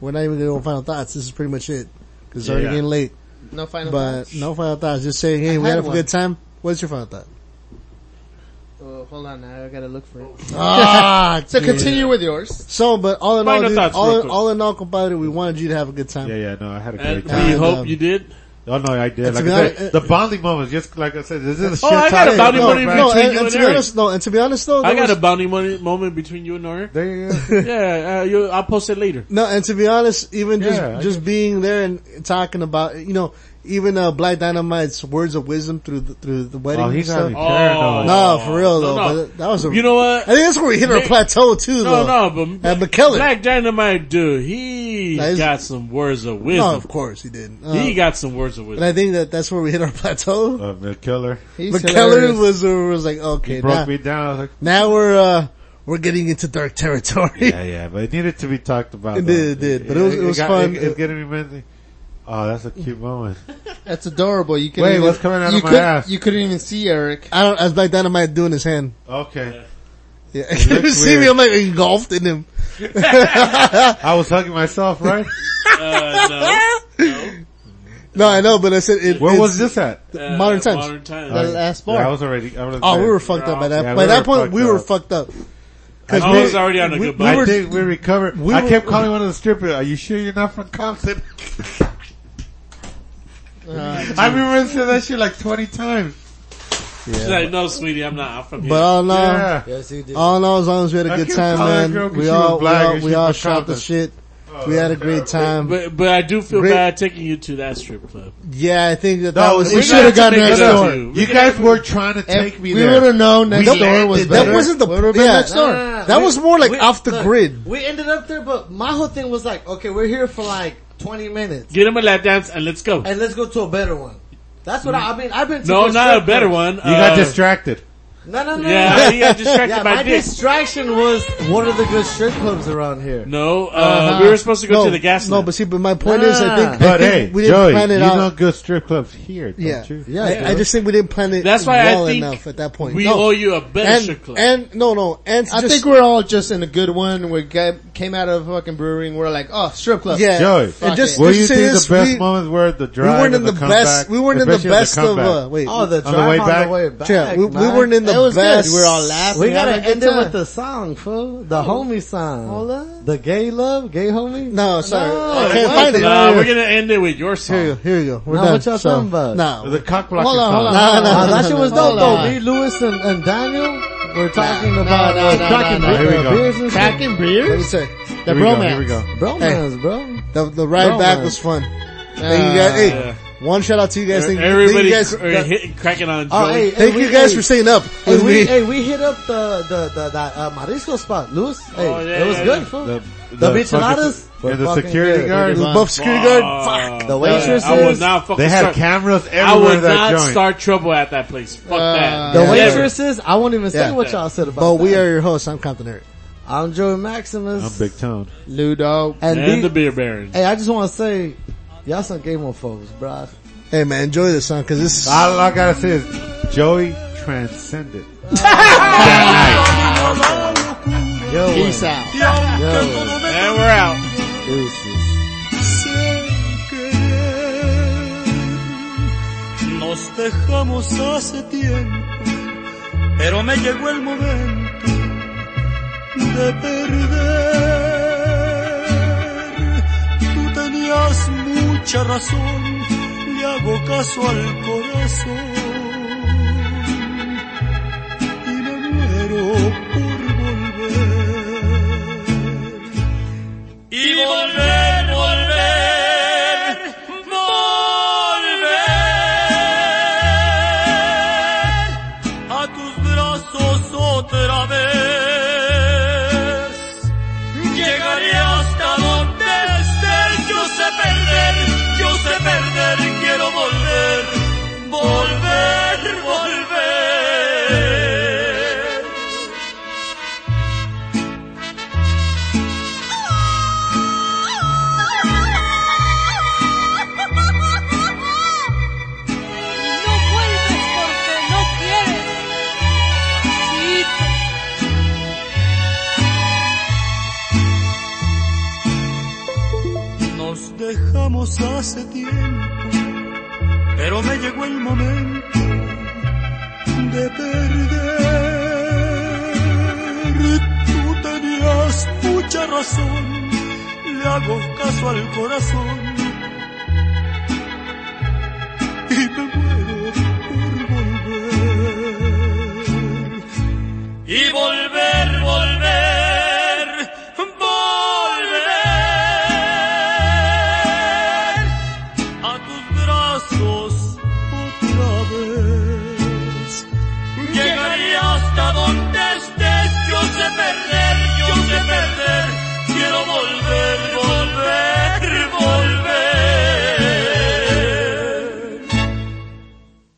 D: we're not even doing final thoughts. This is pretty much it because it's already
F: Yeah.
D: getting late.
E: No final
D: But
E: thoughts.
D: no final thoughts. Just saying, hey, we
E: had
D: had a
E: one.
D: good time. What's your final thought?
E: Oh, hold on, now I gotta look for it.
D: Ah,
E: So continue with yours.
D: So, but all in all,
F: Final
D: dude,
F: thoughts
D: all,
F: real
D: in,
F: quick.
D: all in all, compadre, we wanted you to have a good time.
G: Yeah, yeah, no, I had a
F: and
G: great
F: we
G: time.
D: And,
F: hope
D: um,
F: you did.
G: Oh no, I did. Like
D: to be
G: I
D: honest,
G: said,
D: uh,
G: the bonding moments, just like I said, this is a
F: Oh,
G: shit
F: I got
G: talk.
F: a bounty
G: No,
F: money
G: man.
D: No,
F: between
D: and,
F: you
D: and
F: and
D: to be
F: Eric.
D: honest, no, and to be honest though,
F: I
D: there
F: got
D: was-
F: a bounty money moment between you and Eric.
G: There you go.
F: Yeah, uh, you, I'll post it later.
D: No, and to be honest, even just
G: Yeah, I
D: just being there and talking about, you know, even uh, Black Dynamite's words of wisdom through the, through the wedding.
G: oh,
D: and
G: he's
D: stuff.
G: having
F: Oh.
G: paranoid.
D: no, for real
F: No,
D: though.
F: no.
D: But that was a.
F: You know what?
D: I think that's where we hit our
F: Nick-
D: plateau too,
F: No,
D: though.
F: no, but
D: At McKellen.
F: Black Dynamite, dude, he
D: That is-
F: got some words of
D: No,
F: wisdom.
D: of course he did. Uh,
F: he got some words of
D: and
F: wisdom.
D: I think that that's where we hit our plateau.
G: Uh, the killer
E: He's
D: McKellar
E: hilarious.
D: was uh, was like, okay,
G: he broke
D: now,
G: me down. I was like,
D: now we're uh we're getting into dark territory.
G: yeah, yeah, but it needed to be talked about.
D: It
G: though.
D: did, it did, but it was- it was
G: got-
D: fun.
G: It, it's getting me mentally. Oh, that's a cute moment.
E: That's adorable. You couldn't
G: Wait,
E: even,
G: what's coming out
E: you
G: of my
E: couldn't-
G: ass?
E: You couldn't even see Eric.
D: I don't. I was like dynamite doing his hand.
G: Okay.
D: Yeah, you
G: looks
D: see me?
G: weird.
D: I'm like engulfed in him.
G: I was hugging myself, right?
F: Uh, no.
D: No, I know, but I said it,
G: Where
D: it's
G: was this at?
J: Uh,
D: Modern Times.
J: Modern times.
D: The last
G: Yeah,
D: bar.
G: I was already. I was
D: oh, we
G: there.
D: were fucked up by that.
G: Yeah,
D: by
G: we
D: that
G: were
D: point,
G: fucked
D: we were
G: up.
D: fucked up. 'Cause
J: I
D: we-
J: was already on a good
D: we
J: buzz.
D: were-
G: I think we recovered.
D: we
G: I
D: were-
G: kept calling one of the strippers. Are you sure you're not from Compton?
D: Uh,
G: I remember saying that shit like twenty times.
J: She's like, no, sweetie, I'm not. I'm from here.
D: But uh, all in all,
G: yeah.
A: Yes, he did.
D: all in all, as long as we had a
G: I
D: good
G: kept
D: time,
G: calling that girl
D: man.
G: 'cause
D: We
G: she
D: all,
G: was
D: we
G: black
D: all,
G: and
D: we
G: she
D: all
G: was
D: shot the
G: Compton.
D: shit. We had a great time.
J: But, but I do feel
D: Great-
J: bad taking you to that strip club.
D: Yeah, I think that that was.
G: we're
D: We should have
G: not
D: gone
J: to make
D: next
J: it up
D: door.
J: to you.
G: You guys were trying to take me
E: we
G: there.
E: would have known next
G: We
E: door was
G: landed
E: better.
D: That wasn't the
E: We would've been
D: yeah,
E: next door.
A: No, no, no, no.
D: That
A: We-
D: was more like
A: we-
D: off the
A: look,
D: grid.
A: We ended up there, but my whole thing was like, okay, we're here for like 20 minutes,
J: Get him a lap dance and let's go.
A: and let's go to a better one. That's what I, I mean. I've been to
J: No,
A: good
J: not
A: strip
J: a better
A: clubs.
J: one. You
G: You
D: Uh,
G: got distracted.
A: No, no, no. no,
J: Yeah,
A: no.
J: he got distracted
A: Yeah,
J: by
A: my
J: dick.
A: distraction was what are the good strip clubs around here?
J: no, uh, we were supposed to go
D: Uh-huh.
J: to
D: no,
J: the gas
D: No,
J: lamp.
D: but see, but my point
A: Nah.
D: is, I think, I think
G: But hey,
D: we didn't
G: Joey,
D: plan
G: you
D: it
G: know
D: out.
G: good strip clubs here, don't
D: Yeah,
G: you?
D: yeah. I, I just think we didn't plan it.
J: That's why
D: well
J: I think
D: enough at that point.
J: we
D: No.
J: owe you a better
D: and,
J: strip club.
D: and no, no, and
E: I
D: just-
E: think we're all just in a good one. We got, came out of fucking brewery and we're like, oh, strip club.
D: yeah.
G: Joey,
D: and just,
G: what do
D: just
G: you
D: say
G: think
D: this,
G: the best
D: we,
G: moments were? The
D: we
G: drive,
D: weren't in
G: and
D: the,
G: comeback,
D: best. We weren't in the
G: especially
D: best of.
G: comeback.
D: Uh, wait,
A: Oh, the
G: the
A: drive on the
G: way
A: way
G: back?
A: back.
D: yeah, we, we
A: man.
D: weren't in the
E: It was good.
D: best.
E: We were all laughing.
A: We
E: having a
A: gotta
E: good
A: end it
E: time.
A: with the song, fool. The homie song. The gay love, gay homie.
D: No, sorry, I
J: Nah,
D: can't find it.
J: uh, we're gonna end it with your
D: Here
J: song.
D: you go. Here you go. We're
A: Nah,
D: done.
A: what y'all
D: so,
A: talking about?
D: No.
G: The cock blocking
E: Hold on, hold on.
G: song.
D: Nah, nah,
A: Uh,
D: nah,
A: that shit was dope
E: Hold
A: though.
E: on.
A: Me, Lewis, and, and Daniel were talking
E: no,
A: about
E: no,
A: uh,
E: no,
A: cracking
E: no,
G: no. Here we go.
A: beers and shit.
E: Cracking
D: Let me
E: beers?
D: say,
E: The
G: Here we go,
E: bromance.
G: Here we go.
A: Bromance, bro.
D: the, the ride
A: Bro,
D: back
A: man.
D: was fun. Thank you guys. Hey, one shout out to you
A: E,
D: guys. Thank, thank
J: Everybody
D: you guys.
J: cracking on Uh,
A: Oh,
J: Joey.
A: hey,
D: thank
A: hey,
D: you
A: we-
D: guys
A: hey,
D: for staying up.
A: Hey
D: with
A: we,
D: me.
A: hey, we hit up the the the, the uh, Marisco spot, Lewis. Hey,
J: Oh, yeah,
A: it was
J: yeah,
A: good,
J: yeah.
A: fool.
G: The,
A: The
G: fucking-
A: micheladas were
G: and the
A: fucking
G: security
A: good.
G: guard.
D: the buff security guard.
J: Fuck.
A: The
J: Yeah,
A: waitresses,
J: I would not fucking
G: They had
J: start,
G: cameras
J: I
G: everywhere
J: would
G: in that
J: not
G: joint.
J: start trouble at that place. Fuck that.
A: the
D: Yeah.
A: waitresses, I won't even say
D: Yeah.
A: what y'all said about.
D: But we
A: that.
D: are your hosts. I'm Compton Eric.
A: I'm Joey Maximus.
G: I'm big tone.
E: Lou Dog.
A: And,
J: And
A: the,
J: the beer baron.
A: hey, I just want to say, y'all some gay mofos, bro.
D: Hey man, enjoy this song because this.
G: All I gotta say is Joey transcended.
A: Yo,
E: Peace out.
A: yo,
J: And we're out.
A: deuces.
F: Nos dejamos hace tiempo, pero me llegó el momento de perder. Tú tenías mucha razón, le hago caso al corazón y me muero por volver. Y volver, volver, volver a tus brazos otra vez. Llegaré hasta donde estés, yo sé perder, yo sé perder, quiero volver, volver, volver.
K: No vuelves porque no quieres. Sí,
F: Nos dejamos hace tiempo, pero me llegó el momento de perder. Tú tenías mucha razón, le hago caso al corazón y me muero por volver y volver, volver, volver a tus brazos otra vez.